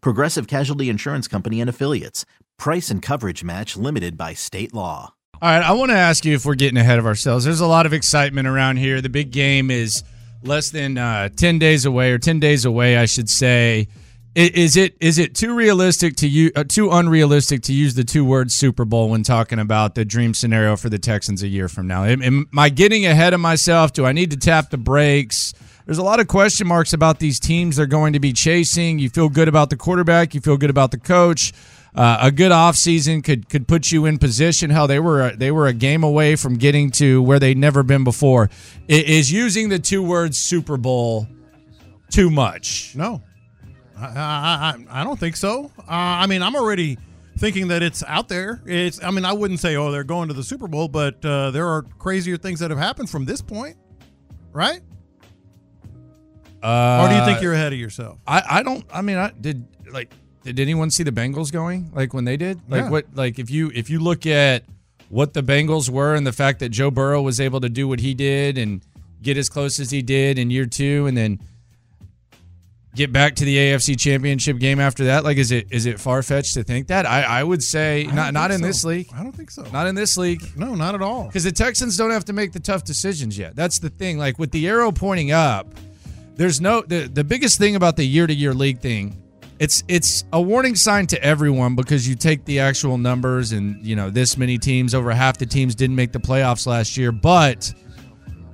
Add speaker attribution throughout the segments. Speaker 1: Progressive Casualty Insurance Company and Affiliates. Price and coverage match limited by state law.
Speaker 2: All right, I want to ask you if we're getting ahead of ourselves. There's a lot of excitement around here. The big game is less than uh, ten days away, or ten days away, I should say. I- Is it is it too realistic to you uh, too unrealistic to use the two words Super Bowl when talking about the dream scenario for the Texans a year from now? Am, am I getting ahead of myself? Do I need to tap the brakes? There's a lot of question marks about these teams they're going to be chasing. You feel good about the quarterback. You feel good about the coach. Uh, a good offseason could could put you in position. How they were they were a game away from getting to where they'd never been before. I- Is using the two words Super Bowl too much?
Speaker 3: No, I, I, I- I don't think so. Uh, I mean, I'm already thinking that it's out there. It's. I mean, I wouldn't say, oh, they're going to the Super Bowl, but uh, there are crazier things that have happened from this point, right?
Speaker 2: Uh,
Speaker 3: Or do you think you're ahead of yourself?
Speaker 2: I, I don't. I mean, I did like. Did anyone see the Bengals going like when they did? Like
Speaker 3: Yeah.
Speaker 2: what? Like if you if you look at what the Bengals were and the fact that Joe Burrow was able to do what he did and get as close as he did in year two, and then get back to the AFC Championship game after that. Like, is it is it far fetched to think that? I I would say
Speaker 3: I
Speaker 2: not
Speaker 3: don't
Speaker 2: Uh, not
Speaker 3: think
Speaker 2: in
Speaker 3: so.
Speaker 2: this league,
Speaker 3: I don't think so.
Speaker 2: not in this league.
Speaker 3: no, not at all.
Speaker 2: Because the Texans don't have to make the tough decisions yet. That's the thing. Like with the arrow pointing up, there's no the, the biggest thing about the year to year league thing, it's it's a warning sign to everyone because you take the actual numbers and you know, this many teams, over half the teams didn't make the playoffs last year. But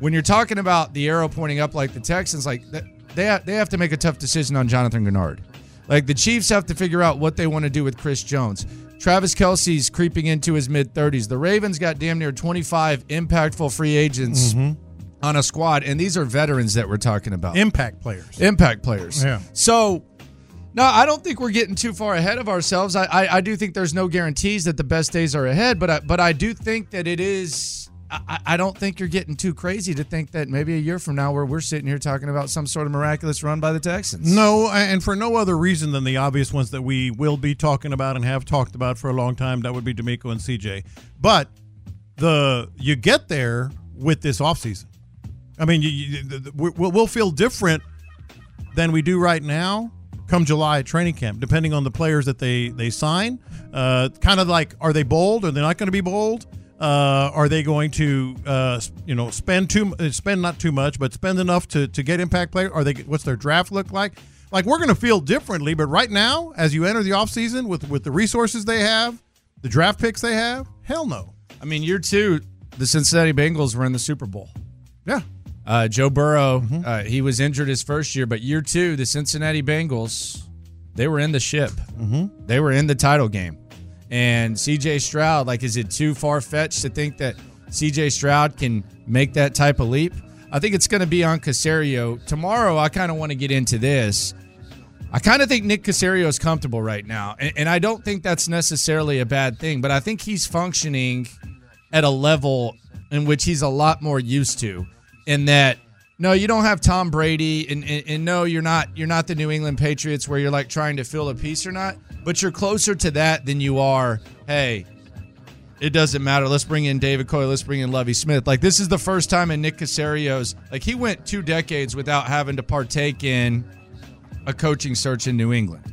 Speaker 2: when you're talking about the arrow pointing up like the Texans, like th- they ha- they have to make a tough decision on Jonathan Gennard. Like the Chiefs have to figure out what they want to do with Chris Jones. Travis Kelsey's creeping into his mid 30s. The Ravens got damn near 25 impactful free agents
Speaker 3: Mm-hmm.
Speaker 2: on a squad, and these are veterans that we're talking about,
Speaker 3: Impact players.
Speaker 2: impact players.
Speaker 3: Yeah.
Speaker 2: So. No, I don't think we're getting too far ahead of ourselves. I, I, I do think there's no guarantees that the best days are ahead, but I, but I do think that it is. I, I I don't think you're getting too crazy to think that maybe a year from now where we're sitting here talking about some sort of miraculous run by the Texans.
Speaker 3: No, and for no other reason than the obvious ones that we will be talking about and have talked about for a long time. That would be D'Amico and CJ. But the you get there with this offseason. I mean, you, you, the, the, we- we'll, we'll feel different than we do right now come July at training camp, depending on the players that they they sign. Uh, kind of like, are they bold? Are they not going to be bold? Uh, are they going to, uh, s- you know, spend too uh, spend not too much, but spend enough to to get impact player? Are they? What's their draft look like? Like we're going to feel differently, but right now, as you enter the offseason with with the resources they have, the draft picks they have, hell no.
Speaker 2: I mean, year two, the Cincinnati Bengals were in the Super Bowl.
Speaker 3: Yeah,
Speaker 2: Uh, Joe Burrow, uh, he was injured his first year, but year two, the Cincinnati Bengals, they were in the ship. Mm-hmm. They were in the title game. And CJ Stroud, like, is it too far fetched to think that CJ Stroud can make that type of leap? I think it's going to be on Casario. Tomorrow, I kind of want to get into this. I kind of think Nick Casario is comfortable right now. And, and I don't think that's necessarily a bad thing, but I think he's functioning at a level in which he's a lot more used to. In that, no, you don't have Tom Brady, and, and, and no, you're not you're not the New England Patriots where you're like trying to fill a piece or not, but you're closer to that than you are. Hey, it doesn't matter. Let's bring in David Coy. Let's bring in Lovey Smith. Like this is the first time in Nick Casario's like he went two decades without having to partake in a coaching search in New England.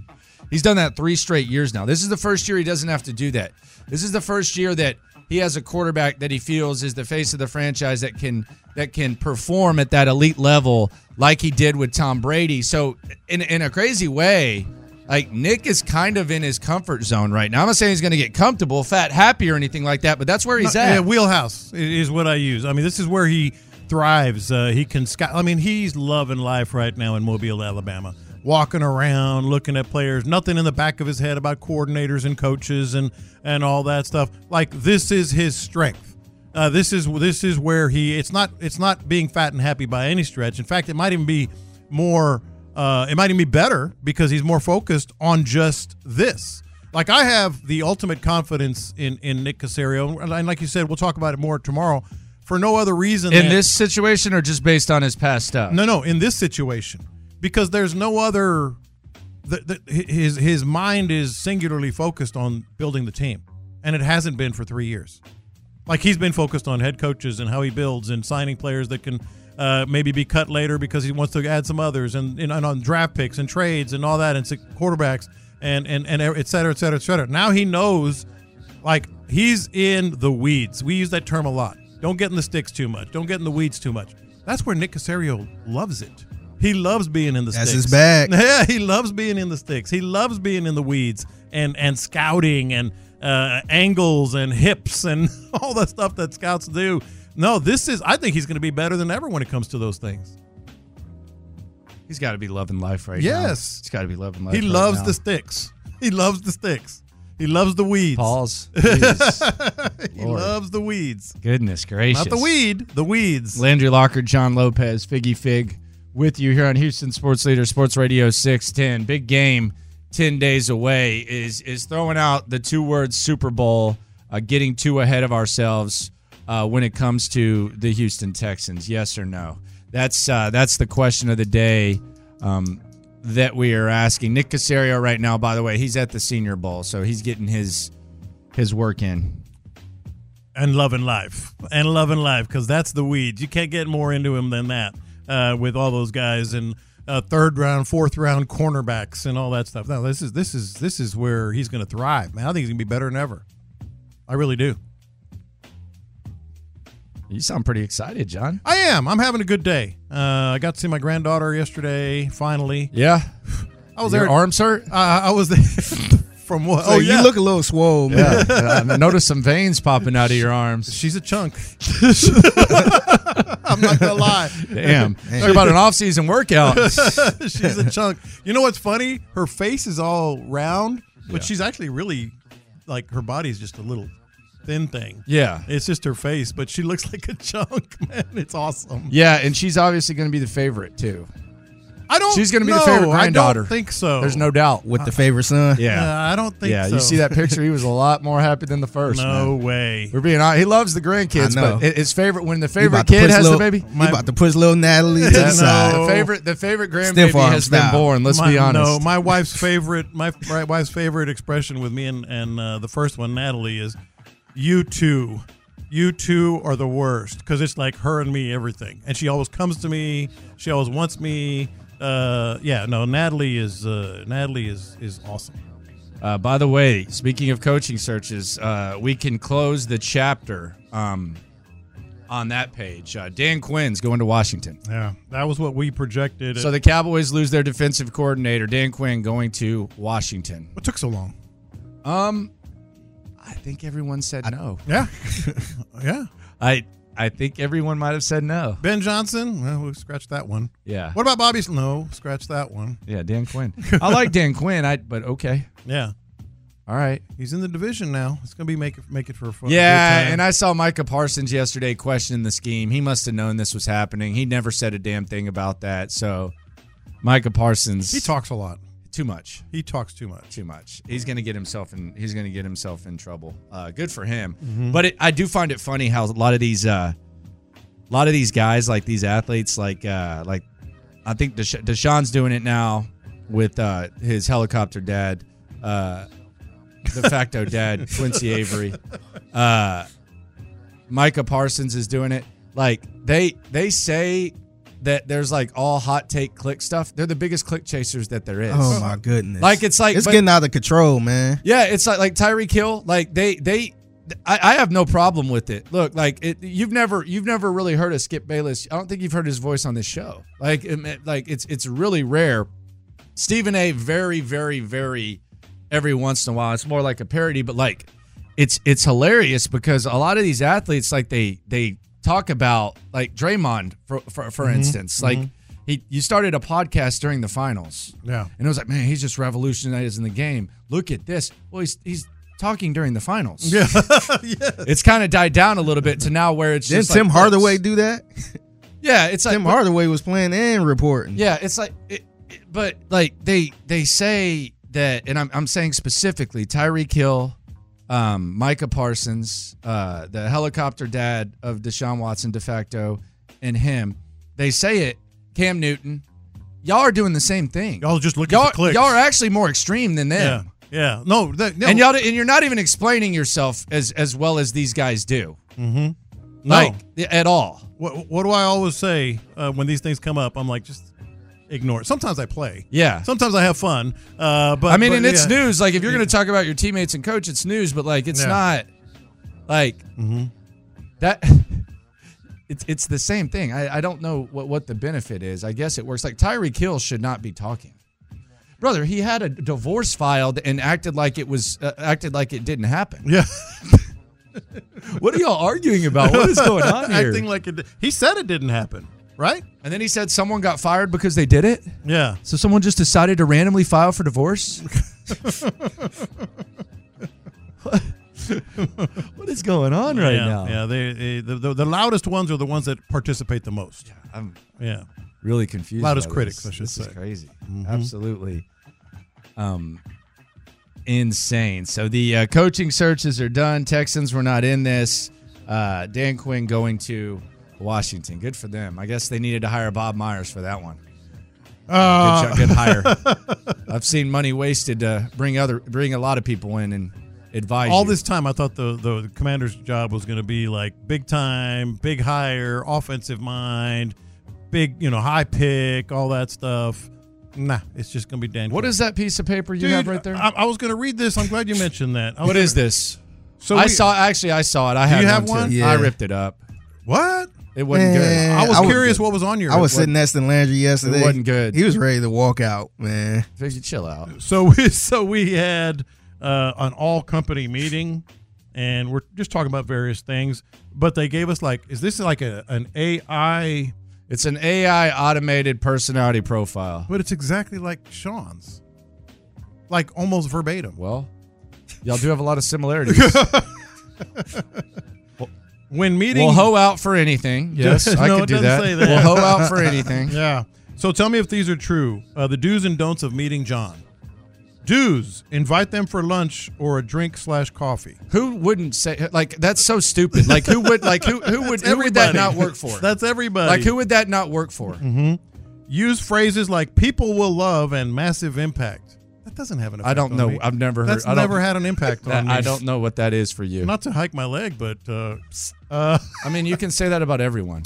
Speaker 2: He's done that three straight years now. This is the first year he doesn't have to do that. This is the first year that he has a quarterback that he feels is the face of the franchise that can that can perform at that elite level like he did with Tom Brady. So in in a crazy way, Like Nick is kind of in his comfort zone right now. I'm not saying he's going to get comfortable, fat, happy, or anything like that, but that's where he's
Speaker 3: Not-
Speaker 2: at.
Speaker 3: yeah, wheelhouse i- is what I use. I mean, this is where he thrives. Uh, he can sky. I mean, he's loving life right now in Mobile, Alabama. Walking around, looking at players, nothing in the back of his head about coordinators and coaches and and all that stuff. Like this is his strength. Uh, this is this is where he. It's not it's not being fat and happy by any stretch. In fact, it might even be more. Uh, it might even be better because he's more focused on just this. Like I have the ultimate confidence in in Nick Casario, and like you said, we'll talk about it more tomorrow. For no other reason
Speaker 2: in
Speaker 3: than-
Speaker 2: this situation or just based on his past stuff?
Speaker 3: no, no, in this situation, because there's no other. The, the, his his mind is singularly focused on building the team, and it hasn't been for three years. Like he's been focused on head coaches and how he builds and signing players that can uh, maybe be cut later because he wants to add some others and, and and on draft picks and trades and all that and six quarterbacks and and and e-, et cetera, et cetera, et cetera. Now he knows like he's in the weeds. We use that term a lot. Don't get in the sticks too much. Don't get in the weeds too much. That's where Nick Casario loves it. He loves being in the
Speaker 4: That's
Speaker 3: sticks.
Speaker 4: his bag.
Speaker 3: Yeah, he loves being in the sticks. He loves being in the weeds and and scouting and uh, angles and hips and all the stuff that scouts do. No, this is. I think he's going to be better than ever when it comes to those things.
Speaker 2: He's got to be loving life right now.
Speaker 3: Yes.
Speaker 2: He's got to be loving life.
Speaker 3: he
Speaker 2: right
Speaker 3: loves
Speaker 2: now.
Speaker 3: the sticks. He loves the sticks. He loves the weeds.
Speaker 2: Pause. Jesus.
Speaker 3: he
Speaker 2: Lord.
Speaker 3: loves the weeds.
Speaker 2: Goodness gracious.
Speaker 3: Not the weed, the weeds.
Speaker 2: Landry Locker, John Lopez, Figgy Fig with you here on Houston Sports Leader, Sports Radio 610. Big game 10 days away is is throwing out the two words Super Bowl, uh, getting too ahead of ourselves uh, when it comes to the Houston Texans. Yes or no? That's uh, that's the question of the day um, that we are asking. Nick Casario right now, by the way, he's at the Senior Bowl, so he's getting his his work in.
Speaker 3: and loving life and loving life because that's the weeds. You can't get more into him than that uh, with all those guys and uh, third round, fourth round cornerbacks and all that stuff. No, this is this is this is where he's going to thrive, man. I think he's going to be better than ever. I really do.
Speaker 2: You sound pretty excited, John.
Speaker 3: I am. I'm having a good day. Uh, I got to see my granddaughter yesterday. Finally,
Speaker 2: Yeah.
Speaker 3: I was
Speaker 2: Your
Speaker 3: there.
Speaker 2: arms hurt?
Speaker 3: uh, I was there from what?
Speaker 4: So
Speaker 3: oh, yeah.
Speaker 4: you look a little swole, man.
Speaker 2: Yeah, I noticed some veins popping out of your arms.
Speaker 3: She's a chunk. I'm not gonna lie.
Speaker 2: Damn. Talk about an off-season workout.
Speaker 3: she's a chunk. You know what's funny? Her face is all round, but she's actually really like her body's just a little thin thing.
Speaker 2: Yeah.
Speaker 3: It's just her face, but she looks like a chunk, man. It's awesome.
Speaker 2: Yeah, and she's obviously going to be the favorite too.
Speaker 3: I don't.
Speaker 2: She's gonna be the
Speaker 3: know.
Speaker 2: favorite
Speaker 3: I
Speaker 2: granddaughter.
Speaker 3: don't think so.
Speaker 2: There's no doubt.
Speaker 4: With the favorite son.
Speaker 3: Uh, I don't think.
Speaker 2: yeah,
Speaker 3: so.
Speaker 2: you see that picture? He was a lot more happy than the first. man.
Speaker 3: No way.
Speaker 2: We're being honest. He loves the grandkids,
Speaker 4: I know.
Speaker 2: but hi- his favorite when the
Speaker 4: You
Speaker 2: favorite
Speaker 4: about to
Speaker 2: kid
Speaker 4: push
Speaker 2: has
Speaker 4: little-
Speaker 2: the baby.
Speaker 4: You about to push little Natalie to the
Speaker 3: No.
Speaker 4: side.
Speaker 2: The favorite, the favorite grandbaby
Speaker 4: Stiff arm
Speaker 2: has
Speaker 4: style.
Speaker 2: been born. Let's
Speaker 3: uh, my,
Speaker 2: be honest.
Speaker 3: No, my wife's favorite, my, my wife's favorite expression with me and and uh, the first one, Natalie, is "you two, you two are the worst" because it's like her and me, everything. And she always comes to me. She always wants me. Uh, yeah, no, Natalie is uh, Natalie is is awesome.
Speaker 2: Uh, by the way, speaking of coaching searches, uh, we can close the chapter um, on that page. Uh, Dan Quinn's going to Washington.
Speaker 3: Yeah, that was what we projected.
Speaker 2: So the Cowboys lose their defensive coordinator, Dan Quinn, going to Washington.
Speaker 3: what took so long?
Speaker 2: Um, I think everyone said no.
Speaker 3: Yeah, yeah.
Speaker 2: I I think everyone might have said no.
Speaker 3: Ben Johnson, well, we scratched that one.
Speaker 2: Yeah.
Speaker 3: What about Bobby's? No, scratch that one.
Speaker 2: Yeah, Dan Quinn. I like Dan Quinn. I but okay,
Speaker 3: Yeah,
Speaker 2: all right.
Speaker 3: he's in the division now. It's gonna be make it make it for a fun.
Speaker 2: Yeah,
Speaker 3: I.
Speaker 2: and I saw Micah Parsons yesterday questioning the scheme. He must have known this was happening. He never said a damn thing about that. So Micah Parsons,
Speaker 3: He talks a lot.
Speaker 2: too much.
Speaker 3: He talks too much.
Speaker 2: too much. He's gonna get himself in. He's gonna get himself in trouble. Uh, good for him. But it, I do find it funny how a lot of these, uh, a lot of these guys, like these athletes, like uh, like I think Desha- Deshaun's doing it now with uh, his helicopter dad, uh, de facto dad Quincy Avery. Uh, Micah Parsons is doing it. Like they they say that there's like all hot take click stuff. They're the biggest click chasers that there is.
Speaker 4: Oh my goodness.
Speaker 2: Like, it's like-
Speaker 4: it's
Speaker 2: but-
Speaker 4: getting out of control, man.
Speaker 2: Yeah, it's like like Tyree Kill. Like they they, I, I have no problem with it. Look, like it, you've never you've never really heard of Skip Bayless. I don't think you've heard his voice on this show. Like it, like it's it's really rare. Stephen A. Very, very, very. Every once in a while, it's more like a parody, but like, it's it's hilarious because a lot of these athletes, like they they talk about like Draymond for for, for instance, like he you started a podcast during the finals,
Speaker 3: Yeah.
Speaker 2: and it was like, man, he's just revolutionizing the game. Look at this. Well, he's he's talking during the finals. Yeah, it's kind of died down a little bit to now where it's
Speaker 4: Didn't
Speaker 2: just
Speaker 4: Tim
Speaker 2: like,
Speaker 4: Hardaway do that?
Speaker 2: Yeah, it's like
Speaker 4: Tim Hardaway was playing and reporting.
Speaker 2: yeah, it's like, it, it- but like they they say that, and I'm I'm saying specifically Tyreek Hill, um, Micah Parsons, uh, the helicopter dad of Deshaun Watson de facto, and him. They say it. Cam Newton, y'all are doing the same thing.
Speaker 3: Y'all just looking
Speaker 2: y'all
Speaker 3: for clicks.
Speaker 2: y'all are actually more extreme than
Speaker 3: yeah.
Speaker 2: them.
Speaker 3: Yeah. No, that, no.
Speaker 2: And y'all and you're not even explaining yourself as as well as these guys do,
Speaker 3: Mm-hmm. no.
Speaker 2: like at all.
Speaker 3: what, what do I always say uh, when these things come up? I'm like, just ignore it. Sometimes I play.
Speaker 2: Yeah.
Speaker 3: Sometimes I have fun. Uh, but
Speaker 2: I mean,
Speaker 3: but,
Speaker 2: and it's
Speaker 3: yeah.
Speaker 2: news. Like, if you're going to talk about your teammates and coach, it's news. But like, it's
Speaker 3: Yeah.
Speaker 2: not like that. It's it's the same thing. I, I don't know what what the benefit is. I guess it works. Like Tyreek Hill should not be talking, brother. He had a divorce filed and acted like it was uh, acted like it didn't happen.
Speaker 3: Yeah.
Speaker 2: What are y'all arguing about? What is going on here?
Speaker 3: Acting like it. He said it didn't happen, right?
Speaker 2: and then he said someone got fired because they did it.
Speaker 3: Yeah.
Speaker 2: So someone just decided to randomly file for divorce? what is going on right
Speaker 3: yeah,
Speaker 2: now?
Speaker 3: Yeah. They, they the, the, the loudest ones are the ones that participate the most. Yeah.
Speaker 2: I'm
Speaker 3: Yeah.
Speaker 2: really confused.
Speaker 3: Loudest
Speaker 2: by
Speaker 3: critics,
Speaker 2: this.
Speaker 3: I should
Speaker 2: This
Speaker 3: say. Mm-hmm.
Speaker 2: is crazy. Absolutely. Um insane. So the uh, coaching searches are done. Texans were not in this. Uh, Dan Quinn going to Washington. Good for them. I guess they needed to hire Bob Myers for that one.
Speaker 3: Uh,
Speaker 2: good, shot, good hire. I've seen money wasted to bring other bring a lot of people in and advise
Speaker 3: all
Speaker 2: you.
Speaker 3: this time, I thought the, the commander's job was going to be like big time, big hire, offensive mind, big, you know, high pick, all that stuff. Nah, it's just going to be Dan.
Speaker 2: What
Speaker 3: Quinn.
Speaker 2: is that piece of paper you
Speaker 3: Dude,
Speaker 2: have right there?
Speaker 3: I, I was going to read this. I'm glad you mentioned that. I was
Speaker 2: what
Speaker 3: gonna-
Speaker 2: is this?
Speaker 3: So
Speaker 2: I
Speaker 3: we-
Speaker 2: saw actually I saw it. I had
Speaker 3: you have
Speaker 2: one.
Speaker 3: one?
Speaker 2: too.
Speaker 4: Yeah.
Speaker 2: I ripped it up.
Speaker 3: what?
Speaker 2: It wasn't
Speaker 4: Man,
Speaker 3: I was
Speaker 4: I would-
Speaker 3: curious what was on your.
Speaker 4: I was sitting next to Landry yesterday.
Speaker 2: wasn't good.
Speaker 4: He was ready to walk out, man.
Speaker 2: good. Fizzy, Chill out.
Speaker 3: So we so we had uh, an all company meeting, and we're just talking about various things. But they gave us like, is this like a an AI?
Speaker 2: It's an AI automated personality profile.
Speaker 3: But it's exactly like Sean's, like almost verbatim.
Speaker 2: Well, y'all do have a lot of similarities.
Speaker 3: When meeting,
Speaker 2: we'll hoe out for anything. Yes, I
Speaker 3: No,
Speaker 2: could
Speaker 3: it
Speaker 2: do
Speaker 3: doesn't
Speaker 2: that.
Speaker 3: say that.
Speaker 2: We'll hoe out for anything.
Speaker 3: Yeah. So tell me if these are true. Uh, the do's and don'ts of meeting John. Do's: invite them for lunch or a drink slash coffee.
Speaker 2: Who wouldn't say like that's so stupid? Like who would like who who would who would that not work for?
Speaker 3: That's everybody. Mm-hmm.
Speaker 2: Like, who would that not work for?
Speaker 3: use phrases like "people will love" and "massive impact." That doesn't have an effect.
Speaker 2: I don't
Speaker 3: on
Speaker 2: know.
Speaker 3: me.
Speaker 2: I've never heard.
Speaker 3: That's
Speaker 2: I don't-
Speaker 3: never had an impact
Speaker 2: That-
Speaker 3: on me.
Speaker 2: I don't know what that is for you.
Speaker 3: Not to hike my leg, but uh, uh,
Speaker 2: I mean, you can say that about everyone.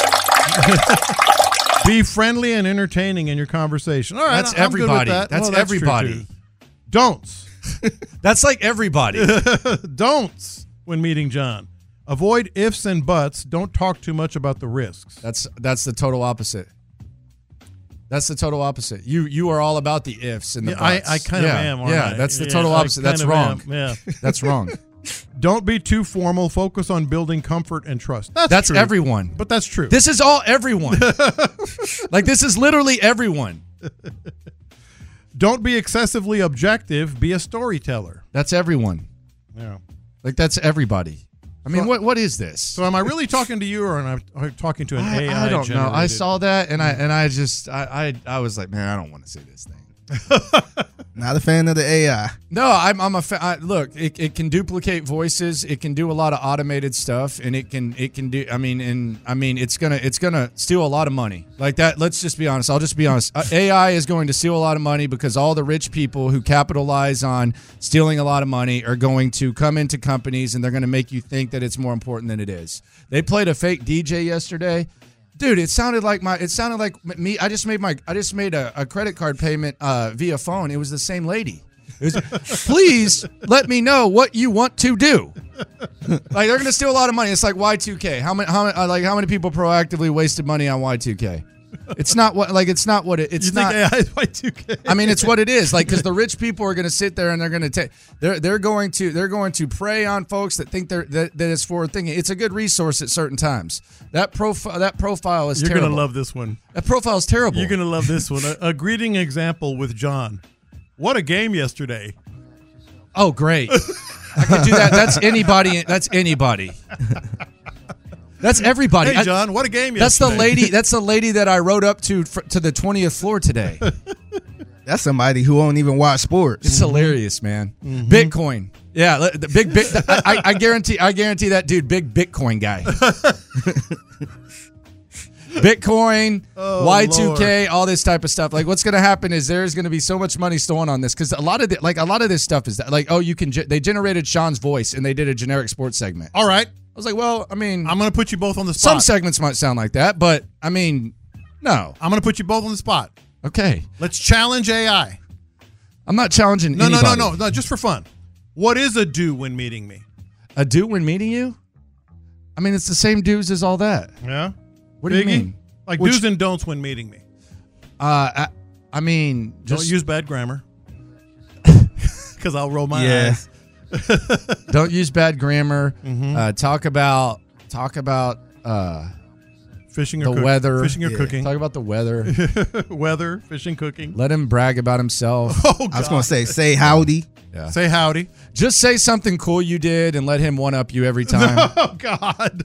Speaker 3: be friendly and entertaining in your conversation. All right,
Speaker 2: That's
Speaker 3: I- I'm good with
Speaker 2: everybody.
Speaker 3: that.
Speaker 2: That's
Speaker 3: Well, true,
Speaker 2: everybody.
Speaker 3: too. Don'ts.
Speaker 2: That's like everybody.
Speaker 3: Don'ts when meeting John. Avoid ifs and buts. Don't talk too much about the risks.
Speaker 2: that's that's the total opposite. That's the total opposite. You you are all about the ifs and the
Speaker 3: Yeah, I,
Speaker 2: buts.
Speaker 3: I kind of
Speaker 2: Yeah,
Speaker 3: am. aren't
Speaker 2: yeah,
Speaker 3: I?
Speaker 2: that's the
Speaker 3: Yeah,
Speaker 2: total
Speaker 3: I
Speaker 2: opposite. That's
Speaker 3: kind of
Speaker 2: wrong.
Speaker 3: am. Yeah.
Speaker 2: That's wrong.
Speaker 3: Don't be too formal. Focus on building comfort and trust. That's
Speaker 2: That's
Speaker 3: true.
Speaker 2: everyone.
Speaker 3: But that's true.
Speaker 2: This is all everyone. like this is literally everyone.
Speaker 3: Don't be excessively objective. Be a storyteller.
Speaker 2: That's everyone.
Speaker 3: Yeah.
Speaker 2: Like that's everybody. I mean, what what is this?
Speaker 3: So am I really talking to you, or am I am I talking to an
Speaker 2: I,
Speaker 3: AI?
Speaker 2: I don't know. I
Speaker 3: generated-
Speaker 2: saw that and I and I just I I, I was like, man, I don't want to see this thing.
Speaker 4: Not a fan of the AI.
Speaker 2: No, I'm, I'm a fa- I, look. It, it can duplicate voices. It can do a lot of automated stuff, and it can it can do. I mean, and I mean, it's gonna it's gonna steal a lot of money like that. Let's just be honest. I'll just be honest. Uh, AI is going to steal a lot of money because all the rich people who capitalize on stealing a lot of money are going to come into companies and they're going to make you think that it's more important than it is. They played a fake DJ yesterday. Dude, it sounded like my. It sounded like m- me. I just made my. I just made a, a credit card payment uh, via phone. It was the same lady. It was, Please let me know what you want to do. Like they're gonna steal a lot of money. It's like Y two K. How many? How many? uh, Like how many people proactively wasted money on Y two K? It's not what like it's not what it, it's
Speaker 3: you
Speaker 2: not.
Speaker 3: think AI is Y2K?
Speaker 2: I mean, it's what it is. Like, because the rich people are going to sit there and they're going to take they're they're going to they're going to prey on folks that think they're that, that it's forward thinking. It's a good resource at certain times. That profile that profile is
Speaker 3: You're
Speaker 2: terrible.
Speaker 3: gonna love this one.
Speaker 2: that profile is terrible.
Speaker 3: You're gonna love this one. A, a greeting example with John. What a game yesterday!
Speaker 2: oh great, I could do that. That's anybody. That's anybody. That's everybody.
Speaker 3: Hey,
Speaker 2: I-
Speaker 3: John, what a game
Speaker 2: that's
Speaker 3: yesterday!
Speaker 2: the lady. That's the lady that I rode up to fr- to the twentieth floor today.
Speaker 4: That's somebody who won't even watch sports. Mm-hmm.
Speaker 2: It's hilarious, man. Bitcoin. Yeah, li- the big bit. I, I guarantee. I guarantee that dude, big Bitcoin guy. Bitcoin, Y two K, all this type of stuff. Like, what's going to happen is there's going to be so much money stolen on this because a lot of the, like a lot of this stuff is that like, oh, you can. Ge- they generated Sean's voice and they did a generic sports segment. I
Speaker 3: All right,
Speaker 2: was like, well, I mean,
Speaker 3: I'm gonna put you both on the
Speaker 2: some
Speaker 3: spot.
Speaker 2: segments might sound like that, but I mean, no.
Speaker 3: I'm gonna put you both on the spot.
Speaker 2: Okay,
Speaker 3: Let's challenge AI.
Speaker 2: I'm not challenging.
Speaker 3: No, no, no,
Speaker 2: anybody.
Speaker 3: no, no, just for fun. What is a do when meeting me?
Speaker 2: A dude when meeting you. I mean, it's the same dudes as all that.
Speaker 3: Yeah.
Speaker 2: What do you
Speaker 3: Biggie?
Speaker 2: mean?
Speaker 3: Like
Speaker 2: Which-
Speaker 3: do's and don'ts when meeting me.
Speaker 2: Uh, I, I mean, just
Speaker 3: Don't use bad grammar. Because I'll roll my
Speaker 4: Yeah.
Speaker 3: eyes. Mm-hmm.
Speaker 2: don't use bad grammar. Uh, talk about talk about uh,
Speaker 3: Fishing or
Speaker 2: the
Speaker 3: cook-
Speaker 2: weather.
Speaker 3: Fishing or
Speaker 4: Yeah.
Speaker 3: cooking.
Speaker 2: Talk about the weather.
Speaker 3: weather, fishing, cooking.
Speaker 2: Let him brag about himself.
Speaker 3: Oh,
Speaker 4: I was gonna say, say howdy.
Speaker 3: Say howdy.
Speaker 2: just say something cool you did and let him one up you every time.
Speaker 3: Oh, God.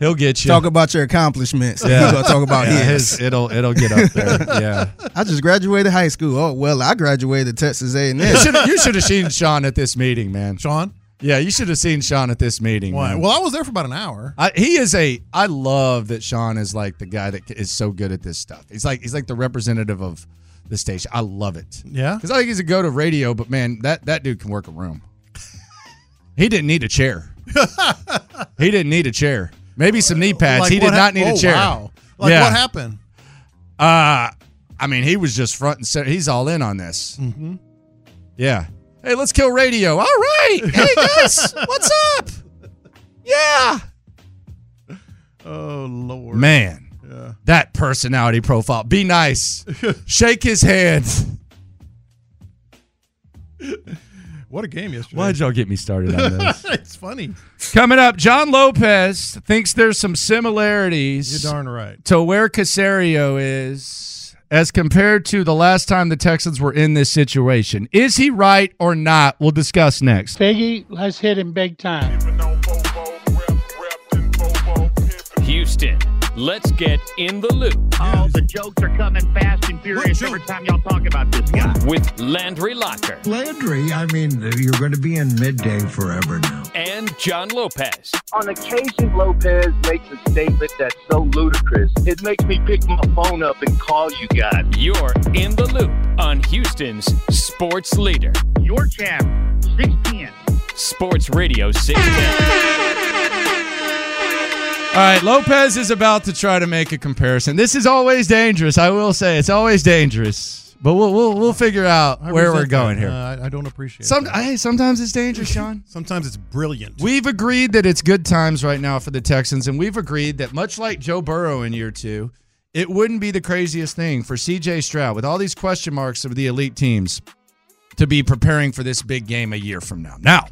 Speaker 2: He'll get you.
Speaker 4: Talk about your accomplishments. and
Speaker 2: Yeah.
Speaker 4: You gonna talk about
Speaker 2: yeah,
Speaker 4: his.
Speaker 2: his, it'll it'll get up there. Yeah.
Speaker 4: I just graduated high school. Oh well, I graduated Texas A and
Speaker 2: You
Speaker 4: M.
Speaker 2: should've- you should have seen Sean at this meeting, man.
Speaker 3: Sean?
Speaker 2: Yeah, you should have seen Sean at this meeting.
Speaker 3: Why?
Speaker 2: man.
Speaker 3: Well, I was there for about an hour.
Speaker 2: I, he is a. I love that Sean is like the guy that is so good at this stuff. He's like he's like the representative of the station. I love it
Speaker 3: Yeah.
Speaker 2: because I think he's a go to radio, but man, that that dude can work a room. He didn't need a chair. he didn't need a chair. Maybe some knee pads.
Speaker 3: Like,
Speaker 2: he did
Speaker 3: what hap-
Speaker 2: not need
Speaker 3: oh,
Speaker 2: a chair.
Speaker 3: Wow. Like,
Speaker 2: Yeah.
Speaker 3: what happened?
Speaker 2: Uh, I mean, he was just front and center. He's all in on this. Mm-hmm. Yeah. Hey, let's kill radio. All right. Hey guys, what's up? Yeah.
Speaker 3: Oh, Lord.
Speaker 2: Man, that personality profile. Be nice. Shake his hand.
Speaker 3: What a game yesterday.
Speaker 2: Why'd y'all get me started on this?
Speaker 3: it's funny.
Speaker 2: Coming up, John Lopez thinks there's some similarities
Speaker 3: You're darn right.
Speaker 2: to where Casario is as compared to the last time the Texans were in this situation. Is he right or not? We'll discuss next.
Speaker 5: Biggie, let's hit him big time.
Speaker 6: Houston, let's get in the loop
Speaker 7: Oh, the jokes are coming fast and furious
Speaker 3: What
Speaker 7: every time y'all talk about this guy.
Speaker 6: with Landry Locker
Speaker 8: Landry, I mean, you're going to be in midday forever now.
Speaker 6: and John Lopez.
Speaker 9: On occasion, Lopez makes a statement that's so ludicrous, it makes me pick my phone up and call you guys.
Speaker 6: You're in the loop on Houston's sports leader,
Speaker 7: Your champ, 6'10.
Speaker 6: Sports Radio 610.
Speaker 2: All right, Lopez is about to try to make a comparison. This is always dangerous, I will say. It's always dangerous. But we'll we'll, we'll figure out
Speaker 3: I
Speaker 2: where
Speaker 3: resent
Speaker 2: we're going
Speaker 3: that.
Speaker 2: here.
Speaker 3: Uh, I, I don't appreciate
Speaker 2: Some,
Speaker 3: that.
Speaker 2: hey, sometimes it's dangerous, Sean.
Speaker 3: Sometimes it's brilliant.
Speaker 2: We've agreed that it's good times right now for the Texans, and we've agreed that much like Joe Burrow in year two, it wouldn't be the craziest thing for CJ Stroud, with all these question marks of the elite teams, to be preparing for this big game a year from now. Now,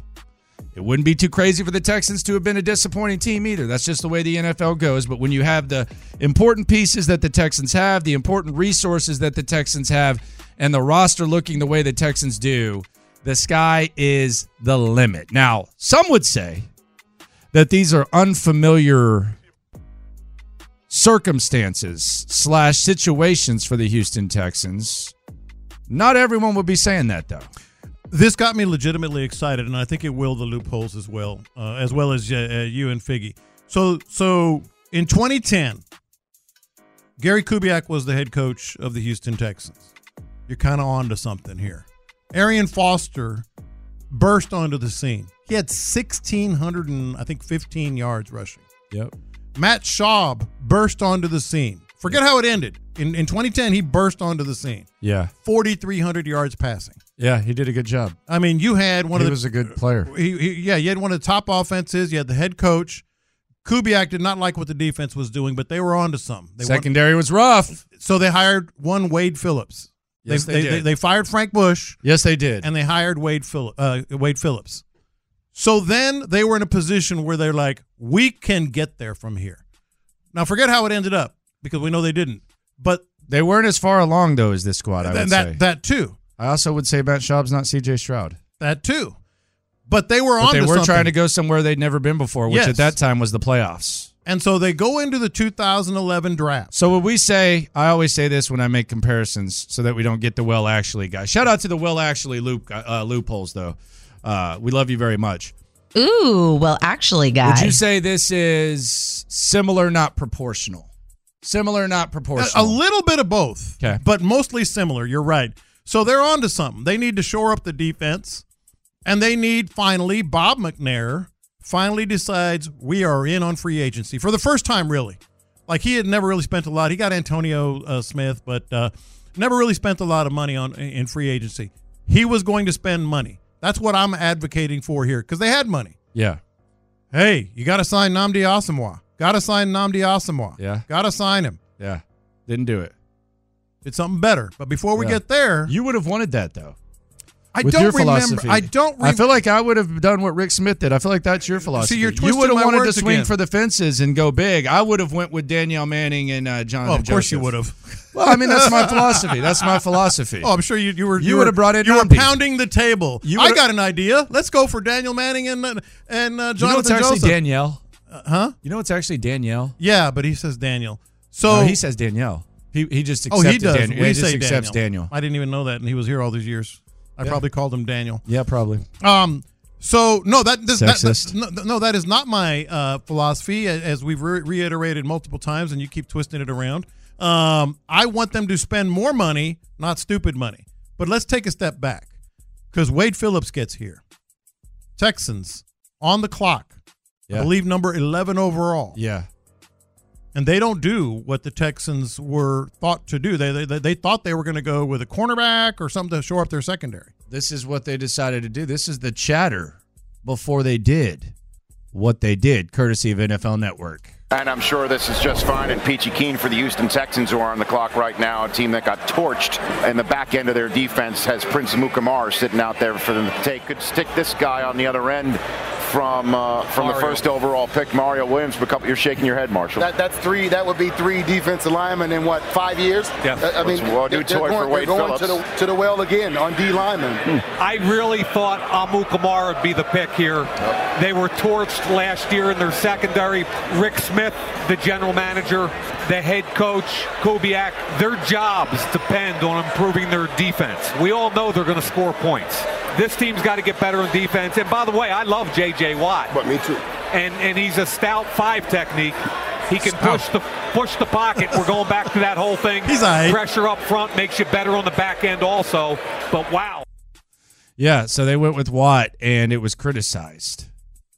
Speaker 2: it wouldn't be too crazy for the Texans to have been a disappointing team either. That's just the way the NFL goes. But when you have the important pieces that the Texans have, the important resources that the Texans have, and the roster looking the way the Texans do, the sky is the limit. Now, some would say that these are unfamiliar circumstances slash situations for the Houston Texans. Not everyone would be saying that though.
Speaker 3: this got me legitimately excited, and I think it will the loopholes as well, uh, as well as uh, uh, you and Figgy. So, so in 2010, Gary Kubiak was the head coach of the Houston Texans. You're kind of onto something here. Arian Foster burst onto the scene. He had 1,600 and I think 15 yards rushing.
Speaker 2: Yep.
Speaker 3: Matt Schaub burst onto the scene. Forget how it ended. In, in 2010, he burst onto the scene.
Speaker 2: Yeah.
Speaker 3: 4,300 yards passing.
Speaker 2: Yeah, he did a good job.
Speaker 3: I mean, you had one
Speaker 2: he
Speaker 3: of the
Speaker 2: was a good player.
Speaker 3: he, he yeah, you had one of the top offenses. You had the head coach, Kubiak did not like what the defense was doing, but they were onto some. They weren't-
Speaker 2: Secondary was rough.
Speaker 3: so they hired one Wade Phillips.
Speaker 2: Yes, they
Speaker 3: they,
Speaker 2: did.
Speaker 3: they fired Frank Bush
Speaker 2: Yes, they did.
Speaker 3: and they hired Wade Phil, uh, Wade Phillips. So then they were in a position where they're like, we can get there from here. Now forget how it ended up because we know they didn't. But
Speaker 2: They weren't as far along though as this squad. I
Speaker 3: then
Speaker 2: would
Speaker 3: that
Speaker 2: say.
Speaker 3: that too,
Speaker 2: I also would say Matt Schaub's not C.J. Stroud.
Speaker 3: that too. But they were
Speaker 2: But
Speaker 3: on.
Speaker 2: they were
Speaker 3: something.
Speaker 2: trying to go somewhere they'd never been before, which
Speaker 3: Yes.
Speaker 2: at that time was the playoffs.
Speaker 3: and so they go into the 2011 draft.
Speaker 2: So when we say, I always say this when I make comparisons, so that we don't get the well actually guy. Shout out to the well actually loop uh, loopholes though. Uh, we love you very much.
Speaker 10: Ooh, well, actually,
Speaker 2: Would
Speaker 10: guys.
Speaker 2: you say this is similar, not proportional? Similar, not
Speaker 3: A,
Speaker 2: proportional.
Speaker 3: a little bit of both,
Speaker 2: Okay.
Speaker 3: but mostly similar. You're right. So they're on to something. They need to shore up the defense, and they need finally Bob McNair finally decides we are in on free agency for the first time, really. Like he had never really spent a lot. He got Antonio uh, Smith, but uh, never really spent a lot of money on in free agency. He was going to spend money. That's what I'm advocating for here because they had money.
Speaker 2: yeah.
Speaker 3: Hey, you got to sign Namdi Asamoah. Got to sign Namdi Asamoah.
Speaker 2: Yeah.
Speaker 3: Got to sign him.
Speaker 2: Yeah. Didn't do it.
Speaker 3: It's something better. But before we
Speaker 2: Yeah.
Speaker 3: get there,
Speaker 2: You would have wanted that though.
Speaker 3: I
Speaker 2: with
Speaker 3: don't
Speaker 2: your
Speaker 3: remember.
Speaker 2: philosophy.
Speaker 3: I don't. Re-
Speaker 2: I feel like I would have done what Rick Smith did. I feel like that's your philosophy.
Speaker 3: you're
Speaker 2: you
Speaker 3: twisting
Speaker 2: would have
Speaker 3: my
Speaker 2: wanted to
Speaker 3: words
Speaker 2: swing
Speaker 3: again.
Speaker 2: for the fences and go big. I would have went with Danielle Manning and uh, Jonathan.
Speaker 3: Oh, of course you
Speaker 2: Joseph.
Speaker 3: would have.
Speaker 2: Well, I mean that's my philosophy. That's my philosophy.
Speaker 3: Oh, I'm sure you, you were.
Speaker 2: You
Speaker 3: were-
Speaker 2: would've brought in
Speaker 3: You were
Speaker 2: Namdi.
Speaker 3: pounding the table.
Speaker 2: You
Speaker 3: I
Speaker 2: would've-
Speaker 3: got an idea. Let's go for Daniel Manning and uh, and uh,
Speaker 2: you know it's
Speaker 3: Jonathan
Speaker 2: actually
Speaker 3: Joseph. Uh,
Speaker 2: Danielle.
Speaker 3: huh?
Speaker 2: You know it's actually Danielle.
Speaker 3: Yeah, but he says Daniel. So
Speaker 2: no, he says Danielle. He he just
Speaker 3: Oh,
Speaker 2: accepted
Speaker 3: he does.
Speaker 2: Daniel.
Speaker 3: we
Speaker 2: he
Speaker 3: say
Speaker 2: just accepts Daniel.
Speaker 3: I didn't even know that, and he was here all these years. I probably called him Daniel.
Speaker 2: Yeah, probably.
Speaker 3: Um. So no, that this, that,
Speaker 2: Sexist.
Speaker 3: that- no, no, that is not my uh, philosophy, a- as we've re- reiterated multiple times, and you keep twisting it around. Um, I want them to spend more money, not stupid money. But let's take a step back, because Wade Phillips gets here. Texans on the clock, I
Speaker 2: Yeah.
Speaker 3: believe number eleven overall,
Speaker 2: Yeah.
Speaker 3: and they don't do what the Texans were thought to do. They they- they, they thought they were going to go with a cornerback or something to shore up their secondary.
Speaker 2: This is what they decided to do. This is the chatter before they did what they did, courtesy of NFL Network.
Speaker 11: And I'm sure this is just fine and peachy keen for the Houston Texans, who are on the clock right now. A team that got torched in the back end of their defense has Prince Mukamar sitting out there for them to take. Could stick this guy on the other end from uh, from the first overall pick, Mario Williams. But couple, you're shaking your head, Marshall.
Speaker 12: That, that's three. That would be three defensive linemen in what five years?
Speaker 11: Yeah.
Speaker 12: I- I mean,
Speaker 11: Well, I'll do
Speaker 12: they're
Speaker 11: toy
Speaker 12: going,
Speaker 11: for
Speaker 12: they're
Speaker 11: Wade
Speaker 12: going to the
Speaker 11: Phillips.
Speaker 12: to the well again on D linemen.
Speaker 13: I really thought Amu Kamara would be the pick here. They were torched last year in their secondary. Rick Smith, the general manager, the head coach, Kubiak, their jobs depend on improving their defense. We all know they're going to score points. This team's got to get better in defense. And by the way, I love J.J. Watt. But me too. And and he's a stout five technique. He can push the push the pocket. We're going back to that whole thing.
Speaker 3: He's all right.
Speaker 13: Pressure up front makes you better on the back end also. But wow.
Speaker 2: Yeah, so they went with Watt, and it was criticized.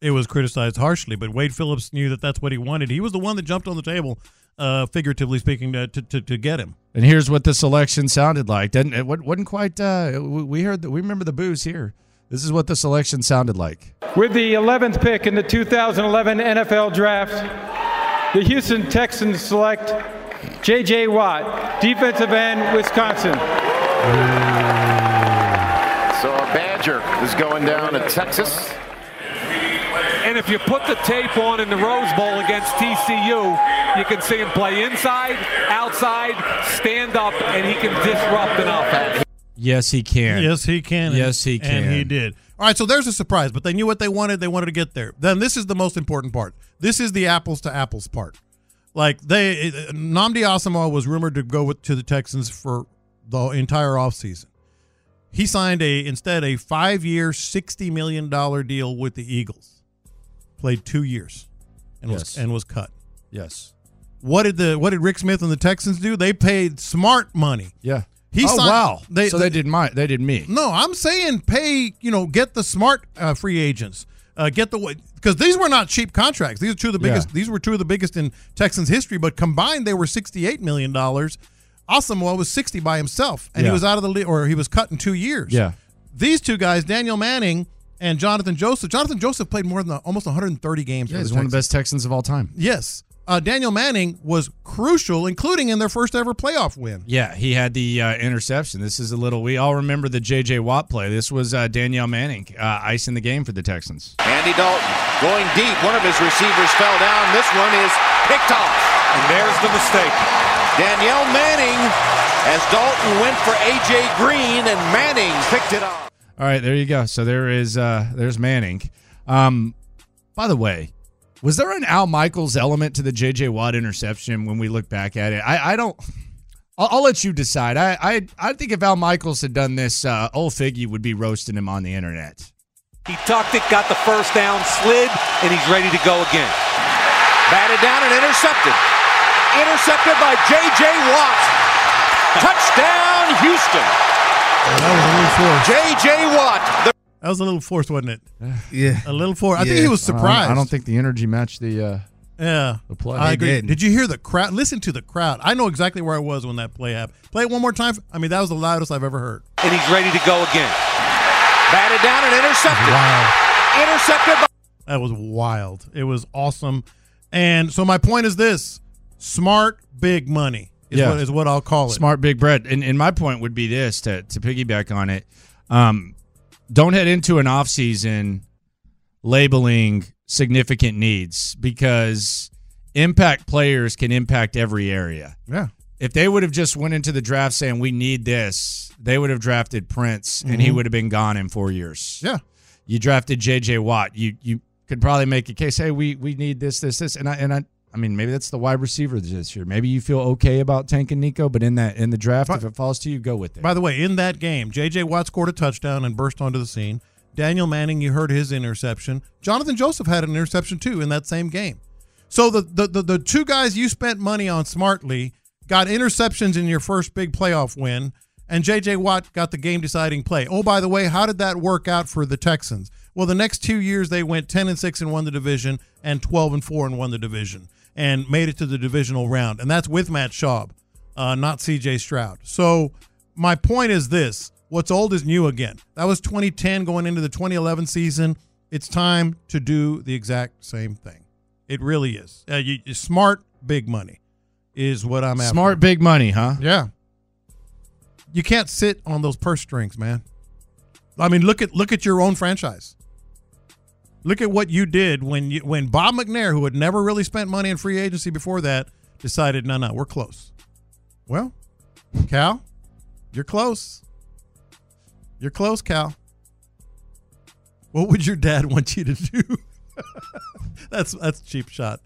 Speaker 3: it was criticized harshly, but Wade Phillips knew that that's what he wanted. He was the one that jumped on the table, uh, figuratively speaking, to, to, to, to get him.
Speaker 2: And here's what the selection sounded like. Didn't it wa- wasn't quite. Uh, w- we heard that. We remember the booze here. This is what the selection sounded like.
Speaker 14: With the 11th pick in the 2011 NFL Draft, the Houston Texans select J.J. Watt, defensive end, Wisconsin.
Speaker 11: So a Badger is going down to Texas.
Speaker 13: And if you put the tape on in the Rose Bowl against TCU, you can see him play inside, outside, stand up, and he can disrupt an offense.
Speaker 2: Yes, he can.
Speaker 3: Yes, he can. and-
Speaker 2: Yes, he
Speaker 3: And
Speaker 2: can.
Speaker 3: he did. All right, so there's a surprise, but they knew what they wanted. They wanted to get there. Then this is the most important part. This is the apples to apples part. Like they, uh, Namdi Asamoah was rumored to go with, to the Texans for the entire offseason. He signed a instead a five year, sixty million dollar deal with the Eagles. Played two years, and was
Speaker 2: Yes.
Speaker 3: and was cut.
Speaker 2: Yes.
Speaker 3: What did the what did Rick Smith and the Texans do? They paid smart money.
Speaker 2: Yeah.
Speaker 3: He
Speaker 2: oh
Speaker 3: signed-
Speaker 2: wow.
Speaker 3: they-
Speaker 2: so they, did my. They did me.
Speaker 3: No, I'm saying pay. You know, get the smart uh, free agents. Uh, get the because these were not cheap contracts. These are two of the
Speaker 2: Yeah.
Speaker 3: biggest. These were two of the biggest in Texans history. But combined, they were 68 million dollars. Asamoah was 60 by himself, and
Speaker 2: Yeah.
Speaker 3: he was out of the league, or he was cut in two years.
Speaker 2: Yeah.
Speaker 3: These two guys, Daniel Manning and Jonathan Joseph. Jonathan Joseph played more than uh, almost 130 games.
Speaker 2: Yeah,
Speaker 3: for
Speaker 2: he's
Speaker 3: the
Speaker 2: one of
Speaker 3: Texans.
Speaker 2: the best Texans of all time.
Speaker 3: Yes. Uh, Daniel Manning was crucial, including in their first ever playoff win.
Speaker 2: Yeah, he had the uh, interception. This is a little. We all remember the J.J. Watt play. This was uh, Danielle Manning uh, icing the game for the Texans.
Speaker 15: Andy Dalton going deep. One of his receivers fell down. This one is picked off. And there's the mistake. Danielle Manning as Dalton went for A.J. Green, and Manning picked it off.
Speaker 2: All right, there you go. So there is uh there's Manning. Um by the way, was there an Al Michaels element to the JJ Watt interception when we look back at it? I I don't I'll, I'll let you decide. I, I I think if Al Michaels had done this, uh, old Figgy would be roasting him on the internet.
Speaker 13: He tucked it, got the first down, slid, and he's ready to go again.
Speaker 15: Batted down and intercepted. Intercepted by J.J. Watt. Touchdown, Houston.
Speaker 2: Oh,
Speaker 15: J.J. Watt. The-
Speaker 3: That was a little forced, wasn't it?
Speaker 4: Yeah.
Speaker 3: A little forced. I think he was
Speaker 2: I don't-
Speaker 3: surprised.
Speaker 2: I don't think the energy matched the uh
Speaker 3: Yeah.
Speaker 2: the play.
Speaker 3: I agree. Did you hear the crowd? Listen to the crowd. I know exactly where I was when that play happened. Play it one more time. I mean, that was the loudest I've ever heard.
Speaker 13: And he's ready to go again.
Speaker 15: Batted down and intercepted. Intercepted by.
Speaker 3: That was wild. It was awesome. And so my point is this: smart big money is,
Speaker 2: Yeah.
Speaker 3: what, is what I'll call it.
Speaker 2: Smart big bread. And, and my point would be this to, to piggyback on it. Um, don't head into an offseason labeling significant needs because impact players can impact every area.
Speaker 3: Yeah.
Speaker 2: If they would have just went into the draft saying we need this, they would have drafted Prince and he
Speaker 3: Mhm.
Speaker 2: would have been gone in 4 years.
Speaker 3: Yeah.
Speaker 2: You drafted JJ Watt. You you could probably make a case, "Hey, we we need this this this." And I and I I mean, maybe that's the wide receiver this year. Maybe you feel okay about Tank and Nico, but in that in the draft, if it falls to you, go with it.
Speaker 3: By the way, in that game, J.J. Watt scored a touchdown and burst onto the scene. Daniel Manning, you heard his interception. Jonathan Joseph had an interception too in that same game. So the the the, the two guys you spent money on smartly got interceptions in your first big playoff win, and J.J. Watt got the game deciding play. Oh, by the way, how did that work out for the Texans? Well, the next two years they went ten and six and won the division, and twelve and four and won the division, and made it to the divisional round, and that's with Matt Schaub uh, not CJ Stroud. So my point is this: what's old is new again. That was 2010 going into the 2011 season. It's time to do the exact same thing. It really is. Uh, you, you- smart big money is what I'm after.
Speaker 2: Smart big money, huh?
Speaker 3: Yeah. You can't sit on those purse strings, man. I mean, look at look at your own franchise. Look at what you did when you when Bob McNair, who had never really spent money in free agency before that, decided, no, no, we're close. Well, Cal, you're close. You're close, Cal. What would your dad want you to do? that's that's a cheap shot.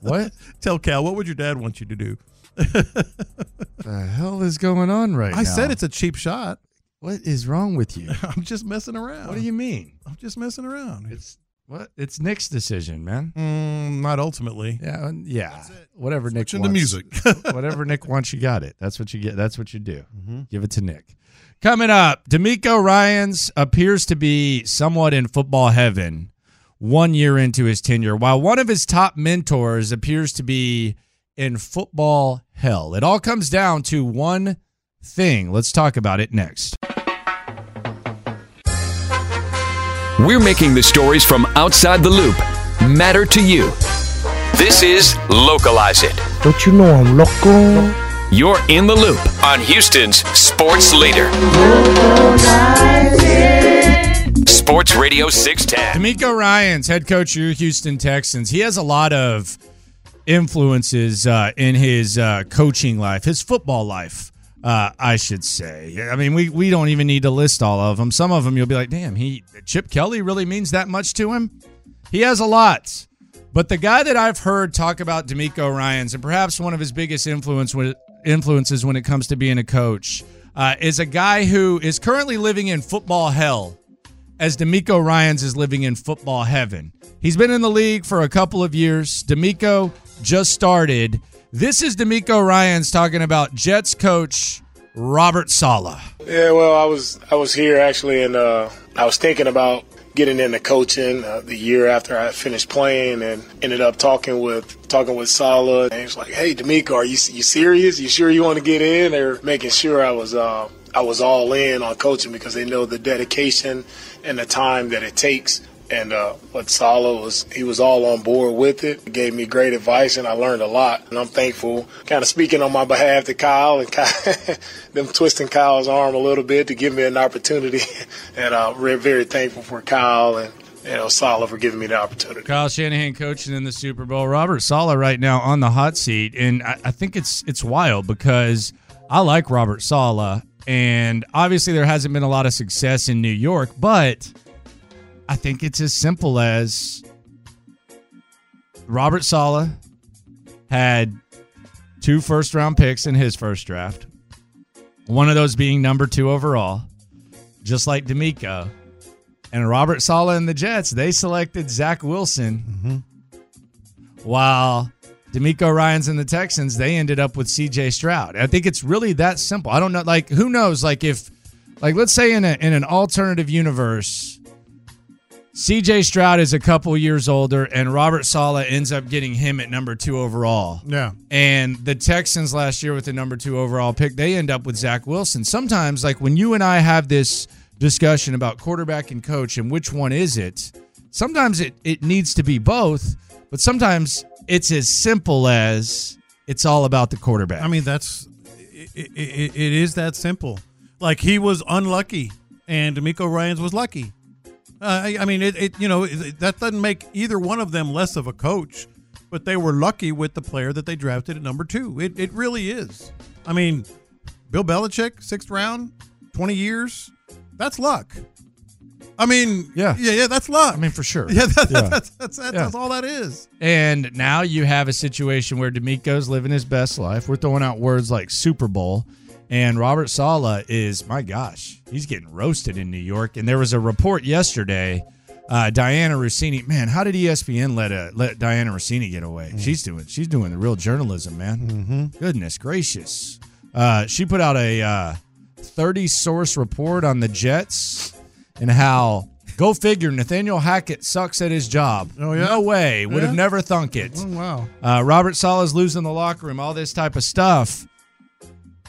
Speaker 2: what?
Speaker 3: Tell Cal, what would your dad want you to do?
Speaker 2: the hell is going on right
Speaker 3: I said it's a cheap shot.
Speaker 2: What is wrong with you?
Speaker 3: I'm just messing around.
Speaker 2: What do you mean?
Speaker 3: I'm just messing around.
Speaker 2: It's what? It's Nick's decision, man.
Speaker 3: Mm, not ultimately.
Speaker 2: Yeah, and- yeah. Whatever Nick
Speaker 3: Switch into
Speaker 2: wants.
Speaker 3: music.
Speaker 2: Whatever Nick wants, you got it. That's what you get. That's what you do.
Speaker 11: Mm-hmm.
Speaker 2: Give it to Nick. Coming up, D'Amico Ryan's appears to be somewhat in football heaven one year into his tenure, while one of his top mentors appears to be in football hell. It all comes down to one thing. Let's talk about it next.
Speaker 16: We're making the stories from outside the loop matter to you. This is Localize It.
Speaker 17: Don't you know I'm local?
Speaker 16: You're in the loop on Houston's sports leader. Sports Radio 610.
Speaker 2: D'Amico Ryan's head coach of your Houston Texans. He has a lot of influences uh, in his uh, coaching life, his football life, uh, I should say. I mean, we we don't even need to list all of them. Some of them you'll be like, damn, he Chip Kelly really means that much to him. He has a lot. But the guy that I've heard talk about D'Amico Ryan's and perhaps one of his biggest influence when, influences when it comes to being a coach uh, is a guy who is currently living in football hell as D'Amico Ryans is living in football heaven. He's been in the league for a couple of years. D'Amico just started. This is D'Amico Ryans talking about Jets coach Robert Sala.
Speaker 18: Yeah, well, I was I was here actually, and uh, I was thinking about getting into coaching uh, the year after I finished playing, and ended up talking with talking with Sala, and he was like, "Hey, D'Amico, are you you serious? You sure you want to get in?" Or making sure I was uh, I was all in on coaching because they know the dedication and the time that it takes. And uh, what Sala was, he was all on board with it. He gave me great advice, and I learned a lot. And I'm thankful, kind of speaking on my behalf to Kyle and Kyle, them twisting Kyle's arm a little bit to give me an opportunity. and I'm re- very thankful for Kyle and you know Sala for giving me the opportunity.
Speaker 2: Kyle Shanahan coaching in the Super Bowl. Robert Sala right now on the hot seat, and I, I think it's it's wild because I like Robert Sala, and obviously there hasn't been a lot of success in New York, but I think it's as simple as Robert Sala had two first round picks in his first draft, one of those being number two overall, just like D'Amico. And Robert Sala and the Jets, they selected Zach Wilson, while D'Amico Ryan's and the Texans, they ended up with C.J. Stroud. I think it's really that simple. I don't know, like who knows, like if, like let's say in a in an alternative universe, C.J. Stroud is a couple years older, and Robert Sala ends up getting him at number two overall.
Speaker 3: Yeah.
Speaker 2: And the Texans last year with the number two overall pick, they end up with Zach Wilson. Sometimes, like when you and I have this discussion about quarterback and coach and which one is it, sometimes it, it needs to be both, but sometimes it's as simple as it's all about the quarterback.
Speaker 3: I mean, that's it, it, it is that simple. Like he was unlucky, and D'Amico Ryan's was lucky. Uh, I, I mean, it, it you know it, that doesn't make either one of them less of a coach, but they were lucky with the player that they drafted at number two. It it really is. I mean, Bill Belichick, sixth round, twenty years. That's luck. I mean, yeah, yeah, yeah. That's luck. I mean,
Speaker 2: for sure.
Speaker 3: Yeah, that,
Speaker 2: Yeah.
Speaker 3: that's that's that's,
Speaker 2: Yeah.
Speaker 3: that's all that is.
Speaker 2: And now you have a situation where D'Amico's living his best life. We're throwing out words like Super Bowl. And Robert Sala is, my gosh, he's getting roasted in New York. And there was a report yesterday. Uh, Diana Rossini, man, how did E ESPN let a, let Diana Rossini get away? She's doing she's doing the real journalism, man. Goodness gracious, uh, she put out a uh, thirty source report on the Jets and how go figure Nathaniel Hackett sucks at his job. Oh
Speaker 3: yeah?
Speaker 2: no way, would
Speaker 3: Yeah?
Speaker 2: have never thunk it.
Speaker 3: Oh, wow.
Speaker 2: Uh, Robert Sala's losing the locker room, all this type of stuff.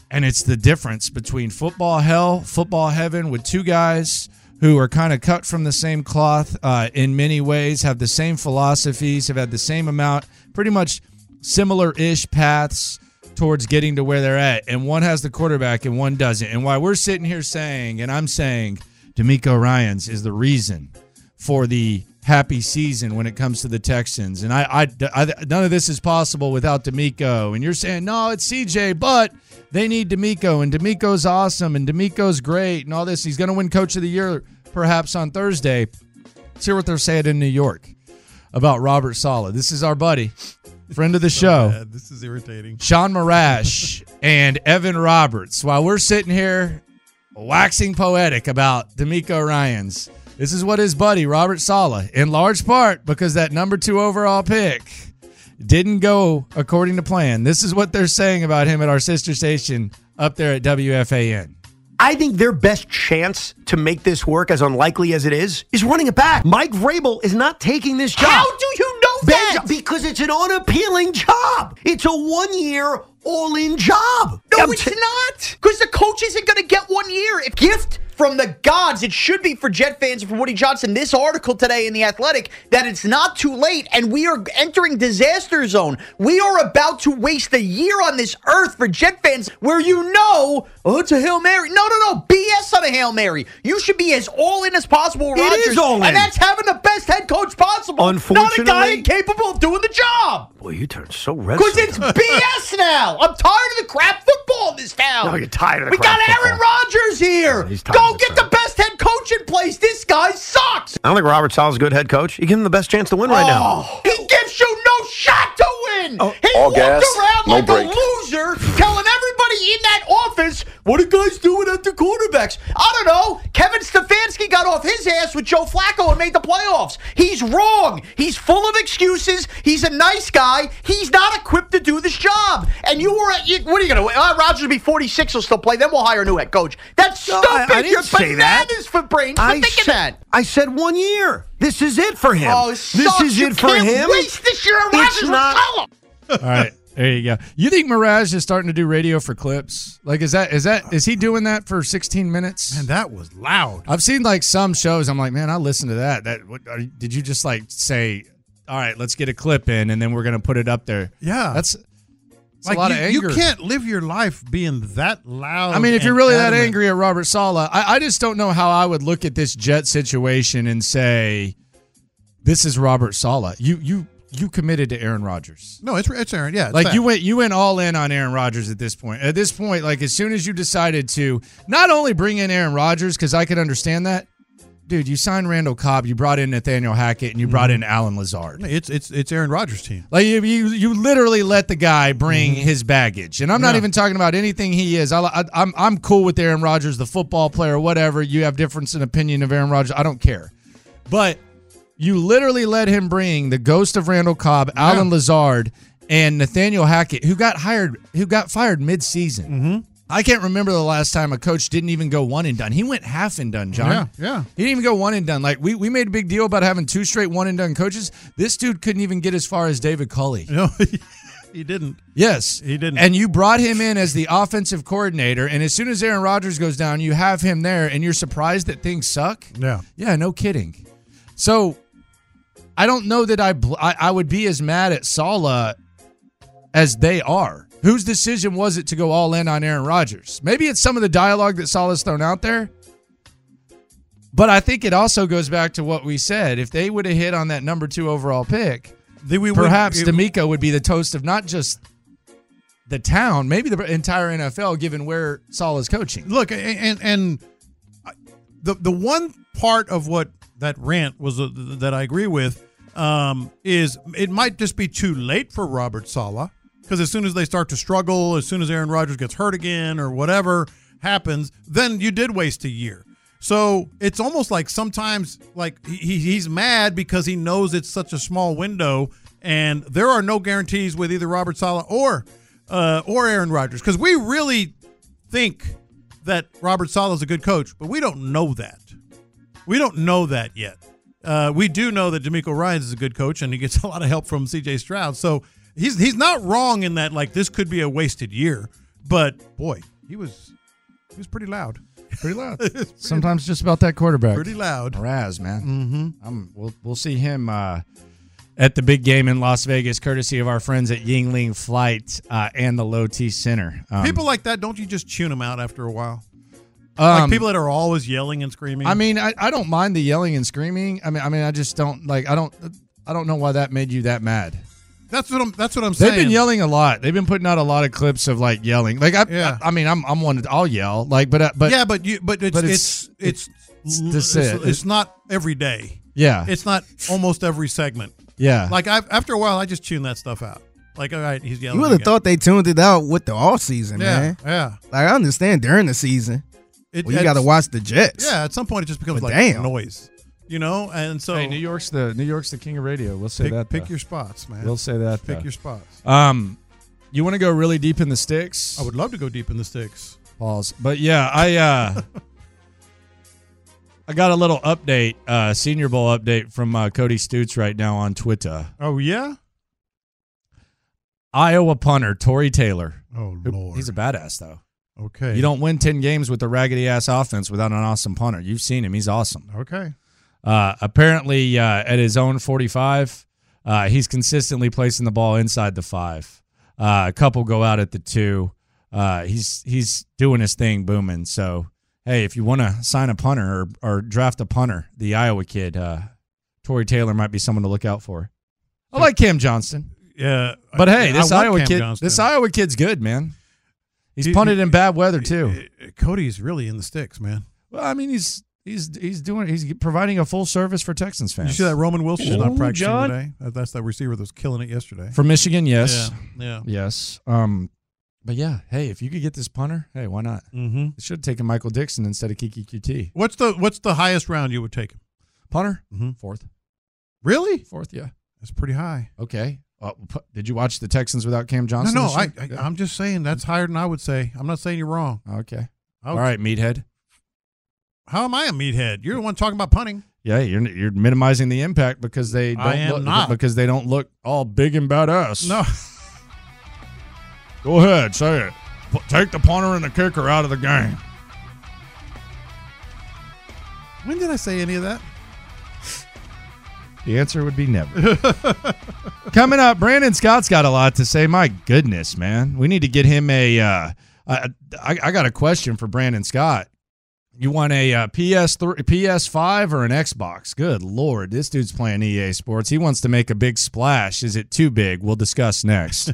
Speaker 2: And it's the difference between football hell, football heaven, with two guys who are kind of cut from the same cloth uh, in many ways, have the same philosophies, have had the same amount, pretty much similar ish paths towards getting to where they're at. And one has the quarterback and one doesn't. And why we're sitting here saying, and I'm saying, D'Amico Ryans is the reason for the happy season when it comes to the Texans. And I, I, I- none of this is possible without D'Amico. And you're saying no, it's CJ, but they need D'Amico, and D'Amico's awesome, and D'Amico's great, and all this. He's going to win Coach of the Year perhaps on Thursday. Let's hear what they're saying in New York about Robert Sala. This is our buddy, friend of the show.
Speaker 3: bad. This is irritating.
Speaker 2: Sean Marash and Evan Roberts. While we're sitting here waxing poetic about D'Amico Ryans, this is what his buddy Robert Sala, in large part because that number two overall pick didn't go according to plan. This is what they're saying about him at our sister station up there at WFAN.
Speaker 19: I think their best chance to make this work, as unlikely as it is, is running it back. Mike Vrabel is not taking this job. How do you know that? because it's an unappealing job. It's a one-year all-in job. No, it's not. Because the coach isn't going to get one year. If gift from the gods. It should be for Jet fans and for Woody Johnson. This article today in The Athletic that it's not too late and we are entering disaster zone. We are about to waste a year on this earth for Jet fans where you know, oh, it's a Hail Mary. No, no, no. BS on a Hail Mary. You should be as all in as possible,
Speaker 10: It
Speaker 19: Rodgers.
Speaker 10: is all in.
Speaker 19: And that's having the best head coach possible. Not a guy
Speaker 10: Unfortunately-
Speaker 19: incapable of doing the job.
Speaker 10: Boy, you turn so red.
Speaker 19: Because it's BS now. I'm tired of the crap football in this town.
Speaker 10: No, you're tired of the
Speaker 19: We
Speaker 10: crap
Speaker 19: got Aaron Rodgers here.
Speaker 10: Yeah, he's tired
Speaker 19: Go
Speaker 10: of
Speaker 19: get the best head coach in place. This guy sucks.
Speaker 10: I don't think Robert Sala's a good head coach. You give him the best chance to win right now.
Speaker 19: He gives you no shot to win. he
Speaker 10: Oh, all
Speaker 19: walked
Speaker 10: gas,
Speaker 19: around
Speaker 10: no
Speaker 19: like
Speaker 10: break.
Speaker 19: a loser, telling everybody in that office, what are guys doing at the quarterbacks? I don't know. Kevin Stefanski got off his ass with Joe Flacco and made the playoffs. He's wrong. He's full of excuses. He's a nice guy. He's not equipped to do this job. And you were at, you, what are you going to, uh, Rodgers will be 46, will still play. Then we'll hire a new head coach. That's
Speaker 10: No,
Speaker 19: stupid.
Speaker 10: I- I didn't
Speaker 19: You're
Speaker 10: say that.
Speaker 19: bananas for brains for
Speaker 10: I
Speaker 19: thinking
Speaker 10: said-
Speaker 19: that.
Speaker 10: I said one year. This is it for him.
Speaker 19: Oh,
Speaker 10: this
Speaker 19: sucks.
Speaker 10: is
Speaker 19: You
Speaker 10: it for
Speaker 19: can't
Speaker 10: him.
Speaker 19: Waste this year on
Speaker 10: It's
Speaker 19: Rodgers
Speaker 10: not-
Speaker 19: Rosella.
Speaker 2: All right. There you go. You think Mirage is starting to do radio for clips? Like, is that is that is he doing that for 16 minutes? And
Speaker 3: that was loud.
Speaker 2: I've seen like some shows. I'm like, man, I listened to that. That what, are, did you just like say? All right, let's get a clip in, and then we're gonna put it up there.
Speaker 3: Yeah.
Speaker 2: that's, that's a lot
Speaker 3: you,
Speaker 2: of anger.
Speaker 3: you can't live your life being that loud.
Speaker 2: I mean, if
Speaker 3: and
Speaker 2: you're really that
Speaker 3: adamant.
Speaker 2: angry at Robert Sala, I, I just don't know how I would look at this Jet situation and say, "This is Robert Sala." You you you committed to Aaron Rodgers.
Speaker 3: no, it's it's Aaron. Yeah, it's
Speaker 2: like
Speaker 3: that.
Speaker 2: you went you went all in on Aaron Rodgers at this point. At this point, like as soon as you decided to not only bring in Aaron Rodgers because I could understand that, dude, you signed Randall Cobb, you brought in Nathaniel Hackett, and you brought
Speaker 3: Mm-hmm.
Speaker 2: in Alan Lazard.
Speaker 3: It's it's it's Aaron Rodgers' team.
Speaker 2: Like you, you, you literally let the guy bring
Speaker 3: Mm-hmm.
Speaker 2: his baggage, and I'm not even talking about anything he is. I, I, I'm, I'm cool with Aaron Rodgers, the football player, whatever. You have difference in opinion of Aaron Rodgers, I don't care. But you literally let him bring the ghost of Randall Cobb, Alan Lazard, and Nathaniel Hackett, who got hired, who got fired mid-season.
Speaker 3: Mm-hmm.
Speaker 2: I can't remember the last time a coach didn't even go one and done. He went half and done, John.
Speaker 3: Yeah, yeah.
Speaker 2: He didn't even go one and done. Like we, we made a big deal about having two straight one and done coaches. This dude couldn't even get as far as David Culley.
Speaker 3: No, he didn't.
Speaker 2: Yes, he
Speaker 3: didn't.
Speaker 2: And you brought him in as the offensive coordinator, and as soon as Aaron Rodgers goes down, you have him there, and you're surprised that things suck.
Speaker 3: Yeah.
Speaker 2: Yeah, no kidding. So I don't know that I bl- I, I would be as mad at Sala as they are. Whose decision was it to go all in on Aaron Rodgers? Maybe it's some of the dialogue that Sala's thrown out there. But I think it also goes back to what we said. If they would have hit on that number two overall pick,
Speaker 3: we would-
Speaker 2: perhaps
Speaker 3: it-
Speaker 2: D'Amico would be the toast of not just the town, maybe the entire NFL, given where Saul is coaching.
Speaker 3: Look, a- a- and and I- the the one part of what that rant was uh, th- that I agree with um, is it might just be too late for Robert Sala because as soon as they start to struggle, as soon as Aaron Rodgers gets hurt again or whatever happens, then you did waste a year. So it's almost like sometimes like he- he, he's mad because he knows it's such a small window and there are no guarantees with either Robert Sala or uh, or Aaron Rodgers because we really think that Robert Sala is a good coach, but we don't know that. We don't know that yet. Uh, we do know that D'Amico Ryan's is a good coach, and he gets a lot of help from C.J. Stroud. So he's he's not wrong in that. Like this could be a wasted year, but boy, he was he was pretty loud.
Speaker 2: Pretty loud. Sometimes just about that quarterback.
Speaker 3: Pretty loud.
Speaker 2: Raz, man.
Speaker 3: Mhm.
Speaker 2: I'm, we'll, we'll see him uh, at the big game in Las Vegas, courtesy of our friends at Yingling Flight uh, and the Low T Center. Um,
Speaker 3: people like that, don't you just tune them out after a while?
Speaker 2: Um,
Speaker 3: like people that are always yelling and screaming.
Speaker 2: I mean, I, I don't mind the yelling and screaming. I mean, I mean, I just don't like. I don't. I don't know why that made you that mad.
Speaker 3: that's what I'm. That's what I'm
Speaker 2: They've
Speaker 3: saying.
Speaker 2: been yelling a lot. They've been putting out a lot of clips of like yelling. Like I, I, I mean, I'm I'm one. I'll yell. Like, but uh, but
Speaker 3: yeah, but you but it's
Speaker 2: but
Speaker 3: it's it's
Speaker 2: it's-
Speaker 3: it's,
Speaker 2: that's
Speaker 3: it's-
Speaker 2: it.
Speaker 3: it's not every day.
Speaker 2: Yeah.
Speaker 3: it's not almost every segment.
Speaker 2: Yeah.
Speaker 3: like I after a while, I just tune that stuff out. Like all right, he's yelling.
Speaker 4: You would have
Speaker 3: again.
Speaker 4: thought they tuned it out with the off season,
Speaker 3: Yeah,
Speaker 4: man.
Speaker 3: yeah.
Speaker 4: Like I understand during the season,
Speaker 3: It-
Speaker 4: well, you
Speaker 3: it's-
Speaker 4: got to watch the Jets.
Speaker 3: Yeah, at some point it just becomes
Speaker 4: But
Speaker 3: like
Speaker 4: damn.
Speaker 3: noise, you know. And so
Speaker 2: Hey, New York's the New York's the king of radio. We'll say
Speaker 3: Pick-
Speaker 2: that.
Speaker 3: pick
Speaker 2: though.
Speaker 3: your spots, man.
Speaker 2: We'll say that.
Speaker 3: Pick
Speaker 2: though.
Speaker 3: your spots.
Speaker 2: Um, you want to go really deep in the sticks?
Speaker 3: I would love to go deep in the sticks.
Speaker 2: Pause. But yeah, I uh, I got a little update, uh, Senior Bowl update from uh, Cody Stutes right now on Twitter.
Speaker 3: Oh yeah,
Speaker 2: Iowa punter Tory Taylor.
Speaker 3: Oh
Speaker 2: Who- he's a badass though.
Speaker 3: Okay.
Speaker 2: You don't win ten games with a raggedy ass offense without an awesome punter. You've seen him; he's awesome.
Speaker 3: Okay.
Speaker 2: Uh, apparently, uh, at his own forty-five, uh, he's consistently placing the ball inside the five. Uh, a couple go out at the two. Uh, he's he's doing his thing, booming. So, hey, if you want to sign a punter or, or draft a punter, the Iowa kid, uh, Tory Taylor might be someone to look out for. I like Cam Johnston.
Speaker 3: Yeah,
Speaker 2: But
Speaker 3: I-
Speaker 2: hey, this
Speaker 3: I want
Speaker 2: Iowa
Speaker 3: Cam
Speaker 2: kid,
Speaker 3: Johnston.
Speaker 2: this Iowa kid's good, man. He's
Speaker 3: He-
Speaker 2: punted
Speaker 3: he-
Speaker 2: in bad weather too.
Speaker 3: Cody's really in the sticks, man.
Speaker 2: Well, I mean, he's he's he's doing he's providing a full service for Texans
Speaker 3: Did
Speaker 2: fans.
Speaker 3: you see that Roman Wilson's
Speaker 2: Ooh,
Speaker 3: not practicing
Speaker 2: John.
Speaker 3: today? That- That's that receiver that was killing it yesterday
Speaker 2: from Michigan? Yes.
Speaker 3: Yeah, yeah.
Speaker 2: Yes. Um, but yeah, hey, if you could get this punter, hey, why not?
Speaker 3: Mm-hmm.
Speaker 2: It should have taken Michael Dixon instead of Kiki QT.
Speaker 3: What's the What's the highest round you would take him?
Speaker 2: Punter
Speaker 3: Mhm.
Speaker 2: fourth.
Speaker 3: Really?
Speaker 2: Fourth, yeah.
Speaker 3: That's pretty high.
Speaker 2: Okay. Uh, pu- did you watch the Texans without Cam Johnson?
Speaker 3: no, no.
Speaker 2: this
Speaker 3: I,
Speaker 2: year?
Speaker 3: I I'm just saying that's higher than I would say. I'm not saying you're wrong.
Speaker 2: okay.
Speaker 3: I
Speaker 2: All
Speaker 3: would-
Speaker 2: right, meathead.
Speaker 3: How am I a meathead? You're the one talking about punting.
Speaker 2: Yeah, you're you're minimizing the impact because they don't
Speaker 3: I am
Speaker 2: look
Speaker 3: not.
Speaker 2: because they don't look all big and badass.
Speaker 3: No.
Speaker 2: Go ahead, say it. P- take the punter and the kicker out of the game.
Speaker 3: When did I say any of that?
Speaker 2: The answer would be never. Coming up, Brandon Scott's got a lot to say. My goodness, man, we need to get him a. Uh, I, I, I got a question for Brandon Scott. You want a uh, PS3, PS5, or an Xbox? Good lord, this dude's playing EA Sports. He wants to make a big splash. Is it too big? We'll discuss next.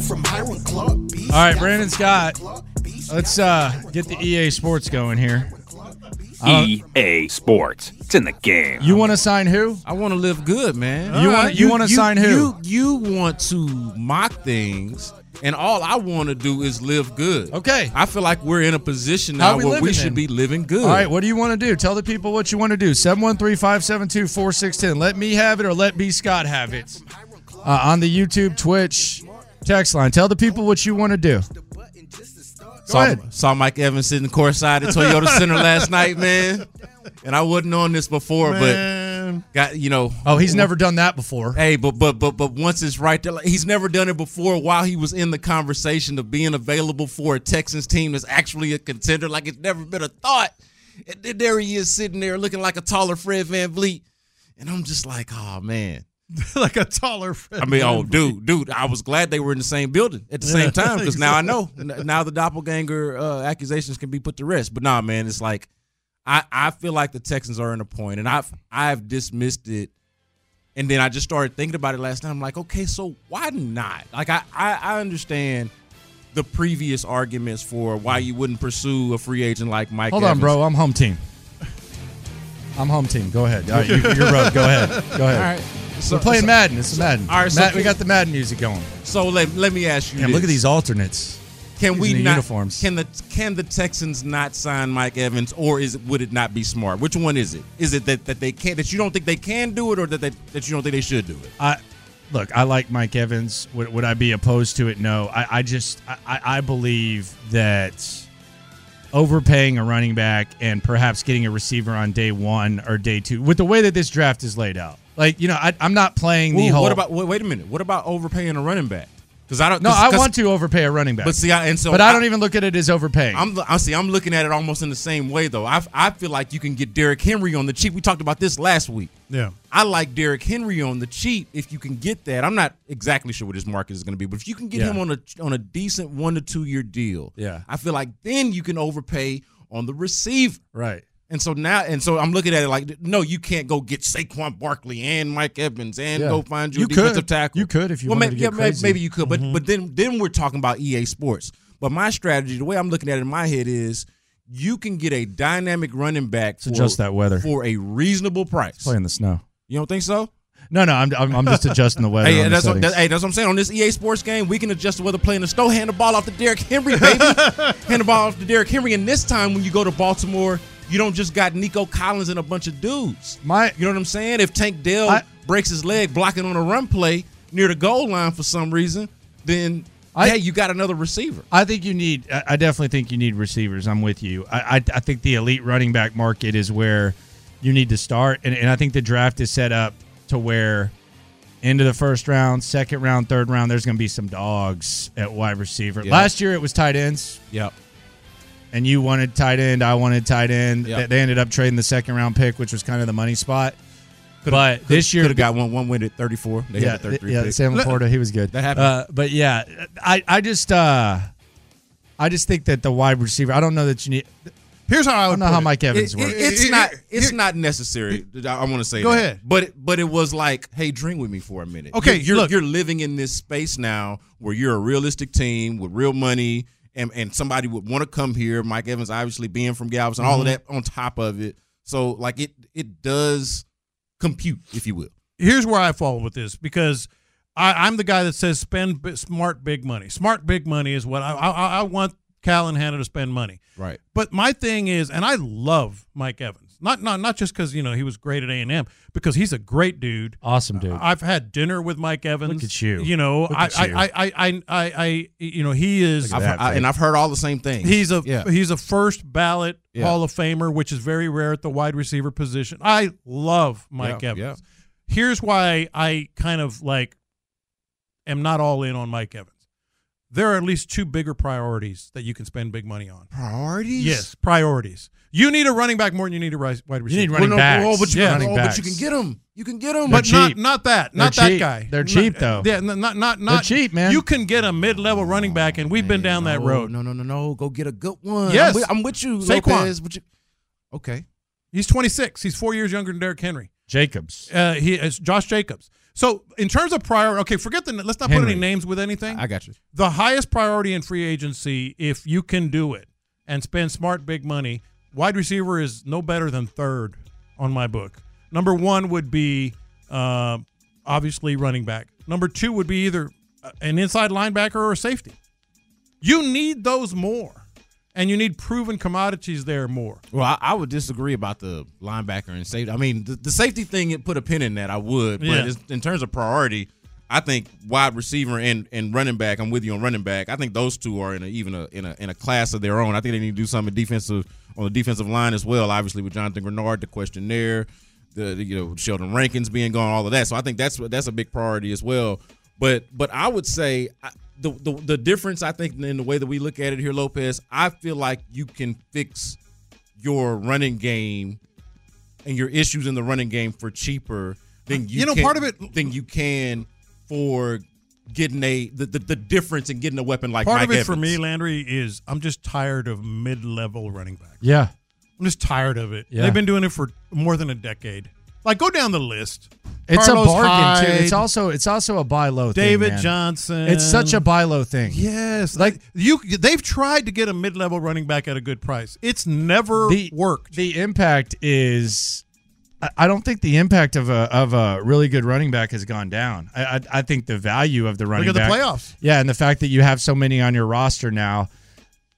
Speaker 2: All right, Brandon Scott, let's uh, get the EA Sports going here.
Speaker 20: EA E Sports. It's in the game.
Speaker 2: You want to sign who?
Speaker 21: I want to live good, man.
Speaker 2: You want you, want to sign who?
Speaker 21: You you want to mock things, and all I want to do is live good.
Speaker 2: Okay.
Speaker 21: I feel like we're in a position
Speaker 2: How
Speaker 21: now
Speaker 2: we
Speaker 21: where
Speaker 2: living
Speaker 21: we should
Speaker 2: then?
Speaker 21: be living good.
Speaker 2: All right, what do you want to do? Tell the people what you want to do. 713-572-4610. Let me have it or let B Scott have it. Uh, on the YouTube, Twitch, text line. Tell the people what you want to do. Go
Speaker 21: saw,
Speaker 2: ahead.
Speaker 21: saw Mike Evans sitting courtside at Toyota Center last night, man. And I wasn't on this before, but got you know.
Speaker 2: Oh, he's never done that before.
Speaker 21: Hey, but but but but once it's right there, like, he's never done it before. While he was in the conversation of being available for a Texans team that's actually a contender, like it's never been a thought. And then there he is sitting there looking like a taller Fred Van Vliet, and I'm just like, oh man.
Speaker 3: like a taller friend.
Speaker 21: I mean, oh, dude, dude, I was glad they were in the same building at the
Speaker 3: Yeah,
Speaker 21: same time because now I know. N- Now the doppelganger uh, accusations can be put to rest. But nah, man, it's like I, I feel like the Texans are in a point, and I've I've dismissed it, and then I just started thinking about it last night. I'm like, okay, so why not? Like I I, I understand the previous arguments for why you wouldn't pursue a free agent like Mike.
Speaker 2: Hold on,
Speaker 21: Evans.
Speaker 2: bro. I'm home team. I'm home team. Go ahead. All right, you, you're road. Go ahead. Go ahead.
Speaker 21: All right.
Speaker 2: We're playing Madden. It's
Speaker 21: so-
Speaker 2: Madden.
Speaker 21: all right, so
Speaker 2: Madden- we
Speaker 21: can-
Speaker 2: got the Madden music going.
Speaker 21: So let, let me ask you.
Speaker 2: Damn, look at
Speaker 21: this.
Speaker 2: these alternates.
Speaker 21: Can we
Speaker 2: Using the
Speaker 21: not?
Speaker 2: uniforms?
Speaker 21: Can the can the Texans not sign Mike Evans, or is would it not be smart? Which one is it? Is it that, that they can't that you don't think they can do it, or that they, that you don't think they should do it?
Speaker 2: I look. I like Mike Evans. Would, would I be opposed to it? No. I, I just I- I, I believe that overpaying a running back and perhaps getting a receiver on day one or day two with the way that this draft is laid out. Like you know, I, I'm not playing the
Speaker 21: Ooh,
Speaker 2: whole.
Speaker 21: what about wait, wait a minute? What about overpaying a running back? Because I don't.
Speaker 2: No,
Speaker 21: 'cause-
Speaker 2: I
Speaker 21: 'cause-
Speaker 2: want to overpay a running back.
Speaker 21: But see, I, and so
Speaker 2: but I,
Speaker 21: I-
Speaker 2: don't even look at it as overpaying.
Speaker 21: I'm I see. I'm looking at it almost in the same way though. I I feel like you can get Derrick Henry on the cheap. We talked about this last week.
Speaker 3: Yeah.
Speaker 21: I like Derrick Henry on the cheap if you can get that. I'm not exactly sure what his market is going to be, but if you can get
Speaker 2: Yeah.
Speaker 21: him on a on a decent one to two year deal,
Speaker 2: Yeah.
Speaker 21: I feel like then you can overpay on the receiver.
Speaker 2: Right.
Speaker 21: And so now, and so I'm looking at it like, no, you can't go get Saquon Barkley and Mike Evans and
Speaker 2: Yeah.
Speaker 21: go find you,
Speaker 2: You
Speaker 21: a defensive
Speaker 2: could.
Speaker 21: tackle.
Speaker 2: You could if you
Speaker 21: well,
Speaker 2: wanted
Speaker 21: maybe,
Speaker 2: to get
Speaker 21: yeah, may-
Speaker 2: crazy. Mm-hmm.
Speaker 21: maybe you could, but but then then we're talking about EA Sports. But my strategy, the way I'm looking at it in my head is, you can get a dynamic running back for
Speaker 2: adjust that weather.
Speaker 21: for a reasonable price.
Speaker 2: Play in the snow.
Speaker 21: You don't think so?
Speaker 2: No, no, I'm, I'm, I'm just adjusting the weather.
Speaker 21: Hey,
Speaker 2: on the
Speaker 21: that's what,
Speaker 2: settings.
Speaker 21: that- hey, that's what I'm saying. On this EA Sports game, we can adjust the weather playing the snow. Hand the ball off to Derrick Henry, baby. hand the ball off to Derrick Henry. And this time, when you go to Baltimore, you don't just got Nico Collins and a bunch of dudes.
Speaker 2: My,
Speaker 21: you know what I'm saying? If Tank Dell breaks his leg blocking on a run play near the goal line for some reason, then hey, you got another receiver.
Speaker 2: I think you need. I I definitely think you need receivers. I'm with you. I, I, I think the elite running back market is where you need to start, and, and I think the draft is set up to where into the first round, second round, third round, there's going to be some dogs at wide receiver.
Speaker 21: Yeah.
Speaker 2: Last year it was tight ends.
Speaker 21: Yep.
Speaker 2: And you wanted tight end. I wanted tight end.
Speaker 21: Yeah.
Speaker 2: They- They ended up trading the second round pick, which was kind of the money spot. but this year
Speaker 21: could have got one one win at 34. They
Speaker 2: yeah,
Speaker 21: had a 33
Speaker 2: yeah,
Speaker 21: pick.
Speaker 2: Sam Laporta, he was good.
Speaker 21: That happened.
Speaker 2: Uh, but yeah, I, I just uh, I just think that the wide receiver. I don't know that you need.
Speaker 3: Here's how I
Speaker 2: don't know how Mike Evans
Speaker 21: It- it-
Speaker 2: works.
Speaker 21: it's not. It's not necessary. I- I want to say.
Speaker 3: Go
Speaker 21: that.
Speaker 3: ahead.
Speaker 21: But but it was like, hey, drink with me for a minute.
Speaker 3: Okay,
Speaker 21: you're you're,
Speaker 3: look.
Speaker 21: you're living in this space now where you're a realistic team with real money, and and somebody would want to come here. Mike Evans, obviously being from Galveston, all of
Speaker 3: Mhm.
Speaker 21: that on top of it. So like it it does compute, if you will.
Speaker 3: here's where I fall with this because I, I'm the guy that says spend b- smart big money. Smart big money is what I I, I want Cal and Hannah to spend money.
Speaker 21: Right.
Speaker 3: But my thing is, and I love Mike Evans. Not not not just because you know he was great at A and M, because he's a great dude.
Speaker 2: Awesome dude.
Speaker 3: I've had dinner with Mike Evans.
Speaker 2: Look at you.
Speaker 3: You know,
Speaker 2: Look
Speaker 3: I,
Speaker 2: at you.
Speaker 3: I, I, I I I I you know he is.
Speaker 21: I've heard- I- and I've heard all the same things.
Speaker 3: He's a
Speaker 21: yeah.
Speaker 3: he's a first ballot
Speaker 21: Yeah.
Speaker 3: Hall of Famer, which is very rare at the wide receiver position. I love Mike
Speaker 21: Yeah,
Speaker 3: Evans. Here's why I kind of like am not all in on Mike Evans. There are at least two bigger priorities that you can spend big money on.
Speaker 21: priorities.
Speaker 3: Yes, priorities. You need a running back more than you need a ri- wide receiver.
Speaker 2: need running
Speaker 3: Well, no,
Speaker 2: backs.
Speaker 3: well, but you-
Speaker 2: Yeah.
Speaker 3: well,
Speaker 21: Oh,
Speaker 3: but
Speaker 21: but you can get them. You can get them.
Speaker 3: but
Speaker 2: They're
Speaker 3: not
Speaker 2: cheap.
Speaker 3: not that,
Speaker 2: They're
Speaker 3: not that
Speaker 2: cheap.
Speaker 3: guy.
Speaker 2: They're
Speaker 3: Not-
Speaker 2: cheap, though.
Speaker 3: Yeah, n- not not not
Speaker 2: cheap, man.
Speaker 3: You can get a mid-level running back, and we've been down that
Speaker 21: No,
Speaker 3: road.
Speaker 21: No, no, no, no. Go get a good one.
Speaker 3: Yes.
Speaker 21: I'm with, I'm with you,
Speaker 3: Saquon.
Speaker 21: Lopez. But you, okay.
Speaker 3: He's 26. He's four years younger than Derrick Henry.
Speaker 2: Jacobs.
Speaker 3: Uh, he is Josh Jacobs. So in terms of priority, okay, forget the. Let's not put
Speaker 2: Henry.
Speaker 3: any names with anything.
Speaker 21: I got you.
Speaker 3: The highest priority in free agency, if you can do it and spend smart big money, wide receiver is no better than third on my book. Number one would be uh, obviously running back. Number two would be either uh, an inside linebacker or a safety. You need those more, and you need proven commodities there more.
Speaker 21: Well, I, I would disagree about the linebacker and safety. I mean, the, the safety thing, it put a pin in that. I would, but
Speaker 3: Yeah.
Speaker 21: it's- in terms of priority, I think wide receiver and, and running back. I'm with you on running back. I think those two are in a, even a in a in a class of their own. I think they need to do something defensive on the defensive line as well. Obviously, with Jonathan Grenard, the question there, the, the, you know Sheldon Rankins being gone, all of that. So I think that's what- that's a big priority as well. But but I would say. I, the, the, the difference I think in the way that we look at it here, Lopez, I feel like you can fix your running game and your issues in the running game for cheaper than you
Speaker 3: You know,
Speaker 21: can-
Speaker 3: part of it-
Speaker 21: than you can for getting a the, the, the difference in getting a weapon like
Speaker 3: Part
Speaker 21: Mike
Speaker 3: of it
Speaker 21: Evans.
Speaker 3: for me, Landry, is I'm just tired of mid-level running back.
Speaker 2: Yeah.
Speaker 3: I'm just tired of it.
Speaker 2: Yeah.
Speaker 3: They've been doing it for more than a decade. Like, go down the list.
Speaker 2: It's
Speaker 3: Carlos
Speaker 2: a bargain
Speaker 3: Hyde,
Speaker 2: too. It's also it's also a buy low.
Speaker 3: David
Speaker 2: thing, man.
Speaker 3: Johnson.
Speaker 2: It's such a buy low thing.
Speaker 3: yes, like you. They've tried to get a mid-level running back at a good price. It's never
Speaker 2: The-
Speaker 3: worked.
Speaker 2: The impact is. I- I don't think the impact of a of a really good running back has gone down. I I, I think the value of the running
Speaker 3: at the
Speaker 2: back-
Speaker 3: playoffs.
Speaker 2: yeah, and the fact that you have so many on your roster now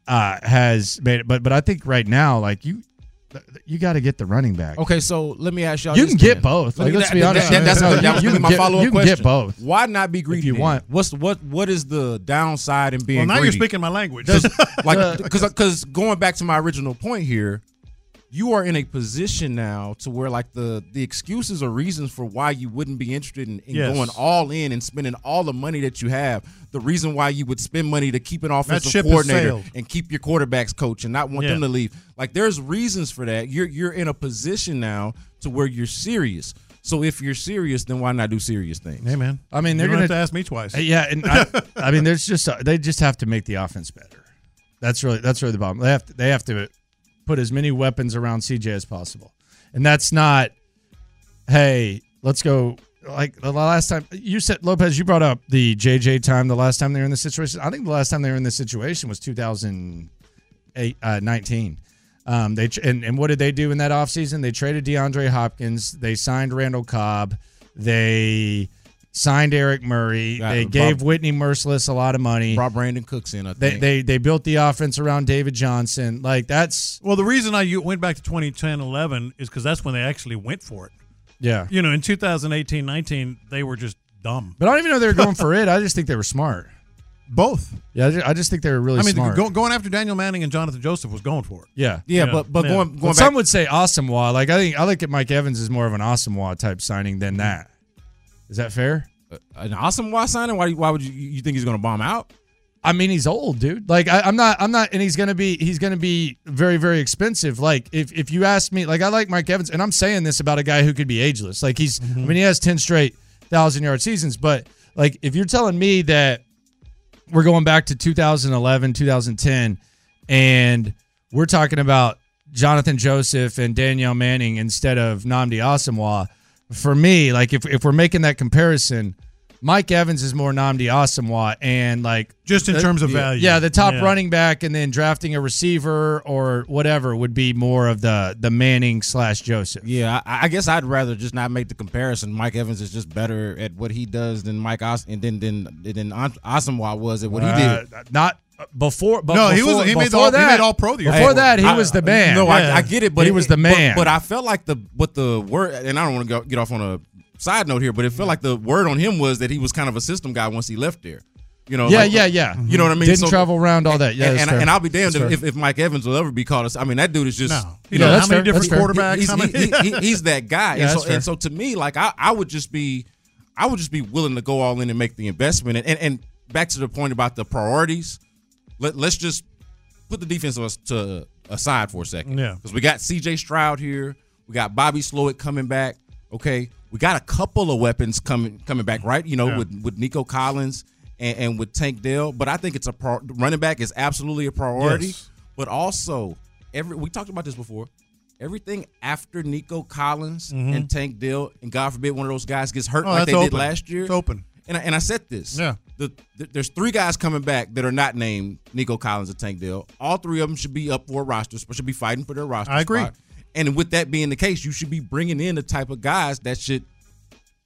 Speaker 2: uh, has made it. But but I think right now, like you, you got to get the running back.
Speaker 21: Okay, so let me ask y'all.
Speaker 2: You
Speaker 21: this
Speaker 2: can get
Speaker 21: then.
Speaker 2: both.
Speaker 21: Let me-
Speaker 2: Like, let's
Speaker 21: that-
Speaker 2: be
Speaker 21: that-
Speaker 2: honest.
Speaker 21: that- that's
Speaker 2: No,
Speaker 21: that
Speaker 2: you
Speaker 21: was
Speaker 2: can
Speaker 21: gonna be my
Speaker 2: get-
Speaker 21: follow
Speaker 2: you
Speaker 21: up
Speaker 2: can get
Speaker 21: question.
Speaker 2: both.
Speaker 21: Why not be greedy?
Speaker 2: you
Speaker 21: then?
Speaker 2: want.
Speaker 21: what's what what is the downside in being?
Speaker 3: Well, now
Speaker 21: greedy?
Speaker 3: you're speaking my language.
Speaker 21: uh, Does- like because because going back to my original point here, you are in a position now to where like the the excuses or reasons for why you wouldn't be interested in, in
Speaker 3: Yes.
Speaker 21: going all in and spending all the money that you have. The reason why you would spend money to keep an offensive
Speaker 3: ship has
Speaker 21: coordinator
Speaker 3: sailed.
Speaker 21: and keep your quarterbacks coach and not want
Speaker 3: Yeah.
Speaker 21: them to leave. Like there's reasons for that. You're you're in a position now to where you're serious. So if you're serious, then why not do serious things?
Speaker 3: Hey, man.
Speaker 2: I mean,
Speaker 3: You
Speaker 2: they're
Speaker 3: don't
Speaker 2: gonna
Speaker 3: have to ask me twice.
Speaker 2: Uh, Yeah, and I, I mean, there's just uh, they just have to make the offense better. That's really that's really the problem. They have to, they have to put as many weapons around CJ as possible, and that's not. Hey, let's go. Like the last time you said, Lopez, you brought up the JJ time. The last time they were in this situation, I think the last time they were in this situation was 2008, uh, 19. Um, they tr- and, and what did they do in that offseason? They traded DeAndre Hopkins. They signed Randall Cobb. They signed Eric Murray.
Speaker 21: Got
Speaker 2: they
Speaker 21: Bob-
Speaker 2: gave Whitney Merciless a lot of money.
Speaker 21: Brought Brandon Cooks in. I
Speaker 2: They,
Speaker 21: think.
Speaker 2: they they built the offense around David Johnson. Like that's
Speaker 3: Well, the reason I u- went back to 2010 11 is because that's when they actually went for it.
Speaker 2: yeah.
Speaker 3: You know, in 2018 19, they were just dumb.
Speaker 2: But I don't even know they were going for it. I just think they were smart.
Speaker 3: Both.
Speaker 2: Yeah, I ju- I just think they were really
Speaker 3: I mean,
Speaker 2: smart.
Speaker 3: go, going after Daniel Manning and Jonathan Joseph was going for it.
Speaker 2: yeah,
Speaker 3: Yeah, Yeah. but- but Yeah. going- going
Speaker 2: But some would say awesome wah. Like I think I look at Mike Evans as more of an awesome wah type signing than that. Is that fair?
Speaker 21: Mm-hmm. Uh, an awesome why signing? Why why would you you think he's going to bomb out?
Speaker 2: I mean, he's old, dude. Like I, I'm not, I'm not, and he's gonna be, he's gonna be very, very expensive. Like if if you ask me, like I like Mike Evans, and I'm saying this about a guy who could be ageless. Like he's,
Speaker 21: Mm-hmm.
Speaker 2: I mean, he has ten straight thousand yard seasons, but like if you're telling me that we're going back to 2011, 2010, and we're talking about Jonathan Joseph and Danielle Manning instead of Namdi Asamoah. For me, like if, if we're making that comparison, Mike Evans is more Namdi Asamoah, and like
Speaker 3: Just in
Speaker 2: the-
Speaker 3: terms of
Speaker 2: yeah,
Speaker 3: value.
Speaker 2: yeah, the top
Speaker 3: Yeah.
Speaker 2: running back, and then drafting a receiver or whatever would be more of the the Manning slash Joseph.
Speaker 21: Yeah, I, I guess I'd rather just not make the comparison. Mike Evans is just better at what he does than Mike Os- and then then than Asamoah was at what he
Speaker 2: Uh,
Speaker 21: did.
Speaker 2: not before, but
Speaker 21: No,
Speaker 2: before,
Speaker 21: he was- he made
Speaker 2: before
Speaker 21: all- he
Speaker 2: that,
Speaker 21: made all pro the year
Speaker 2: Before
Speaker 21: before.
Speaker 2: that, he
Speaker 21: I-
Speaker 2: was the man.
Speaker 21: No, I, I get it, but
Speaker 2: he
Speaker 21: it-
Speaker 2: was the
Speaker 21: but-
Speaker 2: man.
Speaker 21: But, I felt like the what the word, and I don't want to go, get off on a side note here, but it felt like the word on him was that he was kind of a system guy once he left there. You know,
Speaker 2: yeah,
Speaker 21: like-
Speaker 2: yeah, yeah.
Speaker 21: You know what I mean?
Speaker 2: Didn't
Speaker 21: So-
Speaker 2: travel around all that. Yeah,
Speaker 21: and,
Speaker 2: that's
Speaker 21: and,
Speaker 2: fair.
Speaker 21: and I'll be damned
Speaker 2: That's
Speaker 21: if,
Speaker 2: fair.
Speaker 21: if, if Mike Evans will ever be called us. I mean, that dude is just
Speaker 2: No. You Yeah, know, that's how many fair. different That's fair. quarterbacks,
Speaker 21: He's,
Speaker 2: how many-
Speaker 21: he- he- he- he's that guy.
Speaker 2: Yeah,
Speaker 21: and,
Speaker 2: that's
Speaker 21: so,
Speaker 2: fair.
Speaker 21: and so to me, like I, I would just be, I would just be willing to go all in and make the investment. And and, and back to the point about the priorities. Let, let's just put the defense us to uh, aside for a second.
Speaker 3: Yeah.
Speaker 21: because we got C.J. Stroud here. We got Bobby Slowick coming back. Okay, we got a couple of weapons coming coming back. Right, you know,
Speaker 3: Yeah.
Speaker 21: with with Nico Collins and, and with Tank Dell. But I think it's a pro- running back is absolutely a priority.
Speaker 3: Yes.
Speaker 21: But also, every we talked about this before. Everything after Nico Collins
Speaker 3: Mhm.
Speaker 21: and Tank Dell, and God forbid one of those guys gets hurt
Speaker 3: Oh,
Speaker 21: like
Speaker 3: that's
Speaker 21: they did
Speaker 3: open.
Speaker 21: last year.
Speaker 3: It's open.
Speaker 21: And I, and I said this.
Speaker 3: Yeah.
Speaker 21: The, th- there's three guys coming back that are not named Nico Collins or Tank Dell. All three of them should be up for rosters, should be fighting for their roster.
Speaker 3: I agree.
Speaker 21: spot. And with that being the case, you should be bringing in the type of guys that should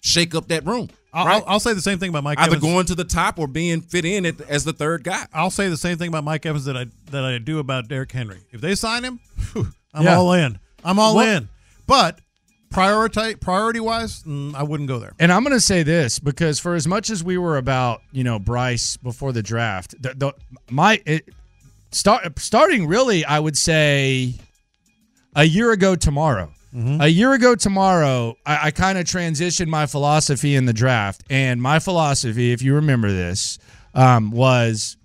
Speaker 21: shake up that room.
Speaker 3: I'll,
Speaker 21: right?
Speaker 3: I'll, I'll say the same thing about Mike
Speaker 21: Either
Speaker 3: Evans.
Speaker 21: going to the top or being fit in at, as the third guy.
Speaker 3: I'll say the same thing about Mike Evans that I that I do about Derrick Henry. If they sign him, phew, I'm
Speaker 2: Yeah.
Speaker 3: all in. I'm all
Speaker 2: Well-
Speaker 3: in. But priority priority wise, mm, I wouldn't go there.
Speaker 2: And I'm going to say this because for as much as we were about you know Bryce before the draft, the, the my it, start starting really, I would say a year ago tomorrow. A year ago tomorrow, I, I kind of transitioned my philosophy in the draft, and my philosophy, if you remember this, um, was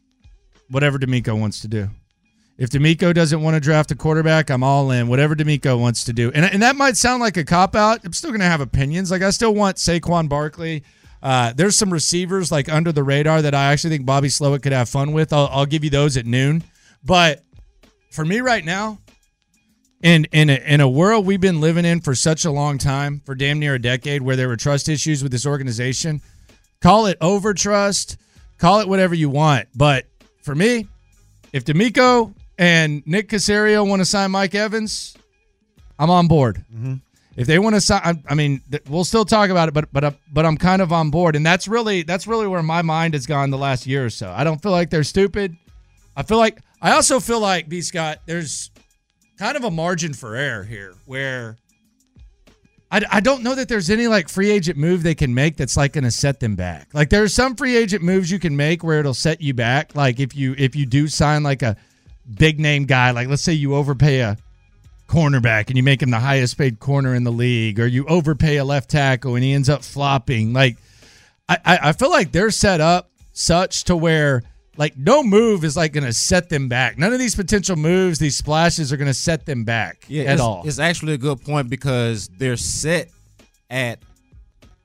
Speaker 2: whatever D'Amico wants to do. If D'Amico doesn't want to draft a quarterback, I'm all in. Whatever D'Amico wants to do, and and that might sound like a cop out. I'm still going to have opinions. Like I still want Saquon Barkley. Uh, there's some receivers like under the radar that I actually think Bobby Slowick could have fun with. I'll, I'll give you those at noon. But for me right now, in in a, in a world we've been living in for such a long time, for damn near a decade, where there were trust issues with this organization, call it over trust, call it whatever you want. But for me, if D'Amico and Nick Casario want to sign Mike Evans, I'm on board. If they want to sign, I, I mean, th- we'll still talk about it, but but uh, but I'm kind of on board, and that's really that's really where my mind has gone the last year or so. I don't feel like they're stupid. I feel like I also feel like B Scott. There's kind of a margin for error here, where I, I don't know that there's any like free agent move they can make that's like going to set them back. Like there are some free agent moves you can make where it'll set you back. Like if you if you do sign like a big name guy, like let's say you overpay a cornerback and you make him the highest paid corner in the league, or you overpay a left tackle and he ends up flopping. Like, I, I, I feel like they're set up such to where like no move is like going to set them back. None of these potential moves, these splashes, are going to set them back at
Speaker 21: it's,
Speaker 2: all.
Speaker 21: It's actually a good point because they're set at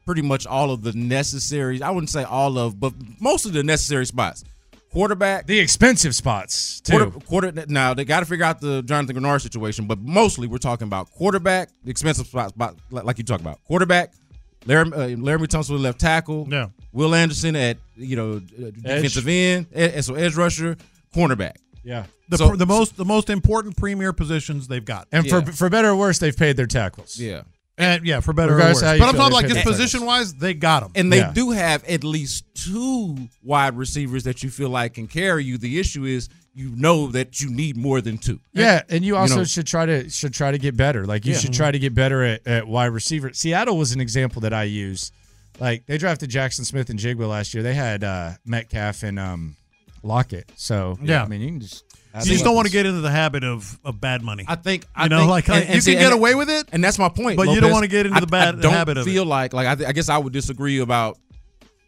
Speaker 21: pretty much all of the necessary. I wouldn't say all of, but most of the necessary spots. Quarterback,
Speaker 2: the expensive spots too.
Speaker 21: Quarter, quarter now they got to figure out the Jonathan Grenard situation, but mostly we're talking about quarterback, the expensive spots, spot, like like you talk about quarterback. Laram, uh, Laramie Tunsil, left tackle.
Speaker 3: Yeah.
Speaker 21: Will Anderson at you know uh, defensive end, and so edge rusher, cornerback.
Speaker 2: Yeah.
Speaker 3: The,
Speaker 21: So-
Speaker 3: the most the most important premier positions they've got.
Speaker 2: And for for better or worse, they've paid their tackles.
Speaker 21: Yeah.
Speaker 3: And yeah, for better or worse.
Speaker 2: Regardless of how
Speaker 3: But
Speaker 2: you
Speaker 3: I'm
Speaker 2: feel,
Speaker 3: talking
Speaker 2: they
Speaker 3: like
Speaker 2: could
Speaker 3: his
Speaker 2: be
Speaker 3: position wise, they got him.
Speaker 21: And they
Speaker 3: Yeah.
Speaker 21: do have at least two wide receivers that you feel like can carry you. The issue is you know that you need more than two.
Speaker 2: Yeah, and you also
Speaker 21: know,
Speaker 2: should try to should try to get better. Like you
Speaker 21: Yeah.
Speaker 2: should try to get better at, at wide receiver. Seattle was an example that I used. Like they drafted Jackson Smith and Jigba last year. They had uh, Metcalf and um, Lockett. So
Speaker 3: Yeah.
Speaker 2: I mean you can just
Speaker 3: You just don't want to get into the habit of, of bad money.
Speaker 21: I think
Speaker 3: you know, like
Speaker 21: and-
Speaker 3: like,
Speaker 21: and
Speaker 3: you
Speaker 21: see,
Speaker 3: can get
Speaker 21: and-
Speaker 3: away with it,
Speaker 21: and that's my point.
Speaker 3: But you don't
Speaker 21: Lopez.
Speaker 3: want to get into
Speaker 21: I-
Speaker 3: the bad
Speaker 21: I don't
Speaker 3: habit of it.
Speaker 21: feel like like I, th- I guess I would disagree about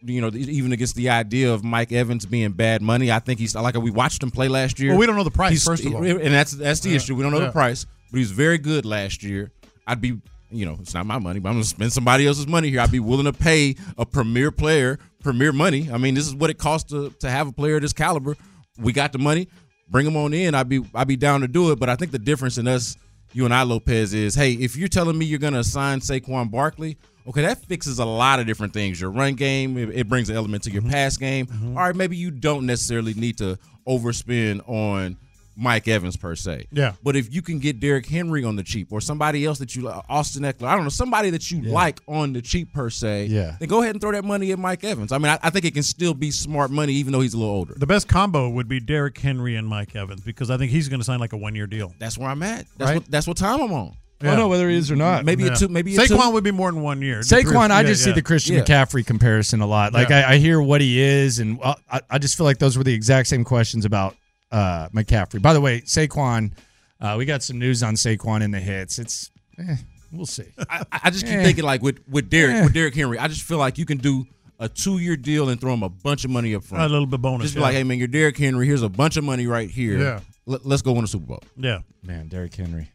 Speaker 21: you know even against the idea of Mike Evans being bad money. I think he's like we watched him play last year.
Speaker 3: Well, we don't know the price,
Speaker 21: He's-
Speaker 3: first of all.
Speaker 21: and that's that's the
Speaker 3: Yeah.
Speaker 21: issue. We don't know
Speaker 3: Yeah.
Speaker 21: the price, but he's very good last year. I'd be. You know, it's not my money, but I'm gonna spend somebody else's money here. I'd be willing to pay a premier player premier money. I mean, this is what it costs to, to have a player of this caliber. We got the money, bring him on in. I'd be I'd be down to do it. But I think the difference in us you and I, Lopez, is hey, if you're telling me you're going to assign Saquon Barkley, okay, that fixes a lot of different things. Your run game, it, it brings an element to your pass game. All right, maybe you don't necessarily need to overspend on Mike Evans per se.
Speaker 3: Yeah.
Speaker 21: But if you can get Derrick Henry on the cheap or somebody else that you like, Austin Eckler, I don't know, somebody that you like on the cheap per se,
Speaker 3: Yeah.
Speaker 21: then go ahead and throw that money at Mike Evans. I mean, I, I think it can still be smart money, even though he's a little older.
Speaker 3: The best combo would be Derrick Henry and Mike Evans because I think he's going to sign like a one year deal.
Speaker 21: That's where I'm at. That's
Speaker 3: Right?
Speaker 21: what that's what time I'm on.
Speaker 3: Yeah. I don't know whether he is or not.
Speaker 21: Maybe
Speaker 3: Yeah.
Speaker 21: a two. Maybe a
Speaker 3: Saquon
Speaker 21: two.
Speaker 3: would be more than one year.
Speaker 2: Saquon, I just see the Christian
Speaker 21: Yeah.
Speaker 2: McCaffrey comparison a lot. Like
Speaker 3: Yeah.
Speaker 2: I, I hear what he is, and uh, I, I just feel like those were the exact same questions about uh, McCaffrey. By the way, Saquon, uh, we got some news on Saquon in the hits. It's eh, we'll see.
Speaker 21: I, I just keep
Speaker 2: Eh.
Speaker 21: thinking like with with Derek
Speaker 2: Eh.
Speaker 21: with Derrick Henry. I just feel like you can do a two year deal and throw him a bunch of money up front.
Speaker 3: A little bit bonus,
Speaker 21: Just be
Speaker 3: yeah.
Speaker 21: like, hey man, you're Derrick Henry. Here's a bunch of money right here.
Speaker 3: Yeah.
Speaker 21: Let, us go win a Super Bowl.
Speaker 3: Yeah.
Speaker 2: man, Derrick Henry.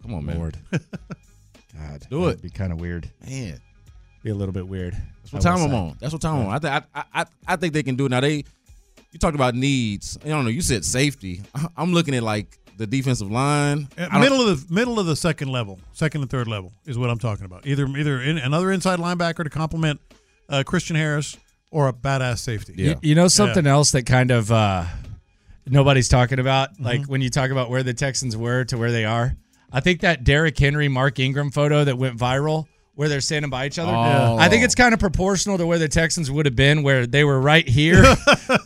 Speaker 21: Come on, man.
Speaker 2: Lord. God,
Speaker 21: Do
Speaker 2: that'd
Speaker 21: it.
Speaker 2: Be kind of weird.
Speaker 21: Man,
Speaker 2: Be a little bit weird.
Speaker 21: that's what time I'm on. That's what time I'm on. I, th- I I I think they can do it. Now they, you talked about needs. I don't know. You said safety. I, I'm looking at like the defensive line.
Speaker 2: Uh,
Speaker 21: I don't-
Speaker 3: middle of the middle of the second level, second and third level is what I'm talking about. Either either in, another inside linebacker to complement uh, Christian Harris or a badass safety.
Speaker 2: You- You, know something else that kind of uh, nobody's talking about,
Speaker 3: Mm-hmm.
Speaker 2: like when you talk about where the Texans were to where they are. I think that Derrick Henry, Mark Ingram photo that went viral, where they're standing by each other.
Speaker 21: Oh.
Speaker 2: I think it's kind of proportional to where the Texans would have been, where they were right here,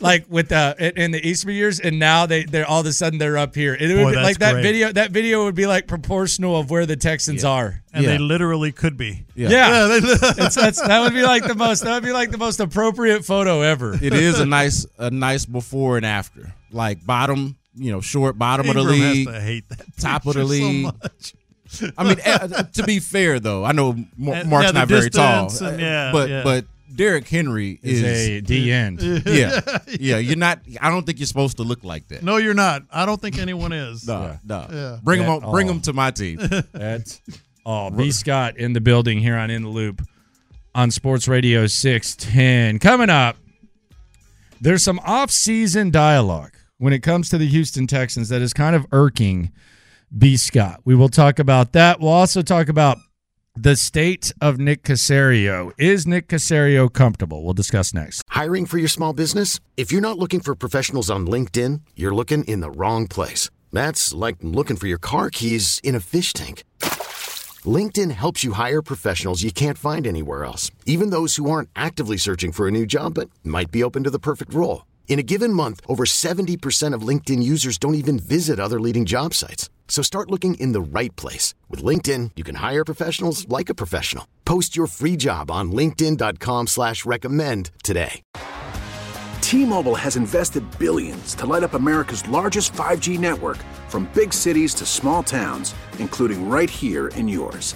Speaker 2: like with the in- in the Eastern years, and now they they're all of a sudden they're up here. It would
Speaker 3: Boy,
Speaker 2: be,
Speaker 3: that's
Speaker 2: like that
Speaker 3: great.
Speaker 2: video. That video would be like proportional of where the Texans are.
Speaker 3: And they literally could be.
Speaker 2: Yeah, It's- that's- that would be like the most. That would be like the most appropriate photo ever.
Speaker 21: it is a nice a nice before and after. Like bottom, you know, short bottom of the
Speaker 3: Ingram has
Speaker 21: league.
Speaker 3: to hate that
Speaker 21: top of the
Speaker 3: picture so
Speaker 21: league. I mean, eh, to be fair though, I know Mar-
Speaker 3: And-
Speaker 21: Mark's
Speaker 3: yeah, the
Speaker 21: not very tall,
Speaker 3: distance and-
Speaker 21: eh,
Speaker 3: yeah,
Speaker 21: but
Speaker 3: yeah.
Speaker 21: but Derrick Henry
Speaker 2: Is
Speaker 21: is,
Speaker 2: a D end.
Speaker 21: Yeah, yeah. You're not. I don't think you're supposed to look like that.
Speaker 3: No, you're not. I don't think anyone is.
Speaker 21: No, no.
Speaker 3: Yeah.
Speaker 21: Bring him.
Speaker 2: At
Speaker 21: On, bring
Speaker 2: all.
Speaker 21: him to my team.
Speaker 2: That's all. B. Scott in the building here on In the Loop on Sports Radio 610. Coming up, there's some off-season dialogue when it comes to the Houston Texans that is kind of irking B. Scott. We will talk about that. We'll also talk about the state of Nick Casario. Is Nick Casario comfortable? We'll discuss next.
Speaker 5: Hiring for your small business? If you're not looking for professionals on LinkedIn, you're looking in the wrong place. That's like looking for your car keys in a fish tank. LinkedIn helps you hire professionals you can't find anywhere else, even those who aren't actively searching for a new job but might be open to the perfect role. In a given month, over 70% of LinkedIn users don't even visit other leading job sites. So start looking in the right place. With LinkedIn, you can hire professionals like a professional. Post your free job on linkedin.com slash recommend today.
Speaker 6: T-Mobile has invested billions to light up America's largest 5G network from big cities to small towns, including right here in yours.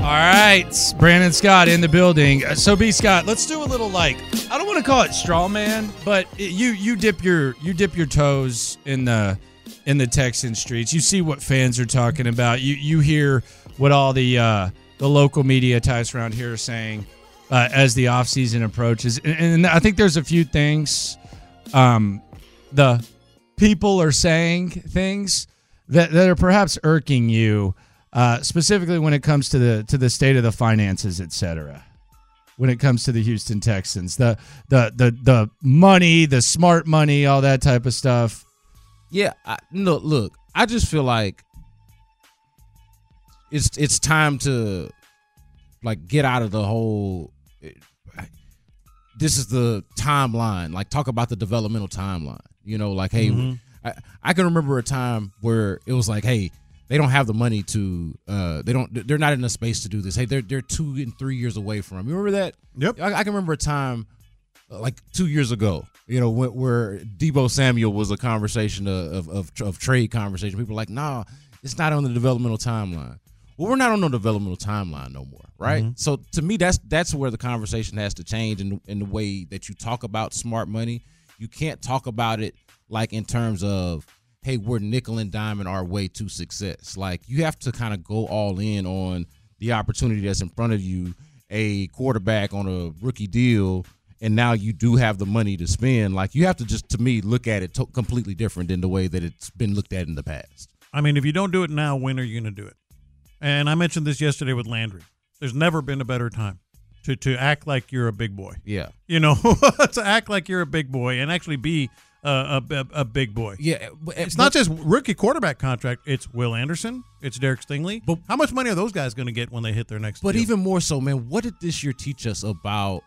Speaker 2: All right, Brandon Scott in the building. Uh, So B Scott, let's do a little like I don't want to call it straw man, but it- you you dip your you dip your toes in the in the Texan streets. You see what fans are talking about. You you hear what all the uh, the local media types around here are saying uh, as the offseason approaches, and, and I think there's a few things um, the people are saying things that, that are perhaps irking you, uh, specifically when it comes to the to the state of the finances, et cetera. When it comes to the Houston Texans, the the the the money, the smart money, all that type of stuff.
Speaker 21: Yeah, I, look, look. I just feel like it's it's time to like get out of the whole. This is the timeline. Like talk about the developmental timeline. You know, like hey,
Speaker 22: Mhm.
Speaker 21: I, I can remember a time where it was like hey. They don't have the money to. Uh, they don't. They're not in a space to do this. Hey, they're they're two and three years away from. You remember that? Yep. I, I can remember a time uh, like two years ago, you know, where, where Debo Samuel was a conversation uh, of, of, of, of trade conversation. People were like, nah, it's not on the developmental timeline. Well, we're not on the developmental timeline no more, right?
Speaker 22: Mhm.
Speaker 21: So to me, that's that's where the conversation has to change in, in the way that you talk about smart money. You can't talk about it like in terms of, hey, we're nickel and diamond our way to success. Like you have to kind of go all in on the opportunity that's in front of you, a quarterback on a rookie deal, and now you do have the money to spend. Like you have to just, to me, look at it to- completely different than the way that it's been looked at in the past.
Speaker 3: I mean, if you don't do it now, when are you going to do it? And I mentioned this yesterday with Landry. There's never been a better time to, to act like you're a big boy.
Speaker 21: Yeah.
Speaker 3: You know, to act like you're a big boy and actually be uh, a, a, a big boy.
Speaker 21: Yeah.
Speaker 3: It's not just rookie quarterback contract, it's Will Anderson, it's Derek Stingley. But how much money are those guys going to get when they hit their next
Speaker 21: But
Speaker 3: deal?
Speaker 21: even more so, man, what did this year teach us about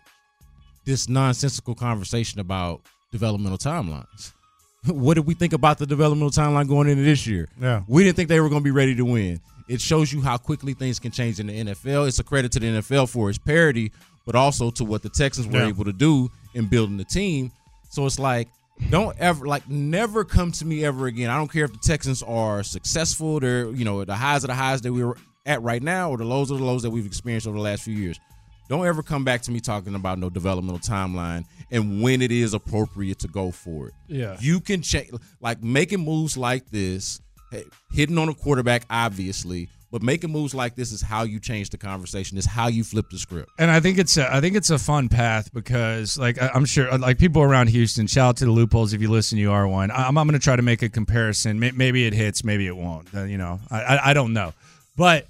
Speaker 21: this nonsensical conversation about developmental timelines? What did we think about the developmental timeline going into this year?
Speaker 3: Yeah.
Speaker 21: We didn't think they were going to be ready to win. It shows you how quickly things can change in the NFL. It's a credit to the NFL for its parity, but also to what the Texans were
Speaker 22: Yeah.
Speaker 21: able to do in building the team. So it's like, don't ever like never come to me ever again. I don't care if the Texans are successful, they're you know, the highs of the highs that we were at right now or the lows of the lows that we've experienced over the last few years. Don't ever come back to me talking about no developmental timeline and when it is appropriate to go for it.
Speaker 22: Yeah.
Speaker 21: You can change, like making moves like this, hey, hitting on a quarterback, obviously,
Speaker 11: But making moves like this is how you change the conversation. Is how you flip the script.
Speaker 2: And I think it's a, I think it's a fun path because like I, I'm sure like people around Houston. Shout out to the loopholes if you listen, you are one. I- I'm, I'm going to try to make a comparison. May- Maybe it hits, maybe it won't. Uh, you know, I, I I don't know, but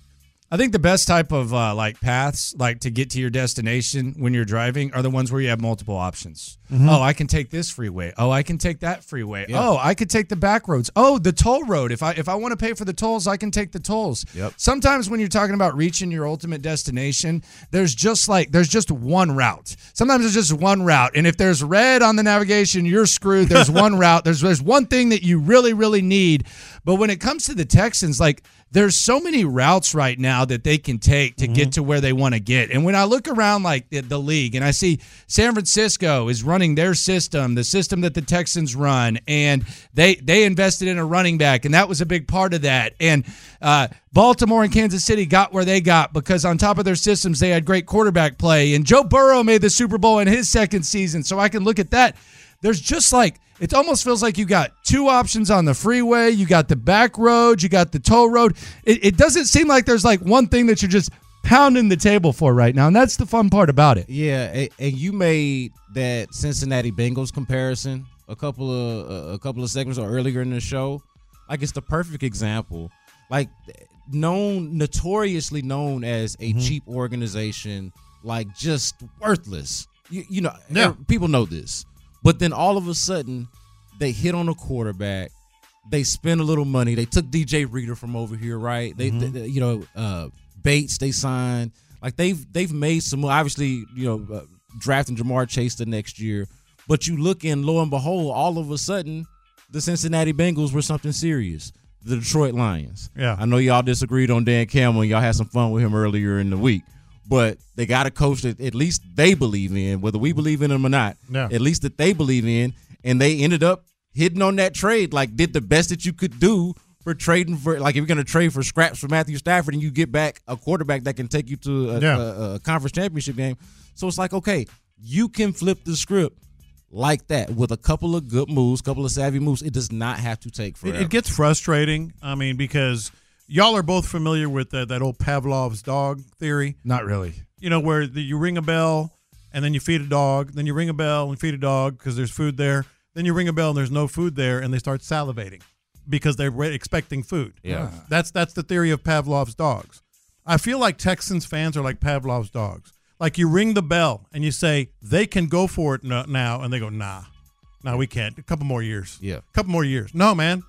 Speaker 2: I think the best type of uh, like paths like to get to your destination when you're driving are the ones where you have multiple options.
Speaker 21: Mhm.
Speaker 2: Oh, I can take this freeway. Oh, I can take that freeway.
Speaker 21: Yeah.
Speaker 2: Oh, I could take the back roads. Oh, the toll road. If I if I want to pay for the tolls, I can take the tolls.
Speaker 21: Yep.
Speaker 2: Sometimes when you're talking about reaching your ultimate destination, there's just like there's just one route. Sometimes there's just one route, and if there's red on the navigation, you're screwed. There's one route. There's there's one thing that you really really need. But when it comes to the Texans, like there's so many routes right now that they can take to get to where they want to get. And when I look around like the, the league and I see San Francisco is running their system, the system that the Texans run, and they they invested in a running back, and that was a big part of that. And uh, Baltimore and Kansas City got where they got because on top of their systems, they had great quarterback play, and Joe Burrow made the Super Bowl in his second season. So I can look at that there's just like it almost feels like you got two options on the freeway you got the back road you got the toll road it, it doesn't seem like there's like one thing that you're just pounding the table for right now and that's the fun part about it
Speaker 21: Yeah, a- and you made that Cincinnati Bengals comparison a couple of a- a couple of segments or earlier in the show. Like it's the perfect example. Like known notoriously known as a cheap organization, like just worthless. You, you know,
Speaker 11: Yeah.
Speaker 21: er- people know this. But then all of a sudden, they hit on a quarterback. They spend a little money. They took DJ Reader from over here, right? They,
Speaker 11: Mhm.
Speaker 21: they- you know, uh, Bates they signed. Like they've they've made some. Obviously, you know, uh, drafting Jamar Chase the next year. But you look and lo and behold, all of a sudden, the Cincinnati Bengals were something serious. The Detroit Lions.
Speaker 3: Yeah.
Speaker 21: I know y'all disagreed on Dan Campbell. and Y'all had some fun with him earlier in the week. But they got a coach that at least they believe in, whether we believe in him or not.
Speaker 3: Yeah.
Speaker 21: At least that they believe in, and they ended up hitting on that trade. Like did the best that you could do for trading for like if you're going to trade for scraps for Matthew Stafford and you get back a quarterback that can take you to a,
Speaker 3: Yeah.
Speaker 21: a- a conference championship game. So it's like okay, you can flip the script like that with a couple of good moves, couple of savvy moves. It does not have to take
Speaker 3: It,
Speaker 21: forever.
Speaker 3: it gets frustrating. I mean, because y'all are both familiar with that that old Pavlov's dog theory.
Speaker 2: Not really.
Speaker 3: You know, where the, you ring a bell and then you feed a dog, then you ring a bell and feed a dog because there's food there. Then you ring a bell and there's no food there, and they start salivating because they're re- expecting food.
Speaker 23: Yeah.
Speaker 3: that's that's the theory of Pavlov's dogs. I feel like Texans fans are like Pavlov's dogs. Like you ring the bell and you say they can go for it no- now, and they go nah, nah we can't. A couple more years.
Speaker 21: Yeah.
Speaker 3: couple more years. No man,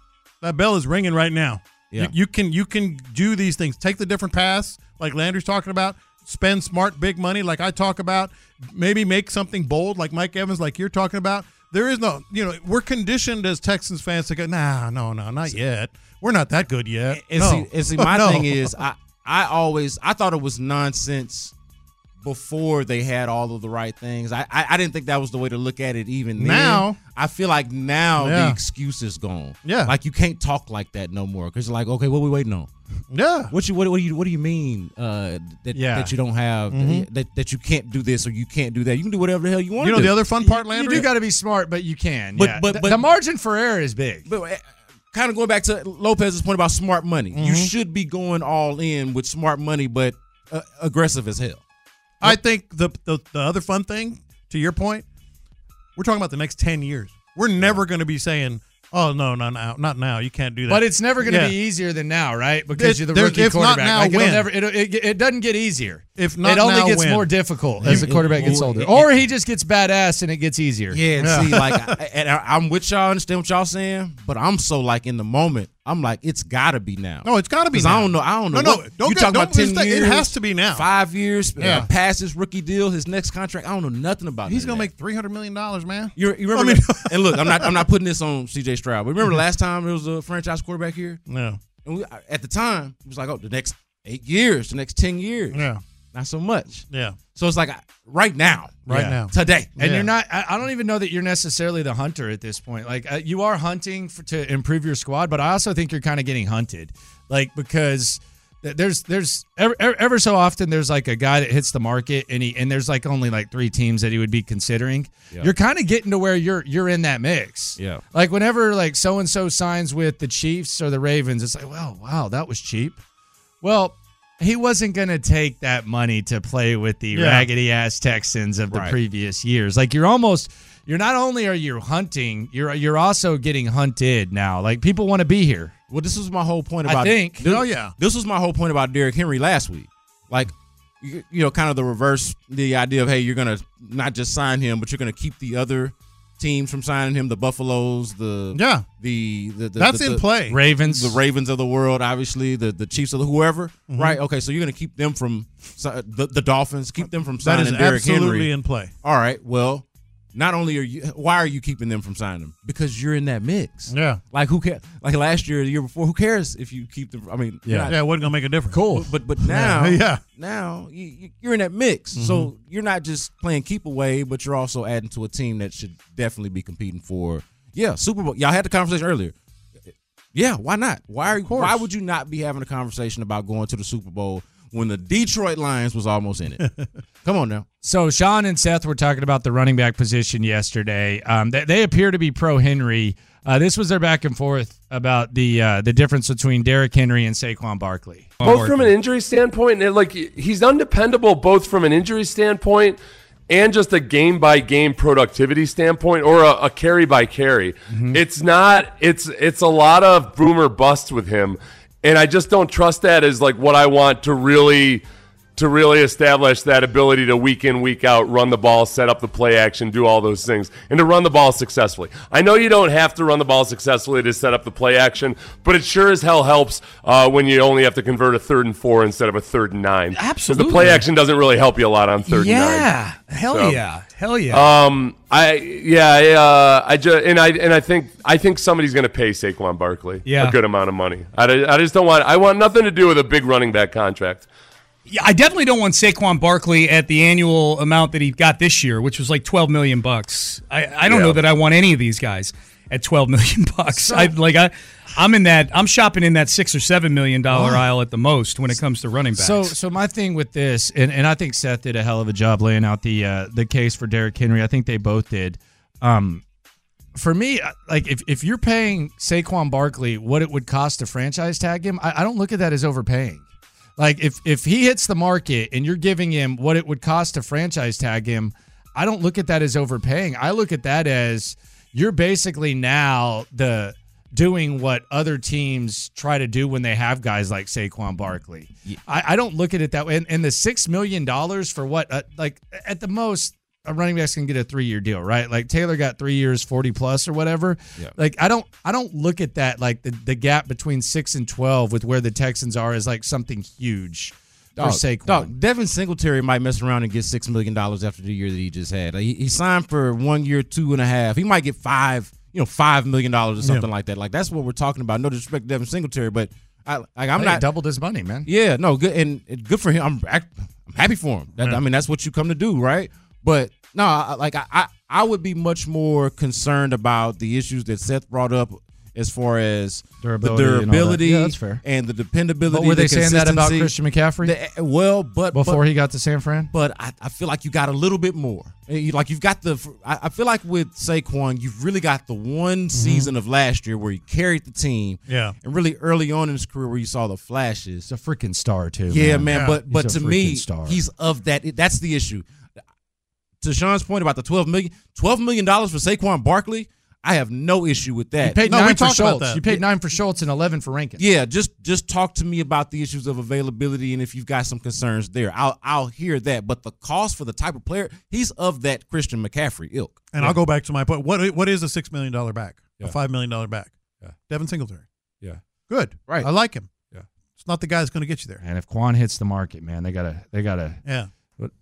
Speaker 3: that bell is ringing right now. You-
Speaker 21: Yeah.
Speaker 3: You, can you can do these things. Take the different paths, like Landry's talking about. Spend smart, big money, like I talk about. Maybe make something bold, like Mike Evans, like you're talking about. There is no, you know, we're conditioned as Texans fans to go, nah, no, no, not yet. We're not that good yet.
Speaker 21: And
Speaker 3: no.
Speaker 21: see, and see my
Speaker 3: No.
Speaker 21: thing is, I I always I thought it was nonsense before they had all of the right things. I I, I didn't think that was the way to look at it. Even then.
Speaker 3: Now-
Speaker 21: I feel like now
Speaker 3: Yeah.
Speaker 21: the excuse is gone.
Speaker 3: Yeah.
Speaker 21: like you can't talk like that no more because like, okay, what we waiting on?
Speaker 3: Yeah,
Speaker 21: what you what, what do you what do you mean uh, that
Speaker 3: Yeah.
Speaker 21: that you don't have
Speaker 3: Mhm.
Speaker 21: that that you can't do this or you can't do that? You can do whatever the hell you want.
Speaker 2: You know
Speaker 21: do.
Speaker 2: the other fun
Speaker 21: part,
Speaker 2: you do got to be smart but you can
Speaker 21: But-
Speaker 2: yeah.
Speaker 21: but-
Speaker 2: The-
Speaker 21: but-
Speaker 2: the margin for error is big
Speaker 21: but uh, kind of going back to Lopez's point about smart money, you
Speaker 2: Mm-hmm.
Speaker 21: should be going all in with smart money, but uh, aggressive as hell.
Speaker 3: I think the, the the other fun thing, to your point, we're talking about the next ten years. We're never going to be saying, "Oh no, no, no, not now. You can't do that."
Speaker 2: But it's never going to
Speaker 3: Yeah.
Speaker 2: be easier than now, right? Because
Speaker 3: It-
Speaker 2: you're the
Speaker 3: there-
Speaker 2: rookie
Speaker 3: if not
Speaker 2: quarterback.
Speaker 3: now,
Speaker 2: like, it'll
Speaker 3: when?
Speaker 2: never- it'll- it, it doesn't get easier.
Speaker 3: If not
Speaker 2: it only
Speaker 3: now,
Speaker 2: gets
Speaker 3: when?
Speaker 2: more difficult as
Speaker 3: You-
Speaker 2: the quarterback gets
Speaker 3: it-
Speaker 2: older,
Speaker 3: it-
Speaker 2: or he just gets badass and it gets easier.
Speaker 21: Yeah, and see, like, I, and I, I'm with y'all, I understand what y'all saying, but I'm so like in the moment. I'm like, it's gotta be now.
Speaker 3: No, it's gotta be
Speaker 21: 'Cause
Speaker 3: now.
Speaker 21: I don't know. I don't
Speaker 3: No,
Speaker 21: know.
Speaker 3: no,
Speaker 21: what-
Speaker 3: don't
Speaker 21: you
Speaker 3: get-
Speaker 21: talking about
Speaker 3: don't
Speaker 21: ten
Speaker 3: mistake- it
Speaker 21: years?
Speaker 3: has to be now.
Speaker 21: Five years.
Speaker 3: Yeah.
Speaker 21: Yeah. Past his rookie deal, his next contract. I don't know nothing about.
Speaker 3: He's
Speaker 21: it.
Speaker 3: going to make three hundred million dollars, man.
Speaker 21: You, you remember? and look, I'm not. I'm not putting this on C.J. Stroud. But
Speaker 2: Mm-hmm.
Speaker 21: remember last time it was a franchise quarterback here.
Speaker 3: No.
Speaker 21: And we at the time it was like, oh, the next eight years, the next ten years.
Speaker 3: Yeah.
Speaker 21: Not so much.
Speaker 3: Yeah.
Speaker 21: So it's like I- right now,
Speaker 3: Right now.
Speaker 21: today,
Speaker 2: And you're not. I, I don't even know that you're necessarily the hunter at this point. Like uh, you are hunting for, to improve your squad, but I also think you're kind of getting hunted, like because th- there's there's ever, ever, ever so often there's like a guy that hits the market and he and there's like only like three teams that he would be considering.
Speaker 21: Yeah.
Speaker 2: You're kind of getting to where you're you're in that mix.
Speaker 21: Yeah.
Speaker 2: Like whenever like so and so signs with the Chiefs or the Ravens, it's like, wow, wow, that was cheap. Well, he wasn't going to take that money to play with the
Speaker 21: Yeah.
Speaker 2: raggedy ass Texans of the
Speaker 21: Right.
Speaker 2: previous years. Like you're almost you're not only are you hunting, you're you're also getting hunted now. Like people want to be here.
Speaker 21: Well, this was my whole point
Speaker 2: I
Speaker 21: about.
Speaker 2: think.
Speaker 21: This,
Speaker 2: Oh, yeah.
Speaker 21: This was my whole point about Derrick Henry last week. Like, you, you know, kind of the reverse, the idea of hey, you're gonna not just sign him, but you're gonna keep the other teams from signing him. The Buffaloes, the
Speaker 3: Yeah.
Speaker 21: the the, the
Speaker 3: That's
Speaker 21: the-
Speaker 3: in
Speaker 21: the-
Speaker 3: play.
Speaker 2: Ravens.
Speaker 21: the Ravens of the world, obviously the the Chiefs of the whoever,
Speaker 3: Mhm.
Speaker 21: right? Okay, so you're gonna keep them from si- the the Dolphins, keep them from
Speaker 3: That
Speaker 21: signing
Speaker 3: is
Speaker 21: Derrick
Speaker 3: absolutely
Speaker 21: Henry.
Speaker 3: in play.
Speaker 21: All right, well. Not only are you, why are you keeping them from signing him? Because you're in that mix.
Speaker 3: Yeah.
Speaker 21: Like who cares? Like last year, the year before, who cares if you keep the? I mean, you're
Speaker 3: Yeah.
Speaker 21: not-
Speaker 3: Yeah, it wasn't gonna make a difference.
Speaker 21: Cool, but but now,
Speaker 3: Yeah. Mm-hmm.
Speaker 21: now you, you- you're in that mix. So you're not just playing keep away, but you're also adding to a team that should definitely be competing for yeah Super Bowl. Y'all had the conversation earlier. Yeah, why not? Why are, why would you not be having a conversation about going to the Super Bowl when the Detroit Lions was almost in it? Come on now.
Speaker 2: So Sean and Seth were talking about the running back position yesterday. Um, they, they appear to be pro Henry. Uh, this was their back and forth about the uh, the difference between Derrick Henry and Saquon Barkley.
Speaker 11: both from an injury standpoint and like he's undependable both from an injury standpoint and just a game by game productivity standpoint or a, a carry by carry
Speaker 2: Mm-hmm.
Speaker 11: it's not it's it's a lot of boom or bust with him and i just don't trust that as like what i want to really to really establish that ability to week in week out run the ball set up the play action do all those things and to run the ball successfully i know you don't have to run the ball successfully to set up the play action but it sure as hell helps uh, when you only have to convert a third and four instead of a third and nine 'Cause the
Speaker 12: Absolutely.
Speaker 11: play action doesn't really help you a lot on third and nine
Speaker 12: Yeah. Hell
Speaker 11: So-
Speaker 12: yeah. Hell yeah.
Speaker 11: um, I yeah, I, uh, I just and I and I think I think somebody's going to pay Saquon Barkley
Speaker 12: Yeah.
Speaker 11: a good amount of money. I, ju- I just don't want I want nothing to do with a big running back contract.
Speaker 12: Yeah, I definitely don't want Saquon Barkley at the annual amount that he got this year, which was like twelve million bucks. I, I don't
Speaker 11: Yeah.
Speaker 12: know that I want any of these guys at twelve million bucks. I like I, I'm in that I'm shopping in that six or seven million dollar
Speaker 2: Wow.
Speaker 12: aisle at the most when it comes to running backs.
Speaker 2: So, so my thing with this, and, and I think Seth did a hell of a job laying out the uh, the case for Derrick Henry. I think they both did. Um, for me, I- like if, if you're paying Saquon Barkley what it would cost to franchise tag him, I, I don't look at that as overpaying. Like if if he hits the market and you're giving him what it would cost to franchise tag him, I don't look at that as overpaying. I look at that as you're basically now the doing what other teams try to do when they have guys like Saquon Barkley. I, I don't look at it that way. And, and the six million dollars for what? Uh, like at the most, a running back's can get a three-year deal, right? Like Taylor got three years, forty plus or whatever.
Speaker 13: Yeah.
Speaker 2: Like I don't, I don't look at that like the, the gap between six and twelve with where the Texans are is like something huge for
Speaker 21: Dog,
Speaker 2: Saquon.
Speaker 21: dog, Devin Singletary might mess around and get six million dollars after the year that he just had. Like, he, he signed for one year, two and a half. He might get five, you know, five million dollars or something like that. Like that's what we're talking about. No disrespect to Devin Singletary, but I, like, I'm
Speaker 2: Hey,
Speaker 21: not
Speaker 2: doubled his money, man.
Speaker 21: Yeah, no, good and, and good for him. I'm act- I'm happy for him. That, I mean, that's what you come to do, right? But no, I, like I, I I would be much more concerned about the issues that Seth brought up as far as
Speaker 2: Durability
Speaker 21: the
Speaker 2: and all that.
Speaker 21: durability
Speaker 2: Yeah, that's fair.
Speaker 21: and the dependability.
Speaker 2: But were
Speaker 21: the
Speaker 2: they saying that about
Speaker 21: consistency.
Speaker 2: Christian McCaffrey?
Speaker 21: The- well, but
Speaker 2: before
Speaker 21: but-
Speaker 2: he got to San Fran,
Speaker 21: but I, I feel like you got a little bit more. Eh, you- Like you've got the. I, I feel like with Saquon, you've really got the one season of last year where he carried the team.
Speaker 2: Mm-hmm. Yeah.
Speaker 21: and really early on in his career where you saw the flashes.
Speaker 2: a freaking star too.
Speaker 21: Yeah, man. But but
Speaker 2: He's a
Speaker 21: to me,
Speaker 2: freaking star.
Speaker 21: he's of that. That's the issue. To Sean's point about the twelve million, twelve million dollars for Saquon Barkley, I have no issue with that.
Speaker 2: you paid nine for Schultz. You paid nine for Schultz and eleven for Rankin.
Speaker 21: Yeah, just just talk to me about the issues of availability and if you've got some concerns there. I'll I'll hear that. But the cost for the type of player, he's of that Christian McCaffrey ilk.
Speaker 3: And I'll go back to my point. What what is a six million dollar back?
Speaker 21: Yeah.
Speaker 3: A five million dollar back?
Speaker 21: Yeah.
Speaker 3: Devin Singletary.
Speaker 21: Yeah.
Speaker 3: Good.
Speaker 21: Right.
Speaker 3: I like him.
Speaker 21: Yeah.
Speaker 3: It's not the guy that's going to get you there.
Speaker 2: And if Quan hits the market, man, they gotta they gotta
Speaker 3: Yeah.
Speaker 2: But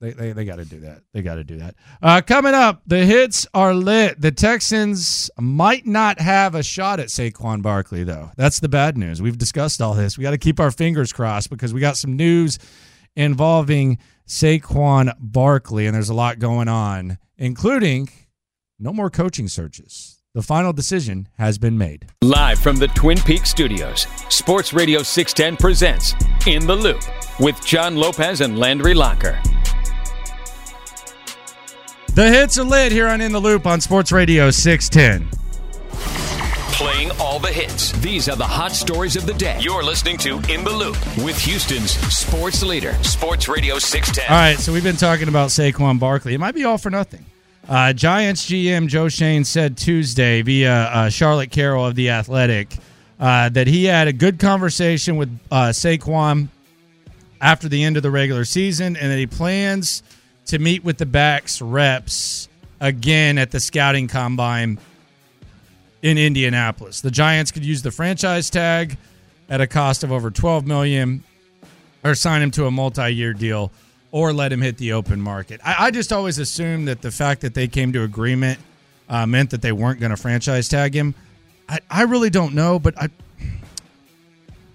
Speaker 2: they they, they gotta do that. They gotta do that. Uh, coming up, the hits are lit. The Texans might not have a shot at Saquon Barkley though. That's the bad news. We've discussed all this. We got to keep our fingers crossed because we got some news involving Saquon Barkley, and there's a lot going on, including no more coaching searches. The final decision has been made.
Speaker 16: Live from the Twin Peaks studios, Sports Radio 610 presents In the Loop with John Lopez and Landry Locker.
Speaker 2: The hits are lit here on In the Loop on Sports Radio 610.
Speaker 16: Playing all the hits. These are the hot stories of the day. You're listening to In the Loop with Houston's sports leader, Sports Radio 610.
Speaker 2: All right, so we've been talking about Saquon Barkley. It might be all for nothing. Uh, Giants GM Joe Shane said Tuesday via uh, Charlotte Carroll of The Athletic uh, that he had a good conversation with uh, Saquon after the end of the regular season and that he plans to meet with the backs reps again at the scouting combine in Indianapolis. The Giants could use the franchise tag at a cost of over 12 million or sign him to a multi-year deal or let him hit the open market. I, I just always assumed that the fact that they came to agreement uh, meant that they weren't going to franchise tag him. I, I really don't know, but I,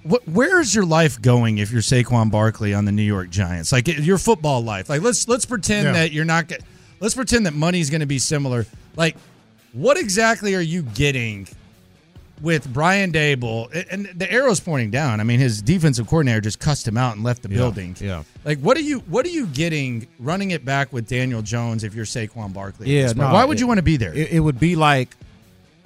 Speaker 2: what, where is your life going if you're Saquon Barkley on the New York Giants? Like your football life. Like let's let's pretend
Speaker 13: Yeah.
Speaker 2: that you're not. Get, let's pretend that money's going to be similar. Like what exactly are you getting with Brian Dable? And- And the arrow's pointing down. I mean, his defensive coordinator just cussed him out and left the building.
Speaker 21: Yeah.
Speaker 2: Like what are you what are you getting running it back with Daniel Jones if you're Saquon Barkley? at
Speaker 21: Yeah,
Speaker 2: this point?
Speaker 21: no,
Speaker 2: Why would
Speaker 21: it-
Speaker 2: you want to be there?
Speaker 21: It, it would be like,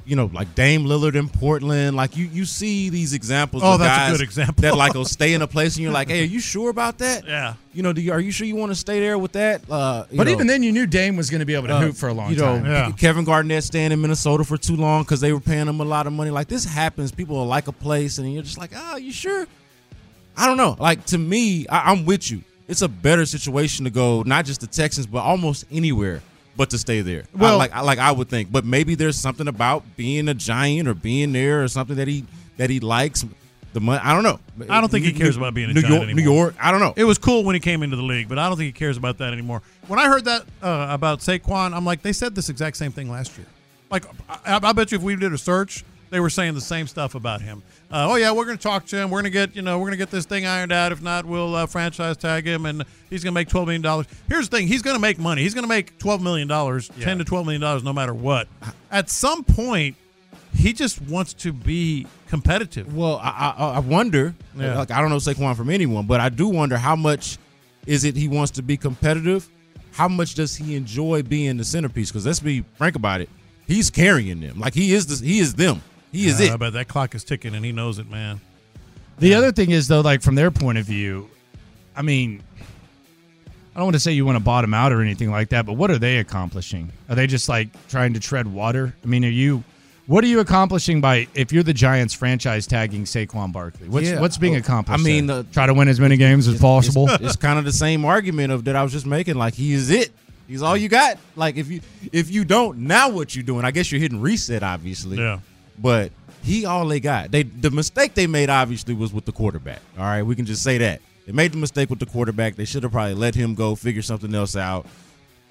Speaker 21: you know, like Dame Lillard in Portland. Like you, you see these examples.
Speaker 3: Oh,
Speaker 21: of
Speaker 3: that's a
Speaker 21: guys
Speaker 3: good example.
Speaker 21: That like will stay in a place, and you're like, hey, are you sure about that? Yeah. You know, do you, are you sure you want to stay there with that? Uh, you
Speaker 2: But
Speaker 21: know,
Speaker 2: even then, you knew Dame was going to be able to
Speaker 21: uh,
Speaker 2: hoop for a long
Speaker 21: you know,
Speaker 2: time.
Speaker 21: Kevin Garnett staying in Minnesota for too long because they were paying him a lot of money. Like this happens. People will like a place, and you're just like, oh, you sure? I don't know. Like to me, I, I'm with you. It's a better situation to go, not just the Texans, but almost anywhere, but to stay there. Well,
Speaker 3: Well-
Speaker 21: like I, like I would think, but maybe there's something about being a giant or being there or something that he that he likes. The money, I don't know.
Speaker 3: I don't think he
Speaker 21: New-
Speaker 3: cares about being a
Speaker 21: New
Speaker 3: giant
Speaker 21: York,
Speaker 3: anymore.
Speaker 21: New York. I don't know.
Speaker 3: It was cool when he came into the league, but I don't think he cares about that anymore. When I heard that uh, about Saquon, I'm like, they said this exact same thing last year. Like, I, I bet you if we did a search, they were saying the same stuff about him. Uh, oh yeah, we're going to talk to him. We're going to get you know we're going to get this thing ironed out. If not, we'll uh, franchise tag him, and he's going to make twelve million dollars. Here's the thing: he's going to make money. He's going to make twelve million dollars, ten to twelve million dollars, no matter what. At some point, he just wants to be competitive.
Speaker 21: Well, I I, I wonder.
Speaker 3: Yeah.
Speaker 21: Like I don't know Saquon from anyone, but I do wonder how much is it he wants to be competitive? How much does he enjoy being the centerpiece? Because let's be frank about it, he's carrying them. Like he is the, he is them. He is
Speaker 3: Yeah,
Speaker 21: it.
Speaker 3: But that clock is ticking, and he knows it, man.
Speaker 2: The other thing is though, like from their point of view, I mean, I don't want to say you want to bottom out or anything like that, but what are they accomplishing? Are they just like trying to tread water? I mean, are you? What are you accomplishing by if you're the Giants franchise tagging Saquon Barkley? What's
Speaker 21: Yeah.
Speaker 2: what's being
Speaker 21: I
Speaker 2: accomplished?
Speaker 21: mean,
Speaker 2: there?
Speaker 21: the-
Speaker 2: try to win as many games as possible.
Speaker 21: It's, kind of the same argument of that I was just making. Like he is it. He's all you got. Like if you if you don't now, what you doing? I guess you're hitting reset, obviously.
Speaker 3: Yeah.
Speaker 21: But he all they got. They the mistake they made obviously was with the quarterback. All right, we can just say that they made the mistake with the quarterback. They should have probably let him go, figure something else out.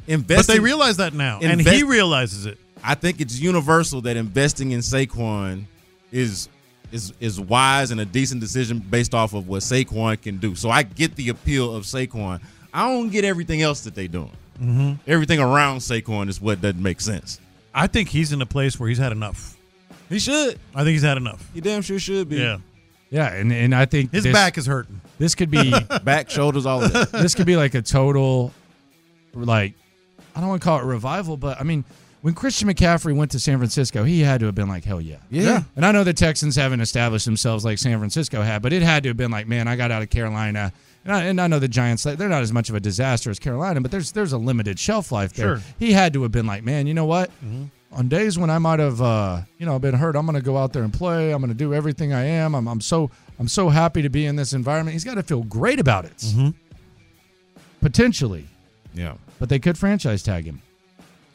Speaker 21: Invest.
Speaker 3: but they realize that now, and he realizes it.
Speaker 21: I think it's universal that investing in Saquon is is is wise and a decent decision based off of what Saquon can do. So I get the appeal of Saquon. I don't get everything else that they doing.
Speaker 3: Mhm.
Speaker 21: Everything around Saquon is what doesn't make sense.
Speaker 3: I think he's in a place where he's had enough.
Speaker 21: He should.
Speaker 3: I think he's had enough.
Speaker 21: He damn sure should be.
Speaker 3: Yeah.
Speaker 2: Yeah, and, and I think
Speaker 3: His
Speaker 2: this-
Speaker 3: back is hurting.
Speaker 2: This could be
Speaker 21: back, shoulders, all of that.
Speaker 2: This could be like a total, like, I don't want to call it revival, but I mean, when Christian McCaffrey went to San Francisco, he had to have been like, hell yeah,
Speaker 21: Yeah. Yeah.
Speaker 2: And I know the Texans haven't established themselves like San Francisco had, but it had to have been like, man, I got out of Carolina. And I, and I know the Giants, like, they're not as much of a disaster as Carolina, but there's there's a limited shelf life there.
Speaker 21: Sure.
Speaker 2: He had to have been like, man, you know what? on days when I might have, uh, you know, been hurt, I'm going to go out there and play. I'm going to do everything I am. I'm, I'm so I'm so happy to be in this environment. He's got to feel great about it, potentially.
Speaker 21: Mm-hmm. Yeah.
Speaker 2: But they could franchise tag him.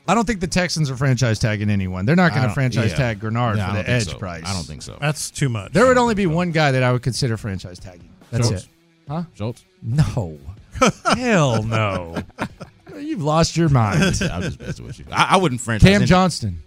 Speaker 2: I don't think the Texans are franchise tagging anyone. They're not
Speaker 21: I
Speaker 2: going to
Speaker 21: don't-
Speaker 2: franchise
Speaker 21: yeah.
Speaker 2: tag Gernard
Speaker 21: No,
Speaker 2: for
Speaker 21: I don't
Speaker 2: the
Speaker 21: think
Speaker 2: edge
Speaker 21: so.
Speaker 2: price.
Speaker 21: I don't think so.
Speaker 3: That's too much.
Speaker 2: There would only be one guy that I would consider franchise tagging. That's
Speaker 21: Schultz.
Speaker 2: it. Huh?
Speaker 21: Schultz.
Speaker 2: No. Hell no. You've lost your mind.
Speaker 21: I'm just messing with you. I, I wouldn't franchise.
Speaker 2: Cam
Speaker 21: any-
Speaker 2: Johnston.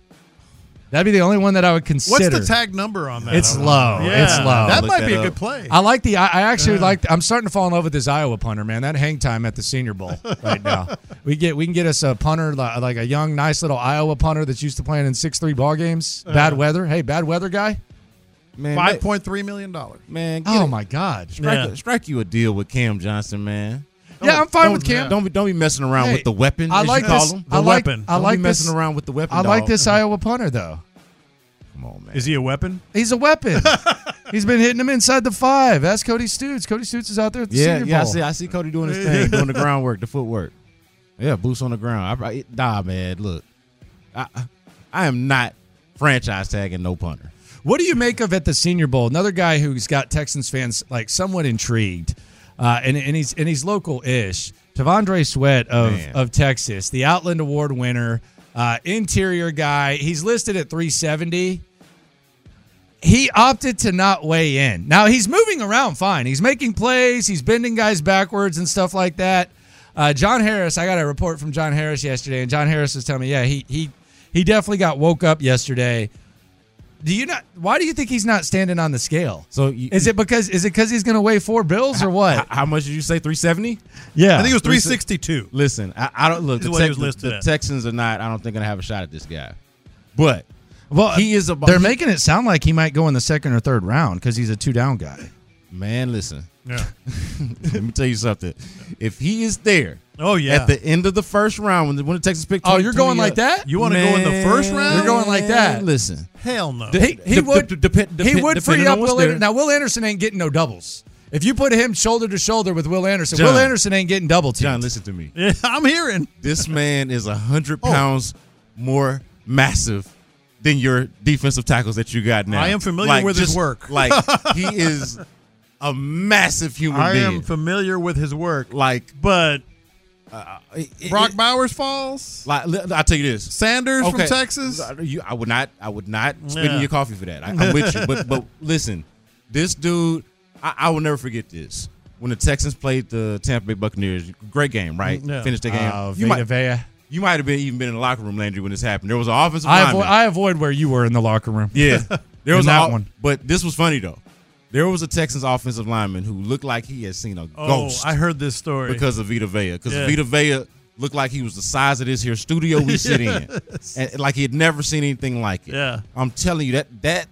Speaker 2: That'd be the only one that I would consider.
Speaker 3: What's the tag number on that?
Speaker 2: It's
Speaker 3: I don't
Speaker 2: low.
Speaker 3: know. Yeah,
Speaker 2: It's low.
Speaker 3: That might be a good play.
Speaker 2: I like the. I, I actually like. I'm starting to fall in love with this Iowa punter, man. That hang time at the Senior Bowl right now. we get we can get us a punter li- like a young, nice little Iowa punter that's used to playing in six three ball games. Bad
Speaker 3: Uh.
Speaker 2: weather. Hey, bad weather guy.
Speaker 21: Man,
Speaker 3: Five point three million dollars.
Speaker 21: Man,
Speaker 2: Oh my God.
Speaker 21: Strike,
Speaker 2: Yeah.
Speaker 21: strike you a deal with Cam Johnson, man.
Speaker 2: Yeah, I'm fine
Speaker 21: Don't-
Speaker 2: with Cam.
Speaker 21: Don't be don't be messing around
Speaker 2: Hey,
Speaker 21: with the weapon.
Speaker 2: I
Speaker 21: as
Speaker 2: like
Speaker 21: you call
Speaker 2: this.
Speaker 21: them.
Speaker 2: I like, I
Speaker 21: Don't be
Speaker 2: like
Speaker 21: messing
Speaker 2: this-
Speaker 21: around with the weapon.
Speaker 2: I like
Speaker 21: dog.
Speaker 2: this Iowa punter though.
Speaker 21: Come on, man.
Speaker 3: Is he a weapon?
Speaker 2: He's a weapon. He's been hitting him inside the five. Ask Cody Stoots. Cody Stoots is out there at the
Speaker 21: yeah,
Speaker 2: Senior
Speaker 21: yeah. I
Speaker 2: Bowl.
Speaker 21: see. I see Cody doing his thing, doing the groundwork, the footwork. Yeah, boots on the ground. I, I, nah, man. Look, I, I am not franchise tagging no punter.
Speaker 2: What do you make of at the Senior Bowl? Another guy who's got Texans fans like somewhat intrigued, uh, and and he's and he's local ish. Tavondre Sweat of of Texas, the Outland Award winner, uh, interior guy. He's listed at 370. He opted to not weigh in. Now he's moving around fine. He's making plays. He's bending guys backwards and stuff like that. Uh, John Harris, I got a report from John Harris yesterday, and John Harris was telling me, yeah, he he he definitely got woke up yesterday. Do you not? Why do you think he's not standing on the scale?
Speaker 21: So you,
Speaker 2: Is it because is it because he's going to weigh four bills or what?
Speaker 21: How much did you say? Three seventy?
Speaker 2: Yeah,
Speaker 3: I think it was 362.
Speaker 21: Listen, I, I don't look.
Speaker 3: Is
Speaker 21: The,
Speaker 3: what he was
Speaker 21: Tex-
Speaker 3: listed
Speaker 21: the
Speaker 3: at.
Speaker 21: Texans are not. I don't think gonna have a shot at this guy. But
Speaker 2: well,
Speaker 21: he is a.
Speaker 2: They're making it sound like he might go in the second or third round because he's a two down guy.
Speaker 21: Man, listen.
Speaker 3: Yeah.
Speaker 21: Let me tell you something. If he is there,
Speaker 3: oh
Speaker 21: yeah, at the end of the first round when the, when the Texans pick,
Speaker 2: Oh, you're
Speaker 21: 20
Speaker 2: going like
Speaker 21: up,
Speaker 2: that? You wanna go in the first round? You're going like that?
Speaker 21: Listen,
Speaker 3: Hell no.
Speaker 2: He, he
Speaker 21: De-
Speaker 2: would
Speaker 21: de- depend-
Speaker 2: he
Speaker 21: depend-
Speaker 2: would free
Speaker 21: depending
Speaker 2: up
Speaker 21: on what's
Speaker 2: Will
Speaker 21: there.
Speaker 2: Anderson. Now Will Anderson ain't getting no doubles. If you put him shoulder to shoulder with Will Anderson,
Speaker 21: John.
Speaker 2: Will Anderson ain't getting double teamed.
Speaker 21: John, listen to me.
Speaker 3: I'm hearing
Speaker 21: this man is hundred
Speaker 2: Oh.
Speaker 21: pounds more massive than your defensive tackles that you got now.
Speaker 3: I am familiar with his work.
Speaker 21: Like he is a massive human
Speaker 3: I
Speaker 21: being.
Speaker 3: am familiar with his work.
Speaker 21: Like,
Speaker 3: but uh, Brock
Speaker 21: it-
Speaker 3: Bowers falls.
Speaker 21: Like, li- I'll tell you this:
Speaker 3: Sanders from Texas?
Speaker 21: You, I would not. I would not spit
Speaker 3: Yeah.
Speaker 21: in your coffee for that. I, I'm with you, but but listen, this dude, I, I will never forget this. When the Texans played the Tampa Bay Buccaneers, great game, right?
Speaker 2: Yeah.
Speaker 21: Finished the game.
Speaker 2: Oh,
Speaker 21: you
Speaker 2: Vita
Speaker 21: might
Speaker 2: Vea.
Speaker 21: you might have been even been in the locker room, Landry, when this happened. There was an offensive
Speaker 2: I avoid,
Speaker 21: lineman.
Speaker 2: I avoid where you were in the locker room.
Speaker 21: Yeah, there was
Speaker 2: In that
Speaker 21: a,
Speaker 2: one.
Speaker 21: But this was funny though. There was a Texans offensive lineman who looked like he had seen a
Speaker 3: Oh,
Speaker 21: ghost.
Speaker 3: I heard this story.
Speaker 21: because of Vita Vea. Because
Speaker 3: Yeah.
Speaker 21: Vita Vea looked like he was the size of this here studio we sit in,
Speaker 3: Yes.
Speaker 21: and like he had never seen anything like it.
Speaker 3: Yeah.
Speaker 21: I'm telling you that that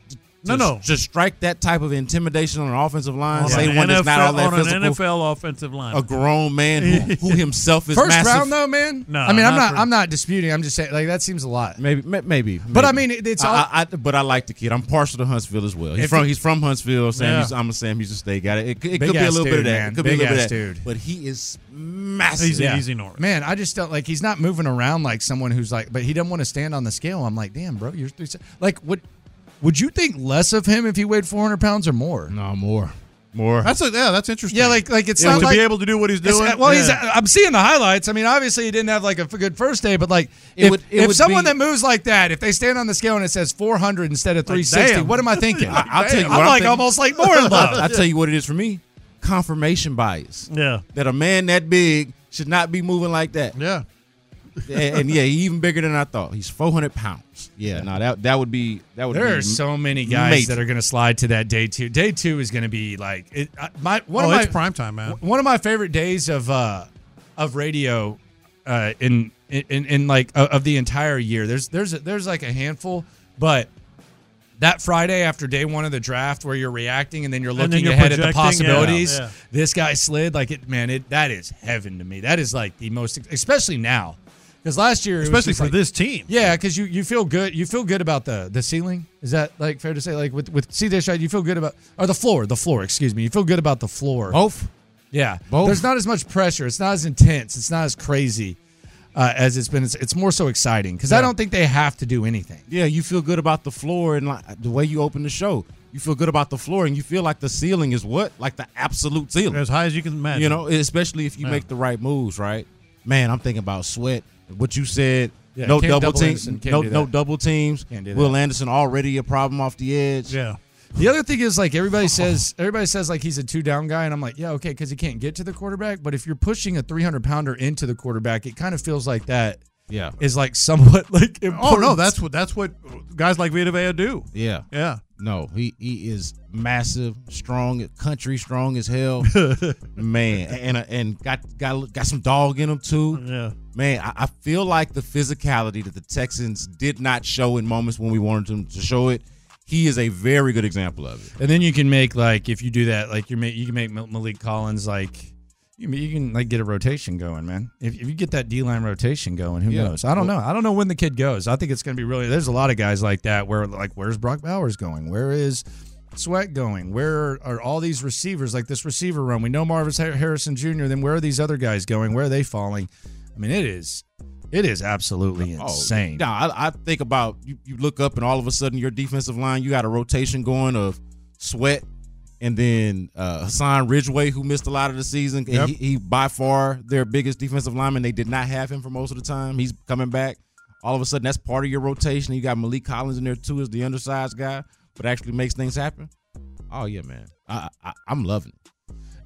Speaker 3: No,
Speaker 21: to,
Speaker 3: no.
Speaker 21: to strike that type of intimidation on an offensive line,
Speaker 3: On
Speaker 21: say
Speaker 3: an
Speaker 21: one that's not
Speaker 3: NFL
Speaker 21: all that
Speaker 3: on an
Speaker 21: physical,
Speaker 3: NFL offensive line.
Speaker 21: a grown man who, who himself is
Speaker 2: First
Speaker 21: massive.
Speaker 2: round though, man.
Speaker 21: No,
Speaker 2: I mean I'm
Speaker 21: not
Speaker 2: not.
Speaker 21: for-
Speaker 2: I'm not disputing. I'm just saying like that seems a lot.
Speaker 21: Maybe, may- maybe,
Speaker 2: But I
Speaker 21: maybe.
Speaker 2: mean, it- it's
Speaker 21: I-
Speaker 2: all-
Speaker 21: I, I- but I like the kid. I'm partial to Huntsville as well. He's
Speaker 2: If
Speaker 21: from
Speaker 2: it-
Speaker 21: he's from Huntsville. Sam,
Speaker 2: Yeah.
Speaker 21: Houston- I'm a Sam Houston State guy. It, could- it
Speaker 2: Big
Speaker 21: could be a
Speaker 2: ass
Speaker 21: little bit of
Speaker 2: dude,
Speaker 21: that.
Speaker 2: man.
Speaker 21: It could be a
Speaker 2: Big
Speaker 21: little bit
Speaker 2: ass
Speaker 21: of that.
Speaker 2: dude.
Speaker 21: But he is massive.
Speaker 2: Yeah. Man, I just don't like he's not moving around like someone who's like, but he doesn't want to stand on the scale. I'm like, damn, bro, you're three. se- Like, would would you think less of him if he weighed 400 pounds or more?
Speaker 21: No, more, more.
Speaker 3: That's a, yeah, that's interesting.
Speaker 2: Yeah, like like it's
Speaker 3: Yeah,
Speaker 2: not
Speaker 3: to
Speaker 2: like,
Speaker 3: be able to do what he's
Speaker 2: It's- uh,
Speaker 3: doing.
Speaker 2: Well, he's.
Speaker 3: yeah.
Speaker 2: I'm seeing the highlights. I mean, obviously he didn't have like a f- good first day, but like
Speaker 21: It
Speaker 2: if,
Speaker 21: would- it
Speaker 2: if
Speaker 21: would
Speaker 2: someone
Speaker 21: be-
Speaker 2: that moves like that, if they stand on the scale and it says 400 instead of 360,
Speaker 21: damn.
Speaker 2: what am I thinking?
Speaker 21: I, I'll tell you.
Speaker 2: I'm
Speaker 21: what
Speaker 2: like
Speaker 21: thinking.
Speaker 2: almost like more in love.
Speaker 21: I, will tell you what it is for me: confirmation bias.
Speaker 3: Yeah,
Speaker 21: that a man that big should not be moving like that.
Speaker 3: Yeah,
Speaker 21: and, and yeah, he's even bigger than I thought. He's 400 pounds. Yeah, no, that that would be that would.
Speaker 2: There
Speaker 21: be
Speaker 2: are so many guys
Speaker 21: major.
Speaker 2: that are going to slide to that day two. Day two is going to be like it, I- my one
Speaker 3: Oh,
Speaker 2: of my
Speaker 3: it's prime time, man.
Speaker 2: w- One of my favorite days of uh of radio uh in in in like uh, of the entire year. There's there's there's like a handful, but that Friday after day one of the draft, where you're reacting and then you're
Speaker 3: And then
Speaker 2: looking
Speaker 3: you're
Speaker 2: ahead at the
Speaker 3: projecting, yeah,
Speaker 2: possibilities.
Speaker 3: yeah.
Speaker 2: This guy slid like it, man. It that is heaven to me. That is like the most, especially now, because last year, it was
Speaker 3: Especially
Speaker 2: just
Speaker 3: for
Speaker 2: like-
Speaker 3: this team.
Speaker 2: Yeah, because you you feel good. You feel good about the the ceiling. Is that like fair to say? Like with with CJ Stroud, you feel good about or the floor. The floor, excuse me. You feel good about the floor.
Speaker 21: Both.
Speaker 2: Yeah.
Speaker 21: Both.
Speaker 2: There's not as much pressure. It's not as intense. It's not as crazy uh, as it's been. It's, it's more so exciting because I
Speaker 21: Yeah.
Speaker 2: don't think they have to do anything.
Speaker 21: Yeah, you feel good about the floor and like the way you open the show. You feel good about the floor and you feel like the ceiling is what? Like the absolute ceiling.
Speaker 3: As high as you can imagine.
Speaker 21: You know, especially if you
Speaker 3: Yeah.
Speaker 21: make the right moves, right? Man, I'm thinking about sweat. What you said,
Speaker 3: Yeah,
Speaker 21: no
Speaker 3: can't
Speaker 21: double
Speaker 3: double
Speaker 21: teams.
Speaker 3: Anderson, can't
Speaker 21: No,
Speaker 3: do
Speaker 21: no
Speaker 3: that.
Speaker 21: double teams.
Speaker 3: Can't do
Speaker 21: Will
Speaker 3: that.
Speaker 21: Anderson already a problem off the edge.
Speaker 3: Yeah.
Speaker 2: The other thing is like everybody says everybody says like he's a two down guy, and I'm like, yeah, okay, because he can't get to the quarterback. But if you're pushing a 300 pounder into the quarterback, it kind of feels like that.
Speaker 21: Yeah.
Speaker 2: is like somewhat like important.
Speaker 3: Oh no, that's what that's what guys like Vita Vea do.
Speaker 21: Yeah.
Speaker 3: Yeah.
Speaker 21: No, he he is massive, strong, country strong as hell, man, and and got got got some dog in him too.
Speaker 3: Yeah,
Speaker 21: man, I, I feel like the physicality that the Texans did not show in moments when we wanted them to show it. He is a very good example of it.
Speaker 2: And then you can make like if you do that, like you make you can make Mal- Malik Collins like You, you can like get a rotation going, man. If, if you get that D line rotation going, who
Speaker 21: Yeah.
Speaker 2: knows? I don't
Speaker 21: Well-
Speaker 2: know. I don't know when the kid goes. I think it's going to be really. There's a lot of guys like that where like, where's Brock Bowers going? Where is Sweat going? Where are all these receivers? Like this receiver run. We know Marvis Har- Harrison Jr. Then where are these other guys going? Where are they falling? I mean, it is, it is absolutely insane.
Speaker 21: No, Oh, I, I think about you, you look up and all of a sudden your defensive line, you got a rotation going of Sweat and then uh, Hassan Ridgeway, who missed a lot of the season. And
Speaker 3: Yep.
Speaker 21: He, he by far their biggest defensive lineman. They did not have him for most of the time. He's coming back. All of a sudden, that's part of your rotation. You got Malik Collins in there too, as the undersized guy, but actually makes things happen. Oh yeah, man, I, I I'm loving it.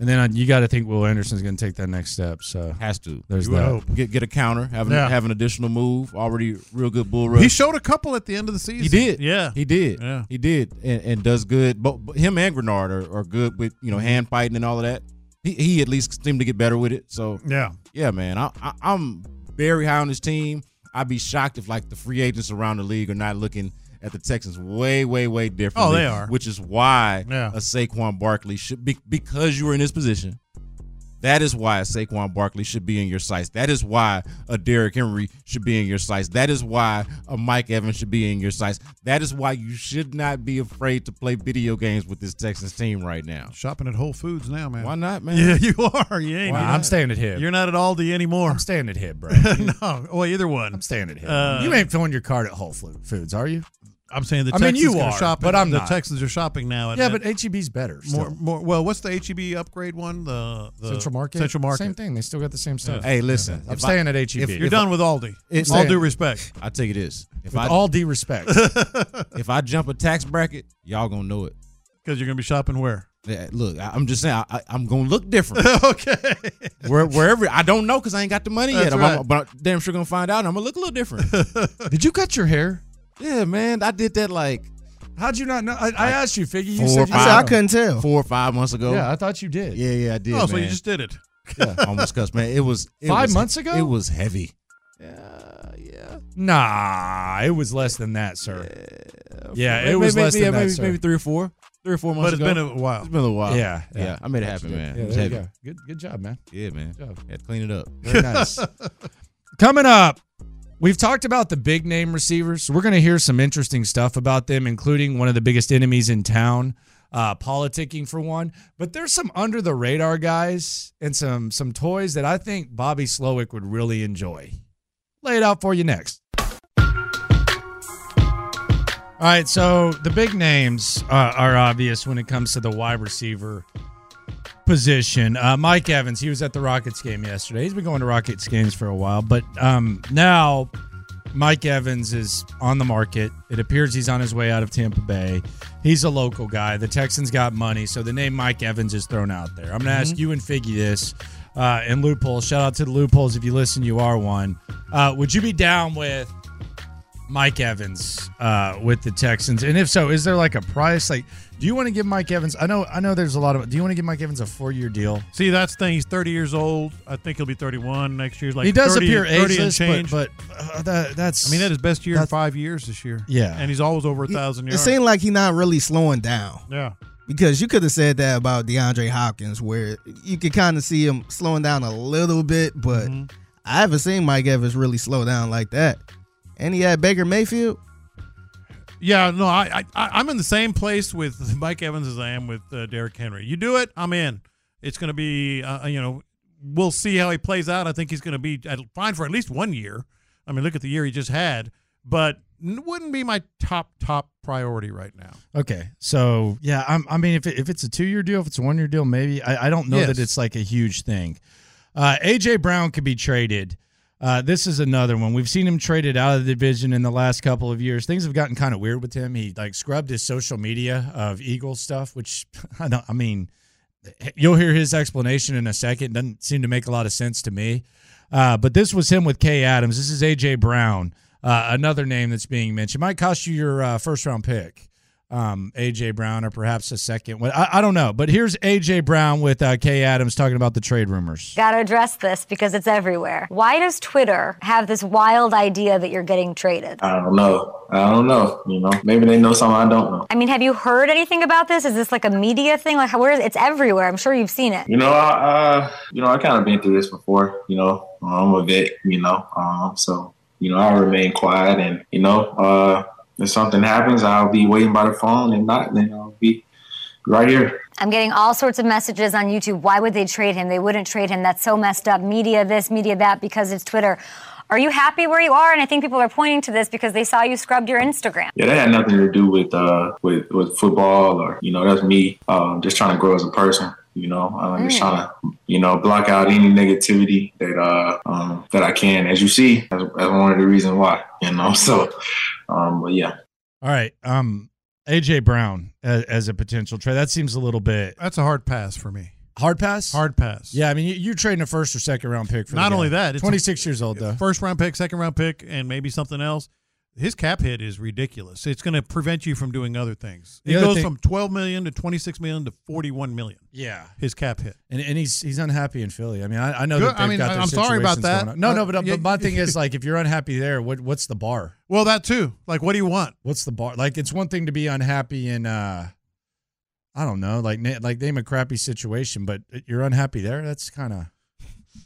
Speaker 2: And then uh, you got to think Will Anderson's going to take that next step. So
Speaker 21: has to.
Speaker 2: There's
Speaker 21: You would
Speaker 2: that.
Speaker 21: hope. Get get a counter, have an,
Speaker 2: Yeah.
Speaker 21: have an additional move. Already real good bull rush.
Speaker 3: He showed a couple at the end of the season.
Speaker 21: He did.
Speaker 3: Yeah.
Speaker 21: He did. Yeah. He did. And, and does good. But, but him and Grenard are, are good with, you know,
Speaker 3: Mm-hmm.
Speaker 21: hand fighting and all of that. He, he at least seemed to get better with it. So
Speaker 3: Yeah.
Speaker 21: Yeah, man. I, I I'm very high on this team. I'd be shocked if like the free agents around the league are not looking at the Texans way, way, way differently.
Speaker 3: Oh, they are.
Speaker 21: Which is why
Speaker 3: Yeah.
Speaker 21: a Saquon Barkley should be because you were in this position. That is why a Saquon Barkley should be in your sights. That is why a Derrick Henry should be in your sights. That is why a Mike Evans should be in your sights. That is why you should not be afraid to play video games with this Texans team right now.
Speaker 3: Shopping at Whole Foods now, man.
Speaker 21: Why not, man?
Speaker 3: Yeah, you are. You ain't.
Speaker 21: Why not? I'm staying at Hib.
Speaker 3: You're not at Aldi anymore. I'm
Speaker 2: staying at Hib, bro.
Speaker 3: no, well, either one. I'm
Speaker 2: staying at Hib.
Speaker 3: Uh,
Speaker 2: you ain't filling your cart at Whole Foo- Foods, are you?
Speaker 3: I'm saying the
Speaker 2: I mean,
Speaker 3: Texans
Speaker 2: you
Speaker 3: gonna
Speaker 2: are,
Speaker 3: shop
Speaker 2: but
Speaker 3: at-
Speaker 2: I'm
Speaker 3: the
Speaker 2: not.
Speaker 3: Texans are shopping now. At,
Speaker 2: Yeah,
Speaker 3: at
Speaker 2: but HEB's better.
Speaker 3: More,
Speaker 2: still.
Speaker 3: more. Well, what's the HEB upgrade one? The, the
Speaker 2: Central Market.
Speaker 3: Central Market.
Speaker 2: Same thing. They still got the same stuff.
Speaker 21: Hey, listen.
Speaker 2: I'm
Speaker 21: if
Speaker 2: staying
Speaker 21: I-
Speaker 2: at HEB.
Speaker 21: if-
Speaker 3: You're
Speaker 21: if
Speaker 3: done
Speaker 21: I-
Speaker 3: with Aldi.
Speaker 21: It's-
Speaker 3: All due respect.
Speaker 21: I take it is. If
Speaker 2: With
Speaker 21: I,
Speaker 2: all due respect.
Speaker 21: if I jump a tax bracket, y'all gonna know it.
Speaker 3: Because you're gonna be shopping where?
Speaker 21: look, I, I'm just saying, I, I, I'm gonna look different.
Speaker 3: okay.
Speaker 21: Where, wherever I don't know because I ain't got the money That's yet, I'm- right. I'm- but I'm damn sure gonna find out. and I'm gonna look a little different.
Speaker 2: Did you cut your hair?
Speaker 21: Yeah, man, I did that like
Speaker 2: How'd you not know? I, I asked you, Figgy. You
Speaker 21: four,
Speaker 2: said
Speaker 21: or
Speaker 2: you
Speaker 21: five,
Speaker 2: didn't know.
Speaker 21: tell. Four or five months ago.
Speaker 2: Yeah, I thought you did.
Speaker 21: Yeah, yeah, I did.
Speaker 2: Oh, so you
Speaker 21: man.
Speaker 2: just
Speaker 3: did it.
Speaker 21: Yeah, almost cussed, man. It was it
Speaker 2: Five
Speaker 21: was-
Speaker 2: months ago?
Speaker 21: It was heavy.
Speaker 2: Nah, it was less than that, sir. Yeah, it
Speaker 21: Maybe-
Speaker 2: was
Speaker 21: maybe-
Speaker 2: less than
Speaker 21: yeah,
Speaker 2: that,
Speaker 21: maybe-
Speaker 2: sir.
Speaker 21: maybe three or four. Three or four months
Speaker 2: it's
Speaker 21: ago.
Speaker 2: while.
Speaker 21: It's been a little while.
Speaker 2: Yeah,
Speaker 21: yeah. I made it happen,
Speaker 2: Actually,
Speaker 21: man.
Speaker 2: Yeah,
Speaker 21: It was
Speaker 2: there
Speaker 21: heavy.
Speaker 2: You go. Good, good job, man.
Speaker 21: Yeah, man.
Speaker 2: Good job.
Speaker 21: Yeah, clean it up.
Speaker 2: Very nice. Coming up, we've talked about the big name receivers. We're going to hear some interesting stuff about them, including one of the biggest enemies in town, uh, politicking for one. But there's some under the radar guys and some some toys that I think Bobby Slowick would really enjoy. Lay it out for you next. All right, so the big names uh, are obvious when it comes to the wide receiver position. Uh, Mike Evans, he was at the Rockets game yesterday. He's been going to Rockets games for a while, but um, now Mike Evans is on the market. It appears he's on his way out of Tampa Bay. He's a local guy. The Texans got money, so the name Mike Evans is thrown out there. I'm going to ask
Speaker 21: Mhm.
Speaker 2: you and Figgy this. Uh, and loopholes. Shout out to the loopholes. If you listen, you are one. Uh, would you be down with Mike Evans uh, with the Texans? And if so, is there like a price? Like, do you want to give Mike Evans? I know, I know. There's a lot of. Do you want to give Mike Evans a four-year deal?
Speaker 3: See, that's the thing. He's 30 years old. I think he'll be 31 next year. Like
Speaker 2: he does
Speaker 3: 30
Speaker 2: appear
Speaker 3: 30 and
Speaker 2: ageless, but,
Speaker 3: change.
Speaker 2: but uh, that,
Speaker 3: I
Speaker 2: that's.
Speaker 3: mean, that is best year in
Speaker 2: that's-
Speaker 3: five years this year.
Speaker 2: Yeah.
Speaker 3: and he's always over a thousand
Speaker 4: It
Speaker 3: yards.
Speaker 4: seemed like he not really slowing down.
Speaker 3: Yeah.
Speaker 4: Because you could have said that about DeAndre Hopkins, where you could kind of see him slowing down a little bit, but
Speaker 2: Mm-hmm.
Speaker 4: I haven't seen Mike Evans really slow down like that. And he had Baker Mayfield.
Speaker 3: Yeah, no, I, I I'm in the same place with Mike Evans as I am with uh, Derrick Henry. You do it, I'm in. It's going to be, uh, you know, we'll see how he plays out. I think he's going to be at, fine for at least one year. I mean, look at the year he just had, but n- wouldn't be my top top priority right now.
Speaker 2: Okay, so yeah, I'm, I mean, if it, if it's a two-year deal, if it's a one-year deal, maybe I, I don't know
Speaker 3: Yes.
Speaker 2: that it's like a huge thing. Uh, AJ Brown could be traded. Uh, this is another one. We've seen him traded out of the division in the last couple of years. Things have gotten kind of weird with him. He like scrubbed his social media of Eagles stuff, which I don't. I mean, you'll hear his explanation in a second. Doesn't seem to make a lot of sense to me. Uh, but this was him with Kay Adams. This is AJ Brown, uh, another name that's being mentioned. Might cost you your uh, first round pick um, AJ Brown or perhaps a second one. I, I don't know. But here's AJ Brown with uh, Kay Adams talking about the trade rumors.
Speaker 24: Got to address this because it's everywhere. Why does Twitter have this wild idea that you're getting traded?
Speaker 21: I don't know. I don't know. You know, maybe they know something I don't know.
Speaker 24: I mean, have you heard anything about this? Is this like a media thing? Like, how- where is it's everywhere? I'm sure you've seen it.
Speaker 21: You know, I, uh, you know, I kind of been through this before. You know, Uh, I'm a vet. You know, um, so you know, I remain quiet, and you know, uh, if something happens, I'll be waiting by the phone, and not, then I'll be right here.
Speaker 24: I'm getting all sorts of messages on YouTube. Why would they trade him? They wouldn't trade him. That's so messed up. Media this, media that, because it's Twitter. Are you happy where you are? And I think people are pointing to this because they saw you scrubbed your Instagram.
Speaker 21: Yeah, that had nothing to do with uh, with with football, or you know, that's me um, just trying to grow as a person. You know, I'm just
Speaker 24: Mm.
Speaker 21: trying to you know, block out any negativity that uh um, that I can. As you see, that's, that's one of the reasons why. You know, so um, but yeah,
Speaker 2: All right. Um, AJ Brown as, as a potential trade. That seems a little bit
Speaker 3: That's a hard pass for me.
Speaker 2: hard pass.
Speaker 3: Hard pass.
Speaker 2: Yeah, I mean, you- you're trading a first or second round pick for the
Speaker 3: Not
Speaker 2: guy.
Speaker 3: only that, it's a-
Speaker 2: 26 years old though.
Speaker 3: First round pick, second round pick, and maybe something else. His cap hit is ridiculous. It's going to prevent you from doing other things.
Speaker 2: The
Speaker 3: It
Speaker 2: other
Speaker 3: goes
Speaker 2: thing-
Speaker 3: from 12 million to 26 million to 41 million.
Speaker 2: Yeah.
Speaker 3: His cap hit.
Speaker 2: And, and he's he's unhappy in Philly. I mean, I, I know
Speaker 3: Good.
Speaker 2: that they've
Speaker 3: I mean,
Speaker 2: got
Speaker 3: I-
Speaker 2: their
Speaker 3: I'm sorry about
Speaker 2: situations
Speaker 3: that.
Speaker 2: going on. No, no, but,
Speaker 3: Uh, yeah,
Speaker 2: but my thing
Speaker 3: yeah.
Speaker 2: is like if you're unhappy there, what what's the bar?
Speaker 3: Well, that too. Like, what do you want?
Speaker 2: What's the bar? Like it's one thing to be unhappy in uh I don't know, like na- like name a crappy situation, but uh, you're unhappy there. That's kind of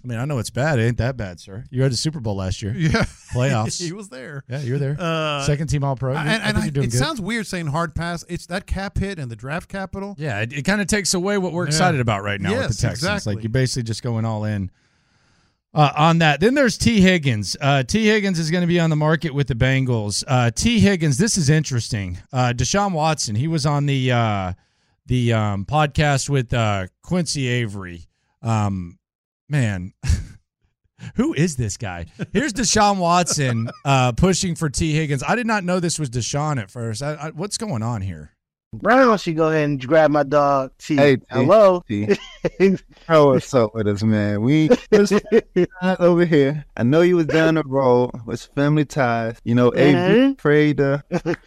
Speaker 2: I mean, I know it's bad. It ain't that bad, sir. You had the Super Bowl last year.
Speaker 3: Yeah.
Speaker 2: Playoffs.
Speaker 3: He was there.
Speaker 2: Yeah, you were there.
Speaker 3: Uh,
Speaker 2: Second team All Pro.
Speaker 3: I- and
Speaker 2: You- I
Speaker 3: and
Speaker 2: think
Speaker 3: I-
Speaker 2: you're doing
Speaker 3: it
Speaker 2: good.
Speaker 3: sounds weird saying hard pass. It's that cap hit and the draft capital.
Speaker 2: Yeah, it, it kind of takes away what we're
Speaker 3: Yeah.
Speaker 2: excited about right now with
Speaker 3: Yes,
Speaker 2: the Texans.
Speaker 3: exactly.
Speaker 2: Like you're basically just going all in uh, on that. Then there's T. Higgins. Uh, T. Higgins is going to be on the market with the Bengals. Uh, T. Higgins, this is interesting. Uh, Deshaun Watson, he was on the uh, the um, podcast with uh, Quincy Avery. Um, man, who is this guy? Here's Deshaun Watson uh, pushing for T. Higgins. I did not know this was Deshaun at first. I, I, what's going on here?
Speaker 4: Brown, wants you to go ahead and grab my dog. T.
Speaker 17: Hey, T.
Speaker 4: Hello.
Speaker 17: T. Bro, what's up with us, man? We was not over here. I know you was down the road. It's family ties. You know,
Speaker 4: Mhm.
Speaker 17: A prayed to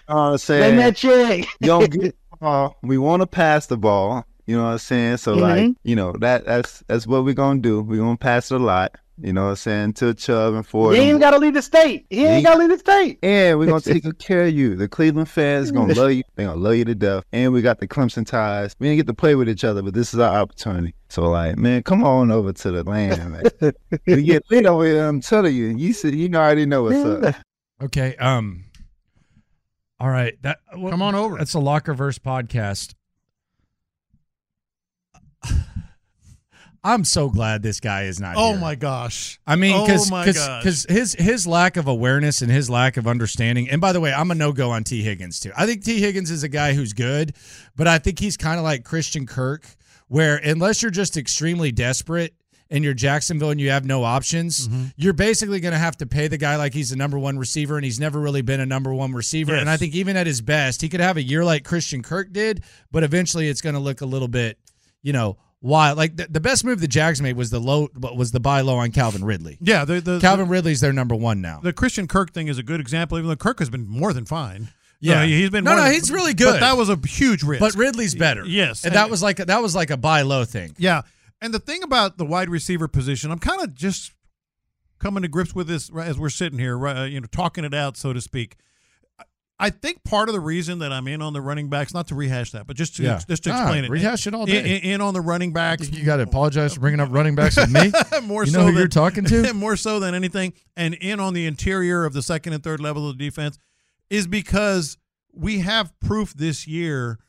Speaker 17: uh,
Speaker 4: Let
Speaker 17: saying
Speaker 4: me check.
Speaker 17: you don't get the ball. We want to pass the ball. You know what I'm saying? So like,
Speaker 4: Mhm.
Speaker 17: you know that that's that's what we're gonna do. We're gonna pass it a lot. You know what I'm saying? To Chubb and Ford.
Speaker 4: He ain't got to leave the state. He ain't got to leave the state.
Speaker 17: And we're gonna take good care of you. The Cleveland fans gonna love you. They gonna love you to death. And we got the Clemson ties. We didn't get to play with each other, but this is our opportunity. So like, man, come on over to the land, man. we get lit over here. I'm telling you, you said you already know what's up.
Speaker 2: Okay. Um. All right. That come on
Speaker 3: over.
Speaker 2: That's a Lockerverse podcast. I'm so glad this guy is not.
Speaker 3: Oh
Speaker 2: here.
Speaker 3: my gosh.
Speaker 2: I mean, because
Speaker 3: oh my gosh.
Speaker 2: because his his lack of awareness and his lack of understanding. And by the way, I'm a no go on T Higgins too. I think T Higgins is a guy who's good, but I think he's kind of like Christian Kirk, where unless you're just extremely desperate and you're Jacksonville and you have no options,
Speaker 3: Mm-hmm.
Speaker 2: you're basically going to have to pay the guy like he's the number one receiver, and he's never really been a number one receiver. And I think even at his best, he could have a year like Christian Kirk did, but eventually it's going to look a little bit, you know. Why? Like the, the best move the Jags made was the low, was the buy low on Calvin Ridley.
Speaker 3: Yeah, the, the
Speaker 2: Calvin Ridley's their number one now.
Speaker 3: The Christian Kirk thing is a good example, even though Kirk has been more than fine.
Speaker 2: Yeah.
Speaker 3: Uh, he's been
Speaker 2: No,
Speaker 3: more
Speaker 2: no,
Speaker 3: than-
Speaker 2: he's really
Speaker 3: But
Speaker 2: good.
Speaker 3: that was a huge risk.
Speaker 2: But Ridley's better.
Speaker 3: Yes,
Speaker 2: and that was like that was like a buy low thing.
Speaker 3: Yeah. And the thing about the wide receiver position, I'm kind of just coming to grips with this right as we're sitting here, right, uh, you know, talking it out, so to speak. I- I think part of the reason that I'm in on the running backs, not to rehash that, but just to
Speaker 2: Yeah.
Speaker 3: just to
Speaker 2: Nah,
Speaker 3: explain it,
Speaker 2: rehash it all day.
Speaker 3: In, in- in on the running backs,
Speaker 2: You got to apologize for bringing up running backs with me.
Speaker 3: more
Speaker 2: you
Speaker 3: so
Speaker 2: know who
Speaker 3: than,
Speaker 2: you're talking to.
Speaker 3: more so than anything, and in on the interior of the second and third level of the defense is because we have proof this year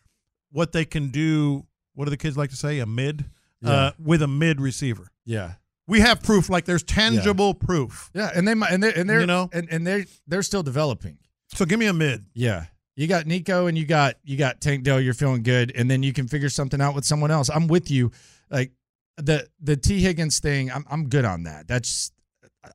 Speaker 3: what they can do. What do the kids like to say? A mid
Speaker 2: Yeah.
Speaker 3: uh, with a mid receiver.
Speaker 2: Yeah.
Speaker 3: We have proof. Like there's tangible proof.
Speaker 2: Yeah, and they might and they and they're
Speaker 3: You know?
Speaker 2: and, and they're they're still developing.
Speaker 3: So give me a mid.
Speaker 2: Yeah. You got Nico and you got you got Tank Dell, you're feeling good, and then you can figure something out with someone else. I'm with you. Like the the T Higgins thing, I'm I'm good on that. That's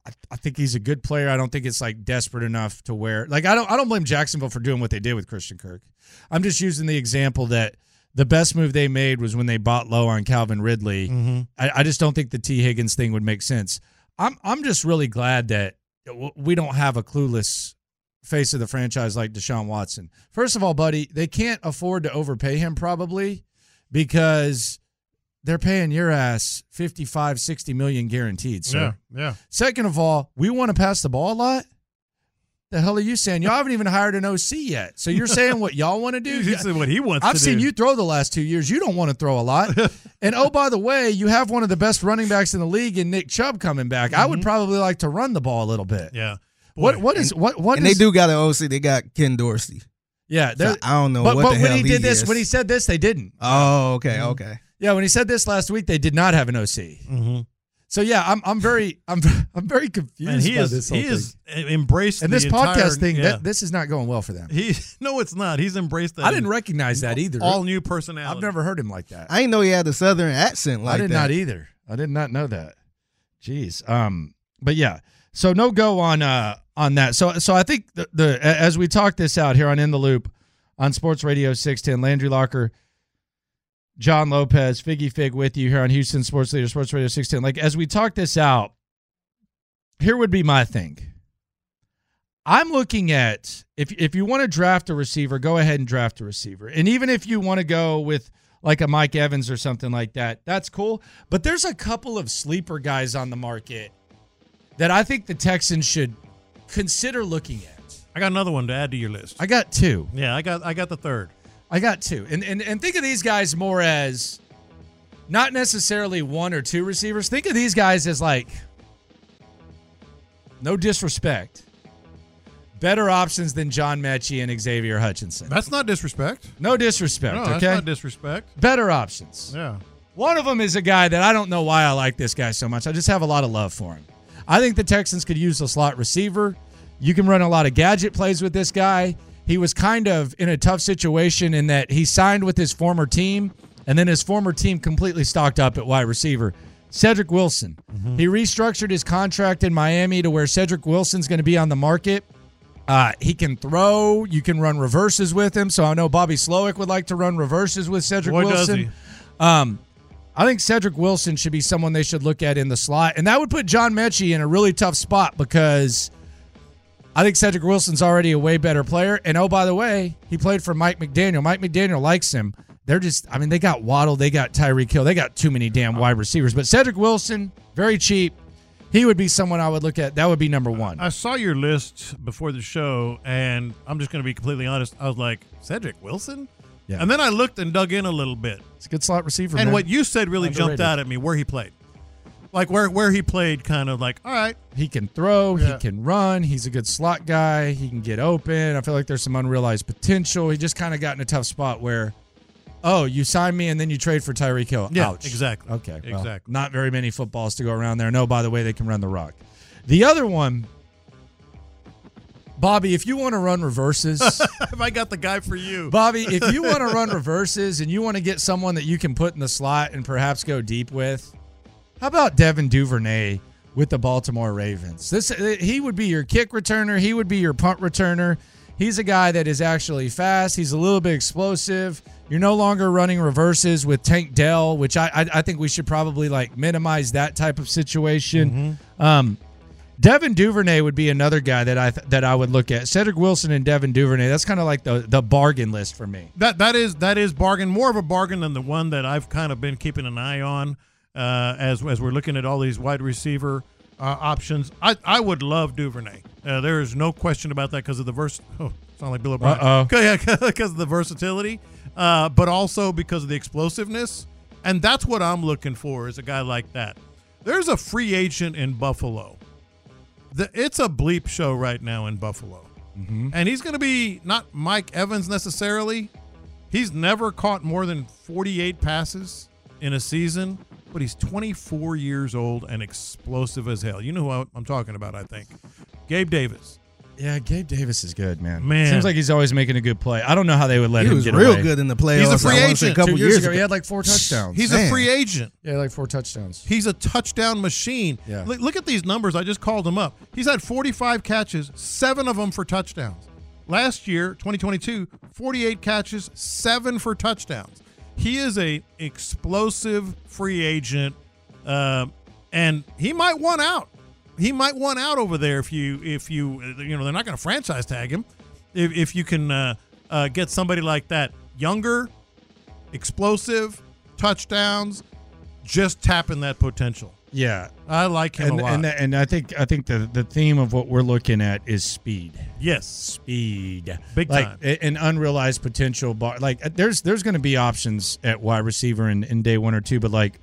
Speaker 2: I, I think he's a good player. I don't think it's like desperate enough to where like I don't I don't blame Jacksonville for doing what they did with Christian Kirk. I'm just using the example that the best move they made was when they bought low on Calvin Ridley.
Speaker 3: Mhm.
Speaker 2: I, I just don't think the T Higgins thing would make sense. I'm I'm just really glad that w- we don't have a clueless face of the franchise like Deshaun Watson. First of all, buddy, they can't afford to overpay him probably because they're paying your ass 55, 60 million guaranteed. So,
Speaker 3: Yeah, yeah.
Speaker 2: Second of all, we want to pass the ball a lot. The hell are you saying? Y'all haven't even hired an OC yet. So you're saying what y'all want to do?
Speaker 3: He's saying what he wants
Speaker 2: I've
Speaker 3: to
Speaker 2: seen
Speaker 3: do.
Speaker 2: you throw the last two years. You don't want to throw a lot. and oh, by the way, you have one of the best running backs in the league in Nick Chubb coming back. I would probably like to run the ball a little bit.
Speaker 3: Yeah.
Speaker 2: What what is what what
Speaker 4: and
Speaker 2: is-
Speaker 4: they do got an OC. They got Ken Dorsey.
Speaker 2: Yeah,
Speaker 4: So
Speaker 2: there-
Speaker 4: I don't know
Speaker 2: But,
Speaker 4: what
Speaker 2: but
Speaker 4: the
Speaker 2: when
Speaker 4: hell
Speaker 2: he did this,
Speaker 4: is.
Speaker 2: when he Mm-hmm. said this, they didn't.
Speaker 4: Oh, okay, okay.
Speaker 2: Yeah, when he said this last week, they did not have an OC.
Speaker 3: Mm-hmm.
Speaker 2: So yeah, I'm I'm very I'm I'm very confused.
Speaker 3: And he
Speaker 2: by
Speaker 3: is
Speaker 2: this whole
Speaker 3: he is
Speaker 2: thing.
Speaker 3: embraced
Speaker 2: and
Speaker 3: the
Speaker 2: this
Speaker 3: entire-
Speaker 2: podcast thing.
Speaker 3: yeah.
Speaker 2: That, this is not going well for them.
Speaker 3: He no, it's not. He's embraced that.
Speaker 2: I didn't recognize that either.
Speaker 3: All new personality.
Speaker 2: I've never heard him like that.
Speaker 4: I didn't know he had a southern accent like
Speaker 2: I did
Speaker 4: that.
Speaker 2: not either. I did not know that. Jeez. Um. But yeah. So no go on uh on that. So so I think the, the a- as we talk this out here on in the loop on Sports Radio six ten Landry Locker. John Lopez, Figgy Fig with you here on Houston Sports Leader, Sports Radio 610. Like, as we talk this out, here would be my thing. I'm looking at if if you want to draft a receiver, go ahead and draft a receiver. And even if you want to go with like a Mike Evans or something like that, that's cool. But there's a couple of sleeper guys on the market that I think the Texans should consider looking at.
Speaker 3: I got another one to add to your list.
Speaker 2: I got two.
Speaker 3: Yeah, I got I got the third.
Speaker 2: I got two. And and and think of these guys more as not necessarily one or two receivers. Think of these guys as like no disrespect. Better options than John Mechie and Xavier Hutchinson.
Speaker 3: That's not disrespect.
Speaker 2: No disrespect,
Speaker 3: No,
Speaker 2: okay?
Speaker 3: that's not disrespect.
Speaker 2: Better options.
Speaker 3: Yeah.
Speaker 2: One of them is a guy that I don't know why I like this guy so much. I just have a lot of love for him. I think the Texans could use a slot receiver. You can run a lot of gadget plays with this guy. He was kind of in a tough situation in that he signed with his former team, and then his former team completely stocked up at wide receiver. Cedric Wilson. He restructured his contract in Miami to where Cedric Wilson's going to be on the market. Uh, he can throw. You can run reverses with him. So I know Bobby Slowick would like to run reverses with Cedric
Speaker 3: Boy, does
Speaker 2: Wilson.
Speaker 3: he.
Speaker 2: Um, I think Cedric Wilson should be someone they should look at in the slot, and that would put John Mechie in a really tough spot because I think Cedric Wilson's already a way better player. And oh, by the way, he played for Mike McDaniel. Mike McDaniel likes him. They're just, I mean, they got Waddle, they got Tyreek Hill, they got too many damn wide receivers. But Cedric Wilson, very cheap. He would be someone I would look at. That would be number one.
Speaker 3: I saw your list before the show, and I'm just going to be completely honest. I was like, Cedric Wilson?
Speaker 2: Yeah.
Speaker 3: And then I looked and dug in a little bit.
Speaker 2: It's a good slot receiver.
Speaker 3: And
Speaker 2: man.
Speaker 3: what you said really jumped
Speaker 2: Underrated.
Speaker 3: out at me where he played. Like where, where he played, kind of like, all right.
Speaker 2: He can throw.
Speaker 3: Yeah.
Speaker 2: He can run. He's a good slot guy. He can get open. I feel like there's some unrealized potential. He just kind of got in a tough spot where, oh, you sign me and then you trade for Tyreek Hill.
Speaker 3: Yeah,
Speaker 2: Ouch.
Speaker 3: exactly.
Speaker 2: Okay. well,
Speaker 3: Exactly.
Speaker 2: Not very many footballs to go around there. No, by the way, they can run the rock. The other one, Bobby, if you want to run reverses.
Speaker 3: Have I got the guy for you?
Speaker 2: Bobby, if you want to run reverses and you want to get someone that you can put in the slot and perhaps go deep with, how about Devin Duvernay with the Baltimore Ravens? This uh, he would be your kick returner, he would be your punt returner. He's a guy that is actually fast. He's a little bit explosive. You're no longer running reverses with Tank Dell, which I I, I think we should probably like minimize that type of situation. Um, Devin Duvernay would be another guy that I th- that I would look at. Cedric Wilson and Devin Duvernay. That's kind of like the the bargain list for me.
Speaker 3: That that is that is bargain more of a bargain than the one that I've kind of been keeping an eye on uh, as as we're looking at all these wide receiver uh, options. I I would love Duvernay. Uh, there is no question about that because of the verse. Oh, sound like Bill O'Brien.
Speaker 2: Uh-oh.
Speaker 3: because of the versatility, uh, but also because of the explosiveness, and that's what I'm looking for is a guy like that. There's a free agent in Buffalo. The, it's a bleep show right now in Buffalo.
Speaker 2: Mm-hmm.
Speaker 3: And he's going to be not Mike Evans necessarily. He's never caught more than 48 passes in a season, but he's 24 years old and explosive as hell. You know who I- I'm talking about, I think. Gabe Davis.
Speaker 2: Yeah, Gabe Davis is good, man.
Speaker 3: Man.
Speaker 2: seems like he's always making a good play. I don't know how they would let
Speaker 4: He
Speaker 2: him
Speaker 4: was
Speaker 2: get
Speaker 4: real
Speaker 2: away.
Speaker 4: good in the
Speaker 3: He's a
Speaker 4: playoffs, I
Speaker 3: free
Speaker 4: wanna
Speaker 3: agent.
Speaker 4: say, a couple
Speaker 2: Two years
Speaker 4: years
Speaker 2: ago, he
Speaker 4: ago.
Speaker 2: had like four touchdowns.
Speaker 3: He's a
Speaker 2: Man.
Speaker 3: free agent.
Speaker 2: Yeah, like four touchdowns.
Speaker 3: He's a touchdown machine.
Speaker 2: Yeah.
Speaker 3: Look, look at these numbers. I just called them up. He's had 45 catches, seven of them for touchdowns. Last year, 2022, 48 catches, seven for touchdowns. He is a explosive free agent, um, and he uh, might want out. he might want out over there if you if you uh, you know they're not going to franchise tag him if, if you can uh, uh, get somebody like that younger, explosive, touchdowns, just tapping that potential.
Speaker 2: Yeah,
Speaker 3: I like him
Speaker 2: and,
Speaker 3: a lot.
Speaker 2: And, and I think I think the, the theme of what we're looking at is speed.
Speaker 3: Yes,
Speaker 2: speed,
Speaker 3: Big
Speaker 2: like,
Speaker 3: time.
Speaker 2: a- An unrealized potential. Bar, like uh, there's there's going to be options at wide receiver in, in day one or two, but like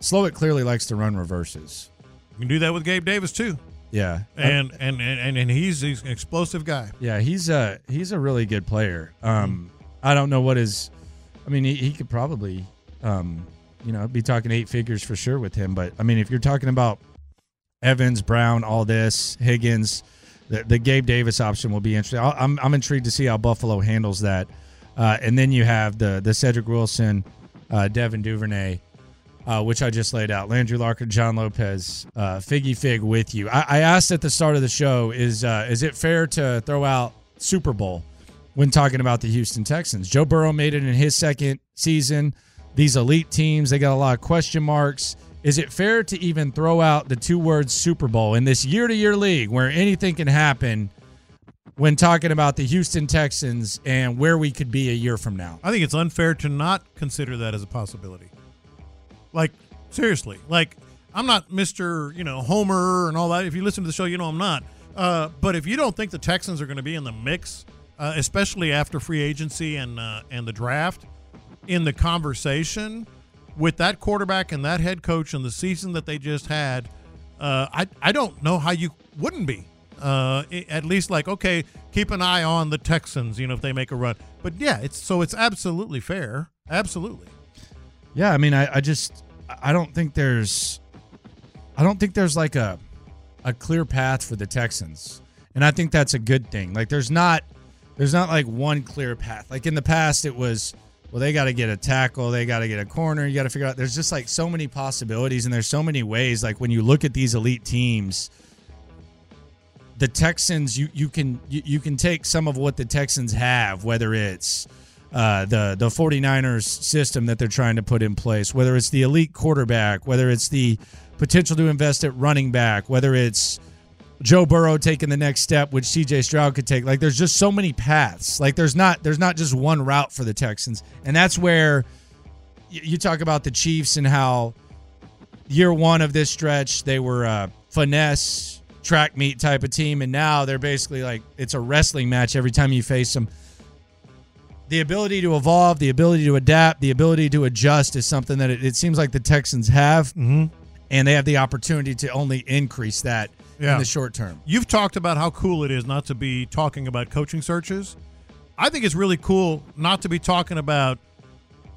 Speaker 2: Slow it clearly likes to run reverses.
Speaker 3: You can do that with Gabe Davis too.
Speaker 2: Yeah,
Speaker 3: And and and and, and he's, he's an explosive guy.
Speaker 2: Yeah, he's a he's a really good player. Um, I don't know what his. I mean, he, he could probably, um, you know, be talking eight figures for sure with him. But I mean, if you're talking about Evans, Brown, all this Higgins, the, the Gabe Davis option will be interesting. I'll, I'm I'm intrigued to see how Buffalo handles that. Uh, and then you have the the Cedric Wilson, uh, Devin Duvernay. Uh, which I just laid out. Landry Larkin, John Lopez, uh, Figgy Fig with you. I, I asked at the start of the show: Is uh, is it fair to throw out Super Bowl when talking about the Houston Texans? Joe Burrow made it in his second season. These elite teams, they got a lot of question marks. Is it fair to even throw out the two words Super Bowl in this year-to-year league where anything can happen? When talking about the Houston Texans and where we could be a year from now,
Speaker 3: I think it's unfair to not consider that as a possibility. Like seriously, like I'm not Mr. You know Homer and all that. If you listen to the show, you know I'm not. Uh, but if you don't think the Texans are going to be in the mix, uh, especially after free agency and uh, and the draft, in the conversation with that quarterback and that head coach and the season that they just had, uh, I I don't know how you wouldn't be. Uh, i- at least like okay, keep an eye on the Texans. You know if they make a run, but yeah, it's so it's absolutely fair, absolutely.
Speaker 2: Yeah, I mean, I, I just I don't think there's I don't think there's like a a clear path for the Texans, and I think that's a good thing. Like, there's not there's not like one clear path. Like in the past, it was well they got to get a tackle, they got to get a corner, you got to figure out. There's just like so many possibilities, and there's so many ways. Like when you look at these elite teams, the Texans, you you can you, you can take some of what the Texans have, whether it's uh, the the 49ers system that they're trying to put in place, whether it's the elite quarterback, whether it's the potential to invest at running back, whether it's Joe Burrow taking the next step, which CJ Stroud could take. Like there's just so many paths. Like there's not there's not just one route for the Texans, and that's where y- you talk about the Chiefs and how year one of this stretch they were a finesse track meet type of team and now they're basically like it's a wrestling match every time you face them the ability to evolve the ability to adapt the ability to adjust is something that it, it seems like the texans have
Speaker 3: Mhm.
Speaker 2: and they have the opportunity to only increase that
Speaker 3: Yeah.
Speaker 2: in the short term
Speaker 3: You've talked about how cool it is not to be talking about coaching searches. I think it's really cool not to be talking about,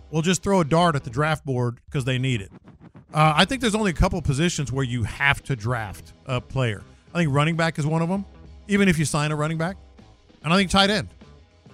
Speaker 3: well, just throw a dart at the draft board because they need it. Uh, I think there's only a couple positions where you have to draft a player. I think running back is one of them, even if you sign a running back. And I think tight end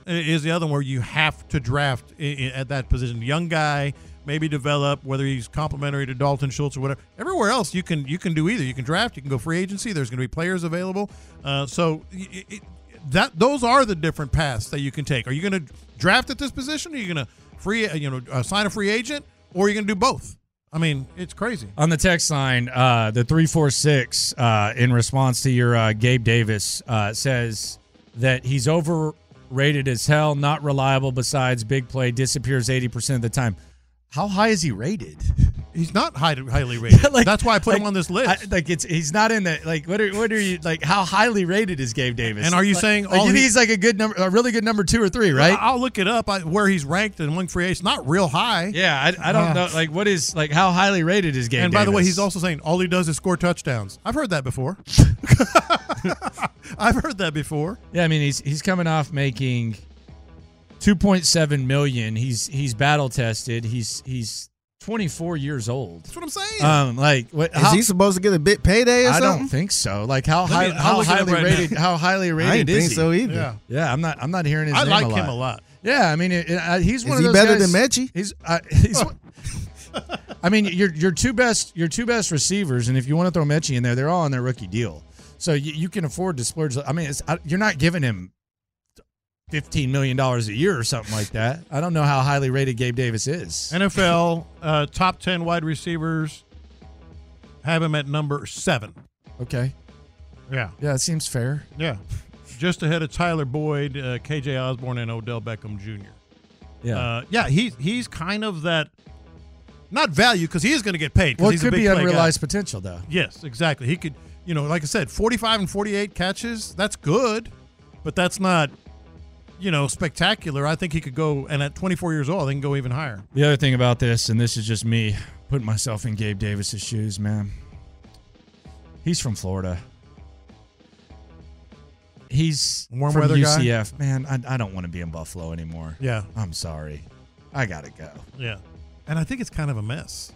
Speaker 3: i- is the other one where you have to draft i- i- at that position. Young guy, maybe develop whether he's complimentary to Dalton Schultz or whatever. Everywhere else, you can you can do either. You can draft, you can go free agency. There's going to be players available. Uh, so i- i it, that those are the different paths that you can take. Are you going to draft at this position? Are you going to free uh, you know uh, sign a free agent, or are you going to do both? I mean, it's crazy.
Speaker 2: on the text line, uh, the 346, uh, in response to your uh, Gabe Davis, uh, says that he's overrated as hell, not reliable besides big play, disappears 80% of the time. How high is he rated?
Speaker 3: He's not high, highly rated. That's why I put him on this list.
Speaker 2: like it's he's not in the like what are what are you like how highly rated is Gabe Davis?
Speaker 3: And are you
Speaker 2: Like-
Speaker 3: saying
Speaker 2: like,
Speaker 3: all
Speaker 2: you think
Speaker 3: he- Uh,
Speaker 2: he's like a good number, a really good number two or three, right?
Speaker 3: I'll look it up I, where he's ranked in one free agent. Not real high.
Speaker 2: Yeah, I, I don't
Speaker 3: Ah.
Speaker 2: know. Like what is like how highly rated is Gabe?
Speaker 3: and by the way,
Speaker 2: Davis?
Speaker 3: he's also saying all he does is score touchdowns. I've heard that before. I've heard that before.
Speaker 2: Yeah, I mean he's he's coming off making 2.7 million. He's he's battle tested. He's he's 24 years old. That's
Speaker 3: what I'm saying.
Speaker 2: Um, like what?
Speaker 4: Is he supposed to get a big payday or
Speaker 2: I
Speaker 4: something?
Speaker 2: don't think so. Like how
Speaker 4: Let
Speaker 2: high,
Speaker 4: me- I'll
Speaker 2: how
Speaker 4: look it up
Speaker 2: highly
Speaker 4: right now.
Speaker 2: rated how highly
Speaker 4: I
Speaker 2: rated
Speaker 4: ain't
Speaker 2: is
Speaker 4: think
Speaker 2: he?
Speaker 4: so either.
Speaker 2: Yeah.
Speaker 4: Yeah.
Speaker 2: I'm not I'm not hearing his
Speaker 4: I
Speaker 2: name
Speaker 4: like
Speaker 2: a lot.
Speaker 4: him a lot.
Speaker 2: Yeah, I mean it, it, I- he's
Speaker 4: Is
Speaker 2: one
Speaker 4: he
Speaker 2: of those
Speaker 4: better than
Speaker 2: guys- He's uh, he's one- I mean your your two best your two best receivers and if you want to throw Mechie in there, they're all on their rookie deal. So you, you can afford to splurge. I mean, it's, I, you're not giving him fifteen million dollars a year or something like that. I don't know how highly rated Gabe Davis is.
Speaker 3: NFL uh, top ten wide receivers have him at number seven.
Speaker 2: Okay.
Speaker 3: Yeah.
Speaker 2: Yeah, it seems fair.
Speaker 3: Yeah. Just ahead of Tyler Boyd, uh, KJ Osborne, and Odell Beckham Jr.
Speaker 2: Yeah.
Speaker 3: Uh, yeah, he's he's kind of that, not value because he is going to get paid. 'cause
Speaker 2: Well, it
Speaker 3: he's
Speaker 2: could
Speaker 3: a big
Speaker 2: be
Speaker 3: play guy.
Speaker 2: unrealized potential, though.
Speaker 3: Yes, exactly. He could, you know, like I said, 45 and 48 catches, that's good, but that's not, you know, spectacular. I think he could go, and at 24 years old, they can go even higher.
Speaker 2: The other thing about this, and this is just me putting myself in Gabe Davis's shoes, man. He's from Florida. He's
Speaker 3: Warm
Speaker 2: from
Speaker 3: weather guy?
Speaker 2: UCF, man. I, I don't want to be in Buffalo anymore.
Speaker 3: Yeah.
Speaker 2: I'm sorry. I gotta go.
Speaker 3: Yeah. And I think it's kind of a mess.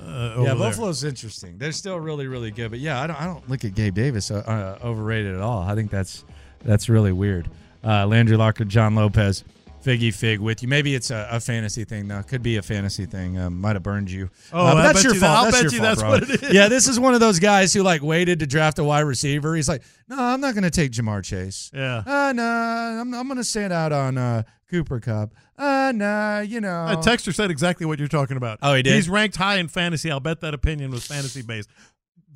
Speaker 3: Uh,
Speaker 2: yeah,
Speaker 3: over there.
Speaker 2: Buffalo's interesting. They're still really, really good, but yeah, I don't, I don't look at Gabe Davis uh, uh, overrated at all. I think that's that's really weird. Uh, Landry Locker, John Lopez, Figgy Fig with you. Maybe it's a, a fantasy thing though. Could be a fantasy thing. Um, might have burned you.
Speaker 3: Oh,
Speaker 2: Uh, but
Speaker 3: I
Speaker 2: that's
Speaker 3: bet
Speaker 2: your
Speaker 3: you that-
Speaker 2: fault.
Speaker 3: I'll
Speaker 2: that's
Speaker 3: bet
Speaker 2: your
Speaker 3: you
Speaker 2: fault,
Speaker 3: that's
Speaker 2: bro.
Speaker 3: what it is.
Speaker 2: Yeah, this is one of those guys who like waited to draft a wide receiver. He's like, no, I'm not going to take Jamar Chase.
Speaker 3: Yeah.
Speaker 2: Uh, no, I'm, I'm going to stand out on uh, Cooper Cup. Uh, nah, you know.
Speaker 3: A texter said exactly what you're talking about.
Speaker 2: Oh, he did?
Speaker 3: He's ranked high in fantasy. I'll bet that opinion was fantasy based.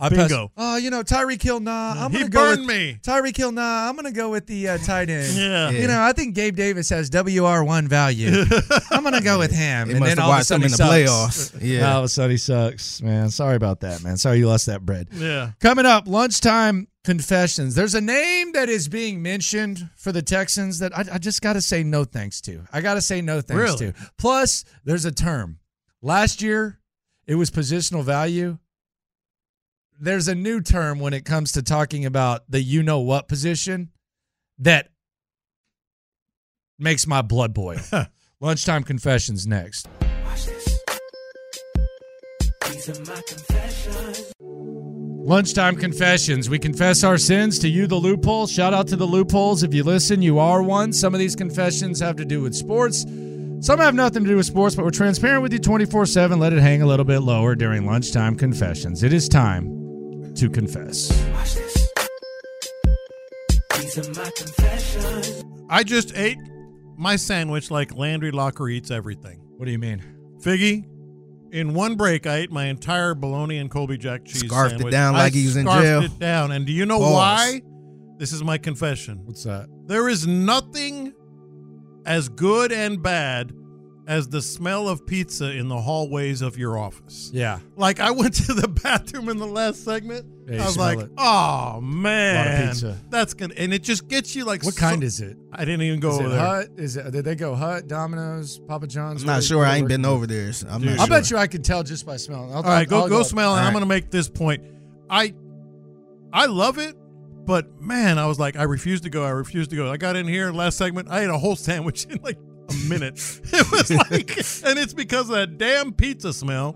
Speaker 2: I pressed-
Speaker 3: Bingo.
Speaker 2: Oh, you know, Tyree Kill, nah. I'm
Speaker 3: He
Speaker 2: gonna go
Speaker 3: burned
Speaker 2: with,
Speaker 3: me.
Speaker 2: Tyreek Hill, nah. I'm going to go with the uh, tight end.
Speaker 3: Yeah.
Speaker 2: You know, I think Gabe Davis has WR1 value. I'm going to go with him.
Speaker 4: They
Speaker 2: and
Speaker 4: must
Speaker 2: then
Speaker 4: have
Speaker 2: all of a
Speaker 4: watched him
Speaker 2: sudden
Speaker 4: in
Speaker 2: he
Speaker 4: the
Speaker 2: sucks.
Speaker 4: playoffs. Yeah.
Speaker 2: All of a sudden he sucks, man. Sorry about that, man. Sorry you lost that bread.
Speaker 3: Yeah.
Speaker 2: Coming up, lunchtime confessions. There's a name that is being mentioned for the Texans that I, I just got to say no thanks to. I got to say no thanks
Speaker 3: Really?
Speaker 2: to. Plus, there's a term. Last year, it was positional value. There's a new term when it comes to talking about the you know what position that makes my blood boil. lunchtime confessions next. Lunchtime confessions. We confess our sins to you, the loophole. Shout out to the loopholes. If you listen, you are one. Some of these confessions have to do with sports. Some have nothing to do with sports, but we're transparent with you 24 7. Let it hang a little bit lower during lunchtime confessions. It is time to confess.
Speaker 3: I just ate my sandwich like Landry Locker eats everything.
Speaker 2: What do you mean?
Speaker 3: Figgy, in one break, I ate my entire bologna and Colby Jack cheese
Speaker 4: Scarfed it
Speaker 3: sandwich.
Speaker 4: down
Speaker 3: I
Speaker 4: like he was in
Speaker 3: scarfed
Speaker 4: jail.
Speaker 3: it down. And do you know
Speaker 4: Pause.
Speaker 3: why? This is my confession.
Speaker 2: What's that?
Speaker 3: There is nothing as good and bad as the smell of pizza in the hallways of your office.
Speaker 2: Yeah.
Speaker 3: Like I went to the bathroom in the last segment.
Speaker 2: Yeah, you
Speaker 3: I was
Speaker 2: smell
Speaker 3: like,
Speaker 2: it.
Speaker 3: "Oh man,
Speaker 2: pizza.
Speaker 3: that's gonna," and it just gets you like.
Speaker 2: What
Speaker 3: so-
Speaker 2: kind is it?
Speaker 3: I didn't even go
Speaker 2: Is it
Speaker 3: over there.
Speaker 2: Hut? Is it, did they go Hut, Domino's, Papa John's?
Speaker 4: I'm not sure. I ain't been over there. so I'm not
Speaker 2: I
Speaker 4: sure.
Speaker 2: bet you I could tell just by smelling. I'll,
Speaker 3: All right, go
Speaker 2: I'll
Speaker 3: go
Speaker 2: up.
Speaker 3: smell, and
Speaker 2: All
Speaker 3: I'm
Speaker 2: right.
Speaker 3: gonna make this point. I I love it, but man, I was like, I refuse to go. I refuse to go. I got in here last segment. I ate a whole sandwich in like a minute. it was like, and it's because of that damn pizza smell.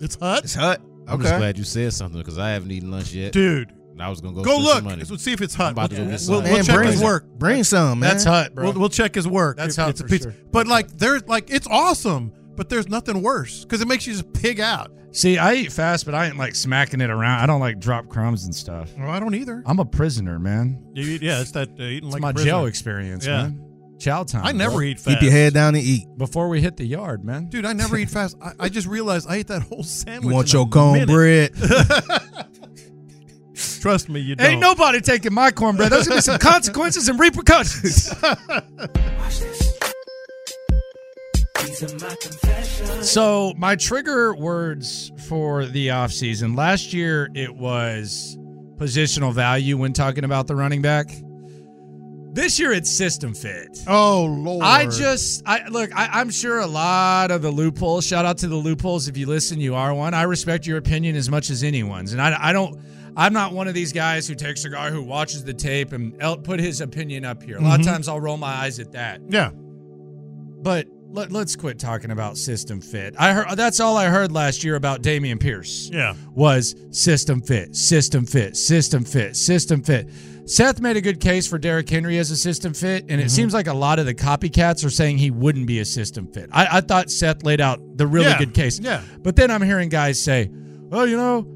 Speaker 3: It's hot.
Speaker 4: It's hot.
Speaker 21: I'm just glad you said something because I haven't eaten lunch yet,
Speaker 3: Dude.
Speaker 21: And I was gonna go
Speaker 3: Go
Speaker 21: spend
Speaker 3: look.
Speaker 21: Some money.
Speaker 3: Let's see if it's hot.
Speaker 21: I'm about to go
Speaker 3: We'll-
Speaker 21: get
Speaker 3: we'll-
Speaker 21: some.
Speaker 3: we'll Man, check bring his it. work.
Speaker 4: Bring some, man.
Speaker 2: That's hot, bro.
Speaker 3: We'll, we'll check his work.
Speaker 2: That's
Speaker 3: It-
Speaker 2: hot
Speaker 3: It's a
Speaker 2: for
Speaker 3: pizza.
Speaker 2: sure.
Speaker 3: But like, there's like, it's awesome. But there's nothing worse because it makes you just pig out.
Speaker 2: See, I eat fast, but I ain't like smacking it around. I don't like drop crumbs and stuff.
Speaker 3: Well, I don't either.
Speaker 2: I'm a prisoner, man.
Speaker 3: You eat- yeah, it's that uh, eating
Speaker 2: It's
Speaker 3: like
Speaker 2: my
Speaker 3: a prisoner.
Speaker 2: jail experience,
Speaker 3: Yeah.
Speaker 2: man. Chow time.
Speaker 3: I never
Speaker 2: bro.
Speaker 3: eat fast.
Speaker 4: Keep your head down and eat.
Speaker 2: Before we hit the yard, man.
Speaker 3: Dude, I never eat fast. I, I just realized I ate that whole sandwich.
Speaker 4: You want
Speaker 3: in a
Speaker 4: your cornbread?
Speaker 3: minute. Trust me, you don't.
Speaker 2: Ain't nobody taking my cornbread. There's gonna be some consequences and repercussions. So my trigger words for the offseason. Last year it was positional value when talking about the running back. This year it's system fit.
Speaker 3: Oh lord!
Speaker 2: I just I look, I, I'm sure a lot of the loopholes, shout out to the loopholes. If you listen, you are one. I respect your opinion as much as anyone's. And I I don't I'm not one of these guys who takes a guy who watches the tape and el- put his opinion up here. A lot
Speaker 3: Mhm.
Speaker 2: of times I'll roll my eyes at that.
Speaker 3: yeah.
Speaker 2: But let, let's quit talking about system fit. I heard that's all I heard last year about Damian Pierce.
Speaker 3: Yeah.
Speaker 2: was system fit, system fit, system fit, system fit. Seth made a good case for Derrick Henry as a system fit, and
Speaker 3: Mm-hmm.
Speaker 2: it seems like a lot of the copycats are saying he wouldn't be a system fit. I, I thought Seth laid out the really
Speaker 3: Yeah,
Speaker 2: good case.
Speaker 3: yeah.
Speaker 2: But then I'm hearing guys say, "Oh, you know,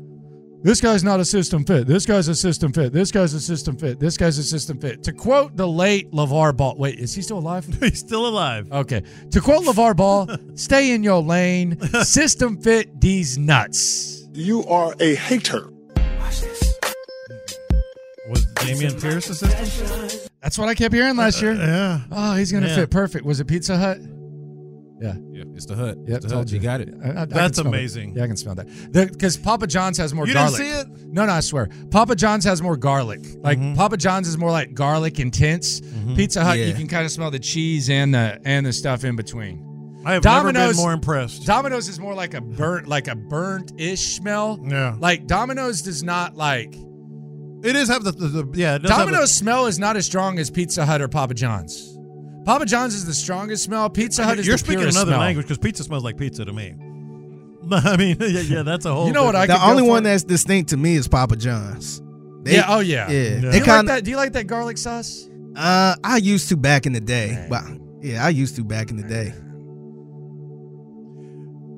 Speaker 2: this guy's not a system fit. This guy's a system fit. This guy's a system fit. This guy's a system fit." To quote the late LeVar Ball, wait, is he still alive?
Speaker 3: He's still alive.
Speaker 2: Okay. To quote LeVar Ball, stay in your lane. System fit these nuts.
Speaker 25: You are a hater.
Speaker 2: Watch this.
Speaker 3: Damian Pierce assistant?
Speaker 2: That's what I kept hearing
Speaker 21: Uh,
Speaker 2: last year.
Speaker 3: yeah.
Speaker 2: Oh, he's gonna
Speaker 3: Yeah.
Speaker 2: fit perfect. Was it Pizza Hut? Yeah.
Speaker 21: Yeah. It's the hut.
Speaker 2: Yep,
Speaker 21: It's the
Speaker 2: told
Speaker 21: hut. You got it.
Speaker 2: I- I- I can
Speaker 21: That's
Speaker 2: smell that.
Speaker 21: amazing.
Speaker 2: Yeah, I can smell that. Because Papa John's has more
Speaker 21: You didn't
Speaker 2: garlic.
Speaker 21: see it?
Speaker 2: No, no, I swear. Papa John's has more garlic. Like
Speaker 3: Mm-hmm.
Speaker 2: Papa John's is more like garlic intense. Pizza Hut, you
Speaker 21: Yeah.
Speaker 2: can kind of smell the cheese and the and the stuff in between.
Speaker 3: I have never been more impressed.
Speaker 2: Domino's is more like a burnt, like a burnt-ish smell.
Speaker 3: Yeah.
Speaker 2: Like Domino's does not like.
Speaker 3: It is have the, the, the yeah. It does have
Speaker 2: Domino's smell is not as strong as Pizza Hut or Papa John's. Papa John's is the strongest smell. Pizza Hut is
Speaker 3: You're
Speaker 2: the
Speaker 3: speaking
Speaker 2: purest
Speaker 3: another
Speaker 2: smell.
Speaker 3: language because pizza smells like pizza to me. I mean, yeah, yeah, that's a whole.
Speaker 4: Oh, The only one that's distinct to me is Papa John's. They-
Speaker 2: yeah. Oh yeah.
Speaker 4: Yeah.
Speaker 2: Do you
Speaker 4: They
Speaker 2: like
Speaker 4: kinda-
Speaker 2: that? Do you like that garlic sauce?
Speaker 4: Uh, I used to back in the day. But yeah, I used to back in the day.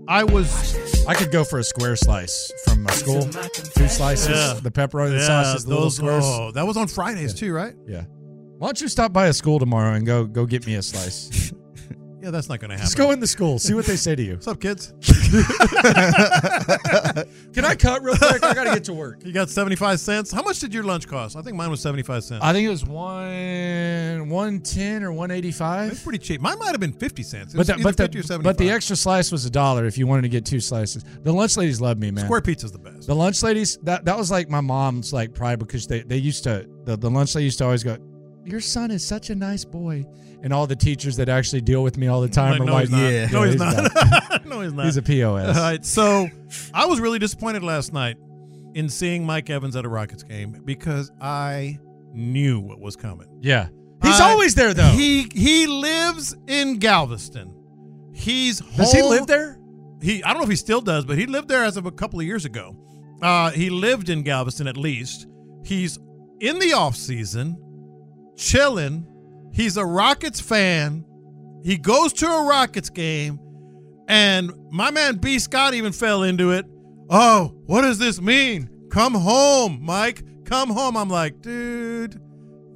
Speaker 3: I was.
Speaker 2: I could go for a square slice from my school. Two slices.
Speaker 3: Yeah.
Speaker 2: The pepperoni
Speaker 3: Yeah,
Speaker 2: sauces. The
Speaker 3: those-
Speaker 2: little squares.
Speaker 3: oh, that was on Fridays too, right?
Speaker 2: Yeah. Why don't you stop by a school tomorrow and go go get me a slice?
Speaker 3: Yeah, that's not going to happen.
Speaker 2: Just go in the school, see what they say to you. What's
Speaker 3: up, kids?
Speaker 2: Can I cut real quick? I gotta get to work.
Speaker 3: You got seventy five cents. How much did your lunch cost? I think mine was seventy five cents.
Speaker 2: I think it was one one ten or one eighty five.
Speaker 3: pretty cheap. Mine might have been fifty cents. It
Speaker 2: But
Speaker 3: was
Speaker 2: the,
Speaker 3: either
Speaker 2: but,
Speaker 3: 50 or
Speaker 2: the,
Speaker 3: 75.
Speaker 2: but the extra slice was a dollar if you wanted to get two slices. The lunch ladies love me, man.
Speaker 3: Square pizza's the best.
Speaker 2: The lunch ladies that that was like my mom's like pride because they they used to the, the lunch lady used to always go, Your son is such a nice boy. And all the teachers that actually deal with me all the time
Speaker 3: Like,
Speaker 2: are
Speaker 3: no,
Speaker 2: like,
Speaker 3: he's not.
Speaker 2: yeah,
Speaker 3: No,
Speaker 2: yeah,
Speaker 3: he's not. no, he's not.
Speaker 2: He's a POS.
Speaker 3: All right. So I was really disappointed last night in seeing Mike Evans at a Rockets game because I knew what was coming.
Speaker 2: Yeah. He's
Speaker 3: I-
Speaker 2: always there though.
Speaker 3: He he lives in Galveston. He's home.
Speaker 2: Does he live there?
Speaker 3: He I don't know if he still does, but he lived there as of a couple of years ago. Uh, he lived in Galveston at least. He's in the off season, chilling. He's a Rockets fan. He goes to a Rockets game, and my man B Scott even fell into it. Oh, what does this mean? Come home, Mike. Come home. I'm like, dude,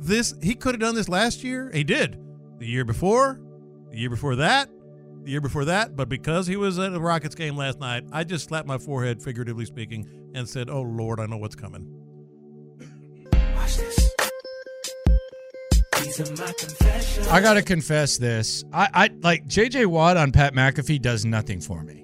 Speaker 3: this he could have done this last year. He did. The year before, the year before that, the year before that. But because he was at a Rockets game last night, I just slapped my forehead, figuratively speaking, and said, Oh Lord, I know what's coming.
Speaker 2: I gotta confess this. I, I like JJ Watt on Pat McAfee does nothing for me.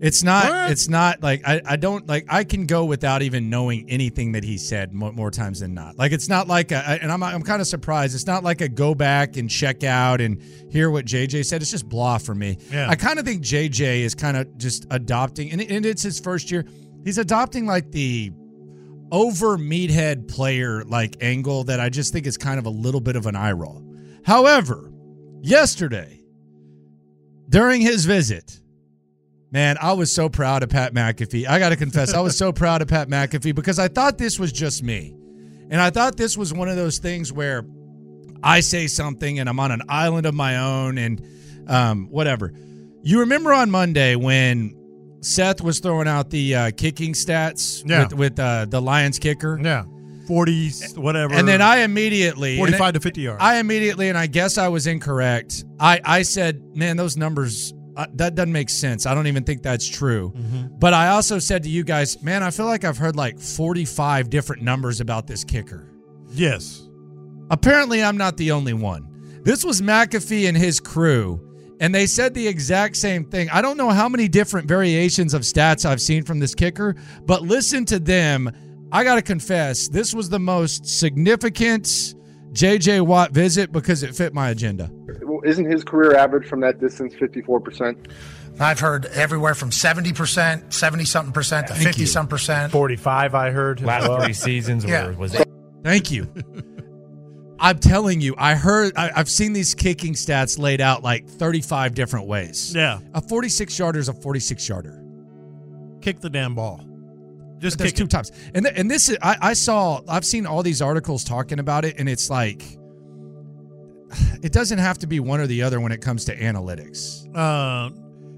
Speaker 2: It's not. It's not like I. I don't like. I can go without even knowing anything that he said more, more times than not. Like it's not like. A, I- and I'm. I'm kind of surprised. It's not like a go back and check out and hear what JJ said. It's just blah for me.
Speaker 21: Yeah.
Speaker 2: I kind of think JJ is kind of just adopting, and, it- and it's his first year. He's adopting like the over meathead player like angle that I just think is kind of a little bit of an eye roll. However, yesterday during his visit, man, I was so proud of Pat McAfee. I got to confess, I was so proud of Pat McAfee because I thought this was just me. And I thought this was one of those things where I say something and I'm on an island of my own and um, whatever. You remember on Monday when Seth was throwing out the uh, kicking stats
Speaker 3: Yeah.
Speaker 2: with, with uh, the Lions kicker?
Speaker 3: Yeah. 40 whatever.
Speaker 2: And then I immediately
Speaker 3: 45
Speaker 2: and
Speaker 3: to 50 yards.
Speaker 2: I immediately, and I guess I was incorrect. I I said, man, those numbers uh, that doesn't make sense. I don't even think that's true. But I also said to you guys, man, I feel like I've heard like 45 different numbers about this kicker.
Speaker 3: Yes.
Speaker 2: Apparently, I'm not the only one. This was McAfee and his crew, and they said the exact same thing. I don't know how many different variations of stats I've seen from this kicker, but listen to them. I got to confess, this was the most significant JJ Watt visit because it fit my agenda.
Speaker 25: Well, Isn't his career average from that distance 54%?
Speaker 18: I've heard everywhere from 70%, 70 something percent to 50 something percent. 45, I heard.
Speaker 26: Last three seasons
Speaker 18: Yeah.
Speaker 26: were was
Speaker 2: Thank you. I'm telling you, I heard, I, I've seen these kicking stats laid out like 35 different ways.
Speaker 3: Yeah.
Speaker 2: A 46 yarder is a 46 yarder.
Speaker 3: Kick the damn ball. Just
Speaker 2: there's
Speaker 3: kick
Speaker 2: two
Speaker 3: it.
Speaker 2: times. And th- and this is I, I saw I've seen all these articles talking about it, and it's like it doesn't have to be one or the other when it comes to analytics.
Speaker 3: Uh,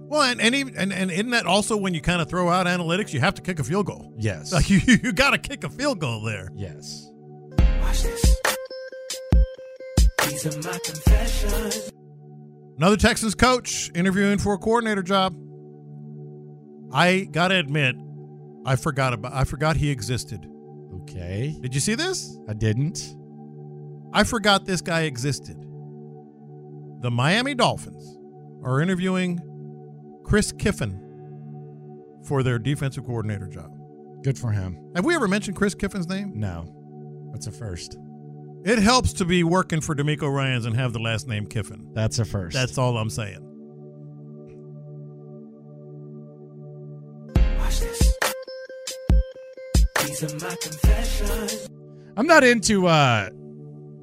Speaker 3: well, and and, even, and and isn't that also when you kind of throw out analytics, you have to kick a field goal.
Speaker 2: Yes.
Speaker 3: Like you, you got to kick a field goal there.
Speaker 2: Yes.
Speaker 3: Another Texans coach interviewing for a coordinator job. I gotta admit, I forgot about. I forgot he existed.
Speaker 2: Okay.
Speaker 3: Did you see this?
Speaker 2: I didn't.
Speaker 3: I forgot this guy existed. The Miami Dolphins are interviewing Chris Kiffin for their defensive coordinator job.
Speaker 2: Good for him.
Speaker 3: Have we ever mentioned Chris Kiffin's name?
Speaker 2: No. That's a first.
Speaker 3: It helps to be working for D'Amico Ryans and have the last name Kiffin.
Speaker 2: That's a first.
Speaker 3: That's all I'm saying.
Speaker 2: I'm not into uh,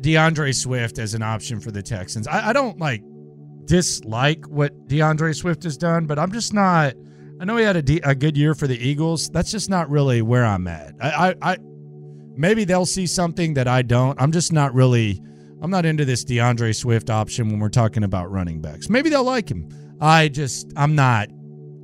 Speaker 2: DeAndre Swift as an option for the Texans. I, I don't like dislike what DeAndre Swift has done, but I'm just not. I know he had a, de- a good year for the Eagles. That's just not really where I'm at. I, I, I maybe they'll see something that I don't. I'm just not really. I'm not into this DeAndre Swift option when we're talking about running backs. Maybe they'll like him. I just I'm not.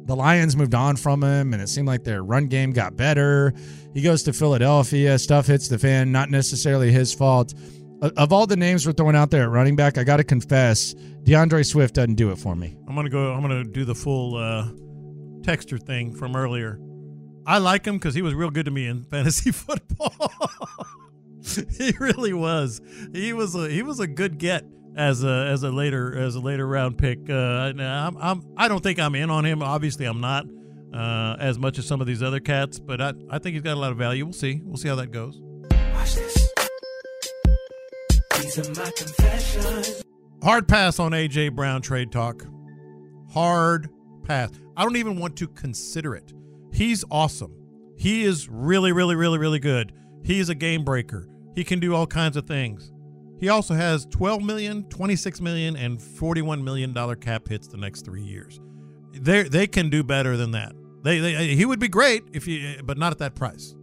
Speaker 2: The Lions moved on from him, and it seemed like their run game got better. He goes to Philadelphia, stuff hits the fan. Not necessarily his fault. O- Of all the names we're throwing out there at running back, I got to confess, DeAndre Swift doesn't do it for me.
Speaker 3: I'm gonna go. I'm gonna do the full uh, texture thing from earlier. I like him because he was real good to me in fantasy football. he really was. He was a he was a good get as a as a later as a later round pick. Uh, now, I'm, I'm I don't think I'm in on him. Obviously, I'm not uh, as much as some of these other cats. But I I think he's got a lot of value. We'll see. We'll see how that goes. Hard pass on AJ Brown trade talk. Hard pass. I don't even want to consider it. He's awesome. He is really, really, really, really good. He is a game breaker. He can do all kinds of things. He also has 12 million, 26 million, and 41 million dollar cap hits the next three years. They they can do better than that. They, they he would be great if you, but not at that price.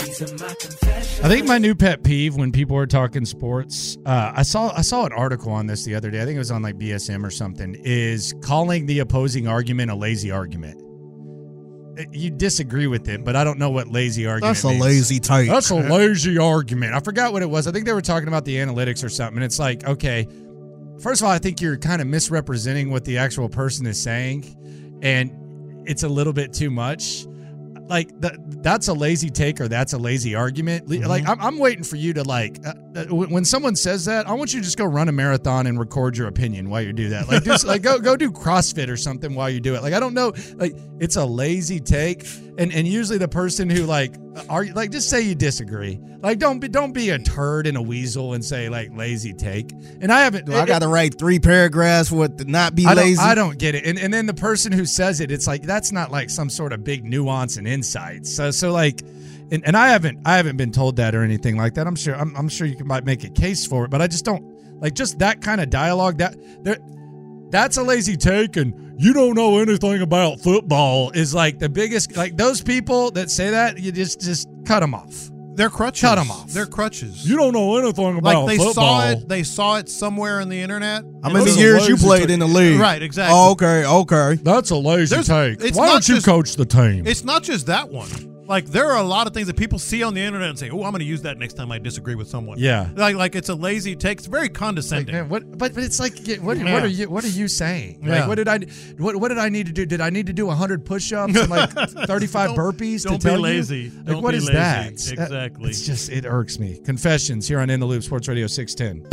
Speaker 2: I think my new pet peeve when people are talking sports, uh, I saw I saw an article on this the other day. I think it was on like BSM or something. Is calling the opposing argument a lazy argument? Uh, You disagree with it, but I don't know what lazy argument.
Speaker 4: That's a
Speaker 2: means.
Speaker 4: lazy take.
Speaker 2: That's a lazy argument. I forgot what it was. I think they were talking about the analytics or something. And it's like, okay, first of all, I think you're kind of misrepresenting what the actual person is saying, and it's a little bit too much like th- that's a lazy take or that's a lazy argument. Le- Like I'm, I'm waiting for you to like uh, uh, when when someone says that, I want you to just go run a marathon and record your opinion while you do that. Like just like go go do CrossFit or something while you do it. Like I don't know, like it's a lazy take, and and usually the person who like are like just say you disagree. Like don't be don't be a turd and a weasel and say like lazy take. And I haven't.
Speaker 4: Do I got to write three paragraphs with not be
Speaker 2: I don't-
Speaker 4: lazy?
Speaker 2: I don't get it. And, and then the person who says it, it's like that's not like some sort of big nuance and insight. So so like and, and I haven't I haven't been told that or anything like that. I'm sure I'm, I'm sure you can might make a case for it, but I just don't like just that kind of dialogue that there that's a lazy take and you don't know anything about football is like the biggest like those people that say that you just just cut them off.
Speaker 3: They're crutches.
Speaker 2: Cut them off.
Speaker 3: They're crutches.
Speaker 2: You don't know anything about
Speaker 3: Like they
Speaker 2: football.
Speaker 3: saw it, they saw it somewhere in the internet.
Speaker 4: How
Speaker 3: and
Speaker 4: many
Speaker 3: it was a
Speaker 4: years you
Speaker 3: lazy
Speaker 4: played
Speaker 3: take.
Speaker 4: in the league?
Speaker 3: Right, exactly.
Speaker 4: Oh, okay, okay.
Speaker 2: That's a lazy
Speaker 3: There's-
Speaker 2: take.
Speaker 3: it's
Speaker 2: Why
Speaker 3: not
Speaker 2: don't you
Speaker 3: just-
Speaker 2: coach the team?
Speaker 3: It's not just that one. Like there are a lot of things that people see on the internet and say, "Oh, I'm going to use that next time I disagree with someone."
Speaker 2: Yeah.
Speaker 3: like like it's a lazy take. It's very condescending.
Speaker 2: what? But but it's like, yeah, what,
Speaker 3: Yeah.
Speaker 2: what are you? What are you saying?
Speaker 3: Yeah.
Speaker 2: Like, what did I? What what did I need to do? Did I need to do hundred push-ups and like thirty-five
Speaker 3: Don't-
Speaker 2: burpees
Speaker 3: don't be
Speaker 2: to tell
Speaker 3: lazy.
Speaker 2: you? Like,
Speaker 3: Don't
Speaker 2: what
Speaker 3: be
Speaker 2: is
Speaker 3: lazy.
Speaker 2: that?
Speaker 3: Exactly.
Speaker 2: It's just it irks me. Confessions here on In the Loop Sports Radio six ten.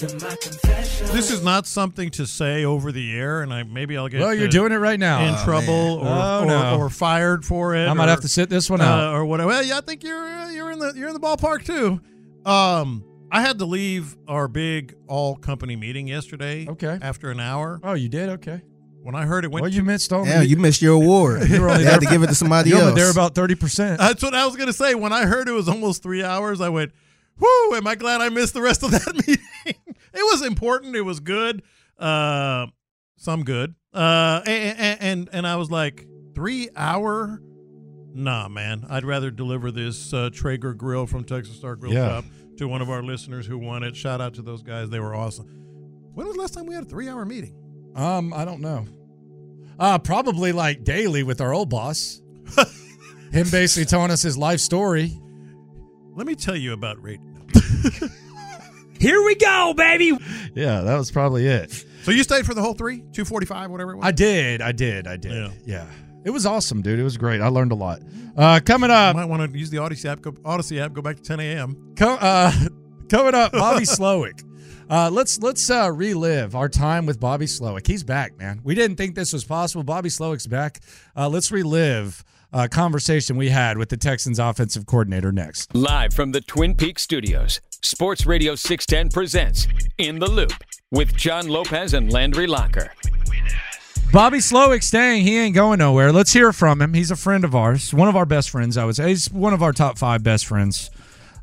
Speaker 3: This is not something to say over the air, and I maybe I'll get
Speaker 2: Well, you're
Speaker 3: uh,
Speaker 2: doing it right now.
Speaker 3: in
Speaker 2: Oh,
Speaker 3: trouble or,
Speaker 2: man. Oh,
Speaker 3: or,
Speaker 2: no.
Speaker 3: or fired for it.
Speaker 2: I might
Speaker 3: or-
Speaker 2: have to sit this one out.
Speaker 3: uh, or whatever. Well, yeah, I think you're uh, you're in the you're in the ballpark too. Um, I had to leave our big all company meeting yesterday.
Speaker 2: Okay.
Speaker 3: after an hour.
Speaker 2: Oh, you did. Okay.
Speaker 3: When I heard it went
Speaker 2: Well, you missed on.
Speaker 4: Yeah, you missed your award.
Speaker 2: You were only
Speaker 4: They had
Speaker 2: there
Speaker 4: to
Speaker 2: for-
Speaker 4: give it to somebody
Speaker 2: you were
Speaker 4: else. Uh,
Speaker 2: there about thirty percent.
Speaker 3: That's what I was gonna say. When I heard it was almost three hours, I went, "Whoo! Am I glad I missed the rest of that meeting? it was important. It was good. Uh, some good. Uh, and, and and I was like, three hour? Nah, man. I'd rather deliver this uh, Traeger grill from Texas Star Grill
Speaker 2: Yeah.
Speaker 3: Shop to one of our listeners who won it. Shout out to those guys. They were awesome. When was the last time we had a three hour meeting?
Speaker 2: Um, I don't know. Uh, probably like daily with our old boss. Him basically telling us his life story.
Speaker 3: Let me tell you about rate.
Speaker 2: Here we go, baby. Yeah, that was probably it.
Speaker 3: So you stayed for the whole three, two forty-five, whatever it was.
Speaker 2: I did. I did. I did. Yeah. It was awesome, dude. It was great. I learned a lot. Uh, coming up,
Speaker 3: you might want to use the Odyssey app. Go, Odyssey app. Go back to ten a.m.
Speaker 2: Co- uh, coming up, Bobby Slowick. Uh, let's let's uh, relive our time with Bobby Slowick. He's back, man. We didn't think this was possible. Bobby Slowick's back. Uh, let's relive a conversation we had with the Texans offensive coordinator next.
Speaker 16: Live from the Twin Peaks studios, Sports Radio 610 presents In the Loop with John Lopez and Landry Locker.
Speaker 2: Bobby Slowick staying. He ain't going nowhere. Let's hear from him. He's a friend of ours, one of our best friends. I would say he's one of our top five best friends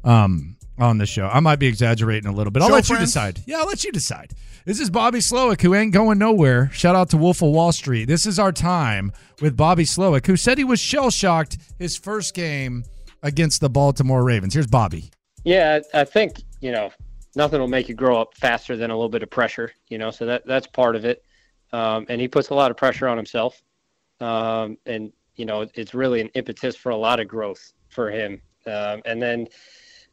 Speaker 2: um, on the show. I might be exaggerating a little bit. I'll
Speaker 3: Show
Speaker 2: let you
Speaker 3: friends?
Speaker 2: decide. Yeah, I'll let you decide. This is Bobby Slowick, who ain't going nowhere. Shout out to Wolf of Wall Street. This is our time with Bobby Slowick, who said he was shell shocked his first game against the Baltimore Ravens. Here's Bobby.
Speaker 27: Yeah, I I think you know nothing will make you grow up faster than a little bit of pressure. You know, so that that's part of it. Um, and he puts a lot of pressure on himself, um, and you know it's really an impetus for a lot of growth for him. Um, and then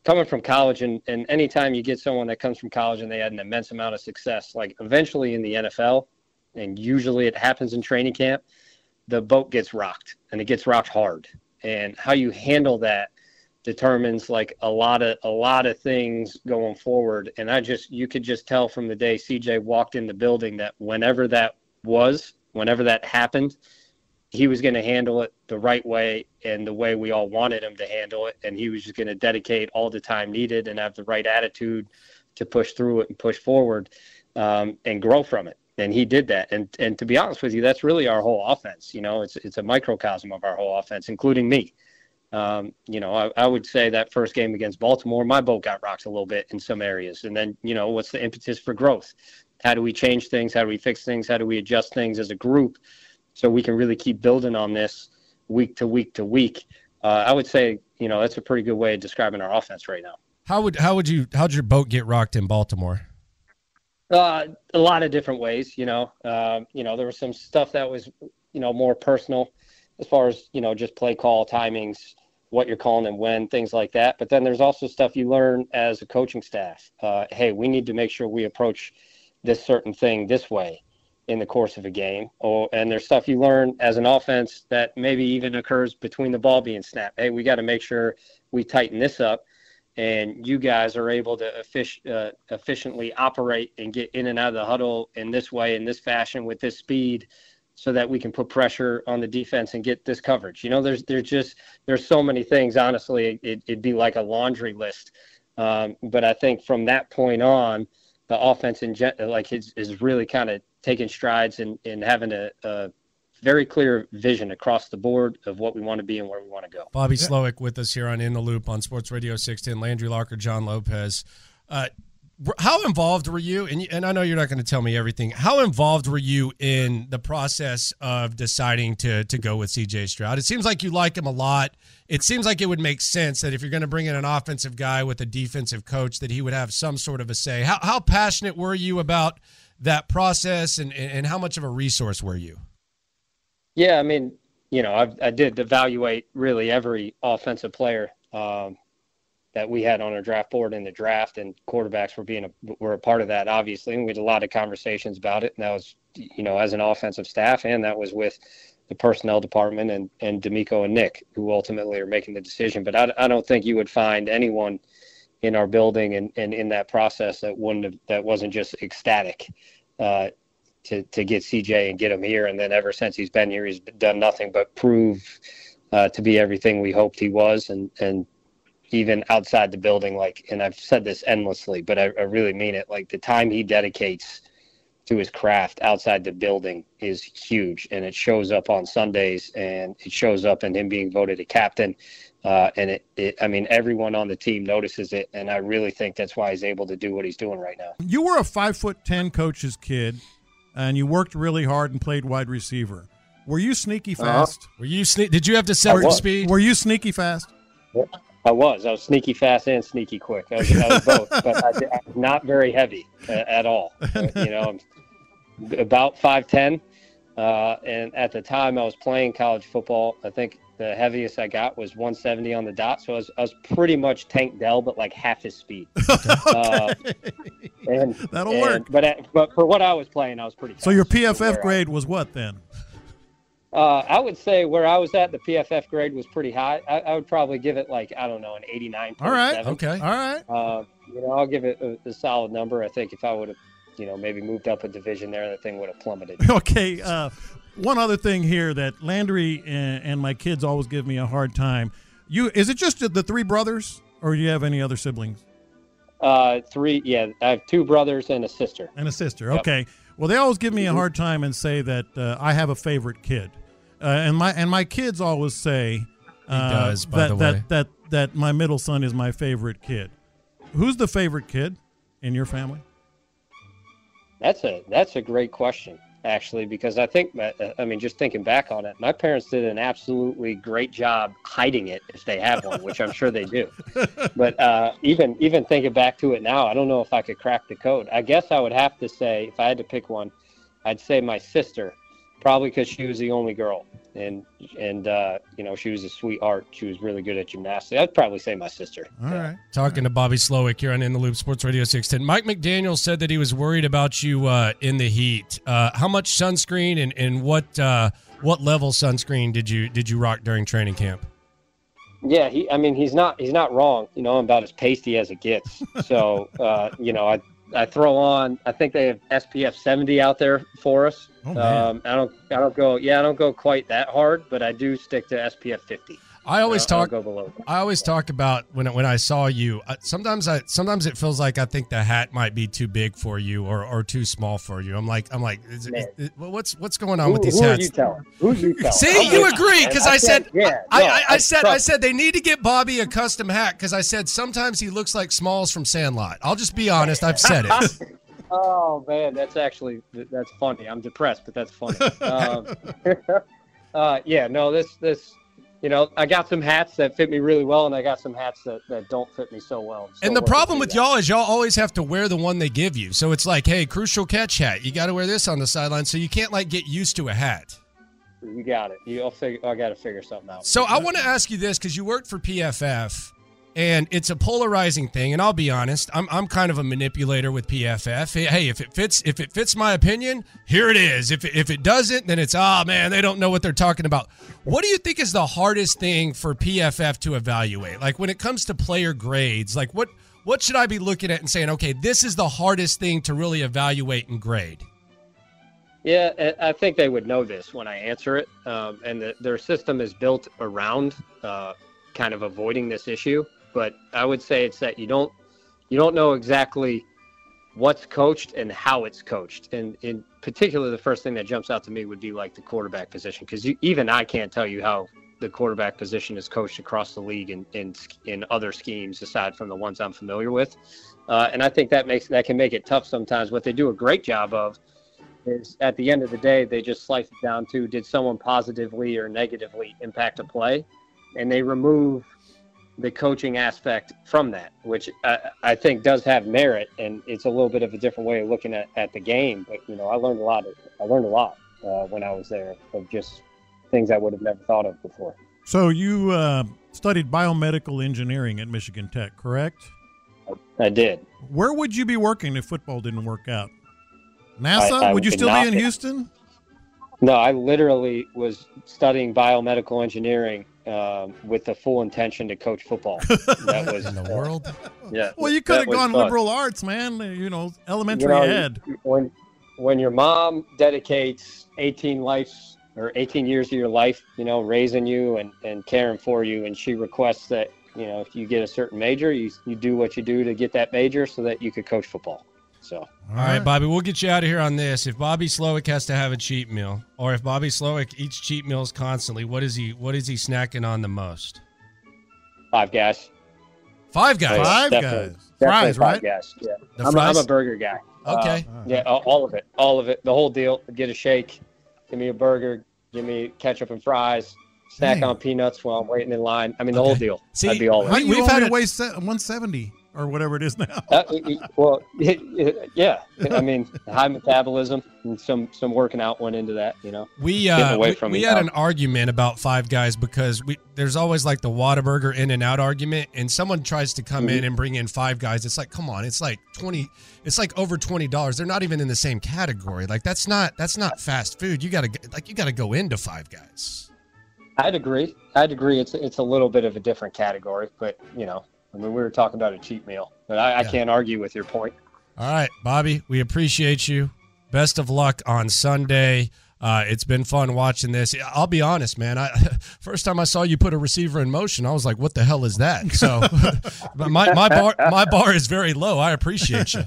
Speaker 27: coming from college, and and anytime you get someone that comes from college and they had an immense amount of success, like eventually in the NFL, and usually it happens in training camp, the boat gets rocked, and it gets rocked hard. And how you handle that determines like a lot of a lot of things going forward and i just you could just tell from the day cj walked in the building that whenever that was whenever that happened he was going to handle it the right way and the way we all wanted him to handle it and he was just going to dedicate all the time needed and have the right attitude to push through it and push forward um, and grow from it and he did that and and to be honest with you that's really our whole offense you know it's it's a microcosm of our whole offense including me um, you know, I, I would say that first game against Baltimore, my boat got rocked a little bit in some areas. And then, you know, what's the impetus for growth? How do we change things? How do we fix things? How do we adjust things as a group so we can really keep building on this week to week to week? Uh, I would say, you know, that's a pretty good way of describing our offense right now.
Speaker 2: How would how would you how'd your boat get rocked in Baltimore?
Speaker 27: Uh, a lot of different ways, you know. Um, you know, there was some stuff that was, you know, more personal as far as, you know, just play call timings, what you're calling and when, things like that. But then there's also stuff you learn as a coaching staff. Uh, hey, we need to make sure we approach this certain thing this way in the course of a game. Or and there's stuff you learn as an offense that maybe even occurs between the ball being snapped. Hey, we got to make sure we tighten this up and you guys are able to effic- uh, efficiently operate and get in and out of the huddle in this way, in this fashion, with this speed, so that we can put pressure on the defense and get this coverage. You know, there's there's just there's so many things. Honestly, it, it'd be like a laundry list. Um, but I think from that point on, the offense in gen- like is, is really kind of taking strides and in, in having a, a very clear vision across the board of what we want to be and where we want to go.
Speaker 2: Bobby Slowick with us here on In the Loop on Sports Radio 610. Landry Locker, John Lopez. Uh, wh- how involved were you? And, and I know you're not going to tell me everything. How involved were you in the process of deciding to to go with CJ Stroud? It seems like you like him a lot. It seems like it would make sense that if you're going to bring in an offensive guy with a defensive coach, that he would have some sort of a say. How, how passionate were you about that process, and, and and how much of a resource were you?
Speaker 27: Yeah, I mean, you know, I've, I did evaluate really every offensive player um, that we had on our draft board in the draft, and quarterbacks were being a, were a part of that, obviously. And we had a lot of conversations about it, and that was, you know, as an offensive staff, and that was with the personnel department and and D'Amico and Nick, who ultimately are making the decision. But I, I don't think you would find anyone in our building and, and in that process that wouldn't have, that wasn't just ecstatic. Uh, to to get CJ and get him here. And then ever since he's been here, he's done nothing but prove uh, to be everything we hoped he was, and and even outside the building. Like, and I've said this endlessly, but I, I really mean it. Like the time he dedicates to his craft outside the building is huge, and it shows up on Sundays, and it shows up in him being voted a captain. Uh, and it, it, I mean, everyone on the team notices it, and I really think that's why he's able to do what he's doing right now.
Speaker 3: You were a five foot ten coach's kid, and you worked really hard and played wide receiver. Were you sneaky
Speaker 27: Uh-huh.
Speaker 3: fast?
Speaker 2: Were you sneak? Did you have to
Speaker 3: were,
Speaker 2: set your speed?
Speaker 3: Were you sneaky fast?
Speaker 27: I was. I was sneaky fast and sneaky quick. I was, I was both, but I, I was not very heavy uh, at all. Uh, you know, I'm about five ten, Uh, and at the time I was playing college football, I think the heaviest I got was 170 on the dot. So I was, I was pretty much Tank Dell, but like half his speed. uh, and,
Speaker 3: That'll
Speaker 27: and-
Speaker 3: work.
Speaker 27: But, at, but for what I was playing, I was pretty
Speaker 3: So your
Speaker 27: fast.
Speaker 3: PFF
Speaker 27: where I-
Speaker 3: grade was what then?
Speaker 27: Uh, I would say where I was at, the PFF grade was pretty high. I, I would probably give it like I don't know an eighty nine.
Speaker 3: All right, okay, all right.
Speaker 27: Uh, you know, I'll give it a, a solid number. I think if I would have, you know, maybe moved up a division there, that thing would have plummeted.
Speaker 3: okay. Uh, one other thing here that Landry and, and my kids always give me a hard time. You is it just the three brothers, or do you have any other siblings
Speaker 27: Uh, three, yeah, I have two brothers and a sister.
Speaker 3: and a sister?
Speaker 27: Yep.
Speaker 3: Okay. Well, they always give me a
Speaker 28: Mm-hmm.
Speaker 3: hard time and say that uh, I have a favorite kid, uh, and my and my kids always say uh,
Speaker 28: does, by
Speaker 3: that,
Speaker 28: the
Speaker 3: that
Speaker 28: way.
Speaker 3: that that my middle son is my favorite kid. Who's the favorite kid in your family?
Speaker 27: That's a that's a great question actually because I think my- uh, I mean just thinking back on it, my parents did an absolutely great job hiding it if they have one, which I'm sure they do. But uh, even even thinking back to it now, I don't know if I could crack the code. I guess I would have to say if I had to pick one, I'd say my sister, probably because she was the only girl and and uh, you know she was a sweetheart. She was really good at gymnastics. I'd probably say my sister.
Speaker 3: All right.
Speaker 2: Talking to Bobby Slowick here on In the Loop Sports Radio 610. Mike McDaniel said that he was worried about you uh, in the heat. Uh, how much sunscreen and, and what uh, what level sunscreen did you did you rock during training camp?
Speaker 27: Yeah, he. I mean, he's not. He's not wrong. You know, I'm about as pasty as it gets. So, uh, you know, I I throw on. I think they have SPF 70 out there for us.
Speaker 3: Oh, man.
Speaker 27: um, I don't. I don't go. Yeah, I don't go quite that hard, but I do stick to SPF 50.
Speaker 2: I always
Speaker 27: I don't
Speaker 2: talk-
Speaker 27: Uh, go below.
Speaker 2: I always talk about when when I saw you. uh, Sometimes I sometimes it feels like I think the hat might be too big for you or, or too small for you. I'm like I'm like is, is, is- what's what's going on
Speaker 27: Who-
Speaker 2: with these
Speaker 27: who
Speaker 2: hats?
Speaker 27: Are you telling? Who are you telling?
Speaker 2: See,
Speaker 27: I'm
Speaker 2: you
Speaker 27: with-
Speaker 2: agree because
Speaker 27: I
Speaker 2: I, said
Speaker 27: said- yeah,
Speaker 2: I,
Speaker 27: no,
Speaker 2: I, I
Speaker 27: I
Speaker 2: said I
Speaker 27: trust-
Speaker 2: said they need to get Bobby a custom hat because I said sometimes he looks like Smalls from Sandlot. I'll just be honest. I've said it.
Speaker 27: oh man, that's actually that's funny. I'm depressed, but that's funny. Um, uh, yeah, no, this this you know, I got some hats that fit me really well, and I got some hats that, that don't fit me so well. So
Speaker 2: and the
Speaker 27: we're-
Speaker 2: problem with y'all is y'all always have to wear the one they give you. So it's like, hey, crucial catch hat. You got to wear this on the sideline, so you can't like get used to a hat.
Speaker 27: you got it. You, I'll figure. I got to figure something out.
Speaker 2: So I want to ask you this because you worked for PFF, and it's a polarizing thing. And I'll be honest, I'm I'm kind of a manipulator with PFF. Hey, Hey, if it fits if it fits my opinion, here it is. If it, if it doesn't, then it's ah man, they don't know what they're talking about. What do you think is the hardest thing for PFF to evaluate? Like when it comes to player grades, like what what should I be looking at and saying, okay, this is the hardest thing to really evaluate and grade?
Speaker 27: Yeah, I- I think they would know this when I answer it. Um, and the, their system is built around uh, kind of avoiding this issue. But I would say it's that you don't you don't know exactly what's coached and how it's coached. And in particular, the first thing that jumps out to me would be like the quarterback position, because even I can't tell you how the quarterback position is coached across the league in in, sch- in other schemes aside from the ones I'm familiar with. Uh, and I think that makes that can make it tough sometimes. What they do a great job of is at the end of the day, they just slice it down to did someone positively or negatively impact a play, and they remove the coaching aspect from that, which I, I think does have merit, and it's a little bit of a different way of looking at, at the game. But you know, I learned a lot. Of, I learned a lot uh, when I was there of just things I would have never thought of before.
Speaker 3: So you uh, studied biomedical engineering at Michigan Tech, correct?
Speaker 27: I did.
Speaker 3: Where would you be working if football didn't work out? NASA?
Speaker 27: I- I
Speaker 3: would you
Speaker 27: would
Speaker 3: still be
Speaker 27: not
Speaker 3: in
Speaker 27: be-
Speaker 3: Houston?
Speaker 27: No, I literally was studying biomedical engineering um, with the full intention to coach football. That was in the
Speaker 2: world.
Speaker 27: Yeah.
Speaker 3: Well, you
Speaker 27: that
Speaker 3: could have
Speaker 27: was
Speaker 3: gone
Speaker 27: fun.
Speaker 3: liberal arts, man. You know, elementary
Speaker 27: You know,
Speaker 3: ed.
Speaker 27: When when your mom dedicates 18 lives or 18 years of your life, you know, raising you and, and caring for you, and she requests that you know if you get a certain major, you you do what you do to get that major so that you could coach football. So
Speaker 2: All right, Bobby, we'll get you out of here on this. If Bobby Slowick has to have a cheat meal, or if Bobby Slowick eats cheat meals constantly, what is he what is he snacking on the most?
Speaker 27: five guys.
Speaker 2: Five guys.
Speaker 27: Oh, yeah,
Speaker 2: Five
Speaker 27: definitely-
Speaker 2: guys.
Speaker 27: definitely
Speaker 2: Fries,
Speaker 27: five
Speaker 2: right?
Speaker 27: Guys. Yeah.
Speaker 2: The
Speaker 27: I'm, a- I'm
Speaker 2: fries?
Speaker 27: a burger guy.
Speaker 2: Okay.
Speaker 27: Uh, yeah, all- all of it, all of it, the whole deal. Get a shake, give me a burger, give me ketchup and fries, snack on peanuts while I'm waiting in line. I mean, the whole deal.
Speaker 3: See,
Speaker 27: I'd be all in.
Speaker 3: How do you only weigh se- 170 or whatever it is now.
Speaker 27: That- Uh, well, yeah. I mean, high metabolism and some some working out went into that. You know,
Speaker 1: We
Speaker 27: Getting
Speaker 1: uh,
Speaker 27: away
Speaker 1: we,
Speaker 27: from
Speaker 1: we
Speaker 27: eating
Speaker 1: had
Speaker 27: out.
Speaker 1: an argument about Five Guys because we there's always like the Whataburger in and out argument, and someone tries to come in
Speaker 27: Mhm.
Speaker 1: and bring in Five Guys. It's like, come on, it's like twenty, it's like over twenty dollars. They're not even in the same category. Like that's not that's not fast food. You gotta g- like you gotta go into Five Guys.
Speaker 27: I'd agree. I'd agree. It's it's a little bit of a different category, but you know, I mean, we were talking about a cheat meal, but I, I
Speaker 1: Yeah.
Speaker 27: can't argue with your point.
Speaker 1: All right, Bobby, we appreciate you. Best of luck on Sunday. Uh, it's been fun watching this. I'll be honest, man. I first time I saw you put a receiver in motion, I was like, "What the hell is that?" So, but my my bar my bar is very low. I appreciate you.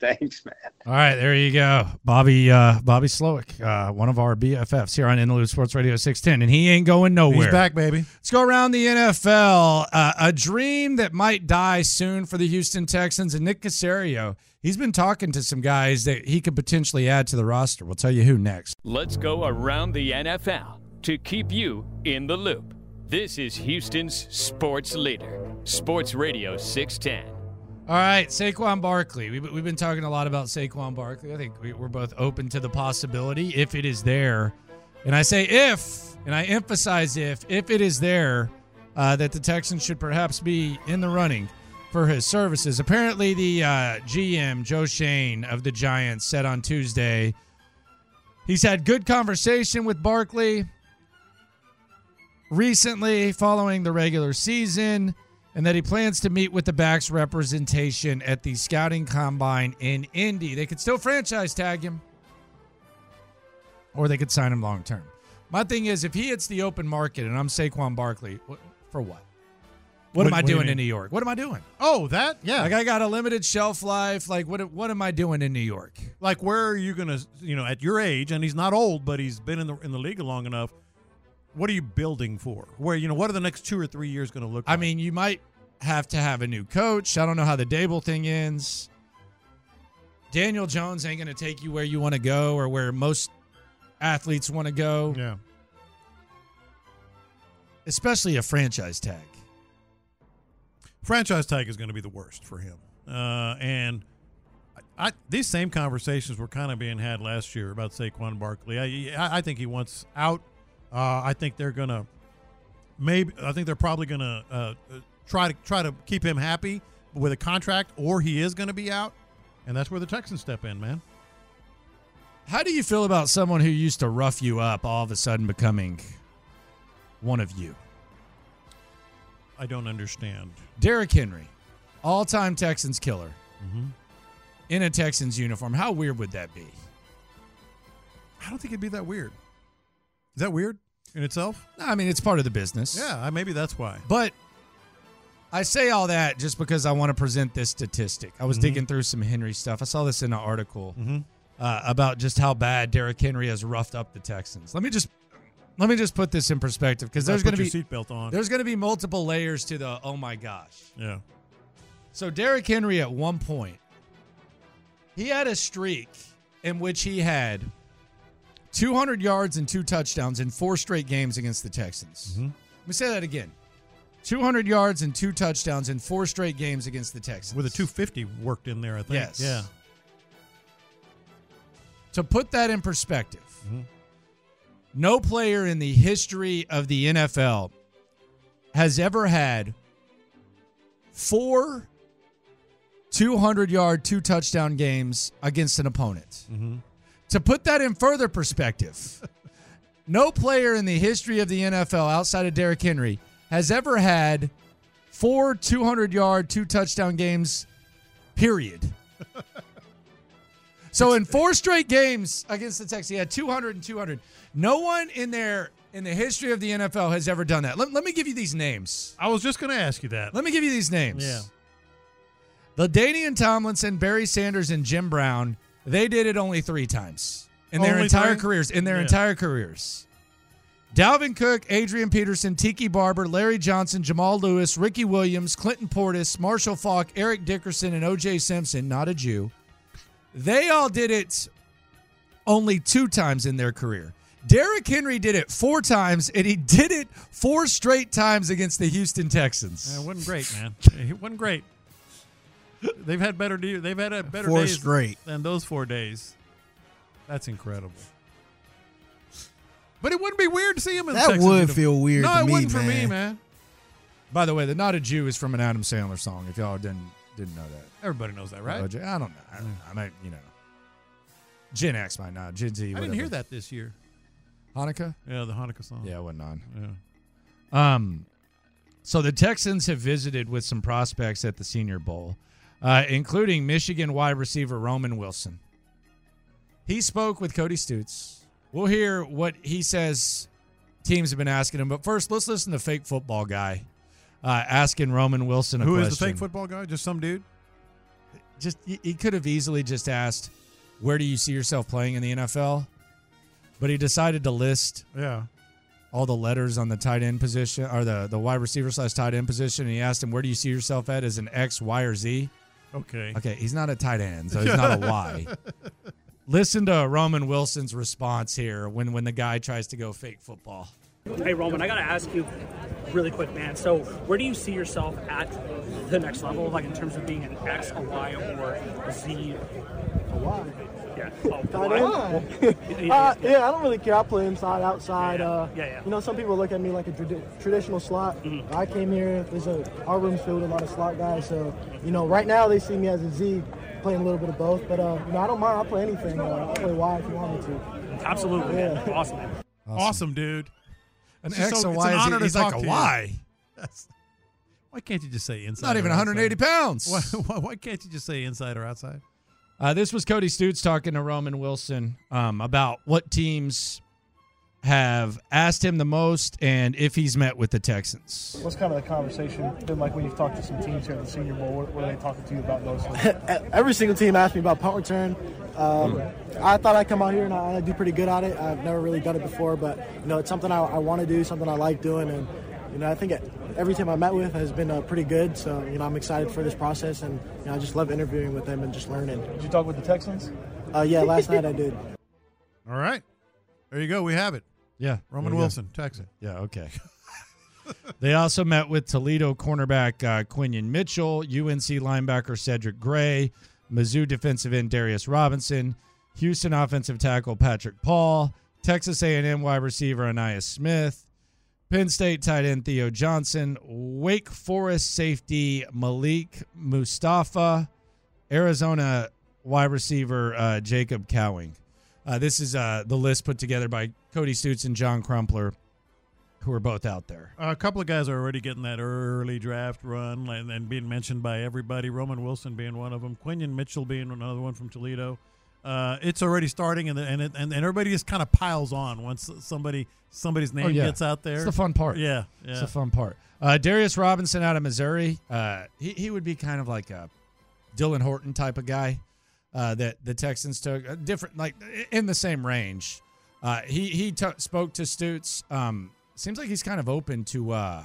Speaker 27: Thanks, man.
Speaker 1: All right, there you go, Bobby uh, Bobby Slowick, uh, one of our BFFs here on In the Loop Sports Radio six ten, and he ain't going nowhere.
Speaker 2: He's back,
Speaker 3: baby.
Speaker 2: Let's go around the NFL. Uh, a dream that might die soon for the Houston Texans and Nick Casario. He's been talking to some guys that he could potentially add to the roster. We'll tell you who next.
Speaker 5: Let's go around the NFL to keep you in the loop. This is Houston's sports leader, Sports Radio 610.
Speaker 2: All right, Saquon Barkley. We've, we've been talking a lot about Saquon Barkley. I think we, we're both open to the possibility if it is there. And I say if, and I emphasize if, if it is there, uh, that the Texans should perhaps be in the running for his services. Apparently, the uh, GM, Joe Shane of the Giants, said on Tuesday he's had good conversation with Barkley recently following the regular season and that he plans to meet with the backs representation at the scouting combine in Indy. They could still franchise tag him or they could sign him long term. My thing is if he hits the open market and I'm Saquon Barkley, wh- for what? What, am I
Speaker 3: do you
Speaker 2: doing
Speaker 3: mean?
Speaker 2: in New York? What am I doing?
Speaker 3: Oh, that yeah.
Speaker 2: Like I got a limited shelf life. Like what what am I doing in New York?
Speaker 3: Like where are you gonna you know at your age? And he's not old, but he's been in the in the league long enough. What are you building for? Where you know what are the next two or three years going to look?
Speaker 2: I mean, you might have to have a new coach. I don't know how the Dable thing ends. Daniel Jones ain't going to take you where you want to go or where most athletes want to go.
Speaker 3: Yeah.
Speaker 2: Especially a franchise tag.
Speaker 3: franchise tag is going to be the worst for him. Uh, and I, I, these same conversations were kind of being had last year about Saquon Barkley. I, I, I think he wants out. Uh, I think they're going to maybe. I think they're probably going to uh, uh, try to try to keep him happy with a contract, or he is going to be out. And that's where the Texans step in, man.
Speaker 2: How do you feel about someone who used to rough you up all of a sudden becoming one of you?
Speaker 3: I don't understand.
Speaker 2: Derrick Henry, all time Texans killer,
Speaker 3: Mhm.
Speaker 2: in a Texans uniform. How weird would that be?
Speaker 3: I don't think it'd be that weird. Is that weird in itself?
Speaker 2: No, I mean, it's part of the business.
Speaker 3: Yeah, I- maybe that's why.
Speaker 2: But I say all that just because I want to present this statistic. I was
Speaker 3: Mhm.
Speaker 2: digging through some Henry stuff. I saw this in an article
Speaker 3: Mhm.
Speaker 2: uh, about just how bad Derrick Henry has roughed up the Texans. Let me just let me just put this in perspective because
Speaker 3: Gotta
Speaker 2: there's going to
Speaker 3: put
Speaker 2: be
Speaker 3: your seatbelt on.
Speaker 2: There's going to be multiple layers to the oh my gosh.
Speaker 3: Yeah.
Speaker 2: So Derrick Henry at one point he had a streak in which he had 200 yards and two touchdowns in four straight games against the Texans.
Speaker 3: Mm-hmm.
Speaker 2: Let me say that again. 200 yards and two touchdowns in four straight games against the Texans.
Speaker 3: With a 250 worked in there, I think.
Speaker 2: Yes.
Speaker 3: Yeah.
Speaker 2: To put that in perspective, no player in the history of the NFL has ever had four 200 yard, two touchdown games against an opponent. To put that in further perspective, no player in the history of the NFL outside of Derrick Henry has ever had four 200 yard, two touchdown games, period. So in four straight games against the Texans, he had 200 and 200. No one in their in the history of the NFL has ever done that. Let, let me give you these names.
Speaker 3: I was just going to ask you that.
Speaker 2: Let me give you these names.
Speaker 3: Yeah.
Speaker 2: Ladainian Tomlinson, Barry Sanders, and Jim Brown, they did it only three times in their
Speaker 3: Only
Speaker 2: entire
Speaker 3: three?
Speaker 2: careers. In their
Speaker 3: Yeah.
Speaker 2: entire careers. Dalvin Cook, Adrian Peterson, Tiki Barber, Larry Johnson, Jamal Lewis, Ricky Williams, Clinton Portis, Marshall Falk, Eric Dickerson, and OJ Simpson, not a Jew. They all did it only two times in their career. Derrick Henry did it four times, and he did it four straight times against the Houston Texans.
Speaker 3: Yeah, it wasn't great, man. It wasn't great. They've had better. de- They've had a better
Speaker 2: Four
Speaker 3: days
Speaker 2: straight.
Speaker 3: than those four days. That's incredible.
Speaker 2: But it wouldn't be weird to see him
Speaker 3: in
Speaker 4: That Texas would uniform. feel weird
Speaker 2: No,
Speaker 4: to
Speaker 2: it
Speaker 4: me,
Speaker 2: wouldn't for me,
Speaker 4: man.
Speaker 2: man. By the way, the Not a Jew is from an Adam Sandler song. If y'all didn't didn't know that,
Speaker 3: Everybody knows that, right?
Speaker 2: Not a Jew. I don't know. I, don't know. I might, you know, Gen X might not. Gen Z.
Speaker 3: I didn't hear that this year.
Speaker 2: Hanukkah.
Speaker 3: Yeah, the Hanukkah song.
Speaker 2: Yeah, it wasn't on.
Speaker 3: Yeah.
Speaker 2: Um, so the Texans have visited with some prospects at the Senior Bowl, uh, including Michigan wide receiver Roman Wilson. He spoke with Cody Stutes. We'll hear what he says teams have been asking him. But first, let's listen to fake football guy uh, asking Roman Wilson a
Speaker 3: Who
Speaker 2: question.
Speaker 3: is the fake football guy? Just some dude.
Speaker 2: Just he- he could have easily just asked, "Where do you see yourself playing in the NFL?" But he decided to list
Speaker 3: Yeah.
Speaker 2: all the letters on the tight end position or the, the wide receiver slash tight end position. And he asked him, Where do you see yourself at as an X, Y, or Z?
Speaker 3: Okay.
Speaker 2: Okay. He's not a tight end, so he's not a Y. Listen to Roman Wilson's response here when, when the guy tries to go fake football.
Speaker 6: Hey Roman, I gotta ask you really quick, man. So, where do you see yourself at the next level, like in terms of being an X, a Y, or a Z? A Y. Yeah. A
Speaker 7: Tight
Speaker 6: Y?
Speaker 7: end? Uh, yeah, I don't really care. I play inside, outside. Uh, yeah, yeah. You know, some people look at me like a tradi- traditional slot. I came here. There's a our room's filled with a lot of slot guys. So, you know, right now they see me as a Z, playing a little bit of both. But uh, you know, I don't mind. I play anything. Uh, I play Y if you want me to.
Speaker 6: Absolutely. man.
Speaker 7: Yeah.
Speaker 6: Awesome. man.
Speaker 3: Awesome, dude.
Speaker 2: An
Speaker 3: It's just
Speaker 2: X,
Speaker 3: so-
Speaker 2: a
Speaker 3: it's
Speaker 2: Y,
Speaker 3: an
Speaker 2: is-
Speaker 3: honor to
Speaker 2: he's like
Speaker 3: talk
Speaker 2: a
Speaker 3: to you.
Speaker 2: Y.
Speaker 3: That's- why can't you just say inside?
Speaker 2: Not even
Speaker 3: or outside?
Speaker 2: 180 pounds.
Speaker 3: Why, why, why can't you just say inside or outside?
Speaker 2: Uh, this was Cody Stutes talking to Roman Wilson um, about what teams have asked him the most and if he's met with the Texans.
Speaker 7: What's kind of the conversation been like when you've talked to some teams here at the Senior Bowl? What, what are they talking to you about mostly? Every single team asked me about punt return. Um, I thought I'd come out here and I, I do pretty good at it. I've never really done it before, but you know it's something I, I want to do, something I like doing, and you know I think every team I met with has been uh, pretty good. So you know I'm excited for this process, and you know, I just love interviewing with them and just learning. Did you talk with the Texans? Uh, yeah, last night I did.
Speaker 3: All right. There you go. We have it.
Speaker 2: Yeah.
Speaker 3: Roman
Speaker 2: there you go.
Speaker 3: Wilson, Texan.
Speaker 2: Yeah, okay. They also met with Toledo cornerback uh, Quinion Mitchell, UNC linebacker Cedric Gray, Mizzou defensive end Darius Robinson, Houston offensive tackle Patrick Paul, Texas A&M wide receiver Anaya Smith, Penn State tight end Theo Johnson, Wake Forest safety Malik Mustafa, Arizona wide receiver uh, Jacob Cowing. Uh, this is uh, the list put together by Cody Stutes and John Crumpler, who are both out there.
Speaker 3: Uh, a couple of guys are already getting that early draft run and, and being mentioned by everybody. Roman Wilson being one of them. Quinion Mitchell being another one from Toledo. Uh, it's already starting, and the- and, it, and and everybody just kind of piles on once somebody somebody's name
Speaker 2: Oh, yeah.
Speaker 3: gets out there.
Speaker 2: It's the fun part.
Speaker 3: Yeah, yeah.
Speaker 2: It's the fun part. Uh, Darius Robinson out of Missouri. Uh, he, he would be kind of like a Dylan Horton type of guy uh, that the Texans took. Uh, different, like in the same range. Uh, he he t- spoke to Stutes. Um, seems like he's kind of open to uh,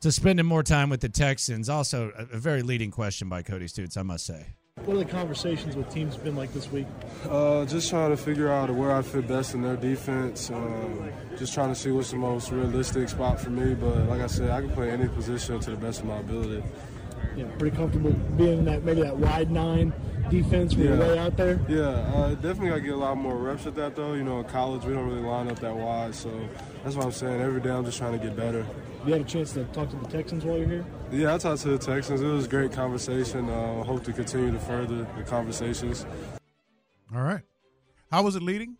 Speaker 2: to spending more time with the Texans. Also, a, a very leading question by Cody Stutes, I must say.
Speaker 7: What are the conversations with teams been like this week?
Speaker 26: Uh, just trying to figure out where I fit best in their defense. Um, just trying to see what's the most realistic spot for me. But like I said, I can play any position to the best of my ability.
Speaker 7: Yeah, pretty comfortable being that maybe that wide nine defense when you're way out there.
Speaker 26: Yeah, uh, definitely I get a lot more reps at that though. You know, in college we don't really line up that wide, so that's what I'm saying. Every day I'm just trying to get better.
Speaker 7: You had a chance to talk to the Texans while you're here.
Speaker 26: Yeah, I talked to the Texans. It was a great conversation. Uh, hope to continue to further the conversations.
Speaker 3: All right. How was it leading?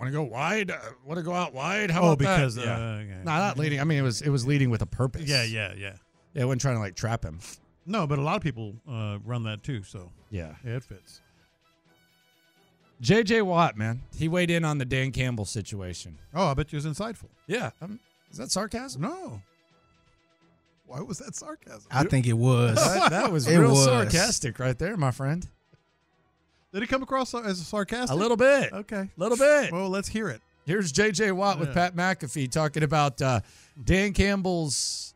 Speaker 2: Want to go wide? Uh, Want to go out wide?
Speaker 3: Oh,
Speaker 2: How about that?
Speaker 3: because, uh,
Speaker 2: yeah.
Speaker 3: okay.
Speaker 2: no, not leading. I mean, it was it was leading with a purpose.
Speaker 3: Yeah, yeah, yeah.
Speaker 2: Yeah, it wasn't trying to like trap him.
Speaker 3: No, but a lot of people uh, run that too. So
Speaker 2: Yeah.
Speaker 3: yeah, it fits.
Speaker 2: J.J. Watt, man, he weighed in on the Dan Campbell situation.
Speaker 3: Oh, I bet you was insightful.
Speaker 2: Yeah, um, is that sarcasm?
Speaker 3: No. Why was that sarcasm?
Speaker 4: I think it was.
Speaker 2: that, that was
Speaker 4: It
Speaker 2: real
Speaker 4: was.
Speaker 2: sarcastic right there, my friend.
Speaker 3: Did it come across as sarcastic?
Speaker 2: A little bit.
Speaker 3: Okay.
Speaker 2: A little bit.
Speaker 4: Oh,
Speaker 3: Well, let's hear it.
Speaker 2: Here's J.J. Watt with
Speaker 3: Yeah.
Speaker 2: Pat McAfee talking about uh, Dan Campbell's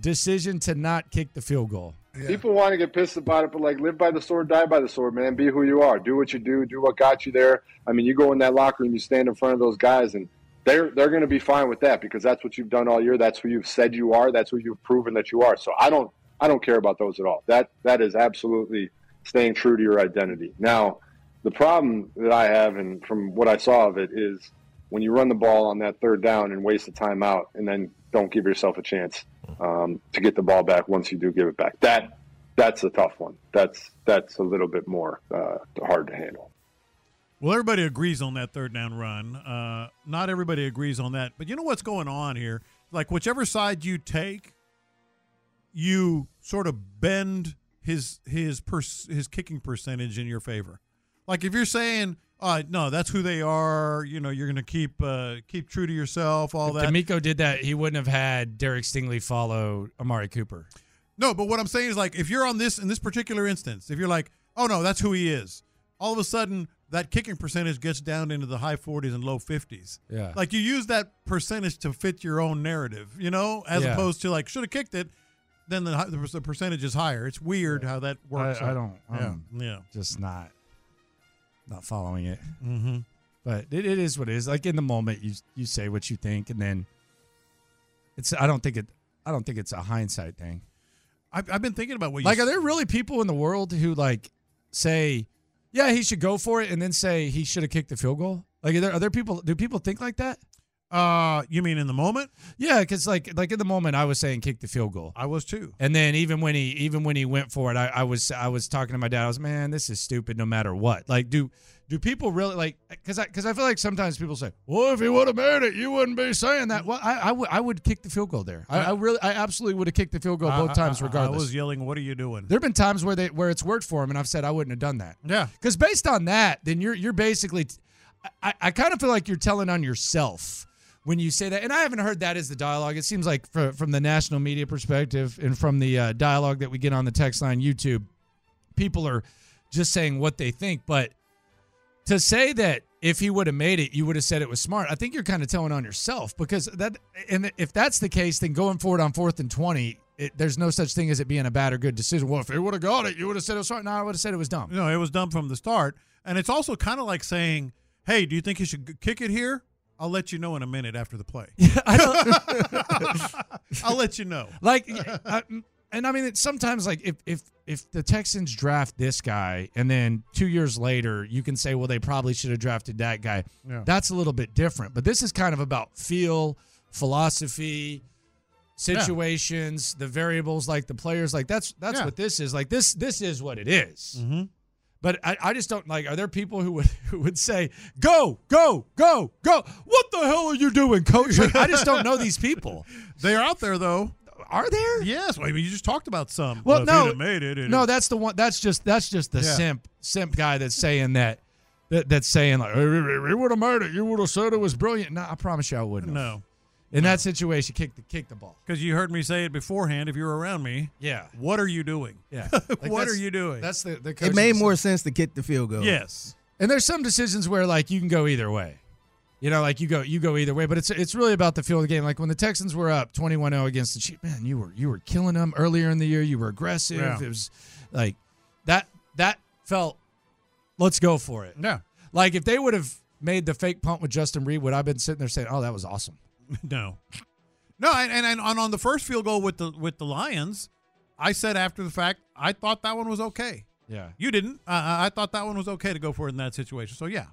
Speaker 2: decision to not kick the field goal.
Speaker 29: People want to get pissed about it, but like, live by the sword, die by the sword, man. Be who you are. Do what you do. Do what got you there. I mean, you go in that locker room, you stand in front of those guys, and they're they're going to be fine with that because that's what you've done all year. That's who you've said you are. That's who you've proven that you are. So I don't I don't care about those at all. That that is absolutely staying true to your identity. Now, the problem that I have, and from what I saw of it, is when you run the ball on that third down and waste the timeout, and then don't give yourself a chance um, to get the ball back once you do give it back. That that's a tough one. That's that's a little bit more uh, hard to handle.
Speaker 3: Well, everybody agrees on that third down run. Uh, not everybody agrees on that, but you know what's going on here? Like whichever side you take, you sort of bend his his pers- his kicking percentage in your favor. Like if you're saying, uh, no, that's who they are. You know, you're going to keep uh, keep true to yourself. All
Speaker 2: If
Speaker 3: that.
Speaker 2: D'Amico did that, he wouldn't have had Derek Stingley follow Amari Cooper.
Speaker 3: No, but what I'm saying is like if you're on this in this particular instance, if you're like, oh no, that's who he is. All of a sudden, that kicking percentage gets down into the high 40s and low 50s.
Speaker 2: Yeah.
Speaker 3: Like you use that percentage to fit your own narrative, you know, as
Speaker 2: Yeah.
Speaker 3: opposed to like should have kicked it. Then the, hi- the per- the percentage is higher. It's weird how that works.
Speaker 2: I, I
Speaker 3: out.
Speaker 2: don't. um,
Speaker 3: Yeah.
Speaker 2: I'm
Speaker 3: yeah.
Speaker 2: Just not, not following it.
Speaker 3: Mm-hmm.
Speaker 2: But it, it is what it is. Like in the moment, you you say what you think, and then it's. I don't think it. I don't think it's a hindsight thing.
Speaker 3: I've, I've been thinking about what you
Speaker 2: Like, are there really people in the world who like say, "Yeah, he should go for it," and then say he should have kicked the field goal? Like, are there, are there people? Do people think like that?
Speaker 3: Uh, you mean in the moment?
Speaker 2: Yeah, because like like in the moment, I was saying kick the field goal.
Speaker 3: I was too.
Speaker 2: And then even when he even when he went for it, I, I was I was talking to my dad. I was man, this is stupid. No matter what, like do do people really like? Because I because I feel like sometimes people say, well, if he would have made it, you wouldn't be saying that. Well, I I would I would kick the field goal there. I, I really I absolutely would have kicked the field goal both
Speaker 3: I- I-
Speaker 2: times,
Speaker 3: I-
Speaker 2: regardless.
Speaker 3: I was yelling, "What are you doing?"
Speaker 2: There have been times where they where it's worked for him, and I've said I wouldn't have done that.
Speaker 3: Yeah,
Speaker 2: because based on that, then you're you're basically, I, I kind of feel like you're telling on yourself when you say that, and I haven't heard that as the dialogue. It seems like fro- from the national media perspective and from the uh, dialogue that we get on the text line YouTube, people are just saying what they think, but to say that if he would have made it, you would have said it was smart. I think you're kind of telling on yourself because that, and if that's the case, then going forward on fourth and 20, it, there's no such thing as it being a bad or good decision. Well, if he would have got it, you would have said it was smart. No, I would have said it was dumb.
Speaker 3: No, it was dumb from the start. And it's also kind of like saying, hey, do you think you should g- kick it here? I'll let you know in a minute after the play. I'll let you know.
Speaker 2: Like, yeah, I- and I mean, it's sometimes like if if if the Texans draft this guy and then two years later you can say, well, they probably should have drafted that guy.
Speaker 3: Yeah.
Speaker 2: That's a little bit different. But this is kind of about feel, philosophy, situations, the variables, like the players. Like that's that's what this is. Like this this is what it is.
Speaker 3: Mm-hmm.
Speaker 2: But I, I just don't like. Are there people who would who would say, "Go, go, go, go"? What the hell are you doing, coach? Like, I just don't know these people.
Speaker 3: they are out there though.
Speaker 2: Are there?
Speaker 3: Yes. Well, I mean, you just talked about some.
Speaker 2: Well,
Speaker 3: if
Speaker 2: no,
Speaker 3: he'd have made it. it'd-
Speaker 2: no, that's the one. That's just that's just the
Speaker 3: Yeah.
Speaker 2: simp simp guy that's saying that, that that's saying like we would have made it. You would have said it was brilliant. No, I promise you, I wouldn't. have.
Speaker 3: No.
Speaker 2: in that situation, kick the kick the ball.
Speaker 3: Because you heard me say it beforehand. If you were around me,
Speaker 2: Yeah.
Speaker 3: What are you doing?
Speaker 2: Yeah. Like,
Speaker 3: what
Speaker 2: that's-
Speaker 3: are you doing?
Speaker 2: That's the the
Speaker 4: It
Speaker 2: coaching
Speaker 4: made
Speaker 2: decision.
Speaker 4: more sense to kick the field goal.
Speaker 3: Yes.
Speaker 2: And there's some decisions where like you can go either way. You know, like you go you go either way, but it's it's really about the feel of the game. Like when the Texans were up 21-0 against the Chiefs, man, you were you were killing them earlier in the year. You were aggressive.
Speaker 3: Yeah.
Speaker 2: It was like that that felt let's go for it.
Speaker 3: Yeah.
Speaker 2: Like if they would have made the fake punt with Justin Reed, would I've been sitting there saying, "Oh, that was awesome."
Speaker 3: No. No, and, and and on the first field goal with the with the Lions, I said after the fact, I thought that one was okay.
Speaker 2: Yeah.
Speaker 3: You didn't. I, I- I thought that one was okay to go for it in that situation. So yeah,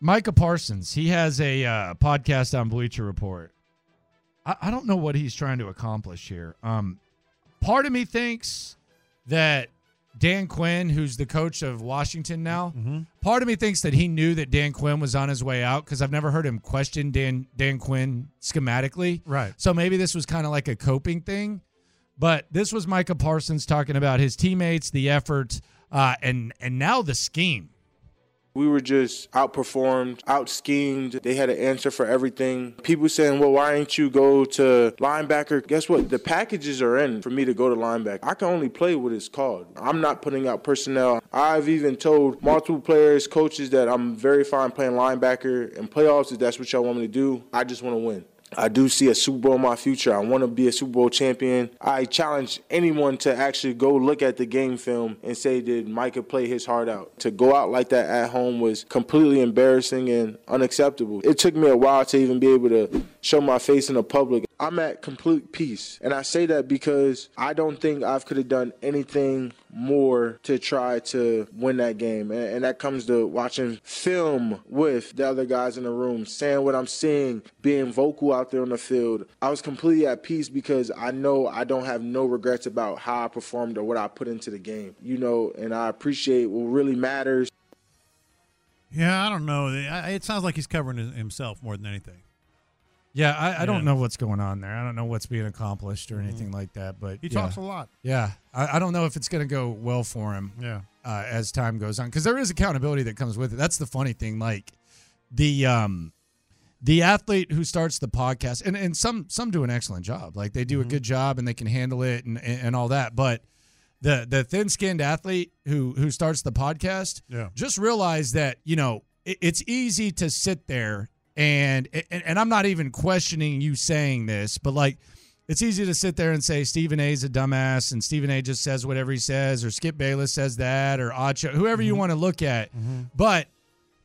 Speaker 2: Micah Parsons, he has a uh, podcast on Bleacher Report. I, I don't know what he's trying to accomplish here. Um, part of me thinks that Dan Quinn, who's the coach of Washington now, part of me thinks that he knew that Dan Quinn was on his way out because I've never heard him question Dan Dan Quinn schematically.
Speaker 3: Right.
Speaker 2: So maybe this was kind of like a coping thing. But this was Micah Parsons talking about his teammates, the effort, uh, and and now the scheme.
Speaker 30: We were just outperformed, out schemed. They had an answer for everything. People saying, well, why ain't you go to linebacker? Guess what? The packages are in for me to go to linebacker. I can only play what it's called. I'm not putting out personnel. I've even told multiple players, coaches, that I'm very fine playing linebacker. And playoffs, if that's what y'all want me to do, I just want to win.
Speaker 8: I do see a Super Bowl in my future. I want to be a Super Bowl champion. I challenge anyone to actually go look at the game film and say, did Micah play his heart out? To go out like that at home was completely embarrassing and unacceptable. It took me a while to even be able to show my face in the public. I'm at complete peace. And I say that because I don't think I could have done anything more to try to win that game. And, and that comes to watching film with the other guys in the room, saying what I'm seeing, being vocal out there on the field. I was completely at peace because I know I don't have no regrets about how I performed or what I put into the game, you know, and I appreciate what really matters.
Speaker 3: Yeah, I don't know. I- It sounds like he's covering his- himself more than anything.
Speaker 2: Yeah, I, I
Speaker 3: Yeah.
Speaker 2: don't know what's going on there. I don't know what's being accomplished or anything
Speaker 3: Mhm.
Speaker 2: like that. But
Speaker 3: He
Speaker 2: yeah.
Speaker 3: talks a lot.
Speaker 2: Yeah, I, I don't know if it's going to go well for him.
Speaker 3: Yeah.
Speaker 2: uh, as time goes on, because there is accountability that comes with it. That's the funny thing. Like the um, the athlete who starts the podcast, and and some some do an excellent job. Like they do
Speaker 3: Mm-hmm.
Speaker 2: a good job and they can handle it and and, and all that. But the the thin skinned athlete who who starts the podcast,
Speaker 3: Yeah.
Speaker 2: just realize that you know it, it's easy to sit there and, and and I'm not even questioning you saying this, but like it's easy to sit there and say Stephen A. is a dumbass and Stephen A. just says whatever he says, or Skip Bayless says that, or Acho, whoever you want to look at, but.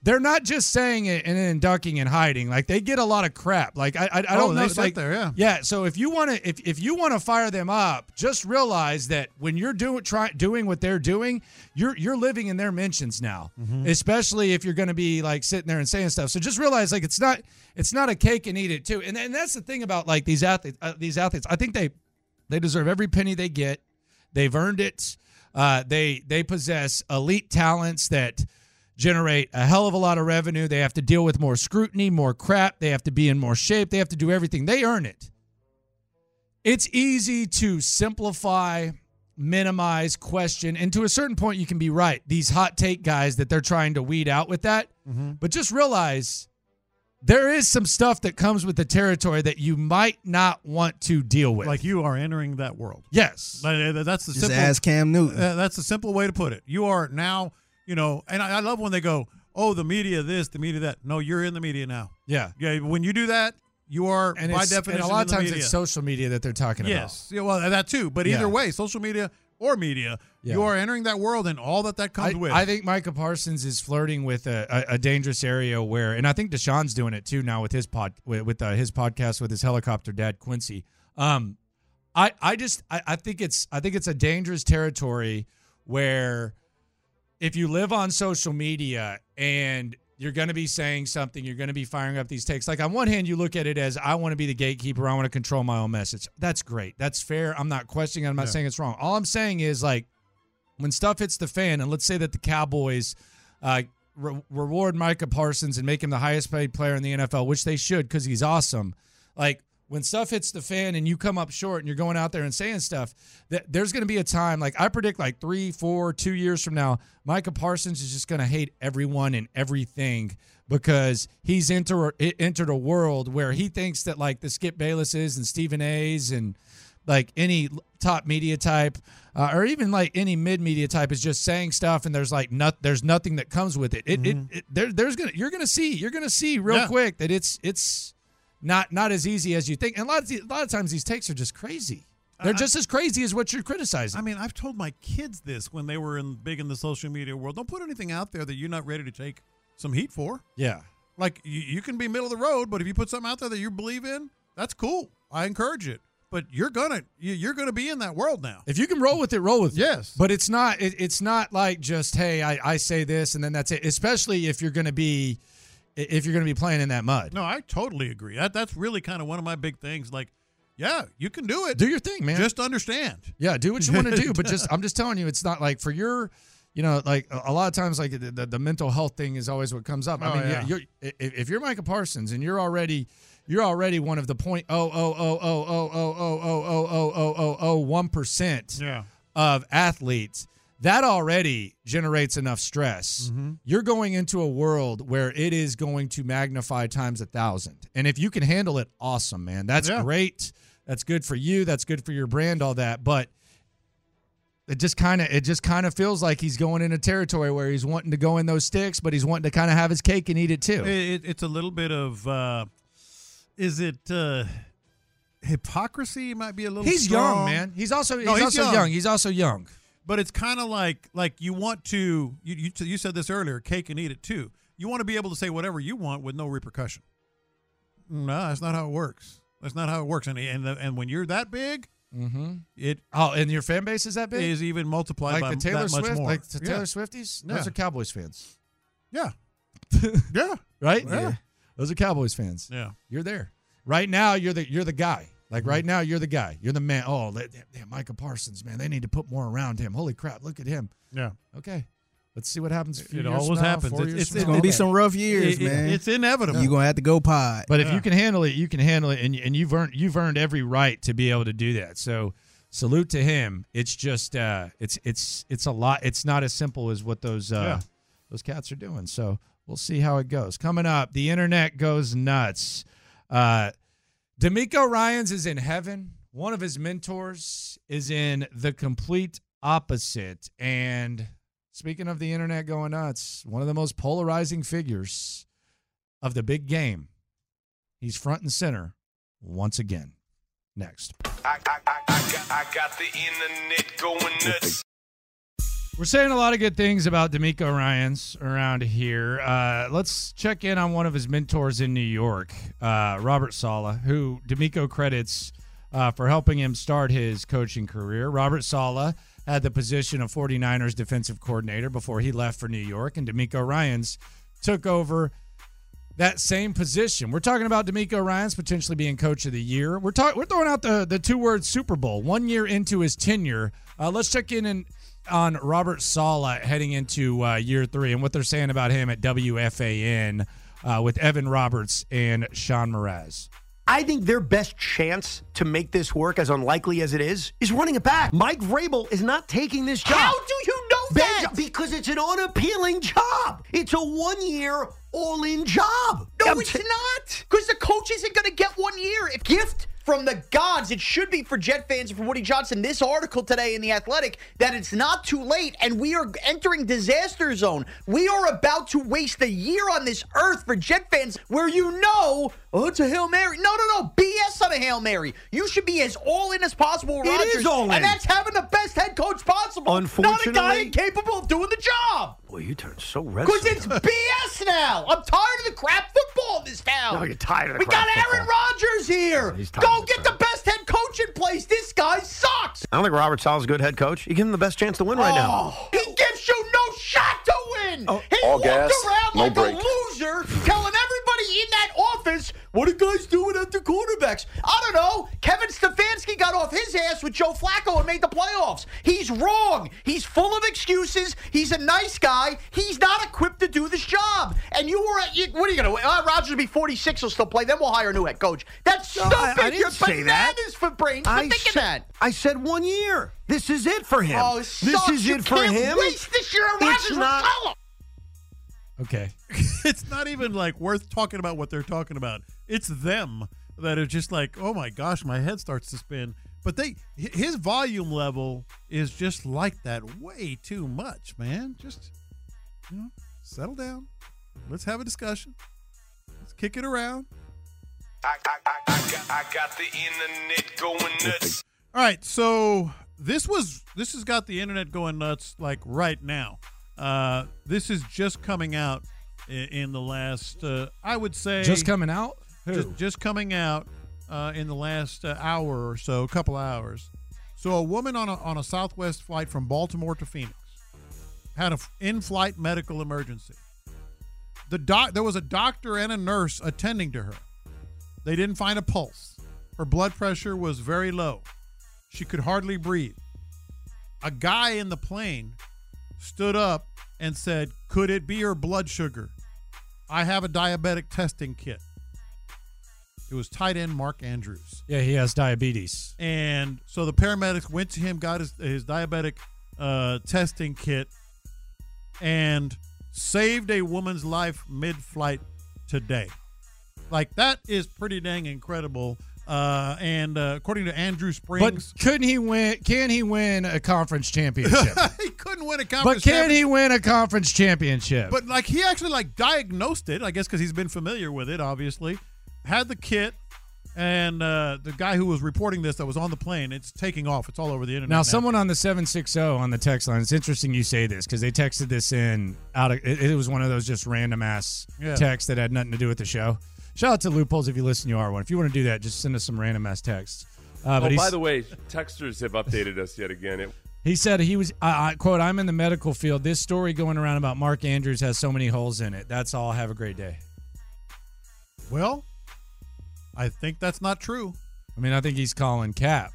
Speaker 2: They're not just saying it and then ducking and hiding. Like they get a lot of crap. Like I, I, I
Speaker 3: Oh,
Speaker 2: don't
Speaker 3: they
Speaker 2: know.
Speaker 3: sit
Speaker 2: like,
Speaker 3: there, yeah.
Speaker 2: yeah. So if you want to, if, if you want to fire them up, just realize that when you're doing try doing what they're doing, you're you're living in their mentions now.
Speaker 3: Mm-hmm.
Speaker 2: Especially if you're going to be like sitting there and saying stuff. So just realize like it's not it's not a cake and eat it too. And and that's the thing about like these athletes. Uh, these athletes, I think they they deserve every penny they get. They've earned it. Uh, they they possess elite talents that generate a hell of a lot of revenue. They have to deal with more scrutiny, more crap. They have to be in more shape. They have to do everything. They earn it. It's easy to simplify, minimize, question, and to a certain point, you can be right. These hot take guys that they're trying to weed out with that, but just realize there is some stuff that comes with the territory that you might not want to deal with.
Speaker 3: Like you are entering that world.
Speaker 2: Yes.
Speaker 3: Like, uh, That's the
Speaker 2: Just
Speaker 3: simple,
Speaker 2: ask Cam Newton.
Speaker 3: Uh, That's the simple way to put it. You are now, you know, and I, I love when they go, "Oh, the media this, the media that." No, you're in the media now.
Speaker 2: Yeah.
Speaker 3: yeah. When you do that, you are
Speaker 2: and
Speaker 3: by
Speaker 2: it's- and
Speaker 3: definition.
Speaker 2: a lot
Speaker 3: in
Speaker 2: of
Speaker 3: the
Speaker 2: times
Speaker 3: media.
Speaker 2: it's social media that they're talking
Speaker 3: Yes, yeah, well, that too. But
Speaker 2: Yeah.
Speaker 3: either way, social media or media,
Speaker 2: Yeah.
Speaker 3: you are entering that world and all that that comes
Speaker 2: about.
Speaker 3: with.
Speaker 2: I, I think Micah Parsons is flirting with a, a, a dangerous area where, and I think Deshaun's doing it too now with his pod with, with uh, his podcast with his helicopter dad Quincy. Um, I I just I, I think it's I think it's a dangerous territory where if you live on social media and you're going to be saying something, you're going to be firing up these takes. Like on one hand, you look at it as I want to be the gatekeeper, I want to control my own message. That's great. That's fair. I'm not questioning. it. I'm not
Speaker 9: Yeah.
Speaker 2: saying it's wrong. All I'm saying is like when stuff hits the fan, and let's say that the Cowboys uh, re- reward Micah Parsons and make him the highest paid player in the NFL, which they should because he's awesome. Like when stuff hits the fan and you come up short and you're going out there and saying stuff, that there's going to be a time like I predict like three, four, two years from now, Micah Parsons is just going to hate everyone and everything because he's enter entered a world where he thinks that like the Skip Baylesses and Stephen A's and like any l- top media type uh, or even like any mid media type is just saying stuff and there's like not there's nothing that comes with it. It, it, it there there's gonna you're gonna see you're gonna see real
Speaker 3: Mm-hmm. Yeah.
Speaker 2: quick that it's it's not not as easy as you think. And a lot of the- a lot of times these takes are just crazy. They're just as crazy as what you're criticizing.
Speaker 3: I mean, I've told my kids this when they were in big in the social media world. Don't put anything out there that you're not ready to take some heat for.
Speaker 2: Yeah.
Speaker 3: Like you, you can be middle of the road, but if you put something out there that you believe in, that's cool. I encourage it. But you're gonna you, you're gonna be in that world now.
Speaker 2: If you can roll with it, roll with
Speaker 3: it. Yes.
Speaker 2: But it's not it, it's not like just hey, I, I say this and then that's it. Especially if you're going to be if you're going to be playing in that mud.
Speaker 3: No, I totally agree. That that's really kind of one of my big things. Like, yeah, you can do it.
Speaker 2: Do your thing, man.
Speaker 3: Just understand.
Speaker 2: Yeah, do what you want to do, but just I'm just telling you, it's not like for your, you know, like a a lot of times, like the, the, the mental health thing is always what comes up. I
Speaker 3: Oh,
Speaker 2: mean, yeah.
Speaker 3: yeah.
Speaker 2: you're, i- if, if you're Micah Parsons and you're already, you're already one of the point oh oh oh oh oh oh oh oh oh oh oh oh oh one percent
Speaker 3: Yeah.
Speaker 2: of athletes. That already generates enough stress.
Speaker 3: Mm-hmm.
Speaker 2: You're going into a world where it is going to magnify times a thousand. And if you can handle it, awesome, man. That's
Speaker 3: Yeah.
Speaker 2: great. That's good for you. That's good for your brand, all that. But it just kind of it just kind of feels like he's going in a territory where he's wanting to go in those sticks, but he's wanting to kind of have his cake and eat it too.
Speaker 3: It, it, it's a little bit of uh, is it uh, hypocrisy? Might be a little.
Speaker 2: He's
Speaker 3: strong.
Speaker 2: young, man. He's also- he's also young. He's also young.
Speaker 3: But it's kind of like like you want to you, you you said this earlier. Cake and eat it too. You want to be able to say whatever you want with no repercussion. No, that's not how it works. That's not how it works. And and the, and when you're that big,
Speaker 2: Mm-hmm.
Speaker 3: it
Speaker 2: oh, and your fan base is that big?
Speaker 3: is even multiplied
Speaker 2: like
Speaker 3: by
Speaker 2: the Taylor
Speaker 3: that much
Speaker 2: Swift,
Speaker 3: more.
Speaker 2: like the Taylor
Speaker 3: Yeah.
Speaker 2: Swifties.
Speaker 3: Yeah.
Speaker 2: Those are Cowboys fans.
Speaker 3: Yeah.
Speaker 2: yeah. Right.
Speaker 3: Yeah.
Speaker 2: Those are Cowboys fans.
Speaker 3: Yeah.
Speaker 2: You're there. Right now, you're the you're the guy. Like right now, you're the guy. You're the man. Oh, let, damn, damn, Micah Parsons, man. They need to put more around him. Holy crap! Look at him.
Speaker 3: Yeah.
Speaker 2: Okay. Let's see what happens. a few
Speaker 3: It
Speaker 2: years
Speaker 3: always
Speaker 2: from now,
Speaker 3: happens.
Speaker 2: four
Speaker 3: It's-
Speaker 2: years
Speaker 3: it's-
Speaker 2: from
Speaker 3: it's
Speaker 2: now.
Speaker 3: gonna be some rough years, It- it- man. it's inevitable.
Speaker 4: You're gonna have to go pod.
Speaker 2: But if you can handle it, you can handle it, and and you've earned you've earned every right to be able to do that. So salute to him. It's just uh, it's it's it's a lot. It's not as simple as what those uh,
Speaker 3: Yeah.
Speaker 2: those cats are doing. So we'll see how it goes. Coming up, the internet goes nuts. Uh, D'Amico Ryan's is in heaven. One of his mentors is in the complete opposite. And speaking of the internet going nuts, one of the most polarizing figures of the big game. He's front and center once again. Next.
Speaker 9: I, I, I, I, got, I got the internet going nuts.
Speaker 2: We're saying a lot of good things about D'Amico Ryans around here. Uh, let's check in on one of his mentors in New York, uh, Robert Sala, who D'Amico credits uh, for helping him start his coaching career. Robert Sala had the position of 49ers defensive coordinator before he left for New York, and D'Amico Ryans took over that same position. We're talking about D'Amico Ryan's potentially being coach of the year. We're talking. We're throwing out the the two word Super Bowl. One year into his tenure, uh, let's check in and on Robert Sala heading into uh, year three and what they're saying about him at WFAN uh, with Evan Roberts and Sean Mraz.
Speaker 10: I think their best chance to make this work, as unlikely as it is, is running it back. Mike Vrabel is not taking this job. How do you know that? Because it's an unappealing job. It's a one-year, all-in job.
Speaker 19: No, it's not. Because the coach isn't going to get one year. If gift from the gods, it should be for Jet fans and for Woody Johnson. This article today in The Athletic that it's not too late and we are entering disaster zone. We are about to waste a year on this earth for Jet fans where you know, oh, it's a Hail Mary. No, no, no. BS on a Hail Mary. You should be as all in as possible with
Speaker 10: It
Speaker 19: Rodgers,
Speaker 10: is all in.
Speaker 19: And that's having the best head coach possible. Not a
Speaker 10: Unfortunately-
Speaker 19: guy capable of doing the job.
Speaker 10: Well, you turned so red.
Speaker 19: Because it's BS now. I'm tired of the crap football in this town.
Speaker 10: No, you're tired of the
Speaker 19: Oh. We
Speaker 10: crap
Speaker 19: got Aaron Rodgers here.
Speaker 10: he's tired
Speaker 19: Go get the best head coach in place. This guy sucks.
Speaker 10: I don't think Robert Sala's a good head coach. You give him the best chance to win right now.
Speaker 19: Oh, he gives you no shot to win. he
Speaker 10: all
Speaker 19: walked
Speaker 10: gas,
Speaker 19: around
Speaker 10: no
Speaker 19: like
Speaker 10: brake.
Speaker 19: a loser, telling everybody in that office, what are guys doing at the quarterbacks? I don't know. Kevin Stefanski got off his ass with Joe Flacco and made the playoffs. He's wrong. He's full of excuses. He's a nice guy. He's not equipped to do this job. And you were, you, what are you going to, uh, Rodgers will be 46, he'll still play. Then we'll hire a new head coach. That's
Speaker 10: No,
Speaker 19: stupid.
Speaker 10: I- I didn't
Speaker 19: You're
Speaker 10: say that.
Speaker 19: bananas for brains for
Speaker 10: I
Speaker 19: thinking
Speaker 10: sa-
Speaker 19: that.
Speaker 10: I said one year. This is it for him.
Speaker 19: Oh, it
Speaker 10: this
Speaker 19: sucks.
Speaker 10: is
Speaker 19: You
Speaker 10: it for
Speaker 19: can't
Speaker 10: him.
Speaker 19: waste this year at
Speaker 10: It's
Speaker 19: Rodgers with
Speaker 10: not-
Speaker 19: Sala.
Speaker 2: Okay.
Speaker 3: it's not even like worth talking about what they're talking about. It's them that are just like, oh my gosh, my head starts to spin. But they, hi- his volume level is just like that, way too much, man. Just you know, settle down. Let's have a discussion. Let's kick it around.
Speaker 9: I, I, I, I, got, I got the internet going nuts.
Speaker 3: All right, so this was this has got the internet going nuts like right now. Uh, this is just coming out i- in the last, uh, I would say,
Speaker 2: Just coming out? Who?
Speaker 3: Just, just coming out uh, in the last uh, hour or so, a couple hours. So a woman on a on a Southwest flight from Baltimore to Phoenix had an in-flight medical emergency. The doc, there was a doctor and a nurse attending to her. They didn't find a pulse. Her blood pressure was very low. She could hardly breathe. A guy in the plane stood up and said, "Could it be her blood sugar? I have a diabetic testing kit." It was tight end Mark Andrews.
Speaker 2: Yeah, he has diabetes.
Speaker 3: And so the paramedics went to him, got his, his diabetic uh, testing kit, and saved a woman's life mid flight today. Like, that is pretty dang incredible. Uh, and uh, according to Andrew
Speaker 2: But
Speaker 3: Springs,
Speaker 2: couldn't he win? Can he win a conference championship?
Speaker 3: he couldn't win a
Speaker 2: but
Speaker 3: conference
Speaker 2: can
Speaker 3: championship.
Speaker 2: he win a conference championship?
Speaker 3: But like he actually like diagnosed it, I guess, because he's been familiar with it, obviously. had the kit, and uh, the guy who was reporting this that was on the plane, it's taking off. It's all over the internet.
Speaker 2: Now, someone on the 760 on the text line, it's interesting you say this because they texted this in out of it, it was one of those just random ass
Speaker 3: Yeah.
Speaker 2: texts that had nothing to do with the show. Shout out to Loopholes if you listen, you are one. If you want to do that, just send us some random ass texts. Uh, but
Speaker 11: oh,
Speaker 2: he's-
Speaker 11: by the way, texters have updated us yet again. It,
Speaker 2: He said he was, I, I quote, I'm in the medical field. This story going around about Mark Andrews has so many holes in it. That's all. Have a great day.
Speaker 3: Well, I think that's not true.
Speaker 2: I mean, I think he's calling Cap.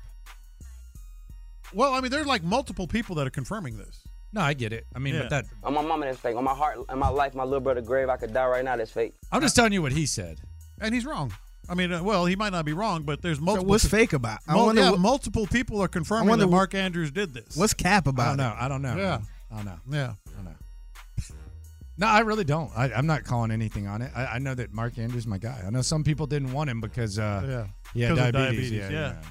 Speaker 3: Well, I mean, there's like multiple people that are confirming this.
Speaker 2: No, I get it. I mean, but that,
Speaker 12: On my mama, that's fake. On my heart, and my life, my little brother grave, I could die right now. That's fake.
Speaker 2: I'm just telling you what he said.
Speaker 3: And he's wrong. I mean, uh, well, he might not be wrong, but there's multiple.
Speaker 4: what's fake about- I
Speaker 3: Mul-
Speaker 4: wonder
Speaker 3: yeah,
Speaker 4: what-
Speaker 3: multiple people are confirming
Speaker 4: wonder
Speaker 3: that
Speaker 4: wh-
Speaker 3: Mark Andrews did this.
Speaker 4: What's Cap about?
Speaker 2: I don't know. I don't know.
Speaker 3: Yeah.
Speaker 2: I don't know.
Speaker 3: Yeah.
Speaker 2: I don't know. No, I really don't. I, I'm not calling anything on it. I, I know that Mark Andrews is my guy. I know some people didn't want him because uh,
Speaker 3: Yeah.
Speaker 2: he had
Speaker 3: 'Cause of
Speaker 2: diabetes.
Speaker 3: diabetes,
Speaker 2: Yeah,
Speaker 3: yeah.
Speaker 2: yeah.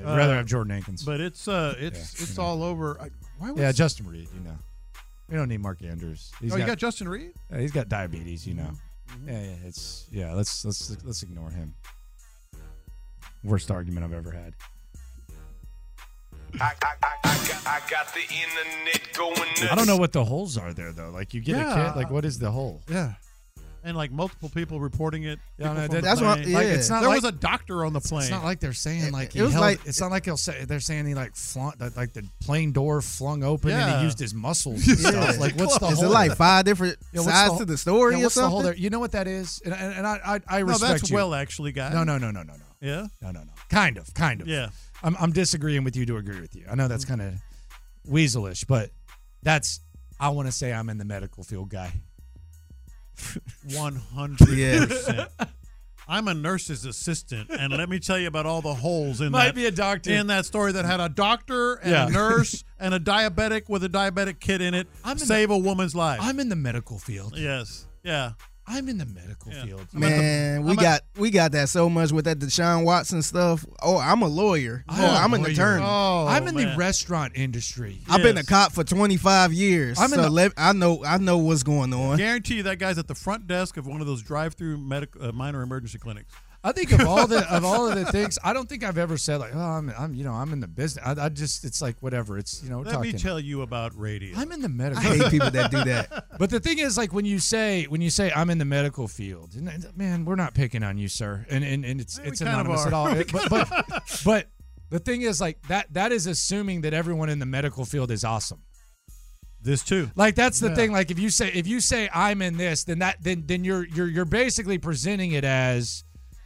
Speaker 2: Yeah, I'd rather
Speaker 3: Uh,
Speaker 2: have Jordan Aikens.
Speaker 3: But it's uh, it's it's all over. I, why was
Speaker 2: yeah, Justin Reed. You know, we don't need Mark Andrews. He's
Speaker 3: Oh, you got Justin Reed? Mm-hmm.
Speaker 2: Yeah, he's got diabetes. You know. Yeah, yeah. It's yeah. Let's let's let's ignore him. Worst argument I've ever had.
Speaker 9: I, I, I, I, got, I got the internet going nuts.
Speaker 2: I don't know what the holes are there though. Like you get a
Speaker 3: Yeah.
Speaker 2: kid. Like what is the hole?
Speaker 3: Yeah. And like multiple people reporting it.
Speaker 2: Yeah,
Speaker 3: people
Speaker 2: I know,
Speaker 3: from
Speaker 2: that-
Speaker 3: the
Speaker 2: that's what-
Speaker 3: plane.
Speaker 2: like, it's not
Speaker 3: there
Speaker 2: like-
Speaker 3: was a doctor on the plane.
Speaker 2: It's not like they're saying like he
Speaker 3: it was
Speaker 2: held-
Speaker 3: like-
Speaker 2: it's not like they'll say they're saying he like flaunt that like the plane door flung open and
Speaker 4: Yeah.
Speaker 2: he used his muscles and stuff. Like what's the
Speaker 4: Is
Speaker 2: whole
Speaker 4: it like five different
Speaker 2: Yeah, what's
Speaker 4: sides
Speaker 2: the-
Speaker 4: to the story
Speaker 2: yeah,
Speaker 4: or
Speaker 2: what's the
Speaker 4: something?
Speaker 2: whole there? You know what that is? And, and, and I, I I
Speaker 3: No,
Speaker 2: respect
Speaker 3: that's
Speaker 2: you.
Speaker 3: well actually, guy.
Speaker 2: No, no, no, no, no, no.
Speaker 3: Yeah.
Speaker 2: No, no, no. Kind of, kind of.
Speaker 3: Yeah. Mm.
Speaker 2: I'm I'm disagreeing with you to agree with you. I know that's kind of weaselish, but that's I want to say I'm in the medical field guy.
Speaker 3: One hundred percent. I'm a nurse's assistant, and let me tell you about all the holes in
Speaker 2: Might
Speaker 3: that,
Speaker 2: be a doctor.
Speaker 3: in that story that had a doctor and
Speaker 2: Yeah.
Speaker 3: a nurse and a diabetic with a diabetic kid in it
Speaker 2: I'm in
Speaker 3: save
Speaker 2: the-
Speaker 3: a woman's life.
Speaker 2: I'm in the medical field.
Speaker 3: yes, yeah.
Speaker 2: I'm in the medical field.
Speaker 4: Man, we got we got that so much with that Deshaun Watson stuff. Oh, I'm a lawyer. Oh, I'm an
Speaker 2: lawyer.
Speaker 4: attorney.
Speaker 3: Oh,
Speaker 2: I'm in the restaurant industry.
Speaker 4: I've been a cop for 25 years.
Speaker 3: I'm
Speaker 4: I'm
Speaker 3: in
Speaker 4: so
Speaker 3: the-
Speaker 4: let, I know I know what's going on.
Speaker 3: Guarantee you that guy's at the front desk of one of those drive-through medic, uh, minor emergency clinics.
Speaker 2: I think of all the of all of the things, I don't think I've ever said like, oh, I'm, I'm you know, I'm in the business. I, I just it's like whatever. It's you know, we're
Speaker 3: Let
Speaker 2: talking.
Speaker 3: me tell you about radio.
Speaker 2: I'm in the medical.
Speaker 3: I hate people that do that.
Speaker 2: But the thing is, like when you say when you say I'm in the medical field, and, and, man, we're not picking on you, sir, and and, and it's it's
Speaker 3: kind of
Speaker 2: anonymous
Speaker 3: are.
Speaker 2: at all.
Speaker 3: We
Speaker 2: It- but, but but the thing is, like that that is assuming that everyone in the medical field is awesome.
Speaker 3: This too.
Speaker 2: Like that's the
Speaker 3: Yeah.
Speaker 2: thing. Like if you say if you say I'm in this, then that then then you're you're you're basically presenting it as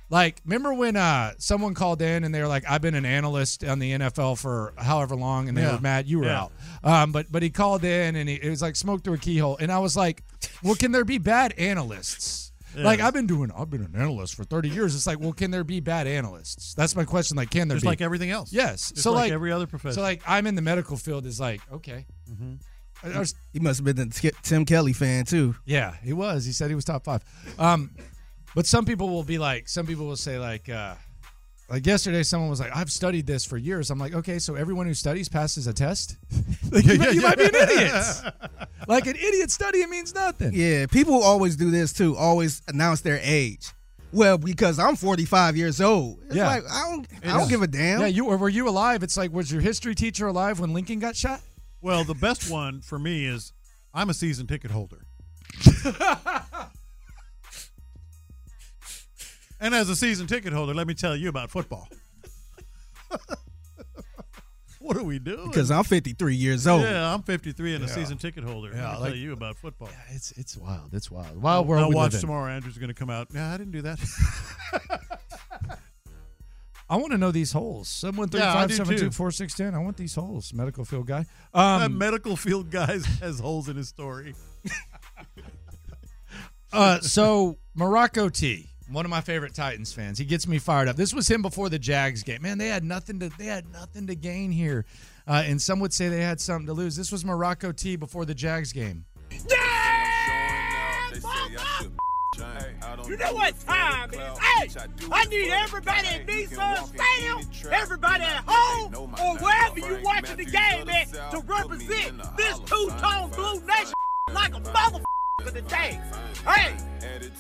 Speaker 2: like remember when uh someone called in and they were like I've been an analyst on the NFL for however long and they
Speaker 3: Yeah.
Speaker 2: were mad you were
Speaker 3: Yeah.
Speaker 2: out. Um but but he called in and he, it was like smoke through a keyhole and I was like, "Well, can there be bad analysts?"
Speaker 3: Yeah.
Speaker 2: Like I've been doing I've been an analyst for 30 years. It's like, "Well, can there be bad analysts?" That's my question like can there
Speaker 3: Just
Speaker 2: be
Speaker 3: like everything else.
Speaker 2: Yes.
Speaker 3: Just
Speaker 2: so
Speaker 3: like
Speaker 2: like,
Speaker 3: every other profession.
Speaker 2: So like I'm in the medical field is like, okay.
Speaker 4: Mm-hmm.
Speaker 2: I- I was-
Speaker 4: He must have been a T- Tim Kelly fan too.
Speaker 2: yeah, he was. He said he was top five. Um, but some people will be like, some people will say like, uh, like yesterday, someone was like, "I've studied this for years." I'm like, okay, so everyone who studies passes a test. Like, you, might- you might be an idiot. like an idiot studying means nothing.
Speaker 4: Yeah, people always do this too. Always announce their age. Well, because I'm 45 years old. It's
Speaker 2: yeah,
Speaker 4: like I don't I don't give a damn.
Speaker 2: Yeah, you or were you alive? It's like, was your history teacher alive when Lincoln got shot?
Speaker 3: Well, the best one for me is I'm a season ticket holder. and as a season ticket holder, let me tell you about football. what are we doing?
Speaker 4: because I'm 53 years old.
Speaker 3: Yeah, I'm 53 and a
Speaker 4: Yeah.
Speaker 3: season ticket holder.
Speaker 4: Yeah,
Speaker 3: let me
Speaker 4: like-
Speaker 3: tell you about football.
Speaker 2: Yeah, it's it's wild. It's wild. Wild world.
Speaker 3: Now
Speaker 2: we
Speaker 3: watch
Speaker 2: live in.
Speaker 3: tomorrow. Andrew's going to come out. Yeah, I didn't do that.
Speaker 2: I want to know these holes. Someone three
Speaker 3: Yeah, I
Speaker 2: five
Speaker 3: do
Speaker 2: seven
Speaker 3: too.
Speaker 2: two four six ten. I want these holes. Medical field guy.
Speaker 3: that
Speaker 2: Um,
Speaker 3: medical field guy has holes in his story.
Speaker 2: uh, so Morocco T, one of my favorite Titans fans, he gets me fired up. This was him before the Jags game. Man, they had nothing to they had nothing to gain here, uh, and some would say they had something to lose. This was Morocco T before the Jags game.
Speaker 9: You know what time it is? Hey, I need everybody at Nissan Stadium, everybody at home, or wherever you watching the game at, to represent this two-tone blue nation like a motherfucker.
Speaker 15: of the day. Hey,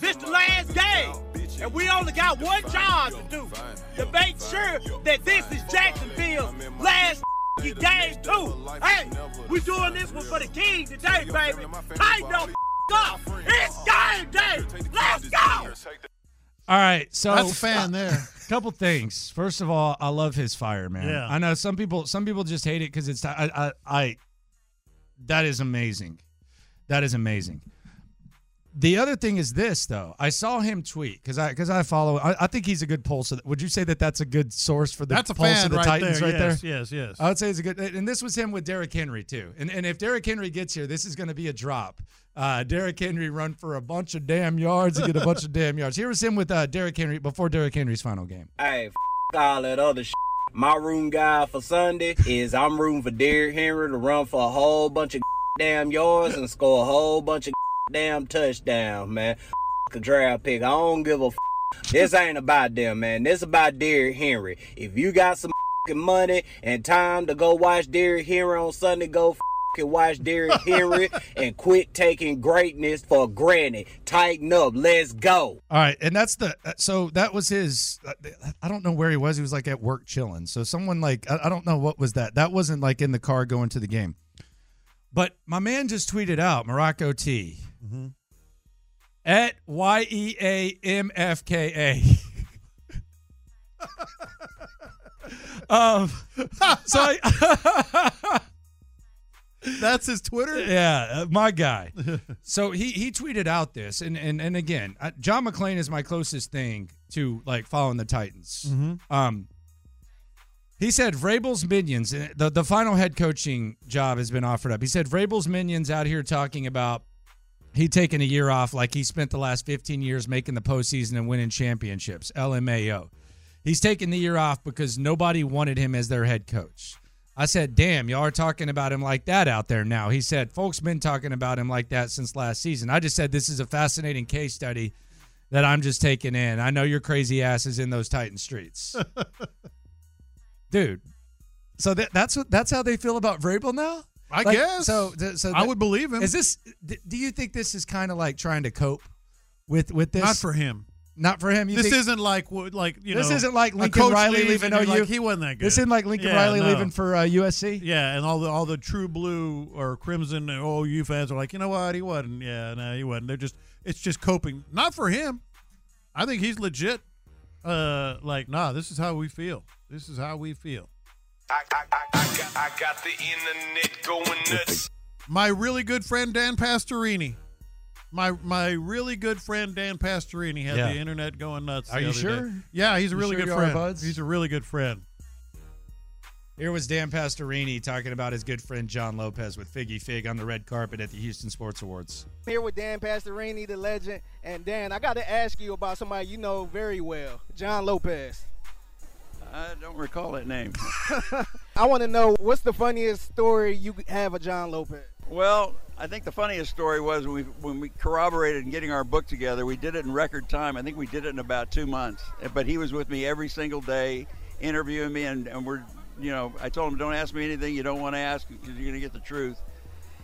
Speaker 15: this the last game, and we only got one job to do to make sure that this is Jacksonville's last game too. Hey, we doing this one for the king today, baby. Tighten the up. It's game day. Let's go.
Speaker 2: All right, so
Speaker 3: That's a fan there.
Speaker 2: Couple things. First of all, I love his fire, man.
Speaker 3: Yeah.
Speaker 2: I know some people. Some people just hate it because it's. I, I. I. That is amazing. That is amazing. The other thing is this though. I saw him tweet because I because I follow. I, I think he's a good pulse. Of the, would you say that that's a good source for the
Speaker 3: That's a
Speaker 2: pulse
Speaker 3: fan
Speaker 2: of the
Speaker 3: right
Speaker 2: Titans
Speaker 3: there,
Speaker 2: right
Speaker 3: yes,
Speaker 2: there?
Speaker 3: yes, yes.
Speaker 2: I would say it's a good. And this was him with Derrick Henry too. And and if Derrick Henry gets here, this is going to be a drop. Uh, Derrick Henry run for a bunch of damn yards and get a bunch of damn yards. Here was him with uh, Derrick Henry before Derrick Henry's final game.
Speaker 12: Hey, f- all that other sh- My room guy for Sunday is I'm rooting for Derrick Henry to run for a whole bunch of damn yards and score a whole bunch of damn touchdowns, man. F- a draft pick. I don't give a f- This ain't about them, man. This about Derrick Henry. If you got some f***ing money and time to go watch Derrick Henry on Sunday, go f***ing watch Derrick Henry and quit taking greatness for granted. Tighten up. Let's go.
Speaker 2: All right, and that's the uh, so that was his. uh, I don't know where he was. He was like at work chilling. So someone like I, I don't know what was that. That wasn't like in the car going to the game. But my man just tweeted out Morocco T at y e a m f k a. Um, so I,
Speaker 3: That's his Twitter.
Speaker 2: yeah, uh, my guy. so he he tweeted out this, and and and again, uh, John McClain is my closest thing to like following the Titans.
Speaker 3: Mhm.
Speaker 2: Um, he said Vrabel's minions. and The the final head coaching job has been offered up. He said Vrabel's minions out here talking about he taking a year off, like he spent the last 15 years making the postseason and winning championships. LMAO. He's taking the year off because nobody wanted him as their head coach. I said, damn, y'all are talking about him like that out there now. He said, folks been talking about him like that since last season. I just said, this is a fascinating case study that I'm just taking in. I know your crazy ass is in those Titan streets. Dude. So that, that's what that's how they feel about Vrabel now?
Speaker 3: I
Speaker 2: Like,
Speaker 3: guess.
Speaker 2: So, th- so
Speaker 3: I
Speaker 2: that-
Speaker 3: would believe him.
Speaker 2: Is this d- do you think this is kind of like trying to cope with with this?
Speaker 3: Not for him.
Speaker 2: Not for him. You
Speaker 3: this
Speaker 2: think-
Speaker 3: isn't like what- like you
Speaker 2: This
Speaker 3: know,
Speaker 2: isn't like
Speaker 3: a
Speaker 2: Lincoln
Speaker 3: coach
Speaker 2: Riley
Speaker 3: leaves
Speaker 2: leaving
Speaker 3: and you're
Speaker 2: OU.
Speaker 3: Like, he wasn't that good.
Speaker 2: This isn't like Lincoln
Speaker 3: Yeah,
Speaker 2: Riley
Speaker 3: no.
Speaker 2: leaving for uh, USC.
Speaker 3: Yeah, and all the all the true blue or crimson or OU fans are like, you know what, he wasn't. Yeah, no, he wasn't. They're just it's just coping. Not for him. I think he's legit. Uh, like, nah, this is how we feel. This is how we feel.
Speaker 14: I, I, I, I, got, I got the internet going nuts.
Speaker 3: My really good friend Dan Pastorini. My my really good friend Dan Pastorini had
Speaker 2: Yeah.
Speaker 3: the internet going nuts.
Speaker 2: Are
Speaker 3: the
Speaker 2: you
Speaker 3: other
Speaker 2: sure?
Speaker 3: day. Yeah, he's a
Speaker 2: You
Speaker 3: really
Speaker 2: sure
Speaker 3: good
Speaker 2: you are,
Speaker 3: friend.
Speaker 2: buds?
Speaker 3: He's a really good friend.
Speaker 2: Here was Dan Pastorini talking about his good friend John Lopez with Figgy Fig on the red carpet at the Houston Sports Awards.
Speaker 4: I'm here with Dan Pastorini, the legend. And Dan, I got to ask you about somebody you know very well, John Lopez.
Speaker 31: I don't recall that name.
Speaker 4: I want to know what's the funniest story you have of John Lopez?
Speaker 31: Well, I think the funniest story was when we, when we corroborated and getting our book together, we did it in record time. I think we did it in about two months. But he was with me every single day, interviewing me, and, and we're, you know, I told him, don't ask me anything you don't want to ask because you're going to get the truth.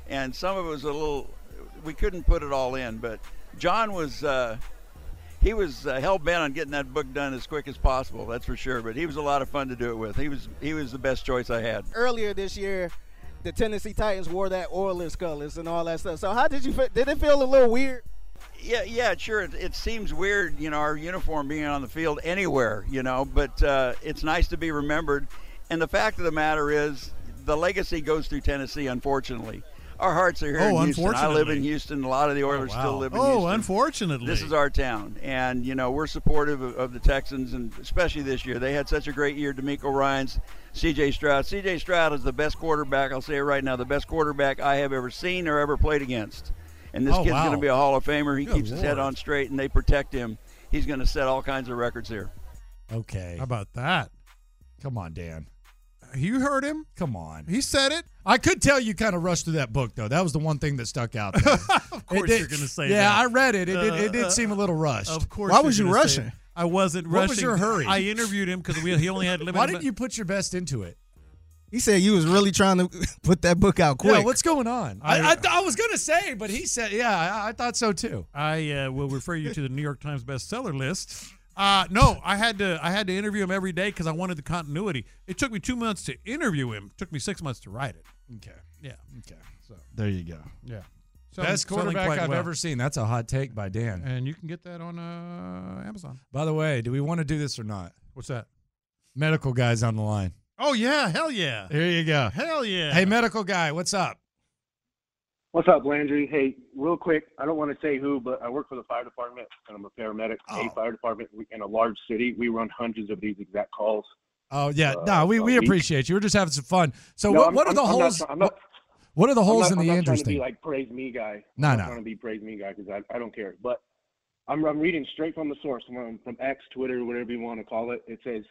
Speaker 31: And some of it was a little, we couldn't put it all in, but John was, uh, he was uh, hell bent on getting that book done as quick as possible. That's for sure. But he was a lot of fun to do it with. He was he was the best choice I had.
Speaker 4: Earlier this year, the Tennessee Titans wore that Oilers colors and all that stuff. So how did you feel? Did it feel a little weird?
Speaker 31: Yeah, yeah, sure. It, it seems weird, you know, our uniform being on the field anywhere, you know, but uh, it's nice to be remembered. And the fact of the matter is, the legacy goes through Tennessee, unfortunately. Our hearts are here
Speaker 3: Oh,
Speaker 31: in Houston. I live
Speaker 3: unfortunately.
Speaker 31: in Houston. A lot of the Oilers still live in
Speaker 3: oh,
Speaker 31: Houston.
Speaker 3: unfortunately.
Speaker 31: This is our town, and you know we're supportive of, of the Texans, and especially this year. They had such a great year. D'Amico Ryan's, C.J. Stroud. C.J. Stroud is the best quarterback. I'll say it right now, the best quarterback I have ever seen or ever played against. And this
Speaker 6: Oh,
Speaker 31: kid's
Speaker 6: wow.
Speaker 31: going to be a Hall of Famer. He
Speaker 6: Good
Speaker 31: keeps his head
Speaker 6: Lord.
Speaker 31: on straight, and they protect him. He's going to set all kinds of records here.
Speaker 2: Okay. How
Speaker 3: about that?
Speaker 2: Come on, Dan.
Speaker 3: You heard him.
Speaker 2: Come on.
Speaker 3: He said it.
Speaker 2: I could tell you kind of rushed through that book though. That was the one thing that stuck out. of
Speaker 3: course you're gonna say
Speaker 2: Yeah,
Speaker 3: that.
Speaker 2: I read it. It, did, it
Speaker 3: Uh,
Speaker 2: did seem a little rushed.
Speaker 3: Of course. you're gonna say that. I wasn't rushing.
Speaker 2: What was your hurry?
Speaker 3: I interviewed him because he only had limited.
Speaker 2: Why didn't you put your best into it?
Speaker 4: He said you was really trying to put that book out quick.
Speaker 2: Yeah, what's going on? I, I,
Speaker 4: I-
Speaker 2: th- I was gonna say, but he said, yeah, I, I thought so too.
Speaker 3: I uh, will refer you to the New York Times bestseller list. Uh, no, I had to I had to interview him every day because I wanted the continuity. It took me two months to interview him. It took me six months to write it.
Speaker 2: Okay.
Speaker 3: Yeah.
Speaker 2: Okay.
Speaker 3: So
Speaker 2: There you go.
Speaker 3: yeah,
Speaker 2: Best
Speaker 3: Selling- selling
Speaker 2: quarterback
Speaker 3: quite
Speaker 2: I've
Speaker 3: well.
Speaker 2: ever seen. That's a hot take by Dan.
Speaker 3: And you can get that on uh, Amazon.
Speaker 2: By the way, do we want to do this or not?
Speaker 3: What's that?
Speaker 2: Medical guys on the line.
Speaker 3: Oh yeah, hell yeah.
Speaker 2: Here you go.
Speaker 3: Hell yeah.
Speaker 2: Hey, medical guy, what's up?
Speaker 16: What's up, Landry? Hey, real quick, I don't want to say who, but I work for the fire department and I'm a paramedic.
Speaker 2: Oh.
Speaker 16: A fire department We- in a large city. We run hundreds of these exact calls.
Speaker 2: Oh yeah,
Speaker 16: Uh,
Speaker 2: no, we, we
Speaker 16: week.
Speaker 2: appreciate you. We're just having some fun. So
Speaker 16: No,
Speaker 2: what,
Speaker 16: I'm-
Speaker 2: what are the
Speaker 16: I'm- I'm not-
Speaker 2: holes?
Speaker 16: I'm not-
Speaker 2: what- what are the
Speaker 16: I'm
Speaker 2: holes
Speaker 16: not-
Speaker 2: in the
Speaker 16: I'm not
Speaker 2: Andrews
Speaker 16: trying to be
Speaker 2: thing?
Speaker 16: like praise me guy.
Speaker 2: No,
Speaker 16: I'm
Speaker 2: no.
Speaker 16: not trying to be praise me guy because I, I don't care. But I'm I'm reading straight from the source from from X, Twitter, whatever you want to call it. It says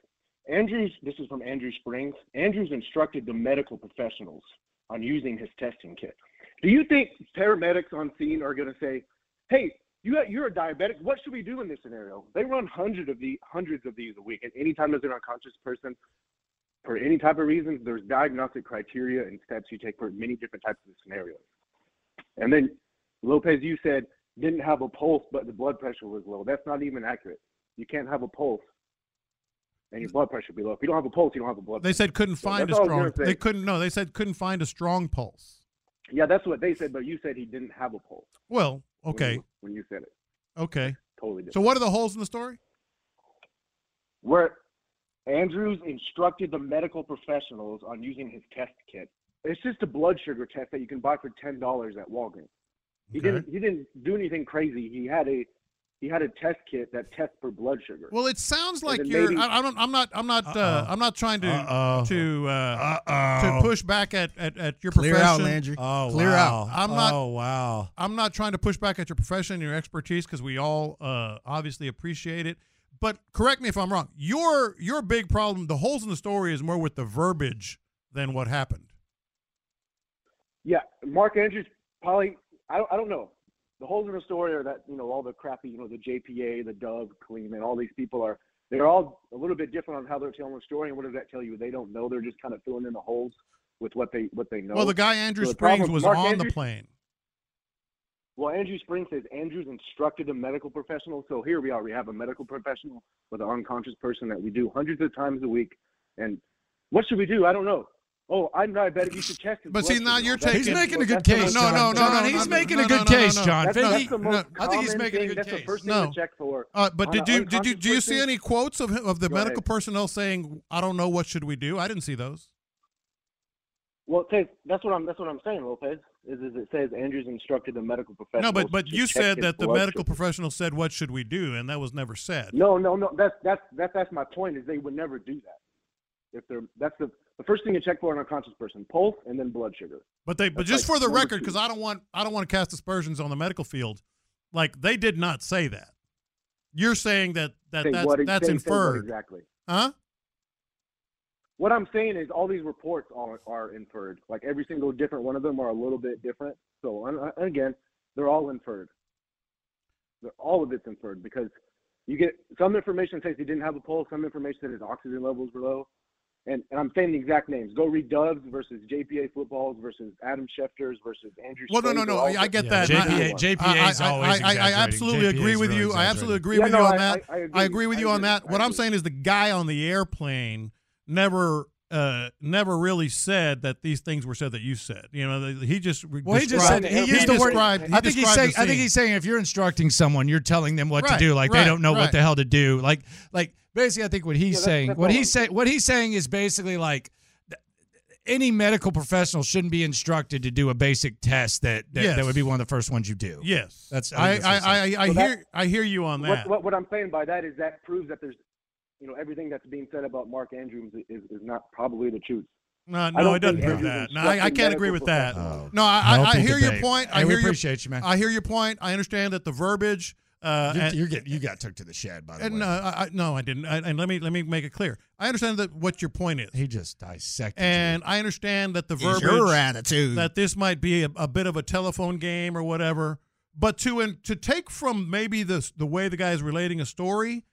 Speaker 16: Andrews. This is from Andrew Springs. Andrews instructed the medical professionals on using his testing kit. Do you think paramedics on scene are going to say, "Hey, you got, you're a diabetic. What should we do in this scenario?" They run hundreds of the hundreds of these a week. At any time there's an unconscious person, for any type of reason, there's diagnostic criteria and steps you take for many different types of scenarios. And then Lopez, you said didn't have a pulse, but the blood pressure was low. That's not even accurate. You can't have a pulse and your blood pressure be low. If you don't have a pulse, you don't have a blood.
Speaker 3: They
Speaker 16: pressure.
Speaker 3: said couldn't
Speaker 16: So
Speaker 3: find
Speaker 16: that's
Speaker 3: a
Speaker 16: all I was
Speaker 3: strong.
Speaker 16: gonna
Speaker 3: They
Speaker 16: say.
Speaker 3: couldn't. No, they said couldn't find a strong pulse.
Speaker 16: Yeah, that's what they said, but you said he didn't have a pulse.
Speaker 3: Well,
Speaker 16: when you-
Speaker 3: okay,
Speaker 16: When you said it,
Speaker 3: okay.
Speaker 16: totally different.
Speaker 3: So what are the holes in the story?
Speaker 16: where Andrews instructed the medical professionals on using his test kit. It's just a blood sugar test that you can buy for ten dollars at Walgreens. He
Speaker 3: Okay.
Speaker 16: didn't he didn't do anything crazy. He had a he had a test kit that tests for blood sugar.
Speaker 3: Well, it sounds
Speaker 16: And
Speaker 3: like
Speaker 16: then
Speaker 3: you're.
Speaker 16: maybe-
Speaker 3: I, I don't. I'm not. I'm not. Uh, I'm not trying to
Speaker 2: Uh-oh.
Speaker 3: to uh,
Speaker 2: Uh-oh.
Speaker 3: to push back at at, at your
Speaker 2: Clear
Speaker 3: profession.
Speaker 2: out, Landry. Oh,
Speaker 3: Clear out.
Speaker 2: wow.
Speaker 3: I'm not.
Speaker 2: Oh, wow.
Speaker 3: I'm not trying to push back at your profession, your expertise, because we all uh, obviously appreciate it. But correct me if I'm wrong. Your your big problem, the holes in the story, is more with the verbiage than what happened.
Speaker 16: Yeah, Mark Andrews probably. I don't, I don't know. The holes in the story are that you know all the crappy, you know, the JPA, the Dove, Kleeman, all these people are. They're all a little bit different on how they're telling the story, and what does that tell you? They don't know. They're just kind of filling in the holes with what they what they know.
Speaker 3: Well, the guy Andrew
Speaker 16: So the
Speaker 3: Springs
Speaker 16: problem-
Speaker 3: was
Speaker 16: Mark
Speaker 3: on the
Speaker 16: Andrews-
Speaker 3: plane.
Speaker 16: Well, Andrew Springs says Andrews instructed a medical professional. So here we are. We have a medical professional with an unconscious person that we do hundreds of times a week. And what should we do? I don't know. Oh, I'm diabetic. You should test. his
Speaker 3: But
Speaker 16: blood
Speaker 3: see, now
Speaker 16: sugar.
Speaker 3: you're
Speaker 16: That's
Speaker 3: taking.
Speaker 16: the- that's the most-
Speaker 3: No, no, no, no. no, no, no, no,
Speaker 16: that's the most-
Speaker 3: no, no, no.
Speaker 16: That's,
Speaker 3: No,
Speaker 16: that's the most
Speaker 3: no, I think he's
Speaker 16: common
Speaker 3: making
Speaker 16: thing.
Speaker 3: a good
Speaker 16: that's
Speaker 3: case.
Speaker 16: the first thing
Speaker 3: no.
Speaker 16: to check for.
Speaker 3: Uh, but
Speaker 16: on
Speaker 3: did
Speaker 16: an
Speaker 3: you did you
Speaker 16: unconscious
Speaker 3: do you see
Speaker 16: person.
Speaker 3: any quotes of of the
Speaker 16: Go
Speaker 3: medical
Speaker 16: ahead.
Speaker 3: personnel saying, "I don't know what should we do"? I didn't see those.
Speaker 16: Well, Ted, that's what I'm. That's what I'm saying, Lopez. Is, is it says Andrews instructed the medical professional.
Speaker 3: No, but but you said that the medical
Speaker 16: professional.
Speaker 3: professional said, "What should we do?" and that was never said.
Speaker 16: No, no, no. That's that's that's that's my point. Is they would never do that. If they're that's the the first thing you check for an unconscious person: pulse and then blood sugar.
Speaker 3: But they but
Speaker 16: That's
Speaker 3: just
Speaker 16: like
Speaker 3: for the
Speaker 16: number
Speaker 3: record,
Speaker 16: two.
Speaker 3: because I don't want I don't want to cast aspersions on the medical field. Like they did not say that. You're saying that that
Speaker 16: Say
Speaker 3: that's
Speaker 16: what it-
Speaker 3: that's
Speaker 16: say- say what
Speaker 3: inferred,
Speaker 16: exactly.
Speaker 3: huh?
Speaker 16: What I'm saying is all these reports are, are inferred. Like every single different one of them are a little bit different. So and- uh, and again, they're all inferred. They're, all of it's inferred because you get some information says he didn't have a pulse, some information that his oxygen levels were low. And, and I'm saying the exact names. Go read Doves versus JPA footballs versus Adam Schefter's versus Andrew.
Speaker 3: Well, no, no,
Speaker 16: Springs.
Speaker 3: no.
Speaker 16: They're all
Speaker 3: I get
Speaker 16: different.
Speaker 3: that. and I- I- I- I, I, I absolutely agree with you. I absolutely agree with you on that.
Speaker 16: I agree.
Speaker 3: with
Speaker 16: I
Speaker 3: you on
Speaker 16: agree.
Speaker 3: that. What I'm saying is the guy on the airplane never. Uh, never really said that these things were said that you said. You know, th- he just re-
Speaker 2: Well, he just
Speaker 3: described-
Speaker 2: said he used the word.
Speaker 3: described- he
Speaker 2: I think he's
Speaker 3: described
Speaker 2: saying.
Speaker 3: the
Speaker 2: I think
Speaker 3: scene.
Speaker 2: he's saying if you're instructing someone, you're telling them what to
Speaker 3: Right,
Speaker 2: do. Like
Speaker 3: right,
Speaker 2: they don't know
Speaker 3: right.
Speaker 2: what the hell to do. Like like basically, I think what he's
Speaker 3: that's-
Speaker 2: saying.
Speaker 3: that's
Speaker 2: what
Speaker 3: all
Speaker 2: he's saying. What he's saying is basically like. th- Any medical professional shouldn't be instructed to do a basic test that that,
Speaker 3: Yes.
Speaker 2: that would be one of the first ones you do.
Speaker 3: Yes,
Speaker 2: that's
Speaker 3: I
Speaker 2: think that's what
Speaker 3: I,
Speaker 2: he's saying.
Speaker 3: I, I
Speaker 16: So that-
Speaker 3: hear I hear you on
Speaker 16: What,
Speaker 3: that.
Speaker 16: what, what I'm saying by that is that proves that there's, you know, everything that's being said about Mark Andrews is, is, is not probably the truth.
Speaker 3: No,
Speaker 16: I
Speaker 3: no,
Speaker 16: don't
Speaker 3: it doesn't
Speaker 16: think
Speaker 3: prove that.
Speaker 16: Andrews
Speaker 3: No, I, I
Speaker 16: instructed
Speaker 3: can't agree with
Speaker 16: medical
Speaker 3: that.
Speaker 16: professionals.
Speaker 3: No, I, I, I
Speaker 2: Healthy
Speaker 3: hear your
Speaker 2: Oh. debate.
Speaker 3: point. I
Speaker 2: Hey,
Speaker 3: hear
Speaker 2: we
Speaker 3: your-
Speaker 2: appreciate you, man.
Speaker 3: I hear your point. I understand that the verbiage. Uh,
Speaker 2: You-
Speaker 3: and-
Speaker 2: you're get- you got took to the shed by the
Speaker 3: and
Speaker 2: way.
Speaker 3: no, I, I- no, I didn't. I, and let me let me make it clear. I understand that what your point is,
Speaker 2: He just dissected. you.
Speaker 3: and I understand that the
Speaker 2: Is
Speaker 3: verbiage,
Speaker 2: your attitude.
Speaker 3: that this might be a, a bit of a telephone game or whatever. But to and to take from maybe the the way the guy is relating a story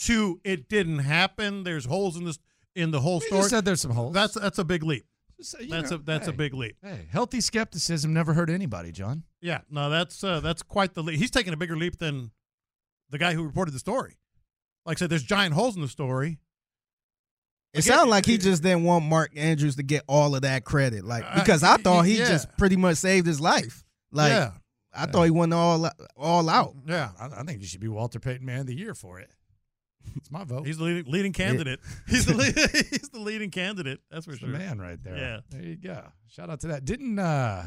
Speaker 3: to it didn't happen. There's holes in this in the whole
Speaker 2: We
Speaker 3: story.
Speaker 2: just said there's some holes.
Speaker 3: That's that's a big leap.
Speaker 32: So, you
Speaker 3: That's
Speaker 32: know,
Speaker 3: a that's a
Speaker 32: hey.
Speaker 3: big leap.
Speaker 2: Hey, healthy skepticism never hurt anybody, John.
Speaker 3: Yeah, no, that's uh, that's quite the leap. He's taking a bigger leap than the guy who reported the story. Like I said, there's giant holes in the story.
Speaker 4: It sounded like he just didn't want Mark Andrews to get all of that credit, like because I thought he
Speaker 3: yeah.
Speaker 4: just pretty much saved his life. Like
Speaker 2: Yeah.
Speaker 4: I thought he went all all out.
Speaker 2: Yeah, I, I think you should be Walter Payton Man of the Year for it. It's my vote.
Speaker 3: He's the leading, leading candidate. He's the lead, he's the leading candidate. That's for
Speaker 2: It's the
Speaker 3: sure.
Speaker 2: man right there.
Speaker 3: Yeah.
Speaker 2: there you go. Shout out to that. Didn't uh,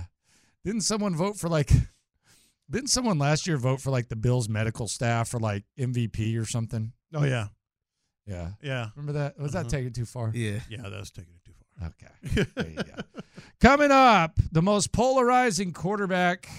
Speaker 2: didn't someone vote for like? Didn't someone last year vote for like the Bills medical staff for like MVP or something?
Speaker 3: Oh yeah.
Speaker 2: yeah,
Speaker 3: Yeah.
Speaker 2: Remember that? Was that
Speaker 3: Uh-huh.
Speaker 2: taken too far?
Speaker 4: Yeah.
Speaker 3: Yeah, that was taking it too
Speaker 2: far. Okay. There you go. Coming up, the most polarizing quarterback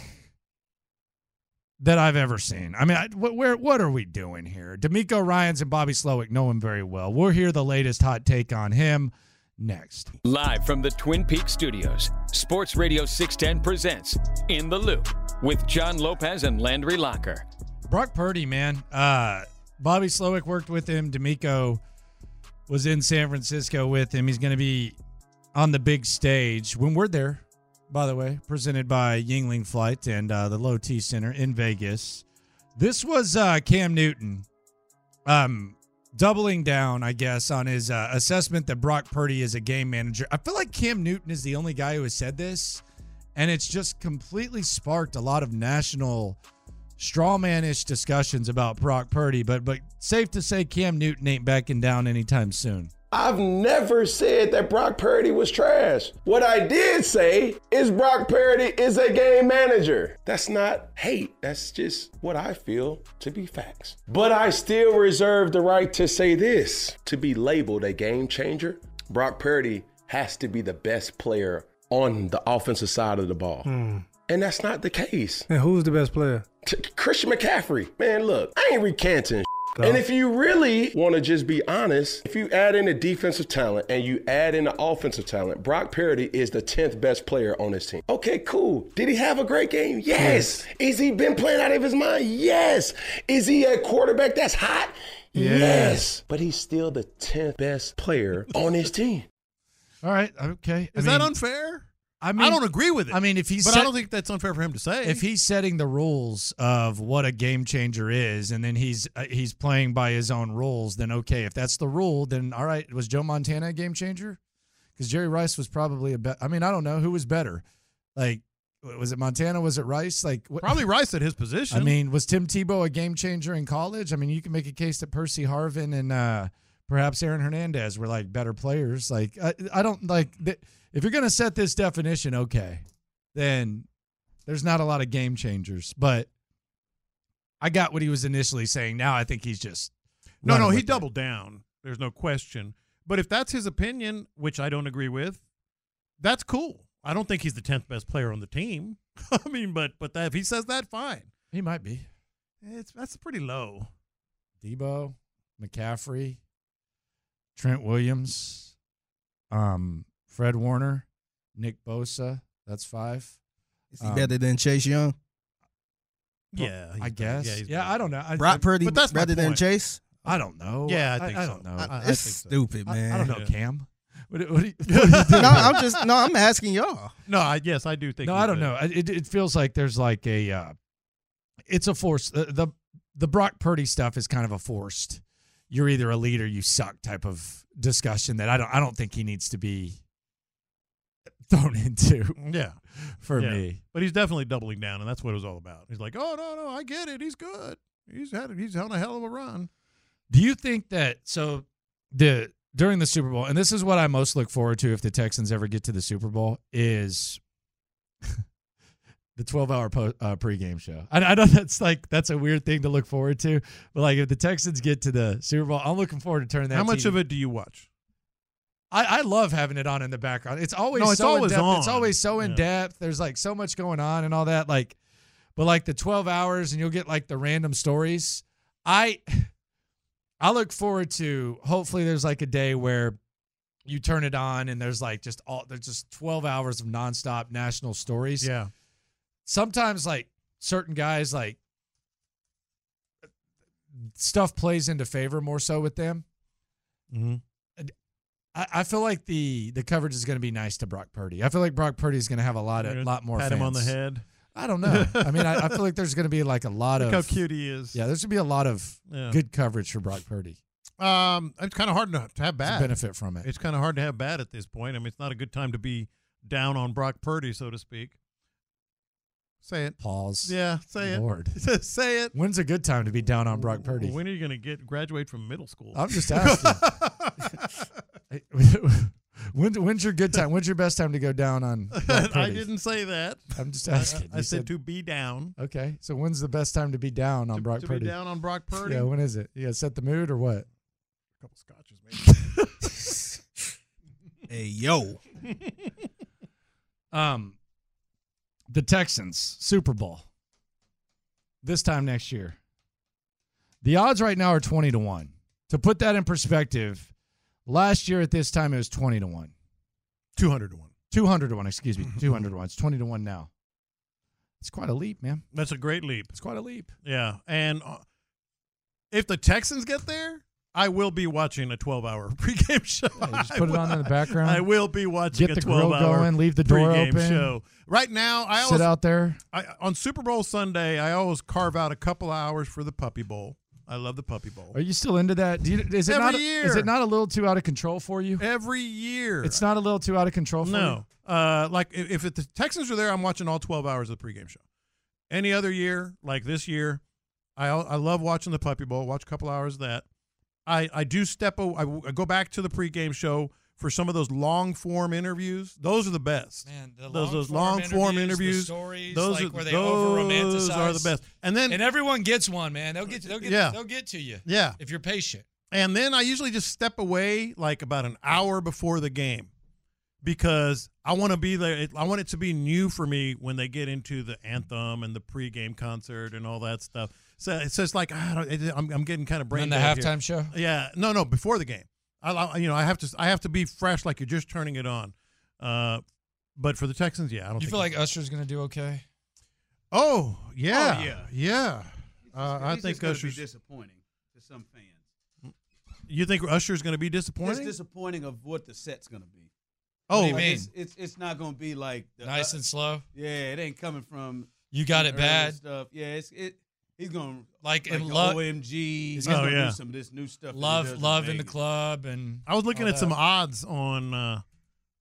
Speaker 2: that I've ever seen. I mean, I, wh- where what are we doing here? D'Amico Ryan's and Bobby Slowick know him very well. We'll hear the latest hot take on him next.
Speaker 20: Live from the Twin Peaks studios, Sports Radio 610 presents In the Loop with John Lopez and Landry Locker.
Speaker 2: Brock Purdy, man. Uh, Bobby Slowick worked with him. D'Amico was in San Francisco with him. He's going to be on the big stage when we're there, by the way, presented by Yingling Flight and uh, the Low T Center in Vegas. This was uh, Cam Newton um, doubling down, I guess, on his uh, assessment that Brock Purdy is a game manager. I feel like Cam Newton is the only guy who has said this, and it's just completely sparked a lot of national strawmanish discussions about Brock Purdy. But but safe to say, Cam Newton ain't backing down anytime soon.
Speaker 33: I've never said that Brock Purdy was trash. What I did say is Brock Purdy is a game manager. That's not hate, that's just what I feel to be facts. But I still reserve the right to say this to be labeled a game changer, Brock Purdy has to be the best player on the offensive side of the ball.
Speaker 15: Hmm.
Speaker 33: And that's not the case.
Speaker 15: And who's the best player?
Speaker 33: T- Christian McCaffrey, man, look, I ain't recanting. And if you really want to just be honest, if you add in the defensive talent and you add in the offensive talent, Brock Purdy is the 10th best player on this team. Okay, cool. Did he have a great game? Yes. Is he been playing out of his mind? Yes. Is he a quarterback that's hot? Yes. yes. But he's still the 10th best player on his team.
Speaker 2: All right, okay.
Speaker 3: Is that unfair?
Speaker 2: I
Speaker 3: I don't agree with it.
Speaker 2: I mean, if he's
Speaker 3: but I
Speaker 2: set-
Speaker 3: don't think that's unfair for him to say.
Speaker 2: If he's setting the rules of what a game changer is, and then he's uh, he's playing by his own rules, then okay. If that's the rule, then all right. Was Joe Montana a game changer? Because Jerry Rice was probably a bet. I mean, I don't know who was better. Like, w- was it Montana? Was it Rice? Like, what-
Speaker 3: Probably Rice at his position.
Speaker 2: I mean, was Tim Tebow a game changer in college? I mean, you can make a case that Percy Harvin and uh, perhaps Aaron Hernandez were like better players. Like, I, I don't like th- if you're gonna set this definition, okay, then there's not a lot of game changers. But I got what he was initially saying. Now I think he's just
Speaker 3: No,
Speaker 2: running
Speaker 3: no, he
Speaker 2: with it.
Speaker 3: doubled down. There's no question. But if that's his opinion, which I don't agree with, that's cool. I don't think he's the tenth best player on the team. I mean, but but that, if he says that, fine.
Speaker 2: He might be.
Speaker 3: It's that's pretty low.
Speaker 2: Debo, McCaffrey, Trent Williams, um, Fred Warner, Nick Bosa. That's five.
Speaker 4: Is
Speaker 2: Um,
Speaker 4: he better than Chase Young?
Speaker 3: Yeah,
Speaker 2: I guess. Yeah,
Speaker 4: he's
Speaker 2: I don't know. I,
Speaker 4: Brock
Speaker 2: I-
Speaker 4: Purdy But that's my rather than point. Chase?
Speaker 2: I don't know.
Speaker 4: Yeah, I think so.
Speaker 2: don't know.
Speaker 4: I- it's stupid,
Speaker 2: I- I,
Speaker 4: man.
Speaker 2: don't know,
Speaker 4: Yeah.
Speaker 2: Cam. What, do- what do you-
Speaker 4: no, I'm just no. I'm asking y'all.
Speaker 3: No, I, yes, I do think.
Speaker 2: no,
Speaker 3: he's
Speaker 2: I don't
Speaker 3: a-
Speaker 2: know. I- It, it feels like there's like a, uh, it's a force. The, the the Brock Purdy stuff is kind of a forced. You're either a leader, you suck type of discussion that I don't I don't think he needs to be thrown into.
Speaker 3: Yeah,
Speaker 2: for
Speaker 3: Yeah.
Speaker 2: me.
Speaker 3: But he's definitely doubling down, and that's what it was all about. He's like, oh no, no, I get it. He's good. He's had he's on a hell of a run.
Speaker 2: Do you think that so the during the Super Bowl, and this is what I most look forward to if the Texans ever get to the Super Bowl is the twelve hour po- uh, pregame show. I, I know that's like that's a weird thing to look forward to, but like if the Texans get to the Super Bowl, I'm looking forward to turning that.
Speaker 3: How much
Speaker 2: TV
Speaker 3: of it do you watch?
Speaker 2: I, I love having it on in the background. It's always
Speaker 3: No, it's
Speaker 2: so
Speaker 3: always
Speaker 2: in depth.
Speaker 3: on.
Speaker 2: It's always so in depth. There's like so much going on and all that. Like, but like the 12 hours, and you'll get like the random stories. I I look forward to. Hopefully, there's like a day where you turn it on and there's like just all there's just 12 hours of nonstop national stories.
Speaker 3: Yeah.
Speaker 2: Sometimes like certain guys like stuff plays into favor more so with them.
Speaker 3: Mm-hmm.
Speaker 2: I, I feel like the the coverage is going to be nice to Brock Purdy. I feel like Brock Purdy is going to have a lot of
Speaker 3: Gonna
Speaker 2: lot more
Speaker 3: pat him on the
Speaker 2: fans.
Speaker 3: head.
Speaker 2: I don't know. I mean, I, I feel like there's going to be like a lot
Speaker 3: Look
Speaker 2: of
Speaker 3: how cute he is.
Speaker 2: Yeah, there's going to be a lot of
Speaker 3: Yeah.
Speaker 2: good coverage for Brock Purdy.
Speaker 3: Um, it's kind of hard to to have bad
Speaker 2: benefit from it.
Speaker 3: It's kind of hard to have bad at this point. I mean, it's not a good time to be down on Brock Purdy, so to speak. Say it.
Speaker 2: Pause.
Speaker 3: Yeah, say
Speaker 2: Lord.
Speaker 3: it. Lord, say it.
Speaker 2: When's a good time to be down on Brock Purdy?
Speaker 3: When are you going to get graduate from middle school?
Speaker 2: I'm just asking. when, when's your good time? When's your best time to go down on? Brock
Speaker 3: I
Speaker 2: Purdy?
Speaker 3: didn't say that.
Speaker 2: I'm just
Speaker 3: I- I-
Speaker 2: asking.
Speaker 3: I,
Speaker 2: You
Speaker 3: said,
Speaker 2: said-
Speaker 3: to be down.
Speaker 2: Okay, so when's the best time to be down on Brock
Speaker 3: to be
Speaker 2: Purdy?
Speaker 3: down on Brock Purdy?
Speaker 2: Yeah, when is it? You gotta set the mood or what?
Speaker 4: Hey, yo.
Speaker 2: Um, the Texans Super Bowl this time next year. The odds right now are twenty to one. To put that in perspective, last year at this time it was twenty to one.
Speaker 3: Two hundred to one.
Speaker 2: Two hundred to one. Excuse me. Two hundred to one. It's twenty to one now. It's quite a leap, man.
Speaker 3: That's a great leap. It's
Speaker 2: quite a leap.
Speaker 3: Yeah, and uh, if the Texans get there, I will be watching a 12-hour pregame show.
Speaker 2: just
Speaker 3: I
Speaker 2: put it
Speaker 3: will-
Speaker 2: on in the background.
Speaker 3: I will be watching
Speaker 2: Get
Speaker 3: a
Speaker 2: the grill
Speaker 3: 12-hour
Speaker 2: going, leave the door
Speaker 3: pregame
Speaker 2: open.
Speaker 3: show. Right now, I
Speaker 2: Sit
Speaker 3: always,
Speaker 2: out there.
Speaker 3: I, on Super Bowl Sunday. I always carve out a couple hours for the Puppy Bowl. I love the Puppy Bowl.
Speaker 2: Are you still into that? Do you, is it
Speaker 3: Every
Speaker 2: not?
Speaker 3: year.
Speaker 2: Is it not a little too out of control for you?
Speaker 3: Every year.
Speaker 2: It's not a little too out of control for you.
Speaker 3: No. Uh, like if, if the Texans are there, I'm watching all 12 hours of the pregame show. Any other year, like this year, I I love watching the Puppy Bowl. Watch a couple hours of that. I I do step. a- I, w- I go back to the pregame show for some of those long form interviews. Those are the best. Man,
Speaker 2: the
Speaker 3: those those long
Speaker 2: long-form
Speaker 3: form
Speaker 2: interviews, the
Speaker 3: interviews.
Speaker 2: stories,
Speaker 3: those
Speaker 2: like,
Speaker 3: are,
Speaker 2: where they
Speaker 3: those are the
Speaker 2: over-romanticize.
Speaker 3: best. And then
Speaker 2: And everyone gets one, man. They'll get they'll get
Speaker 3: Yeah.
Speaker 2: they'll get to you.
Speaker 3: Yeah.
Speaker 2: If you're patient.
Speaker 3: And then I usually just step away like about an hour before the game because I want to be there. It- I want it to be new for me when they get into the anthem and the pregame concert and all that stuff. So it's just like I don't, it, I'm, I'm getting kind of brain
Speaker 2: And the
Speaker 3: dead here.
Speaker 2: halftime show?
Speaker 3: Yeah, no, no, before the game. I, I you know I have to I have to be fresh like you're just turning it on. Uh, but for the Texans, yeah, I don't.
Speaker 2: You
Speaker 3: think
Speaker 2: feel like Usher's gonna do okay?
Speaker 3: Oh yeah,
Speaker 2: Oh,
Speaker 3: yeah,
Speaker 2: yeah.
Speaker 3: Uh, I
Speaker 6: He's
Speaker 3: think
Speaker 6: just gonna be
Speaker 3: Usher's.
Speaker 6: disappointing to some fans.
Speaker 3: You think Usher's going to be
Speaker 6: It's
Speaker 3: disappointing?
Speaker 6: disappointing of what the set's going to be.
Speaker 3: Oh. What do you
Speaker 6: Like,
Speaker 3: mean?
Speaker 6: it's, it's it's not going to be like the, uh,
Speaker 2: Nice and slow?
Speaker 6: Yeah, it ain't coming from
Speaker 2: You got
Speaker 6: the
Speaker 2: it
Speaker 6: early
Speaker 2: bad?
Speaker 6: stuff. Yeah, it's it. He's going to
Speaker 2: Like, in love-
Speaker 6: OMG.
Speaker 2: He's
Speaker 6: He's
Speaker 2: gonna
Speaker 3: Oh,
Speaker 6: going to
Speaker 2: yeah.
Speaker 6: do some of this new stuff. that he
Speaker 2: Love-
Speaker 6: does in
Speaker 2: love in the
Speaker 6: Vegas.
Speaker 2: club and
Speaker 3: I was looking
Speaker 6: Oh,
Speaker 2: all
Speaker 3: at some
Speaker 2: that.
Speaker 3: odds on uh,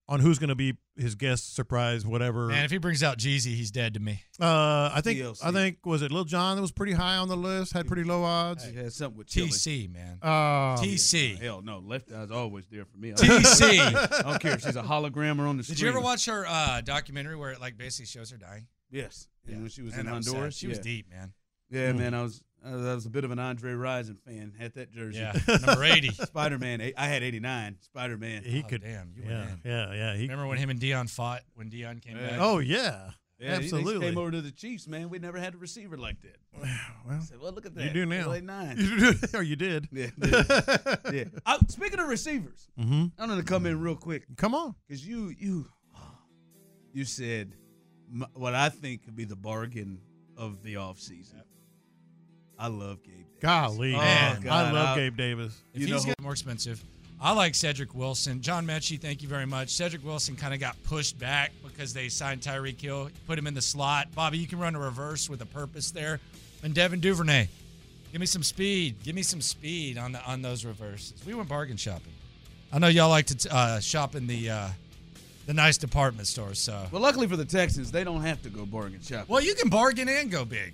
Speaker 3: on who's going to be his guest surprise, whatever.
Speaker 2: Man, if he brings out Jeezy, he's dead to me.
Speaker 3: uh, I think
Speaker 2: TLC.
Speaker 3: I think was it Lil John that was pretty high on the list, had pretty low odds.
Speaker 6: It had something with Chili.
Speaker 2: TC, man.
Speaker 3: Uh,
Speaker 2: TC.
Speaker 6: Hell no, left eye's always there for me. I don't-
Speaker 2: TC.
Speaker 6: I don't care if she's a hologram or on the
Speaker 2: Did
Speaker 6: street.
Speaker 2: you ever watch her uh, documentary where it like basically shows her dying?
Speaker 6: Yes, and when she was
Speaker 2: Man,
Speaker 6: in
Speaker 2: that sad.
Speaker 6: Honduras,
Speaker 2: she was
Speaker 6: yeah.
Speaker 2: deep, man.
Speaker 6: Yeah,
Speaker 3: Hmm.
Speaker 2: Mm.
Speaker 6: man, I was I was- I was a bit of an Andre Rison fan. Had that jersey,
Speaker 2: Yeah, number 80.
Speaker 6: Spider Man. I had eighty nine. Spider Man.
Speaker 3: He
Speaker 2: Oh,
Speaker 3: could-
Speaker 2: damn, you
Speaker 3: yeah,
Speaker 2: went in.
Speaker 3: yeah, yeah, he-
Speaker 2: Remember when him and Dion fought when Dion came back?
Speaker 3: Oh, yeah.
Speaker 6: Yeah, he- they
Speaker 3: Absolutely.
Speaker 6: came over to the Chiefs, man. We never had a receiver like that.
Speaker 3: Well,
Speaker 6: I said, well, look at
Speaker 3: you
Speaker 6: that.
Speaker 3: do
Speaker 6: They
Speaker 3: now.
Speaker 6: laid nine.
Speaker 3: You do- or you did.
Speaker 6: Yeah. yeah. yeah. I- Uh, speaking of receivers,
Speaker 3: Mhm.
Speaker 6: I'm gonna come in real quick.
Speaker 3: Come on,
Speaker 6: because you you you said m- what I think could be the bargain of the offseason. I love Gabe. Davis.
Speaker 3: Golly,
Speaker 6: Oh,
Speaker 3: man. I
Speaker 6: God,
Speaker 3: love
Speaker 6: I-
Speaker 3: Gabe Davis.
Speaker 2: If he's getting more expensive, I like Cedric Wilson. John Mechie, thank you very much. Cedric Wilson kind of got pushed back because they signed Tyreek Hill, put him in the slot. Bobby, you can run a reverse with a purpose there. And Devin Duvernay, give me some speed. Give me some speed on the on those reverses. We went bargain shopping. I know y'all like to t- uh, shop in the uh, the nice department stores. So,
Speaker 6: Well, luckily for the Texans, they don't have to go bargain shopping.
Speaker 2: well, you can bargain and go big.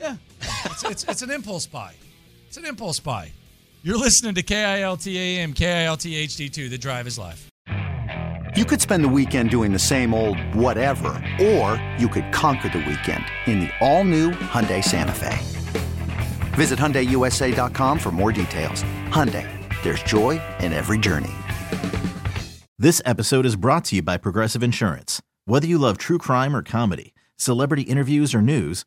Speaker 6: Yeah,
Speaker 2: it's, it's it's an impulse buy. It's an impulse buy. You're listening to KILTAM, KILTHD2. The drive is live.
Speaker 17: You could spend the weekend doing the same old whatever, or you could conquer the weekend in the all-new Hyundai Santa Fe. Visit HyundaiUSA.com for more details. Hyundai, there's joy in every journey.
Speaker 18: This episode is brought to you by Progressive Insurance. Whether you love true crime or comedy, celebrity interviews or news,